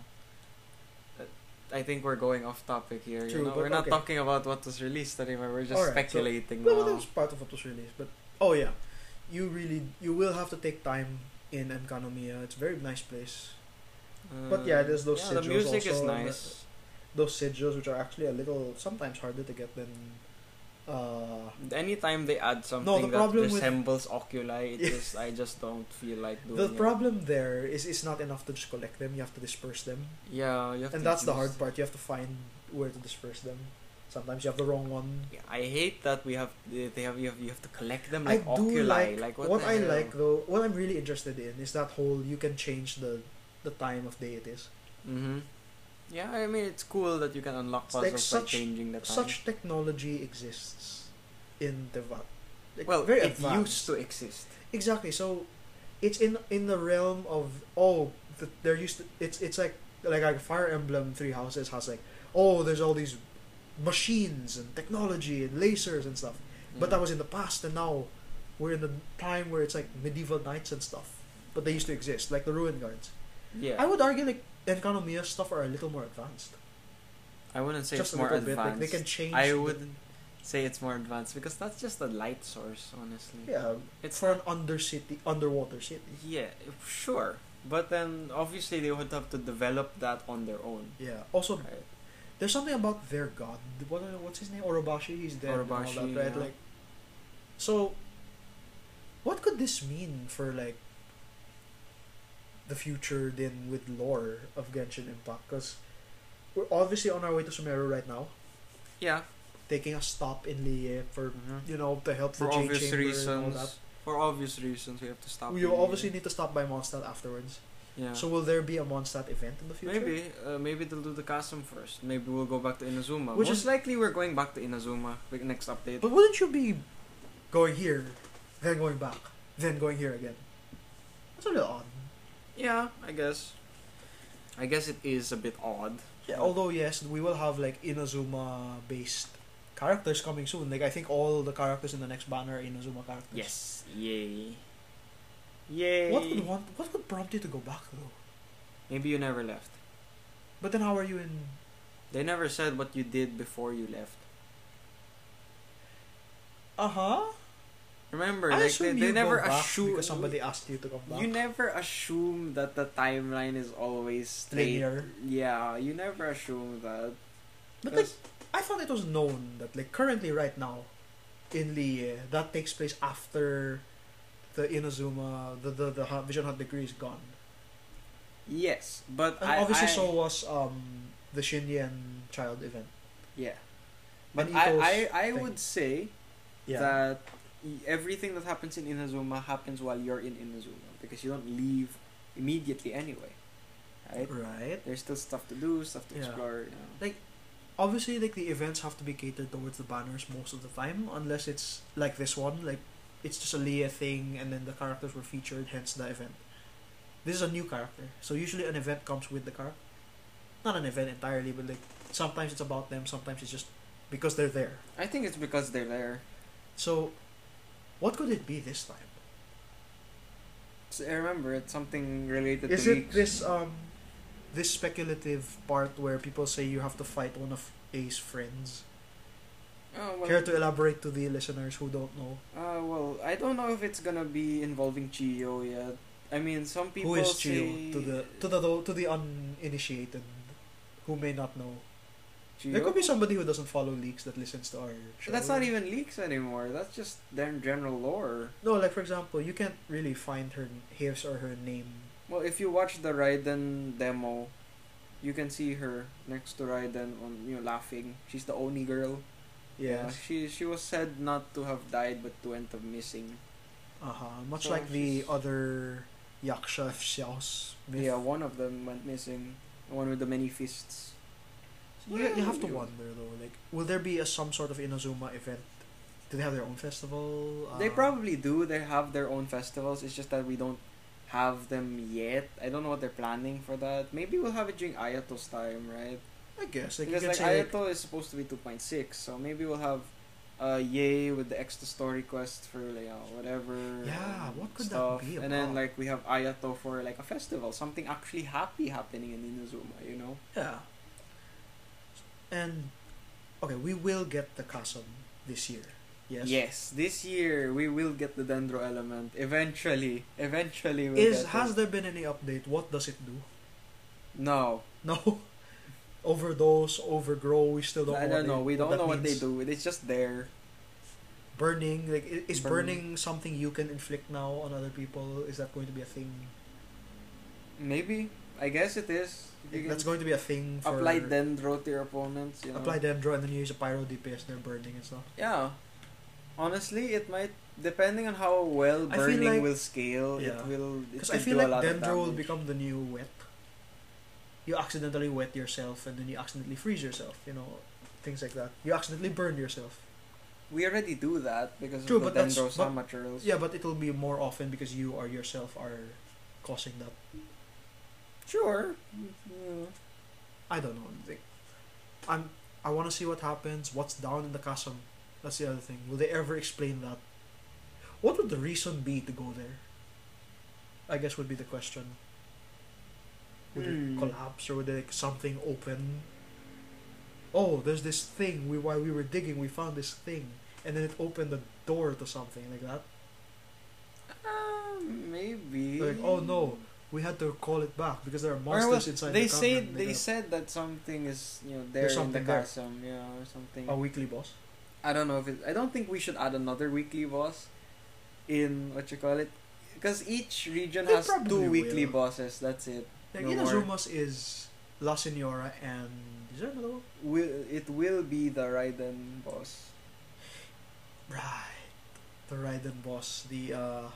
[SPEAKER 2] uh, I think we're going off topic here.
[SPEAKER 1] True,
[SPEAKER 2] you know,
[SPEAKER 1] but
[SPEAKER 2] we're not
[SPEAKER 1] okay.
[SPEAKER 2] talking about what was released anymore. We're just
[SPEAKER 1] Alright, so-
[SPEAKER 2] speculating
[SPEAKER 1] No, but
[SPEAKER 2] now.
[SPEAKER 1] that was part of what was released. But oh yeah, you really you will have to take time in Encanomia. It's a very nice place. But yeah, there's those
[SPEAKER 2] Uh, Yeah, the
[SPEAKER 1] sigils
[SPEAKER 2] music is
[SPEAKER 1] also,
[SPEAKER 2] nice.
[SPEAKER 1] Those sigils, which are actually a little sometimes harder to get than. Uh,
[SPEAKER 2] Anytime they add something that
[SPEAKER 1] problem with-
[SPEAKER 2] resembles oculi, it
[SPEAKER 1] Yeah.
[SPEAKER 2] just I just don't feel like doing
[SPEAKER 1] the
[SPEAKER 2] it.
[SPEAKER 1] problem there is it's not enough to just collect them. You have to disperse them,
[SPEAKER 2] Yeah, you have
[SPEAKER 1] and
[SPEAKER 2] to
[SPEAKER 1] that's the
[SPEAKER 2] choose.
[SPEAKER 1] hard part. You have to find where to disperse them. Sometimes you have the wrong one.
[SPEAKER 2] Yeah, I hate that we have they have you have you have to collect them
[SPEAKER 1] I
[SPEAKER 2] like
[SPEAKER 1] do
[SPEAKER 2] oculi.
[SPEAKER 1] like,
[SPEAKER 2] what,
[SPEAKER 1] what,
[SPEAKER 2] the
[SPEAKER 1] I
[SPEAKER 2] hell?
[SPEAKER 1] like though. What I'm really interested in is that whole you can change the the time of day it is.
[SPEAKER 2] Mm-hmm. Yeah, I mean it's cool that you can unlock
[SPEAKER 1] It's like
[SPEAKER 2] puzzles
[SPEAKER 1] such-
[SPEAKER 2] by changing the time.
[SPEAKER 1] Such technology exists in the va- like,
[SPEAKER 2] well,
[SPEAKER 1] very
[SPEAKER 2] it
[SPEAKER 1] advanced.
[SPEAKER 2] used to exist.
[SPEAKER 1] exactly. So it's in in the realm of oh th- there used to it's it's like like like Fire Emblem Three Houses has like oh there's all these machines and technology and lasers and stuff. But
[SPEAKER 2] Mm.
[SPEAKER 1] that was in the past, and now we're in the time where it's like medieval knights and stuff. But they used to exist, like the ruin guards.
[SPEAKER 2] Mm-hmm. yeah.
[SPEAKER 1] I would argue like Encanomia stuff are a little more advanced.
[SPEAKER 2] I wouldn't say
[SPEAKER 1] Just
[SPEAKER 2] it's
[SPEAKER 1] a
[SPEAKER 2] more
[SPEAKER 1] little
[SPEAKER 2] advanced.
[SPEAKER 1] bit. Like they can change.
[SPEAKER 2] I
[SPEAKER 1] the-
[SPEAKER 2] wouldn't say it's more advanced because that's just a light source, honestly.
[SPEAKER 1] Yeah,
[SPEAKER 2] It's
[SPEAKER 1] for an undercity, underwater city.
[SPEAKER 2] Yeah, sure. But then obviously they would have to develop that on their own.
[SPEAKER 1] Yeah. Also,
[SPEAKER 2] Right.
[SPEAKER 1] there's something about their god. What, what's his name? Orobashi. He's dead. and all
[SPEAKER 2] Orobashi,
[SPEAKER 1] that, right?
[SPEAKER 2] yeah.
[SPEAKER 1] Like, so, what could this mean for like the future then with lore of Genshin Impact? Because we're obviously on our way to Sumeru right now,
[SPEAKER 2] Yeah.
[SPEAKER 1] taking a stop in Lie for
[SPEAKER 2] mhm.
[SPEAKER 1] you know to help
[SPEAKER 2] For
[SPEAKER 1] the Jade
[SPEAKER 2] obvious
[SPEAKER 1] Chamber and all
[SPEAKER 2] reasons.
[SPEAKER 1] that.
[SPEAKER 2] For obvious reasons, we have to stop.
[SPEAKER 1] We will
[SPEAKER 2] the-
[SPEAKER 1] obviously need to stop by Mondstadt afterwards.
[SPEAKER 2] Yeah.
[SPEAKER 1] So will there be a Mondstadt event in the future?
[SPEAKER 2] Maybe, uh, maybe they'll do the custom first. Maybe we'll go back to Inazuma.
[SPEAKER 1] Which
[SPEAKER 2] Which Most
[SPEAKER 1] is-
[SPEAKER 2] likely we're going back to Inazuma with next update.
[SPEAKER 1] But wouldn't you be going here, then going back, then going here again? That's a little odd.
[SPEAKER 2] yeah, I guess. I guess it is a bit odd.
[SPEAKER 1] Yeah, although yes, we will have like Inazuma based characters coming soon. Like I think all the characters in the next banner are Inazuma characters.
[SPEAKER 2] Yes. Yay. Yay.
[SPEAKER 1] What would want what would prompt you to go back though?
[SPEAKER 2] Maybe you never left.
[SPEAKER 1] But then how are you in
[SPEAKER 2] They never said what you did before you left.
[SPEAKER 1] Uh huh.
[SPEAKER 2] Remember,
[SPEAKER 1] I
[SPEAKER 2] like they,
[SPEAKER 1] assume
[SPEAKER 2] they
[SPEAKER 1] you
[SPEAKER 2] never
[SPEAKER 1] go back
[SPEAKER 2] assume
[SPEAKER 1] because somebody asked you to come back.
[SPEAKER 2] You never assume that the timeline is always straight.
[SPEAKER 1] Linear.
[SPEAKER 2] Yeah, you never assume that.
[SPEAKER 1] But like
[SPEAKER 2] 'Cause-
[SPEAKER 1] I thought it was known that like currently right now in Lie that takes place after the Inazuma the the, the hu- Vision Hunt degree is gone.
[SPEAKER 2] yes, but
[SPEAKER 1] And
[SPEAKER 2] I,
[SPEAKER 1] obviously
[SPEAKER 2] I-
[SPEAKER 1] so was um the Shinyen child event.
[SPEAKER 2] Yeah, but
[SPEAKER 1] And Ito's
[SPEAKER 2] I I, I
[SPEAKER 1] thing.
[SPEAKER 2] would say that y- everything that happens in Inazuma happens while you're in Inazuma because you don't leave immediately anyway, right?
[SPEAKER 1] right.
[SPEAKER 2] There's still stuff to do, stuff to
[SPEAKER 1] Yeah.
[SPEAKER 2] explore. You know.
[SPEAKER 1] Obviously like the events have to be catered towards the banners most of the time unless it's like this one like it's just a Lie thing and then the characters were featured hence the event. This is a new character. So usually an event comes with the character. Not an event entirely but like sometimes it's about them sometimes it's just because they're there.
[SPEAKER 2] I think it's because they're there.
[SPEAKER 1] So, what could it be this time?
[SPEAKER 2] So, I remember it's something related
[SPEAKER 1] Is
[SPEAKER 2] to
[SPEAKER 1] it
[SPEAKER 2] leaks.
[SPEAKER 1] this um, this speculative part where people say you have to fight one of A's friends?
[SPEAKER 2] Oh, well,
[SPEAKER 1] Care to elaborate to the listeners who don't know
[SPEAKER 2] Uh, well, I don't know if it's gonna be involving Chio yet. I mean, some people
[SPEAKER 1] who is
[SPEAKER 2] say
[SPEAKER 1] Chio to the to the to the uninitiated, who may not know.
[SPEAKER 2] Chio?
[SPEAKER 1] There could be somebody who doesn't follow leaks that listens to our show.
[SPEAKER 2] That's not even leaks anymore. That's just their general lore.
[SPEAKER 1] No, like for example, you can't really find her his or her name.
[SPEAKER 2] Well, if you watch the Raiden demo, you can see her next to Raiden on you know laughing. She's the only girl.
[SPEAKER 1] Yeah.
[SPEAKER 2] she she was said not to have died, but to end up missing.
[SPEAKER 1] Uh huh. Much
[SPEAKER 2] So
[SPEAKER 1] like the
[SPEAKER 2] she's-
[SPEAKER 1] other Yaksha Xiaos myth.
[SPEAKER 2] Yeah, one of them went missing. The one with the many fists.
[SPEAKER 1] You, you have to
[SPEAKER 2] Well,
[SPEAKER 1] wonder though, like, will there be a, some sort of Inazuma event? Do they have their own festival?
[SPEAKER 2] They
[SPEAKER 1] Uh,
[SPEAKER 2] probably do. They have their own festivals. It's just that we don't have them yet. I don't know what they're planning for that. Maybe we'll have it during Ayato's time, right?
[SPEAKER 1] I guess. Like, you
[SPEAKER 2] because
[SPEAKER 1] can say,
[SPEAKER 2] like Ayato is supposed to be two point six, so maybe we'll have uh, Yay with the extra story quest for like uh, whatever.
[SPEAKER 1] Yeah, what could that
[SPEAKER 2] stuff.
[SPEAKER 1] be
[SPEAKER 2] And then
[SPEAKER 1] about?
[SPEAKER 2] like we have Ayato for like a festival, something actually happy happening in Inazuma, you know.
[SPEAKER 1] Yeah. And okay, we will get the Kasum this year. Yes.
[SPEAKER 2] this year we will get the Dendro element eventually. Eventually, we'll
[SPEAKER 1] Is
[SPEAKER 2] get
[SPEAKER 1] has
[SPEAKER 2] it.
[SPEAKER 1] there been any update? What does it do?
[SPEAKER 2] no.
[SPEAKER 1] No. Overdose, overgrow. We still don't.
[SPEAKER 2] I
[SPEAKER 1] know
[SPEAKER 2] don't
[SPEAKER 1] what
[SPEAKER 2] know.
[SPEAKER 1] They,
[SPEAKER 2] We
[SPEAKER 1] what
[SPEAKER 2] don't
[SPEAKER 1] that
[SPEAKER 2] know what
[SPEAKER 1] means.
[SPEAKER 2] they do. It's just there.
[SPEAKER 1] Burning. Like, i- is burning.
[SPEAKER 2] Burning.
[SPEAKER 1] something you can inflict now on other people? Is that going to be a thing?
[SPEAKER 2] Maybe I guess it is. You can
[SPEAKER 1] That's going to be a thing. For,
[SPEAKER 2] apply Dendro to your opponents. You know?
[SPEAKER 1] Apply dendro, and then you use a pyro DPS. They're burning and stuff.
[SPEAKER 2] Yeah. Honestly, it might depending on how well
[SPEAKER 1] I feel
[SPEAKER 2] burning
[SPEAKER 1] like-
[SPEAKER 2] will scale.
[SPEAKER 1] Yeah.
[SPEAKER 2] It will. It
[SPEAKER 1] Because
[SPEAKER 2] could
[SPEAKER 1] I feel
[SPEAKER 2] do
[SPEAKER 1] like
[SPEAKER 2] a lot of
[SPEAKER 1] Dendro will
[SPEAKER 2] damage.
[SPEAKER 1] become the new wet. You accidentally wet yourself and then you accidentally freeze yourself, you know, things like that. You accidentally burn yourself.
[SPEAKER 2] We already do that because
[SPEAKER 1] True,
[SPEAKER 2] of the
[SPEAKER 1] but that's-
[SPEAKER 2] Dendro
[SPEAKER 1] but-
[SPEAKER 2] Sun materials.
[SPEAKER 1] Yeah, but it'll be more often because you or yourself are causing that.
[SPEAKER 2] Sure. Mm,
[SPEAKER 1] I don't know. Like, I'm. I want to see what happens. What's down in the chasm? That's the other thing. Will they ever explain that? What would the reason be to go there? I guess would be the question. Would
[SPEAKER 2] Hmm.
[SPEAKER 1] it collapse or would it, like something open? Oh, there's this thing. We while we were digging, we found this thing, and then it opened the door to something like that.
[SPEAKER 2] Uh, maybe.
[SPEAKER 1] Like, oh no, we had to call it back because there are
[SPEAKER 2] Or
[SPEAKER 1] monsters
[SPEAKER 2] was-
[SPEAKER 1] inside.
[SPEAKER 2] they
[SPEAKER 1] the
[SPEAKER 2] say
[SPEAKER 1] cavern.
[SPEAKER 2] they
[SPEAKER 1] got
[SPEAKER 2] said that something is you know there
[SPEAKER 1] There's
[SPEAKER 2] in the
[SPEAKER 1] something there.
[SPEAKER 2] chasm, yeah, or something.
[SPEAKER 1] a weekly boss.
[SPEAKER 2] I don't know if it, I don't think we should add another weekly boss in what you call it because each region
[SPEAKER 1] They
[SPEAKER 2] has two
[SPEAKER 1] probably
[SPEAKER 2] weekly
[SPEAKER 1] will.
[SPEAKER 2] bosses. That's it.
[SPEAKER 1] Like
[SPEAKER 2] No
[SPEAKER 1] Inazumas is La Senora and is there another one?
[SPEAKER 2] Will it will be the Raiden boss?
[SPEAKER 1] Right. The Raiden boss. The uh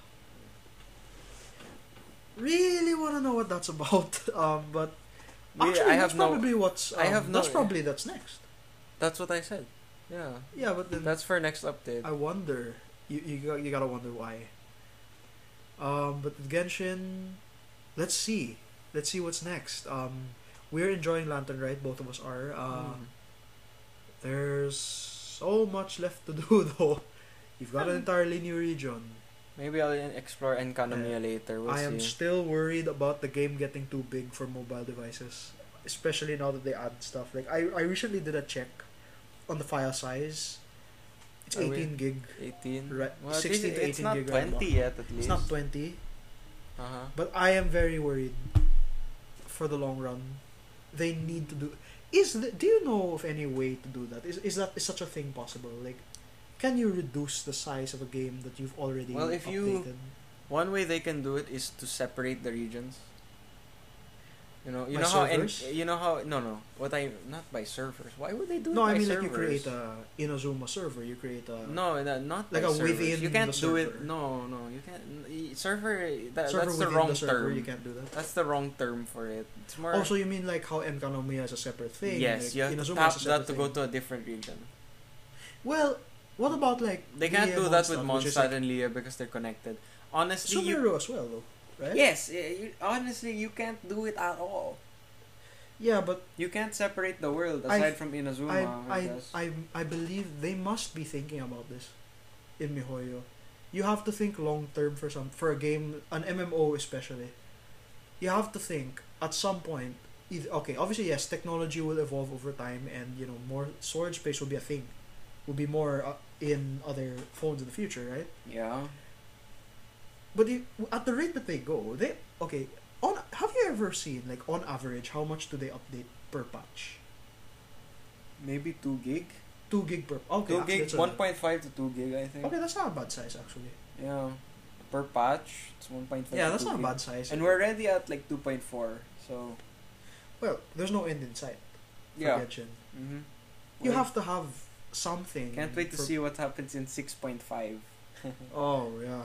[SPEAKER 1] Really wanna know what that's about. Um but
[SPEAKER 2] We-
[SPEAKER 1] actually
[SPEAKER 2] I
[SPEAKER 1] that's
[SPEAKER 2] have no-
[SPEAKER 1] probably what's um,
[SPEAKER 2] I have
[SPEAKER 1] that's
[SPEAKER 2] no-
[SPEAKER 1] probably that's next.
[SPEAKER 2] That's what I said. Yeah,
[SPEAKER 1] Yeah, but then
[SPEAKER 2] that's for next update.
[SPEAKER 1] I wonder you you, got- you gotta wonder why. Um but Genshin let's see. Let's see what's next. Um we're enjoying Lantern, right? Both of us are. Uh
[SPEAKER 2] Mm.
[SPEAKER 1] There's so much left to do though. You've got an entirely new region.
[SPEAKER 2] Maybe I'll en- explore Enkanomiya later. We'll
[SPEAKER 1] I am
[SPEAKER 2] see.
[SPEAKER 1] still worried about the game getting too big for mobile devices, especially now that they add stuff. Like I, I recently did a check on the file size. It's
[SPEAKER 2] Are we-
[SPEAKER 1] 18 gig.
[SPEAKER 2] 18.
[SPEAKER 1] Right,
[SPEAKER 2] Well, at
[SPEAKER 1] 16
[SPEAKER 2] least
[SPEAKER 1] to
[SPEAKER 2] it's
[SPEAKER 1] 18
[SPEAKER 2] not
[SPEAKER 1] gig RAM.
[SPEAKER 2] 20 yet. At least
[SPEAKER 1] It's not 20,
[SPEAKER 2] Uh-huh.
[SPEAKER 1] but I am very worried for the long run. They need to do. Is the, do you know of any way to do that? Is is that is such a thing possible? Like, can you reduce the size of a game that you've already
[SPEAKER 2] Well, if you-
[SPEAKER 1] updated?
[SPEAKER 2] One way they can do it is to separate the regions. You know, you
[SPEAKER 1] By
[SPEAKER 2] know how en-
[SPEAKER 1] servers?
[SPEAKER 2] you know how no no what I not by servers. Why would they do
[SPEAKER 1] No,
[SPEAKER 2] it by
[SPEAKER 1] I mean
[SPEAKER 2] servers?
[SPEAKER 1] like you create a Inazuma server. You create a
[SPEAKER 2] no, no, not
[SPEAKER 1] like
[SPEAKER 2] by
[SPEAKER 1] a
[SPEAKER 2] servers.
[SPEAKER 1] within
[SPEAKER 2] You can't
[SPEAKER 1] the
[SPEAKER 2] do
[SPEAKER 1] server.
[SPEAKER 2] it. No, no, you can't. n- y- Server, that,
[SPEAKER 1] server
[SPEAKER 2] that's the
[SPEAKER 1] within
[SPEAKER 2] wrong
[SPEAKER 1] the server.
[SPEAKER 2] term.
[SPEAKER 1] You can't do that.
[SPEAKER 2] That's the wrong term for it. It's more.
[SPEAKER 1] Also, you mean like how Enkanomiya is a separate thing?
[SPEAKER 2] yes,
[SPEAKER 1] like,
[SPEAKER 2] you have to
[SPEAKER 1] Inazuma
[SPEAKER 2] tap
[SPEAKER 1] is a separate
[SPEAKER 2] that to go
[SPEAKER 1] thing.
[SPEAKER 2] to a different region.
[SPEAKER 1] Well, what about like
[SPEAKER 2] They can't
[SPEAKER 1] the,
[SPEAKER 2] do
[SPEAKER 1] uh,
[SPEAKER 2] that with
[SPEAKER 1] Mondstadt, which is,
[SPEAKER 2] Mondstadt and Leah because they're connected. Honestly,
[SPEAKER 1] Like,
[SPEAKER 2] you
[SPEAKER 1] Sumeru as well, though, right?
[SPEAKER 2] yes, y- you, honestly you can't do it at all.
[SPEAKER 1] Yeah, but
[SPEAKER 2] You can't separate the world
[SPEAKER 1] I-
[SPEAKER 2] aside from Inazuma.
[SPEAKER 1] I,
[SPEAKER 2] I
[SPEAKER 1] I,
[SPEAKER 2] guess.
[SPEAKER 1] I, I believe they must be thinking about this in MiHoYo. You have to think long term for some for a game, an MMO especially. You have to think at some point. Either, okay, obviously yes, technology will evolve over time, and you know more storage space will be a thing, will be more uh, in other phones in the future, right?
[SPEAKER 2] yeah.
[SPEAKER 1] But you, at the rate that they go, they okay. On have you ever seen like on average how much do they update per patch?
[SPEAKER 2] Maybe two gig.
[SPEAKER 1] Two gig per okay.
[SPEAKER 2] two
[SPEAKER 1] actually,
[SPEAKER 2] gig,
[SPEAKER 1] that's a-
[SPEAKER 2] one point five to two gig, I think.
[SPEAKER 1] Okay, that's not a bad size actually.
[SPEAKER 2] Yeah, per patch, it's one point five.
[SPEAKER 1] Yeah,
[SPEAKER 2] to
[SPEAKER 1] that's
[SPEAKER 2] 2
[SPEAKER 1] not a
[SPEAKER 2] gig.
[SPEAKER 1] bad size.
[SPEAKER 2] And we're already at like two point four. So
[SPEAKER 1] well, there's no end in sight. For
[SPEAKER 2] yeah.
[SPEAKER 1] Genshin.
[SPEAKER 2] Mm-hmm.
[SPEAKER 1] You have to have something.
[SPEAKER 2] Can't wait to
[SPEAKER 1] for-
[SPEAKER 2] see what happens in six point five.
[SPEAKER 1] Oh yeah.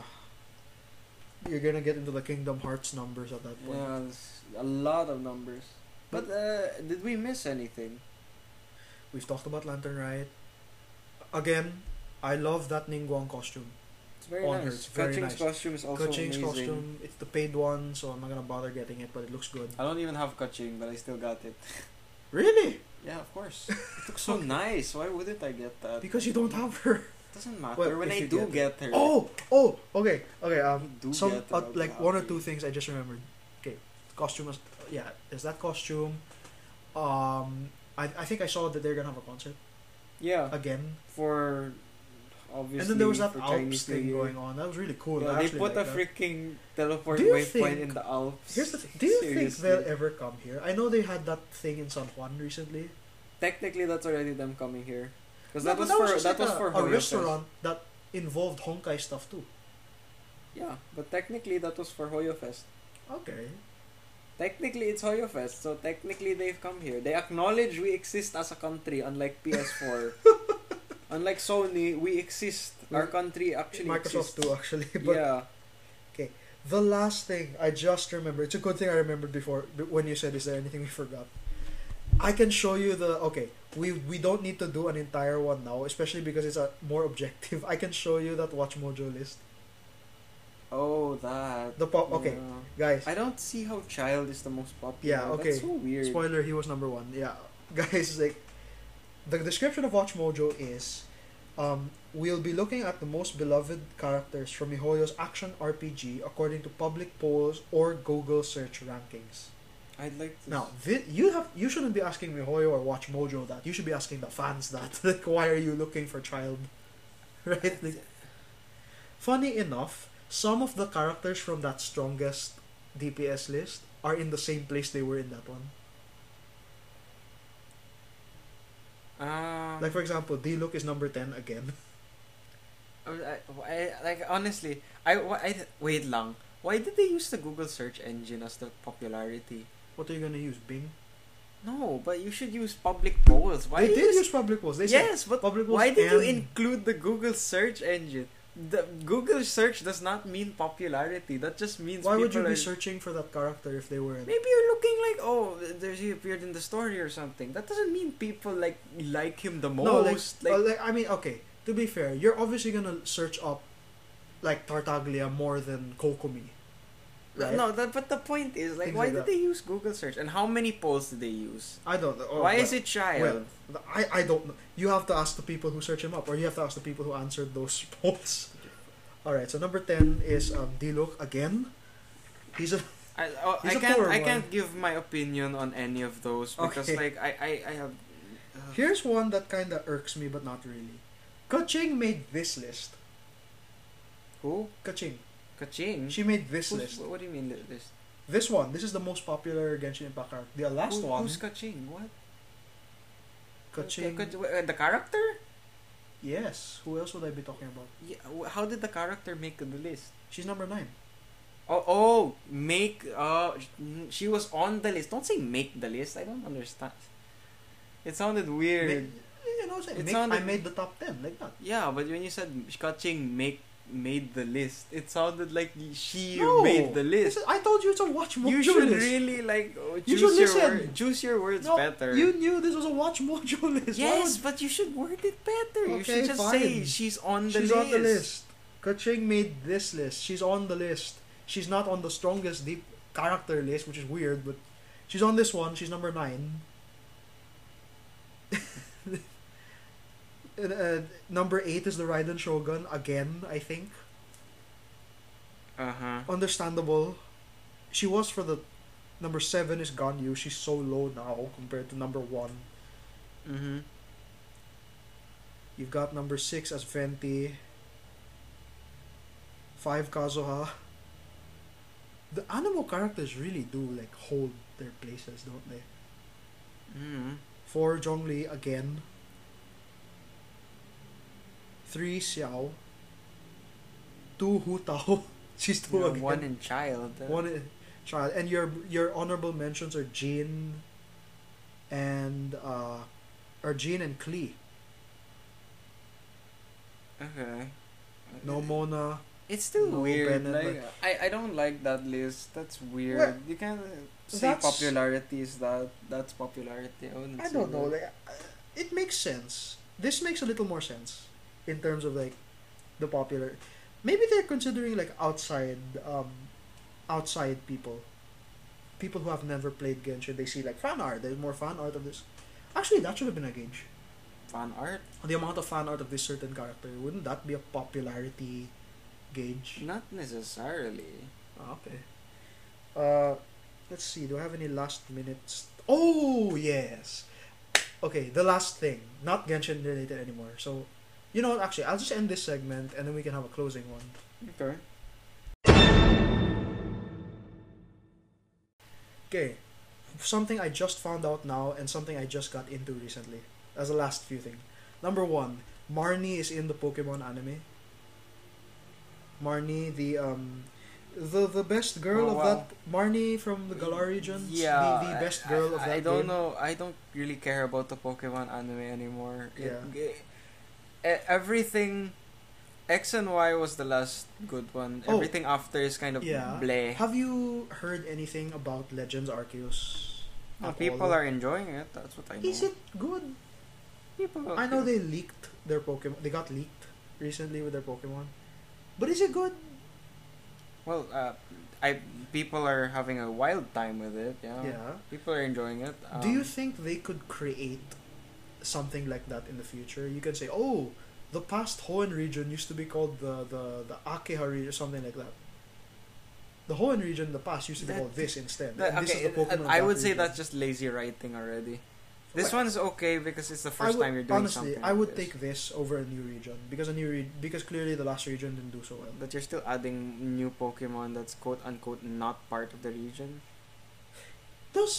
[SPEAKER 1] You're gonna get into the Kingdom Hearts numbers at that point.
[SPEAKER 2] Yeah, there's a lot of numbers. But uh, did we miss anything?
[SPEAKER 1] We've talked about Lantern Riot. Again, I love that Ningguang costume.
[SPEAKER 2] It's very
[SPEAKER 1] On her, it's
[SPEAKER 2] nice.
[SPEAKER 1] very
[SPEAKER 2] Kuching's
[SPEAKER 1] nice.
[SPEAKER 2] costume is also
[SPEAKER 1] Kuching's
[SPEAKER 2] amazing.
[SPEAKER 1] costume. It's the paid one, so I'm not gonna bother getting it, but it looks good.
[SPEAKER 2] I don't even have Kuching, but I still got it.
[SPEAKER 1] Really?
[SPEAKER 2] Yeah, of course. It looks so nice. Why wouldn't I get that?
[SPEAKER 1] Because you don't have her.
[SPEAKER 2] doesn't matter.
[SPEAKER 1] Well,
[SPEAKER 2] when
[SPEAKER 1] if
[SPEAKER 2] I
[SPEAKER 1] you
[SPEAKER 2] do
[SPEAKER 1] get
[SPEAKER 2] get, her.
[SPEAKER 1] Oh, oh, okay, okay.
[SPEAKER 2] You
[SPEAKER 1] Um,
[SPEAKER 2] do
[SPEAKER 1] some
[SPEAKER 2] get
[SPEAKER 1] uh,
[SPEAKER 2] robbed
[SPEAKER 1] like one or
[SPEAKER 2] happy.
[SPEAKER 1] two things I just remembered. Okay, costume. is- Yeah, is that costume? Um, I I think I saw that they're gonna have a concert
[SPEAKER 2] Yeah.
[SPEAKER 1] again,
[SPEAKER 2] for obviously.
[SPEAKER 1] and then there was that
[SPEAKER 2] for
[SPEAKER 1] Alps
[SPEAKER 2] Chinese New
[SPEAKER 1] thing
[SPEAKER 2] Year.
[SPEAKER 1] going on. That was really cool.
[SPEAKER 2] Yeah,
[SPEAKER 1] I
[SPEAKER 2] they
[SPEAKER 1] actually
[SPEAKER 2] put a
[SPEAKER 1] like that.
[SPEAKER 2] freaking teleport
[SPEAKER 1] Do you
[SPEAKER 2] waypoint
[SPEAKER 1] think-
[SPEAKER 2] in the Alps.
[SPEAKER 1] Here's the thing. Do you think
[SPEAKER 2] Seriously.
[SPEAKER 1] they'll ever come here? I know they had that thing in San Juan recently.
[SPEAKER 2] Technically, that's already them coming here. Because
[SPEAKER 1] No,
[SPEAKER 2] that,
[SPEAKER 1] but
[SPEAKER 2] was for
[SPEAKER 1] just
[SPEAKER 2] that
[SPEAKER 1] like
[SPEAKER 2] was
[SPEAKER 1] a,
[SPEAKER 2] for
[SPEAKER 1] a
[SPEAKER 2] Hoyo Fest.
[SPEAKER 1] restaurant that involved Honkai stuff too.
[SPEAKER 2] Yeah, but technically that was for Hoyo Fest.
[SPEAKER 1] Okay.
[SPEAKER 2] Technically, it's Hoyo Fest, so technically they've come here. They acknowledge we exist as a country, unlike PS4. unlike Sony, we exist. Our country actually
[SPEAKER 1] Hmm. Microsoft
[SPEAKER 2] exists.
[SPEAKER 1] too, actually. But
[SPEAKER 2] yeah.
[SPEAKER 1] The last thing I just remember, it's a good thing I remembered before b- when you said, "Is there anything we forgot?" I can show you the okay. We we don't need to do an entire one now, especially because it's a more objective. I can show you that Watch Mojo list.
[SPEAKER 2] Oh, that.
[SPEAKER 1] The pop. Okay,
[SPEAKER 2] yeah.
[SPEAKER 1] guys.
[SPEAKER 2] I don't see how Child is the most popular.
[SPEAKER 1] Yeah, okay.
[SPEAKER 2] That's so weird.
[SPEAKER 1] Spoiler: He was number one. Yeah, guys. Like the description of Watch Mojo is, um, we'll be looking at the most beloved characters from MiHoYo's action RPG according to public polls or Google search rankings.
[SPEAKER 2] I'd like to.
[SPEAKER 1] Now, thi- you have you shouldn't be asking MiHoYo or Watch Mojo that. You should be asking the fans that. like, why are you looking for child? Right? Like, funny enough, some of the characters from that strongest DPS list are in the same place they were in that one.
[SPEAKER 2] Um, Ah.
[SPEAKER 1] Like for example, D Look is number ten again.
[SPEAKER 2] I, I- like honestly, I, wh- I wait lang. Why did they use the Google search engine as the popularity?
[SPEAKER 1] What are you gonna use? Bing?
[SPEAKER 2] No, but you should use public polls. Why
[SPEAKER 1] they did
[SPEAKER 2] you
[SPEAKER 1] use public polls. They said
[SPEAKER 2] yes, but
[SPEAKER 1] public polls.
[SPEAKER 2] why did you
[SPEAKER 1] and-
[SPEAKER 2] include the Google search engine? The Google search does not mean popularity. That just means
[SPEAKER 1] Why would
[SPEAKER 2] people
[SPEAKER 1] you be
[SPEAKER 2] are-
[SPEAKER 1] searching for that character if they were in?
[SPEAKER 2] Maybe you're looking like oh, there's he appeared in the story or something. That doesn't mean people like like him the most.
[SPEAKER 1] No, like,
[SPEAKER 2] like,
[SPEAKER 1] uh, like I mean, okay. To be fair, you're obviously gonna search up like Tartaglia more than Kokomi. Right?
[SPEAKER 2] No, that, but the point is, like,
[SPEAKER 1] Things
[SPEAKER 2] why
[SPEAKER 1] like
[SPEAKER 2] did
[SPEAKER 1] that.
[SPEAKER 2] they use Google search, and how many polls did they use?
[SPEAKER 1] I don't know. Oh,
[SPEAKER 2] why
[SPEAKER 1] well,
[SPEAKER 2] is it child?
[SPEAKER 1] Well, I, I don't know. You have to ask the people who search him up, or you have to ask the people who answered those polls. All right. So number ten is um, Diluc again. He's a
[SPEAKER 2] I, oh,
[SPEAKER 1] he's
[SPEAKER 2] I
[SPEAKER 1] a
[SPEAKER 2] can't.
[SPEAKER 1] poor
[SPEAKER 2] I
[SPEAKER 1] one.
[SPEAKER 2] can't give my opinion on any of those because,
[SPEAKER 1] Okay.
[SPEAKER 2] like, I, I, I have. uh,
[SPEAKER 1] Here's one that kind of irks me, but not really. Kaching made this list.
[SPEAKER 2] who?
[SPEAKER 1] Kaching.
[SPEAKER 2] Kaching.
[SPEAKER 1] She made this
[SPEAKER 2] Who's-
[SPEAKER 1] list.
[SPEAKER 2] What do you mean li- list?
[SPEAKER 1] This one. This is the most popular Genshin Impact character. The last
[SPEAKER 2] Who-
[SPEAKER 1] one.
[SPEAKER 2] Who's Kaching? What?
[SPEAKER 1] Kaching.
[SPEAKER 2] Ka- uh, the character?
[SPEAKER 1] Yes. Who else would I be talking about?
[SPEAKER 2] Yeah, wh- how did the character make the list?
[SPEAKER 1] She's number nine.
[SPEAKER 2] Oh, oh, make. Uh, mm, she was on the list. Don't say make the list. I don't understand. It sounded
[SPEAKER 1] Ma-
[SPEAKER 2] weird.
[SPEAKER 1] you know, what I'm saying?
[SPEAKER 2] It
[SPEAKER 1] Make-
[SPEAKER 2] sounded-
[SPEAKER 1] I made the top ten like that.
[SPEAKER 2] Yeah, but when you said Kaching make made the list, it sounded like she
[SPEAKER 1] No.
[SPEAKER 2] made the
[SPEAKER 1] This
[SPEAKER 2] list.
[SPEAKER 1] is- I told you it's a watch mojo
[SPEAKER 2] You should
[SPEAKER 1] list.
[SPEAKER 2] really like oh,
[SPEAKER 1] You
[SPEAKER 2] choose
[SPEAKER 1] should
[SPEAKER 2] your
[SPEAKER 1] listen.
[SPEAKER 2] word, choose your words
[SPEAKER 1] No,
[SPEAKER 2] better.
[SPEAKER 1] You knew this was a watch mojo list. Why
[SPEAKER 2] yes, but you should word it better. you
[SPEAKER 1] Okay,
[SPEAKER 2] should just say
[SPEAKER 1] fine.
[SPEAKER 2] she's on
[SPEAKER 1] would-
[SPEAKER 2] the
[SPEAKER 1] she's
[SPEAKER 2] list.
[SPEAKER 1] on the list. Kaching made this list. She's on the list. She's not on the strongest deep character list, which is weird, but she's on this one. She's number nine. And, uh, number eight is the Raiden Shogun again. I think
[SPEAKER 2] Uh huh.
[SPEAKER 1] understandable. She was for the number seven is Ganyu. She's so low now compared to number one.
[SPEAKER 2] Mm-hmm.
[SPEAKER 1] You've got number six as Fenty. Five Kazuha. The animal characters really do like hold their places, don't they?
[SPEAKER 2] Mm-hmm.
[SPEAKER 1] Four Zhongli again. Three Xiao. Two Hu Tao. She's two again.
[SPEAKER 2] one in child. uh,
[SPEAKER 1] One i- child, and your your honorable mentions are Jean and uh, are Jean and Klee,
[SPEAKER 2] Okay.
[SPEAKER 1] no Mona.
[SPEAKER 2] It's still
[SPEAKER 1] No,
[SPEAKER 2] weird.
[SPEAKER 1] Bennett,
[SPEAKER 2] like, I, I don't like that list. That's weird.
[SPEAKER 1] Well,
[SPEAKER 2] you can't uh, say
[SPEAKER 1] that's-
[SPEAKER 2] popularity is that. That's popularity. I, wouldn't
[SPEAKER 1] I
[SPEAKER 2] say
[SPEAKER 1] don't know.
[SPEAKER 2] that.
[SPEAKER 1] Like, uh, it makes sense. This makes a little more sense in terms of like the popular. Maybe they're considering like outside, um, outside people, people who have never played Genshin. They see like fan art. There's more fan art of this. Actually, that should have been a gauge.
[SPEAKER 2] Fan art?
[SPEAKER 1] The amount of fan art of this certain character wouldn't that be a popularity gauge?
[SPEAKER 2] Not necessarily.
[SPEAKER 1] Ah, okay. Uh, let's see. Do I have any last minutes? Oh yes. Okay, the last thing, not Genshin related anymore. So, you know what? Actually, I'll just end this segment and then we can have a closing one.
[SPEAKER 2] Okay.
[SPEAKER 1] Okay, something I just found out now and something I just got into recently. As the last few things. Number one, Marnie is in the Pokemon anime. Marnie, the um, the the best girl
[SPEAKER 2] Oh,
[SPEAKER 1] of
[SPEAKER 2] wow.
[SPEAKER 1] that Marnie from the Galar region.
[SPEAKER 2] Yeah.
[SPEAKER 1] the, the best
[SPEAKER 2] I-
[SPEAKER 1] girl of
[SPEAKER 2] I,
[SPEAKER 1] that.
[SPEAKER 2] I don't
[SPEAKER 1] game.
[SPEAKER 2] know. I don't really care about the Pokemon anime anymore. It-
[SPEAKER 1] Yeah.
[SPEAKER 2] g- e- everything. X and Y was the last good one.
[SPEAKER 1] Oh.
[SPEAKER 2] Everything after is kind of
[SPEAKER 1] Yeah.
[SPEAKER 2] bleh.
[SPEAKER 1] Have you heard anything about Legends Arceus?
[SPEAKER 2] And
[SPEAKER 1] at
[SPEAKER 2] Oh, people
[SPEAKER 1] all?
[SPEAKER 2] are enjoying it. That's what I know.
[SPEAKER 1] Is it good?
[SPEAKER 2] People are
[SPEAKER 1] I know
[SPEAKER 2] good.
[SPEAKER 1] they leaked their Pokemon. They got leaked recently with their Pokemon. But is it good?
[SPEAKER 2] Well, uh, I people are having a wild time with it. Yeah.
[SPEAKER 1] yeah.
[SPEAKER 2] People are enjoying it. Um,
[SPEAKER 1] Do you think they could create something like that in the future? You can say, oh, the past Hoenn region used to be called the the the Akeha region, something like that. The Hoenn region in the past used to be
[SPEAKER 2] That-
[SPEAKER 1] called this instead.
[SPEAKER 2] That,
[SPEAKER 1] and this
[SPEAKER 2] okay,
[SPEAKER 1] is the Pokemon of
[SPEAKER 2] I
[SPEAKER 1] that
[SPEAKER 2] would say
[SPEAKER 1] region.
[SPEAKER 2] that's just lazy writing already. This
[SPEAKER 1] Well,
[SPEAKER 2] one's okay because it's the
[SPEAKER 1] I
[SPEAKER 2] first
[SPEAKER 1] would-
[SPEAKER 2] time you're doing
[SPEAKER 1] honestly,
[SPEAKER 2] something.
[SPEAKER 1] I
[SPEAKER 2] like
[SPEAKER 1] would
[SPEAKER 2] this.
[SPEAKER 1] take this over a new region because a new re- because clearly the last region didn't do so well.
[SPEAKER 2] But you're still adding new Pokemon that's quote unquote not part of the region.
[SPEAKER 1] Mm. Does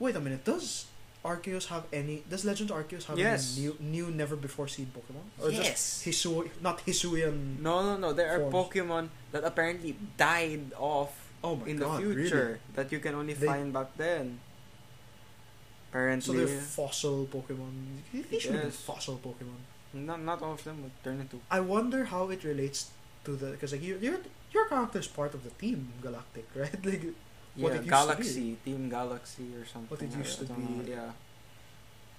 [SPEAKER 1] wait a minute? Does Arceus have any? Does Legend Arceus have
[SPEAKER 2] Yes.
[SPEAKER 1] any new new never before seen Pokemon or just
[SPEAKER 2] yes.
[SPEAKER 1] Hisui? Not Hisuian.
[SPEAKER 2] No, no, no. There are
[SPEAKER 1] Forms.
[SPEAKER 2] Pokemon that apparently died off
[SPEAKER 1] Oh my
[SPEAKER 2] in
[SPEAKER 1] god!
[SPEAKER 2] the
[SPEAKER 1] really?
[SPEAKER 2] future that you can only
[SPEAKER 1] They-
[SPEAKER 2] find back then. Apparently,
[SPEAKER 1] So they're fossil Pokemon. They should be
[SPEAKER 2] Yes.
[SPEAKER 1] fossil Pokemon.
[SPEAKER 2] not, not all of them would turn into.
[SPEAKER 1] I wonder how it relates to the because like you, your your character is part of the team Galactic, right? Like
[SPEAKER 2] Yeah,
[SPEAKER 1] What it used to be.
[SPEAKER 2] Galaxy, Team Galaxy or something.
[SPEAKER 1] it
[SPEAKER 2] I-
[SPEAKER 1] used
[SPEAKER 2] I
[SPEAKER 1] to
[SPEAKER 2] don't know,
[SPEAKER 1] be.
[SPEAKER 2] Yeah.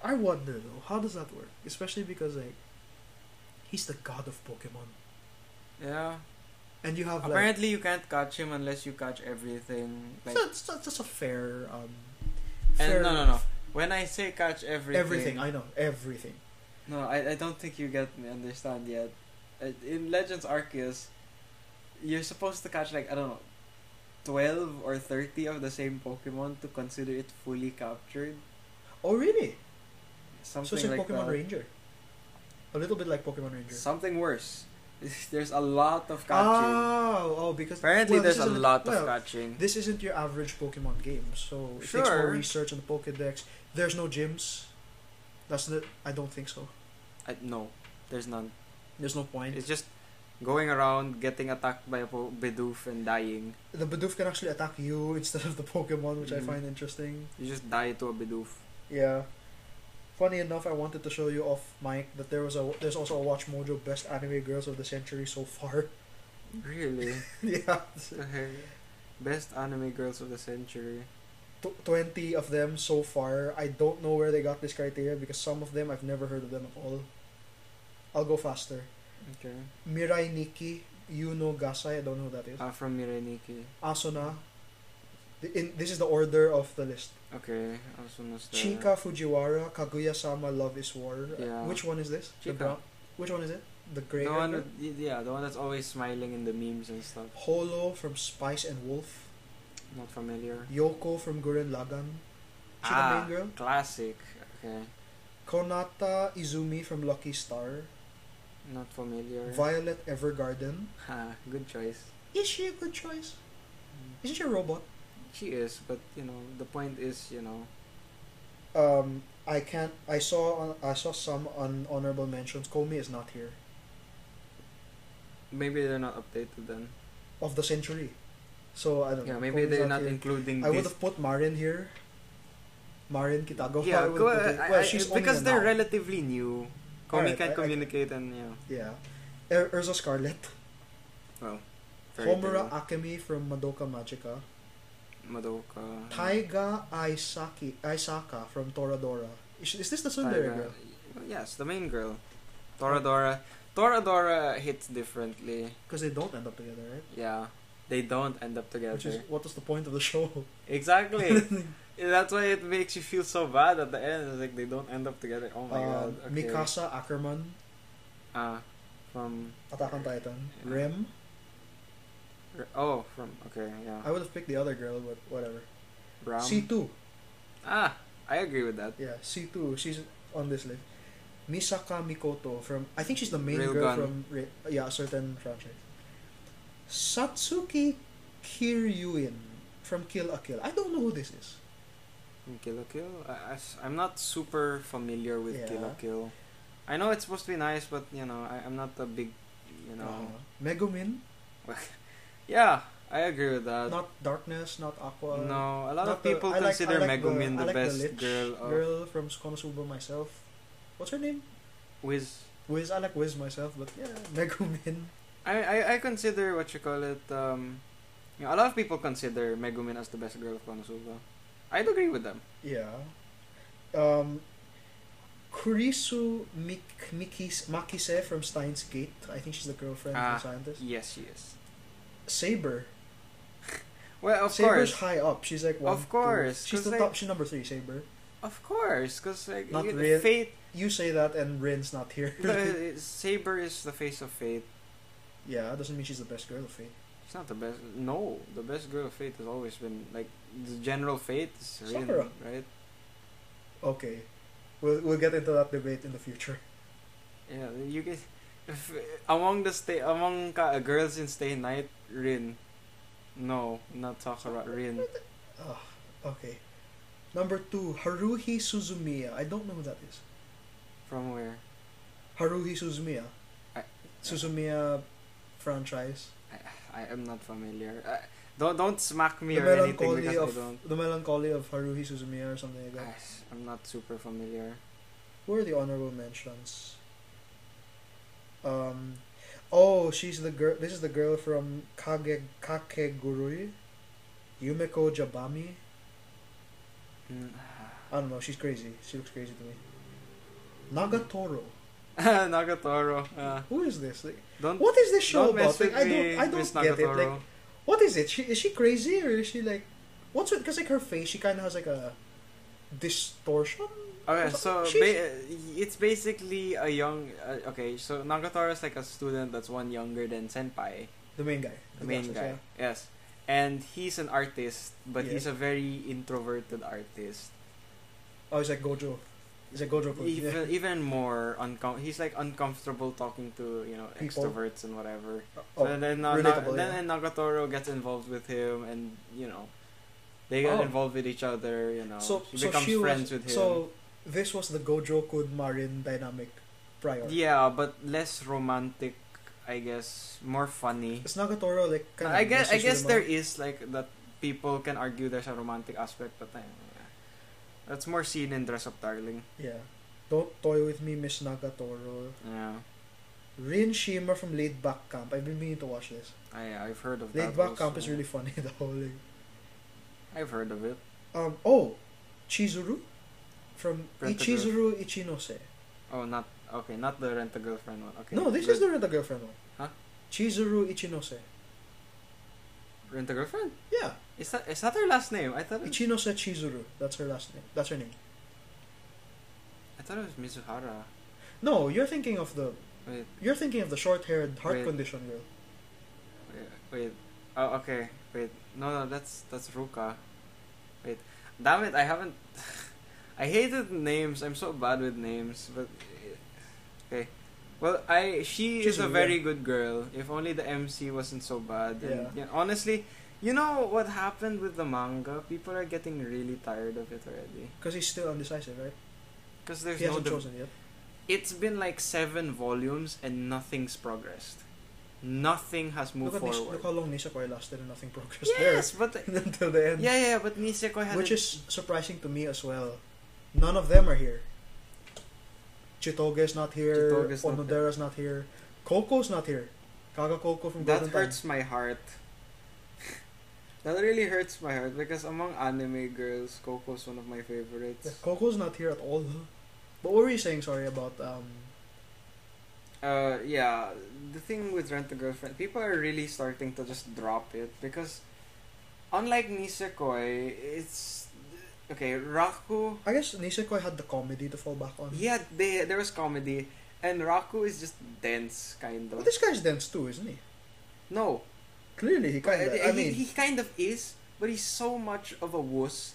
[SPEAKER 1] I wonder though, how does that work? Especially because like he's the god of Pokemon,
[SPEAKER 2] Yeah.
[SPEAKER 1] and you have like
[SPEAKER 2] Apparently, you can't catch him unless you catch everything. Like,
[SPEAKER 1] that's, that's, that's a fair um.
[SPEAKER 2] and no, no, no. When I say catch everything,
[SPEAKER 1] Everything I know, everything.
[SPEAKER 2] No, I, I don't think you get me understand yet. Uh, In Legends Arceus, you're supposed to catch like I don't know, twelve or thirty of the same Pokemon to consider it fully captured.
[SPEAKER 1] Oh really?
[SPEAKER 2] Something
[SPEAKER 1] so it's like
[SPEAKER 2] like
[SPEAKER 1] Pokemon
[SPEAKER 2] that.
[SPEAKER 1] Ranger. A little bit like Pokemon Ranger.
[SPEAKER 2] Something worse. There's a lot of catching.
[SPEAKER 1] Oh, oh, because
[SPEAKER 2] Apparently,
[SPEAKER 1] well, this
[SPEAKER 2] there's a
[SPEAKER 1] isn't-
[SPEAKER 2] lot of
[SPEAKER 1] well,
[SPEAKER 2] catching.
[SPEAKER 1] this isn't your average Pokemon game, so it takes more
[SPEAKER 2] Sure.
[SPEAKER 1] research on the Pokedex. There's no gyms. That's the I don't think so.
[SPEAKER 2] I, no, there's none.
[SPEAKER 1] There's no point.
[SPEAKER 2] It's just going around getting attacked by a po- Bidoof and dying.
[SPEAKER 1] the Bidoof can actually attack you instead of the Pokemon, which I
[SPEAKER 2] Mhm.
[SPEAKER 1] find interesting.
[SPEAKER 2] You just die to a Bidoof.
[SPEAKER 1] Yeah. Funny enough, I wanted to show you off mic that there was a there's also a Watch Mojo Best Anime Girls of the Century so far.
[SPEAKER 2] Really?
[SPEAKER 1] yeah,
[SPEAKER 2] Best anime girls of the century.
[SPEAKER 1] Tw twenty of them so far. I don't know where they got this criteria because some of them I've never heard of them at all. I'll go faster.
[SPEAKER 2] Okay.
[SPEAKER 1] Mirai Nikki, Yuno Gasai, I don't know who that is.
[SPEAKER 2] Ah, from Mireniki.
[SPEAKER 1] Asuna. The- In, this is the order of the list.
[SPEAKER 2] Okay, Asuna's there.
[SPEAKER 1] Chika Fujiwara, Kaguya Sama, Love is War. Uh,
[SPEAKER 2] Yeah.
[SPEAKER 1] Which one is this? The
[SPEAKER 2] Chika.
[SPEAKER 1] brown. Which one is it? The gray.
[SPEAKER 2] The one,
[SPEAKER 1] character?
[SPEAKER 2] that- y- yeah, the one that's always smiling in the memes and stuff.
[SPEAKER 1] Holo from Spice and Wolf.
[SPEAKER 2] Not familiar. Ah,
[SPEAKER 1] Yoko from Gurren Lagann. Is she the main girl?
[SPEAKER 2] classic. Okay,
[SPEAKER 1] Konata Izumi from Lucky Star.
[SPEAKER 2] not familiar.
[SPEAKER 1] Violet Evergarden.
[SPEAKER 2] ha, good choice.
[SPEAKER 1] Is she a good choice?
[SPEAKER 2] Hmm.
[SPEAKER 1] Isn't she a robot?
[SPEAKER 2] She is, but you know, the point is, you know,
[SPEAKER 1] Um, I can't. I saw. On, I saw some on honorable mentions. Komi is not here.
[SPEAKER 2] maybe they're not updated then.
[SPEAKER 1] of the century. So I don't
[SPEAKER 2] Yeah,
[SPEAKER 1] know.
[SPEAKER 2] maybe
[SPEAKER 1] Kobe's
[SPEAKER 2] they're not
[SPEAKER 1] here.
[SPEAKER 2] including
[SPEAKER 1] I would
[SPEAKER 2] this.
[SPEAKER 1] have put Marin here. Marin Kitagawa.
[SPEAKER 2] yeah,
[SPEAKER 1] I would
[SPEAKER 2] go-
[SPEAKER 1] have put it-
[SPEAKER 2] I-
[SPEAKER 1] well,
[SPEAKER 2] I-
[SPEAKER 1] she's only
[SPEAKER 2] because
[SPEAKER 1] a
[SPEAKER 2] they're
[SPEAKER 1] noun.
[SPEAKER 2] relatively new. Komi
[SPEAKER 1] Alright,
[SPEAKER 2] can't
[SPEAKER 1] I- I-
[SPEAKER 2] communicate and yeah,
[SPEAKER 1] Yeah, Er- Urza Scarlet,
[SPEAKER 2] well. fairy
[SPEAKER 1] Homura uh,
[SPEAKER 2] tale.
[SPEAKER 1] Akemi from Madoka Magica,
[SPEAKER 2] Madoka.
[SPEAKER 1] Taiga Aisaki Aisaka from Toradora. Is, is this the Sundere
[SPEAKER 2] Tyra-
[SPEAKER 1] girl?
[SPEAKER 2] well, Yes, the main girl. Toradora. Toradora hits differently.
[SPEAKER 1] Because they don't end up together, right?
[SPEAKER 2] Yeah. they don't end up together.
[SPEAKER 1] Which is what was the point of the show?
[SPEAKER 2] Exactly. That's why it makes you feel so bad at the end. It's like they don't end up together. Oh my
[SPEAKER 1] Uh,
[SPEAKER 2] god. Okay.
[SPEAKER 1] Mikasa Ackerman,
[SPEAKER 2] Ah, from
[SPEAKER 1] Attack on Titan,
[SPEAKER 2] Yeah. Uh-huh.
[SPEAKER 1] Rim.
[SPEAKER 2] oh from okay yeah.
[SPEAKER 1] I would have picked the other girl, but whatever.
[SPEAKER 2] Ram.
[SPEAKER 1] C two,
[SPEAKER 2] ah, I agree with that.
[SPEAKER 1] yeah, C two. She's on this list. Misaka Mikoto from I think she's the main girl
[SPEAKER 2] Railgun.
[SPEAKER 1] from Ra- yeah a certain franchise. Satsuki Kiryuin from Kill a Kill. I don't know who this is.
[SPEAKER 2] Kill la Kill. I, I, am not super familiar with Kill la
[SPEAKER 1] Yeah.
[SPEAKER 2] Kill. I know it's supposed to be nice, but you know I, I'm not a big, you know.
[SPEAKER 1] Uh, Megumin,
[SPEAKER 2] Yeah, I agree with that.
[SPEAKER 1] not Darkness, not Aqua.
[SPEAKER 2] Uh, no, a lot
[SPEAKER 1] not
[SPEAKER 2] of
[SPEAKER 1] the-
[SPEAKER 2] people
[SPEAKER 1] I like- I
[SPEAKER 2] consider
[SPEAKER 1] like the-
[SPEAKER 2] Megumin
[SPEAKER 1] I
[SPEAKER 2] the,
[SPEAKER 1] like the
[SPEAKER 2] best
[SPEAKER 1] Lich
[SPEAKER 2] girl of
[SPEAKER 1] girl from Konosuba myself. What's her name?
[SPEAKER 2] Wiz.
[SPEAKER 1] Wiz. I like Wiz myself, but yeah, Megumin.
[SPEAKER 2] I, I I consider what you call it. Um, you know, a lot of people consider Megumin as the best girl of Konosuba. I'd agree with them.
[SPEAKER 1] Yeah. Um, Kurisu Mik- Mikis- Makise from Steins Gate. I think she's the girlfriend
[SPEAKER 2] Ah.
[SPEAKER 1] of the scientist.
[SPEAKER 2] Yes, she is.
[SPEAKER 1] Saber.
[SPEAKER 2] Well, of
[SPEAKER 1] Saber's
[SPEAKER 2] course,
[SPEAKER 1] high up. She's like one.
[SPEAKER 2] Of
[SPEAKER 1] two.
[SPEAKER 2] course,
[SPEAKER 1] She's
[SPEAKER 2] 'cause
[SPEAKER 1] the
[SPEAKER 2] like-
[SPEAKER 1] top. She's number three. Saber.
[SPEAKER 2] of course, because like
[SPEAKER 1] Not
[SPEAKER 2] you-
[SPEAKER 1] real-
[SPEAKER 2] fate.
[SPEAKER 1] You say that, and Rin's not here.
[SPEAKER 2] the, Saber is the face of fate.
[SPEAKER 1] yeah, doesn't mean she's the best girl of Fate.
[SPEAKER 2] She's not the best. No, the best girl of fate has always been like the general fate is Rin,
[SPEAKER 1] Sakura.
[SPEAKER 2] right?
[SPEAKER 1] Okay, we'll we'll get into that debate in the future.
[SPEAKER 2] Yeah, you guys. If, among the stay among ka, girls in Stay Night, Rin. No, not Sakura. Rin.
[SPEAKER 1] Ah, okay. Number two, Haruhi Suzumiya. I don't know who that is.
[SPEAKER 2] From where?
[SPEAKER 1] Haruhi Suzumiya.
[SPEAKER 2] I-
[SPEAKER 1] Suzumiya franchise.
[SPEAKER 2] I, I am not familiar. I, don't don't smack me
[SPEAKER 1] the
[SPEAKER 2] or anything
[SPEAKER 1] melancholy
[SPEAKER 2] because
[SPEAKER 1] of
[SPEAKER 2] I don't.
[SPEAKER 1] the melancholy of Haruhi Suzumiya or something like that.
[SPEAKER 2] I, I'm not super familiar. Ah.
[SPEAKER 1] Who are the honorable mentions? Um, oh, she's the girl. This is the girl from Kage Kakegurui, Yumeko Jabami.
[SPEAKER 2] Mm.
[SPEAKER 1] I don't know. She's crazy. She looks crazy to me. Nagatoro.
[SPEAKER 2] Nagatoro. Uh,
[SPEAKER 1] Who is this? Like,
[SPEAKER 2] don't
[SPEAKER 1] what is this show
[SPEAKER 2] don't mess
[SPEAKER 1] about? Like,
[SPEAKER 2] with
[SPEAKER 1] I
[SPEAKER 2] me,
[SPEAKER 1] don't. I
[SPEAKER 2] Miss
[SPEAKER 1] don't get it.
[SPEAKER 2] Nagatoro.
[SPEAKER 1] Like, what is it? She is she crazy or is she like, what's with? Because like her face, she kind of has like a distortion.
[SPEAKER 2] Okay,
[SPEAKER 1] Or
[SPEAKER 2] so
[SPEAKER 1] something. She's-
[SPEAKER 2] ba- it's basically a young. Uh, okay, so Nagatoro is like a student that's one younger than Senpai,
[SPEAKER 1] the main guy.
[SPEAKER 2] the main
[SPEAKER 1] gotcha,
[SPEAKER 2] guy. Yes, and he's an artist, but
[SPEAKER 1] Yeah.
[SPEAKER 2] he's a very introverted artist.
[SPEAKER 1] Oh, he's like Gojo. He's like Gojo. Kun,
[SPEAKER 2] Even
[SPEAKER 1] yeah.
[SPEAKER 2] even more uncom- He's like uncomfortable talking to you know
[SPEAKER 1] People.
[SPEAKER 2] extroverts and whatever.
[SPEAKER 1] Oh,
[SPEAKER 2] so then, uh, Na-
[SPEAKER 1] relatable,
[SPEAKER 2] then
[SPEAKER 1] yeah.
[SPEAKER 2] and Nagatoro gets involved with him, and you know, they get
[SPEAKER 1] Oh.
[SPEAKER 2] involved with each other. You know,
[SPEAKER 1] so
[SPEAKER 2] she
[SPEAKER 1] so
[SPEAKER 2] becomes
[SPEAKER 1] she
[SPEAKER 2] friends
[SPEAKER 1] was,
[SPEAKER 2] with him.
[SPEAKER 1] So this was the Gojo Kun Marin dynamic prior.
[SPEAKER 2] yeah, but less romantic, I guess. More funny.
[SPEAKER 1] It's Nagatoro like kind of.
[SPEAKER 2] I guess I guess there is like that. People can argue there's a romantic aspect, but I, that's more seen in Dress Up Darling.
[SPEAKER 1] Yeah. Don't toy with me, Miss Nagatoro.
[SPEAKER 2] Yeah,
[SPEAKER 1] Rin Shima from Laid Back Camp. I've been meaning to watch this.
[SPEAKER 2] I I've heard of
[SPEAKER 1] Laid
[SPEAKER 2] that.
[SPEAKER 1] Back Camp
[SPEAKER 2] also.
[SPEAKER 1] is really funny though. Like,
[SPEAKER 2] I've heard of it.
[SPEAKER 1] um oh, Chizuru, from
[SPEAKER 2] Rent a
[SPEAKER 1] Ichizuru Ichinose.
[SPEAKER 2] Oh, not okay. Not the rent a girlfriend one. Okay.
[SPEAKER 1] No, this is the Rent a Girlfriend one.
[SPEAKER 2] Huh?
[SPEAKER 1] Chizuru Ichinose.
[SPEAKER 2] rent a girlfriend.
[SPEAKER 1] Yeah.
[SPEAKER 2] Is that is that her last name? I thought it,
[SPEAKER 1] Ichinose Chizuru. That's her last name. That's her name.
[SPEAKER 2] I thought it was Mizuhara.
[SPEAKER 1] No, you're thinking of the
[SPEAKER 2] Wait,
[SPEAKER 1] you're thinking of the short-haired heart
[SPEAKER 2] Wait.
[SPEAKER 1] condition girl.
[SPEAKER 2] wait, wait. Oh, okay. Wait, no, no, that's that's Ruka. Wait, damn it! I haven't. I hated names. I'm so bad with names. But okay. Well, I she is a
[SPEAKER 1] Chizuru,
[SPEAKER 2] very
[SPEAKER 1] yeah.
[SPEAKER 2] good girl. If only the MC wasn't so bad. And,
[SPEAKER 1] Yeah.
[SPEAKER 2] yeah, honestly, you know what happened with the manga? People are getting really tired of it already.
[SPEAKER 1] Because he's still undecisive, right?
[SPEAKER 2] Because there's
[SPEAKER 1] he
[SPEAKER 2] no
[SPEAKER 1] hasn't
[SPEAKER 2] div-
[SPEAKER 1] chosen yet.
[SPEAKER 2] it's been like seven volumes and nothing's progressed. Nothing has moved
[SPEAKER 1] Look, at Nis-
[SPEAKER 2] forward.
[SPEAKER 1] look how long Nisekoi lasted and nothing progressed
[SPEAKER 2] yes, but
[SPEAKER 1] there until the end.
[SPEAKER 2] yeah, yeah, but Niseko had
[SPEAKER 1] Which
[SPEAKER 2] a-
[SPEAKER 1] is surprising to me as well. None of them are here. Chitoge is not here.
[SPEAKER 2] Chitoge is not
[SPEAKER 1] Onodera is not here. Coco's not here. Kaga Coco from
[SPEAKER 2] that
[SPEAKER 1] Golden
[SPEAKER 2] hurts
[SPEAKER 1] Time.
[SPEAKER 2] my heart. that really hurts my heart because among anime girls, Coco's one of my favorites.
[SPEAKER 1] Yeah, Coco's not here at all. But what were you saying? Sorry about um.
[SPEAKER 2] uh, yeah, the thing with Rent a Girlfriend, people are really starting to just drop it because, unlike Nisekoi, it's okay. Raku,
[SPEAKER 1] I guess Nisekoi had the comedy to fall back on.
[SPEAKER 2] yeah, they, there was comedy, and Raku is just dense, kind
[SPEAKER 1] But
[SPEAKER 2] of.
[SPEAKER 1] this guy's dense too, isn't he?
[SPEAKER 2] No,
[SPEAKER 1] Clearly, he kind of.
[SPEAKER 2] But, uh,
[SPEAKER 1] I
[SPEAKER 2] he,
[SPEAKER 1] mean,
[SPEAKER 2] he kind of is, but he's so much of a wuss.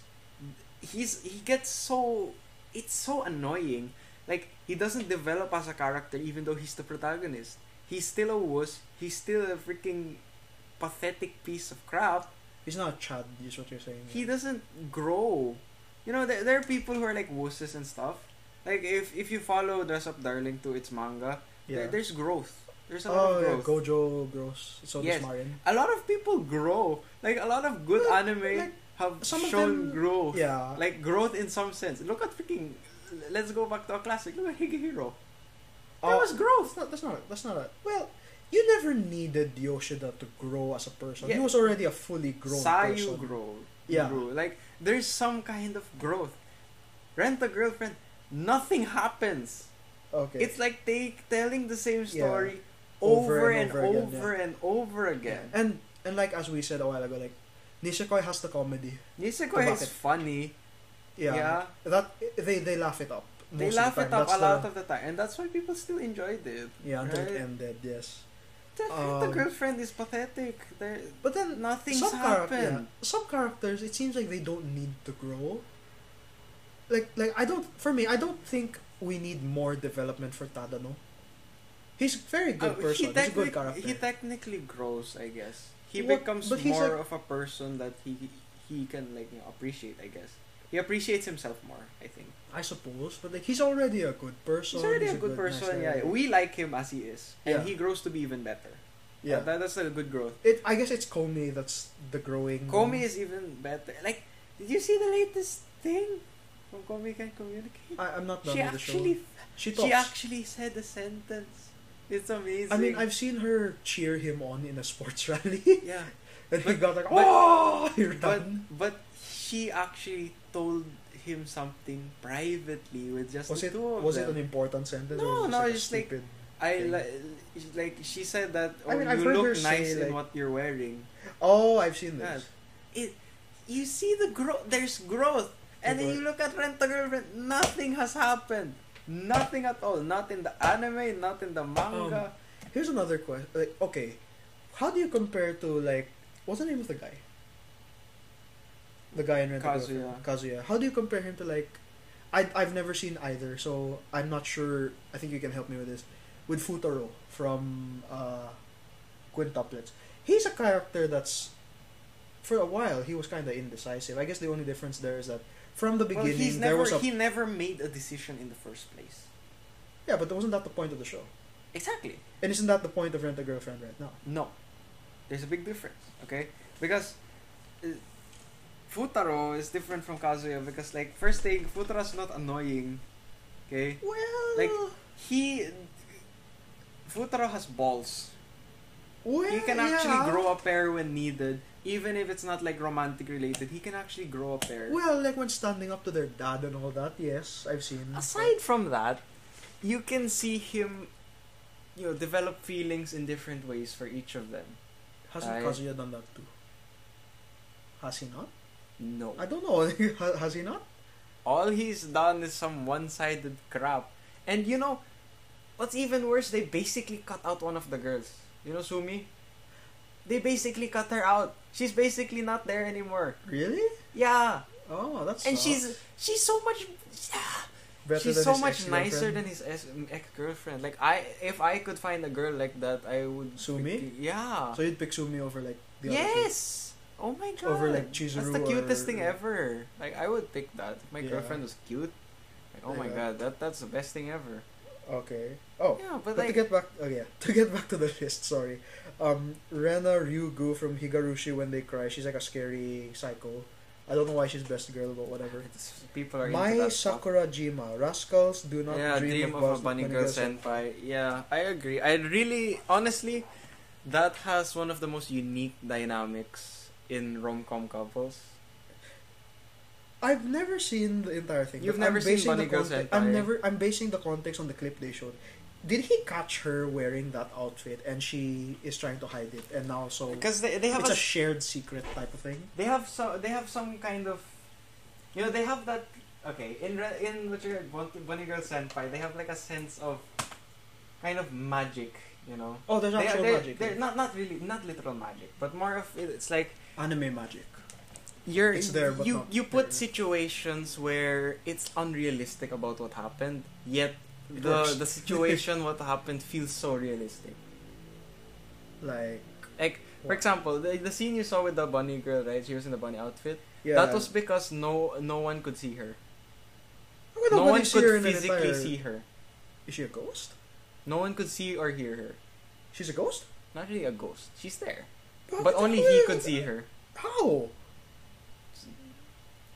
[SPEAKER 2] He's he gets so it's so annoying. Like he doesn't develop as a character, even though he's the protagonist. He's still a wuss. He's still a freaking pathetic piece of crap.
[SPEAKER 1] he's not a Chad. Is what you're saying.
[SPEAKER 2] He doesn't grow. You know, there, there are people who are like wusses and stuff. Like if if you follow Dress Up Darling to its manga,
[SPEAKER 1] Yeah.
[SPEAKER 2] there, there's growth. There's a lot
[SPEAKER 1] oh
[SPEAKER 2] of
[SPEAKER 1] yeah,
[SPEAKER 2] growth.
[SPEAKER 1] Gojo gross. So
[SPEAKER 2] Yes.
[SPEAKER 1] does Marion.
[SPEAKER 2] a lot of people grow. Like a lot of good
[SPEAKER 1] Well,
[SPEAKER 2] anime
[SPEAKER 1] like,
[SPEAKER 2] have
[SPEAKER 1] some of
[SPEAKER 2] shown
[SPEAKER 1] them-
[SPEAKER 2] growth.
[SPEAKER 1] Yeah.
[SPEAKER 2] Like growth in some sense. Look at freaking. Let's go back to a classic. Look at Higehiro. There
[SPEAKER 1] Uh,
[SPEAKER 2] was growth.
[SPEAKER 1] That's not. That's not. That's not. A, well, you never needed Yoshida to grow as a person. He
[SPEAKER 2] Yeah.
[SPEAKER 1] was already a fully grown person.
[SPEAKER 2] Sayu grow.
[SPEAKER 1] Yeah.
[SPEAKER 2] Grew. Like there's some kind of growth. Rent a girlfriend. Nothing happens.
[SPEAKER 1] Okay.
[SPEAKER 2] It's like they telling the same
[SPEAKER 1] Yeah.
[SPEAKER 2] story
[SPEAKER 1] Over
[SPEAKER 2] over,
[SPEAKER 1] and
[SPEAKER 2] and,
[SPEAKER 1] over again,
[SPEAKER 2] over and over
[SPEAKER 1] yeah.
[SPEAKER 2] again.
[SPEAKER 1] And and like as we said a while ago, like Nisekoi has the comedy.
[SPEAKER 2] Nisekoi
[SPEAKER 1] Bakit?
[SPEAKER 2] is funny.
[SPEAKER 1] Yeah.
[SPEAKER 2] yeah.
[SPEAKER 1] That they they laugh it up.
[SPEAKER 2] They
[SPEAKER 1] most
[SPEAKER 2] laugh
[SPEAKER 1] of the time.
[SPEAKER 2] it up
[SPEAKER 1] That's
[SPEAKER 2] a
[SPEAKER 1] the-
[SPEAKER 2] lot of the time, and that's why people still enjoyed it.
[SPEAKER 1] Yeah, until
[SPEAKER 2] right?
[SPEAKER 1] it ended. Yes.
[SPEAKER 2] The, the
[SPEAKER 1] Um,
[SPEAKER 2] girlfriend is pathetic. There,
[SPEAKER 1] But then
[SPEAKER 2] nothing's
[SPEAKER 1] some charac- yeah,
[SPEAKER 2] happened.
[SPEAKER 1] some characters, it seems like they don't need to grow. Like like I don't for me, I don't think we need more development for Tadano. He's a very good
[SPEAKER 2] Uh,
[SPEAKER 1] person. he's
[SPEAKER 2] He,
[SPEAKER 1] a good
[SPEAKER 2] technic-
[SPEAKER 1] character.
[SPEAKER 2] he technically grows, I guess. He
[SPEAKER 1] Well,
[SPEAKER 2] becomes
[SPEAKER 1] but he's
[SPEAKER 2] more
[SPEAKER 1] like-
[SPEAKER 2] of a person that he he can like you know, appreciate. I guess he appreciates himself more. I think
[SPEAKER 1] I suppose, but like he's already a good person.
[SPEAKER 2] he's already a
[SPEAKER 1] a
[SPEAKER 2] good
[SPEAKER 1] nice
[SPEAKER 2] person.
[SPEAKER 1] guy.
[SPEAKER 2] yeah, we like him as he is,
[SPEAKER 1] Yeah.
[SPEAKER 2] and he grows to be even better.
[SPEAKER 1] yeah.
[SPEAKER 2] Uh, that, that's a good growth.
[SPEAKER 1] it, I guess it's Comey that's the growing.
[SPEAKER 2] Komi is even better. Like, did you see the latest thing from Komi Can Communicate?
[SPEAKER 1] I, I'm not done
[SPEAKER 2] she
[SPEAKER 1] with the
[SPEAKER 2] actually
[SPEAKER 1] show. She talks.
[SPEAKER 2] She actually said the sentence. It's amazing.
[SPEAKER 1] I mean, I've seen her cheer him on in a sports rally,
[SPEAKER 2] yeah,
[SPEAKER 1] and he
[SPEAKER 2] But-
[SPEAKER 1] got like,
[SPEAKER 2] but-
[SPEAKER 1] "Oh, you're
[SPEAKER 2] but
[SPEAKER 1] done."
[SPEAKER 2] but she actually told him something privately with just
[SPEAKER 1] Was
[SPEAKER 2] the
[SPEAKER 1] it
[SPEAKER 2] two of
[SPEAKER 1] was it an
[SPEAKER 2] them.
[SPEAKER 1] important sentence?
[SPEAKER 2] No,
[SPEAKER 1] or was
[SPEAKER 2] no,
[SPEAKER 1] it
[SPEAKER 2] it's just
[SPEAKER 1] like a
[SPEAKER 2] like-
[SPEAKER 1] stupid?
[SPEAKER 2] I
[SPEAKER 1] thing?
[SPEAKER 2] li- like she said that oh,
[SPEAKER 1] I mean,
[SPEAKER 2] you
[SPEAKER 1] I've heard her
[SPEAKER 2] look
[SPEAKER 1] say,
[SPEAKER 2] nice
[SPEAKER 1] like-
[SPEAKER 2] in what you're wearing.
[SPEAKER 1] Oh, I've seen this.
[SPEAKER 2] It you see the growth. There's growth, and then you look at Rent a Girlfriend. Nothing has happened. Nothing at all. Not in the anime. Not in the
[SPEAKER 1] Um,
[SPEAKER 2] manga.
[SPEAKER 1] Here's another question. Like, okay, how do you compare to like what's the name of the guy? The guy in Rent a Girlfriend.
[SPEAKER 2] Kazuya.
[SPEAKER 1] Kazuya. How do you compare him to like? I I've never seen either, so I'm not sure. I think you can help me with this. With Futaro from uh, Quintuplets, he's a character that's for a while he was kind of indecisive. I guess the only difference there is that from the
[SPEAKER 2] well,
[SPEAKER 1] beginning
[SPEAKER 2] he's
[SPEAKER 1] there
[SPEAKER 2] never
[SPEAKER 1] was a
[SPEAKER 2] he never made a decision in the first place.
[SPEAKER 1] yeah, but wasn't that the point of the show?
[SPEAKER 2] Exactly.
[SPEAKER 1] And isn't that the point of Rent a Girlfriend right now?
[SPEAKER 2] No. There's a big difference, okay? Because uh, Futaro is different from Kazuya because, like, first thing, Futaro's not annoying, okay?
[SPEAKER 1] Well,
[SPEAKER 2] Like, He. Futaro has balls.
[SPEAKER 1] well,
[SPEAKER 2] He can actually
[SPEAKER 1] Oh, yeah.
[SPEAKER 2] grow a pair when needed, even if it's not, like, romantic related. He can actually grow a pair.
[SPEAKER 1] Well, like when standing up to their dad and all that. Yes, I've seen.
[SPEAKER 2] Aside from that, you can see him, you know, develop feelings in different ways for each of them.
[SPEAKER 1] hasn't
[SPEAKER 2] I-
[SPEAKER 1] Kazuya done that too? Has he not?
[SPEAKER 2] No.
[SPEAKER 1] I don't know. Ha- Has he not?
[SPEAKER 2] All he's done is some one-sided crap. And you know, what's even worse, they basically cut out one of the girls. You know Sumi? They basically cut her out. She's basically not there anymore.
[SPEAKER 1] Really?
[SPEAKER 2] Yeah.
[SPEAKER 1] Oh, that's
[SPEAKER 2] And she's she's so much she's so much nicer than his ex- ex-girlfriend. Like I if I could find a girl like that, I would
[SPEAKER 1] Sumi?
[SPEAKER 2] Yeah.
[SPEAKER 1] So you'd pick Sumi over like the other. two.
[SPEAKER 2] yes. Oh my god.
[SPEAKER 1] Over, like,
[SPEAKER 2] That's
[SPEAKER 1] Chizuru
[SPEAKER 2] the cutest
[SPEAKER 1] or-
[SPEAKER 2] thing ever. Like I would pick that. If my
[SPEAKER 1] Yeah.
[SPEAKER 2] girlfriend was cute. Like oh my
[SPEAKER 1] Yeah.
[SPEAKER 2] god, that that's the best thing ever.
[SPEAKER 1] Okay. Oh.
[SPEAKER 2] Yeah, but,
[SPEAKER 1] But
[SPEAKER 2] like
[SPEAKER 1] to get back, oh yeah, to get back to the list, sorry. Um, Rena Ryugu from Higarushi when they cry, she's like a scary psycho. I don't know why she's best girl, but whatever.
[SPEAKER 2] it's- people are into
[SPEAKER 1] My
[SPEAKER 2] that stuff.
[SPEAKER 1] Sakura Jima, rascals do not
[SPEAKER 2] yeah,
[SPEAKER 1] dream,
[SPEAKER 2] dream,
[SPEAKER 1] of,
[SPEAKER 2] of a bunny girl
[SPEAKER 1] sen-
[SPEAKER 2] senpai. Yeah, I agree. I really, honestly, that has one of the most unique dynamics in rom-com couples.
[SPEAKER 1] I've never seen the entire thing.
[SPEAKER 2] You've
[SPEAKER 1] but
[SPEAKER 2] never
[SPEAKER 1] I'm
[SPEAKER 2] seen
[SPEAKER 1] basing
[SPEAKER 2] Bunny
[SPEAKER 1] the
[SPEAKER 2] Girl
[SPEAKER 1] context-
[SPEAKER 2] Sentai.
[SPEAKER 1] I'm never. I'm basing the context on the clip they showed.
[SPEAKER 5] did he catch her wearing that outfit and she is trying to hide it and now so
[SPEAKER 2] Because they, they have
[SPEAKER 5] it's
[SPEAKER 2] a,
[SPEAKER 5] a shared secret type of thing?
[SPEAKER 2] they have some they have some kind of you know they have that okay in re- in what you Bonnie Bonnie Girl Senpai they have like a sense of kind of magic you know
[SPEAKER 5] Oh, there's
[SPEAKER 2] they,
[SPEAKER 5] actual
[SPEAKER 2] they're,
[SPEAKER 5] magic.
[SPEAKER 2] they're not not really not literal magic but more of it, it's like
[SPEAKER 5] Anime magic.
[SPEAKER 2] you're
[SPEAKER 5] It's there, but
[SPEAKER 2] you
[SPEAKER 5] not
[SPEAKER 2] you put
[SPEAKER 5] there.
[SPEAKER 2] situations where it's unrealistic about what happened yet
[SPEAKER 5] It
[SPEAKER 2] the
[SPEAKER 5] works.
[SPEAKER 2] the situation what happened feels so realistic
[SPEAKER 5] Like
[SPEAKER 2] like for
[SPEAKER 5] What?
[SPEAKER 2] example the, the scene you saw with the bunny girl right she was in the bunny outfit
[SPEAKER 5] yeah.
[SPEAKER 2] that was because no no one could see her
[SPEAKER 5] How can
[SPEAKER 2] no
[SPEAKER 5] nobody
[SPEAKER 2] one
[SPEAKER 5] see her
[SPEAKER 2] could
[SPEAKER 5] in an
[SPEAKER 2] physically
[SPEAKER 5] entire-
[SPEAKER 2] see her
[SPEAKER 5] Is she a ghost?
[SPEAKER 2] no one could see or hear her
[SPEAKER 5] She's a ghost?
[SPEAKER 2] not really a ghost she's there
[SPEAKER 5] How
[SPEAKER 2] but
[SPEAKER 5] can
[SPEAKER 2] only
[SPEAKER 5] nobody-
[SPEAKER 2] he could see her
[SPEAKER 5] How?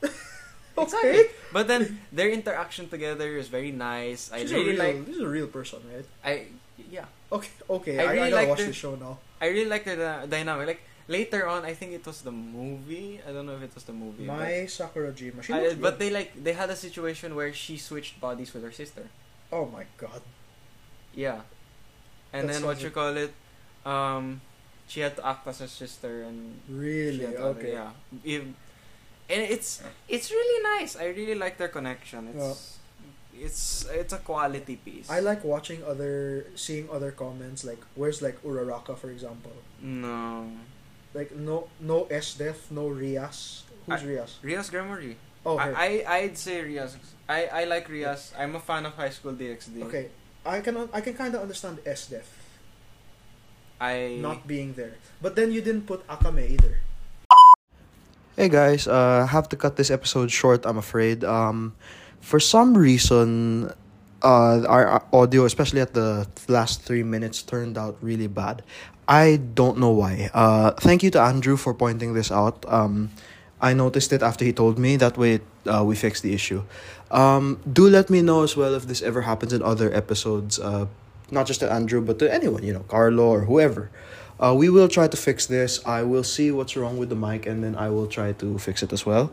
[SPEAKER 2] exactly but then their interaction together is very nice i
[SPEAKER 5] She's a
[SPEAKER 2] really
[SPEAKER 5] real,
[SPEAKER 2] like
[SPEAKER 5] this is a real person, right?
[SPEAKER 2] i yeah
[SPEAKER 5] Okay, okay.
[SPEAKER 2] I
[SPEAKER 5] I, I,
[SPEAKER 2] really
[SPEAKER 5] gotta
[SPEAKER 2] like
[SPEAKER 5] watch
[SPEAKER 2] the-
[SPEAKER 5] this show now.
[SPEAKER 2] I really like the dy- dynamic. Like later on, I think it was the movie. I don't know if it was the movie.
[SPEAKER 5] My Sakurajima.
[SPEAKER 2] but-
[SPEAKER 5] She
[SPEAKER 2] I-
[SPEAKER 5] looks good.
[SPEAKER 2] but they like they had a situation where she switched bodies with her sister.
[SPEAKER 5] Oh my god.
[SPEAKER 2] Yeah, and
[SPEAKER 5] That
[SPEAKER 2] then
[SPEAKER 5] sounds
[SPEAKER 2] what you
[SPEAKER 5] like-
[SPEAKER 2] call it, um, she had to act as her sister and she
[SPEAKER 5] Really?
[SPEAKER 2] had to-
[SPEAKER 5] Okay.
[SPEAKER 2] yeah. If- and it's it's really nice. I really like their connection. It's it's it's a quality piece.
[SPEAKER 5] I like watching other, seeing other comments like, where's like Uraraka for example?
[SPEAKER 2] no
[SPEAKER 5] Like no, no S Def, no Rias. Who's
[SPEAKER 2] I-
[SPEAKER 5] Rias?
[SPEAKER 2] Rias Gremory.
[SPEAKER 5] Oh, her.
[SPEAKER 2] I, I I'd say Rias. I I like Rias. I'm a fan of High School DxD.
[SPEAKER 5] okay, I can I can kind of understand S Def
[SPEAKER 2] I
[SPEAKER 5] not being there, but then you didn't put Akame either.
[SPEAKER 1] Hey guys, uh, have to cut this episode short. I'm afraid. Um, for some reason, uh, our our audio, especially at the last three minutes, turned out really bad. I don't know why. Uh, thank you to Andrew for pointing this out. Um, I noticed it after he told me. That way, uh, we fixed the issue. Um, do let me know as well if this ever happens in other episodes. Uh, not just to Andrew, but to anyone. You know, Carlo or whoever. Uh, we will try to fix this. I will see what's wrong with the mic and then I will try to fix it as well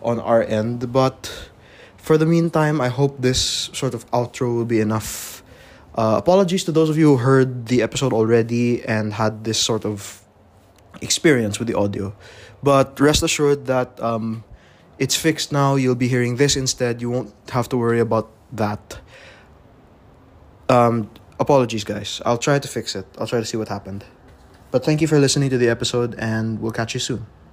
[SPEAKER 1] on our end. But for the meantime, I hope this sort of outro will be enough. Uh, apologies to those of you who heard the episode already and had this sort of experience with the audio. But rest assured that um, it's fixed now. You'll be hearing this instead. You won't have to worry about that. Um, apologies, guys. I'll try to fix it, I'll try to see what happened. But thank you for listening to the episode, and we'll catch you soon.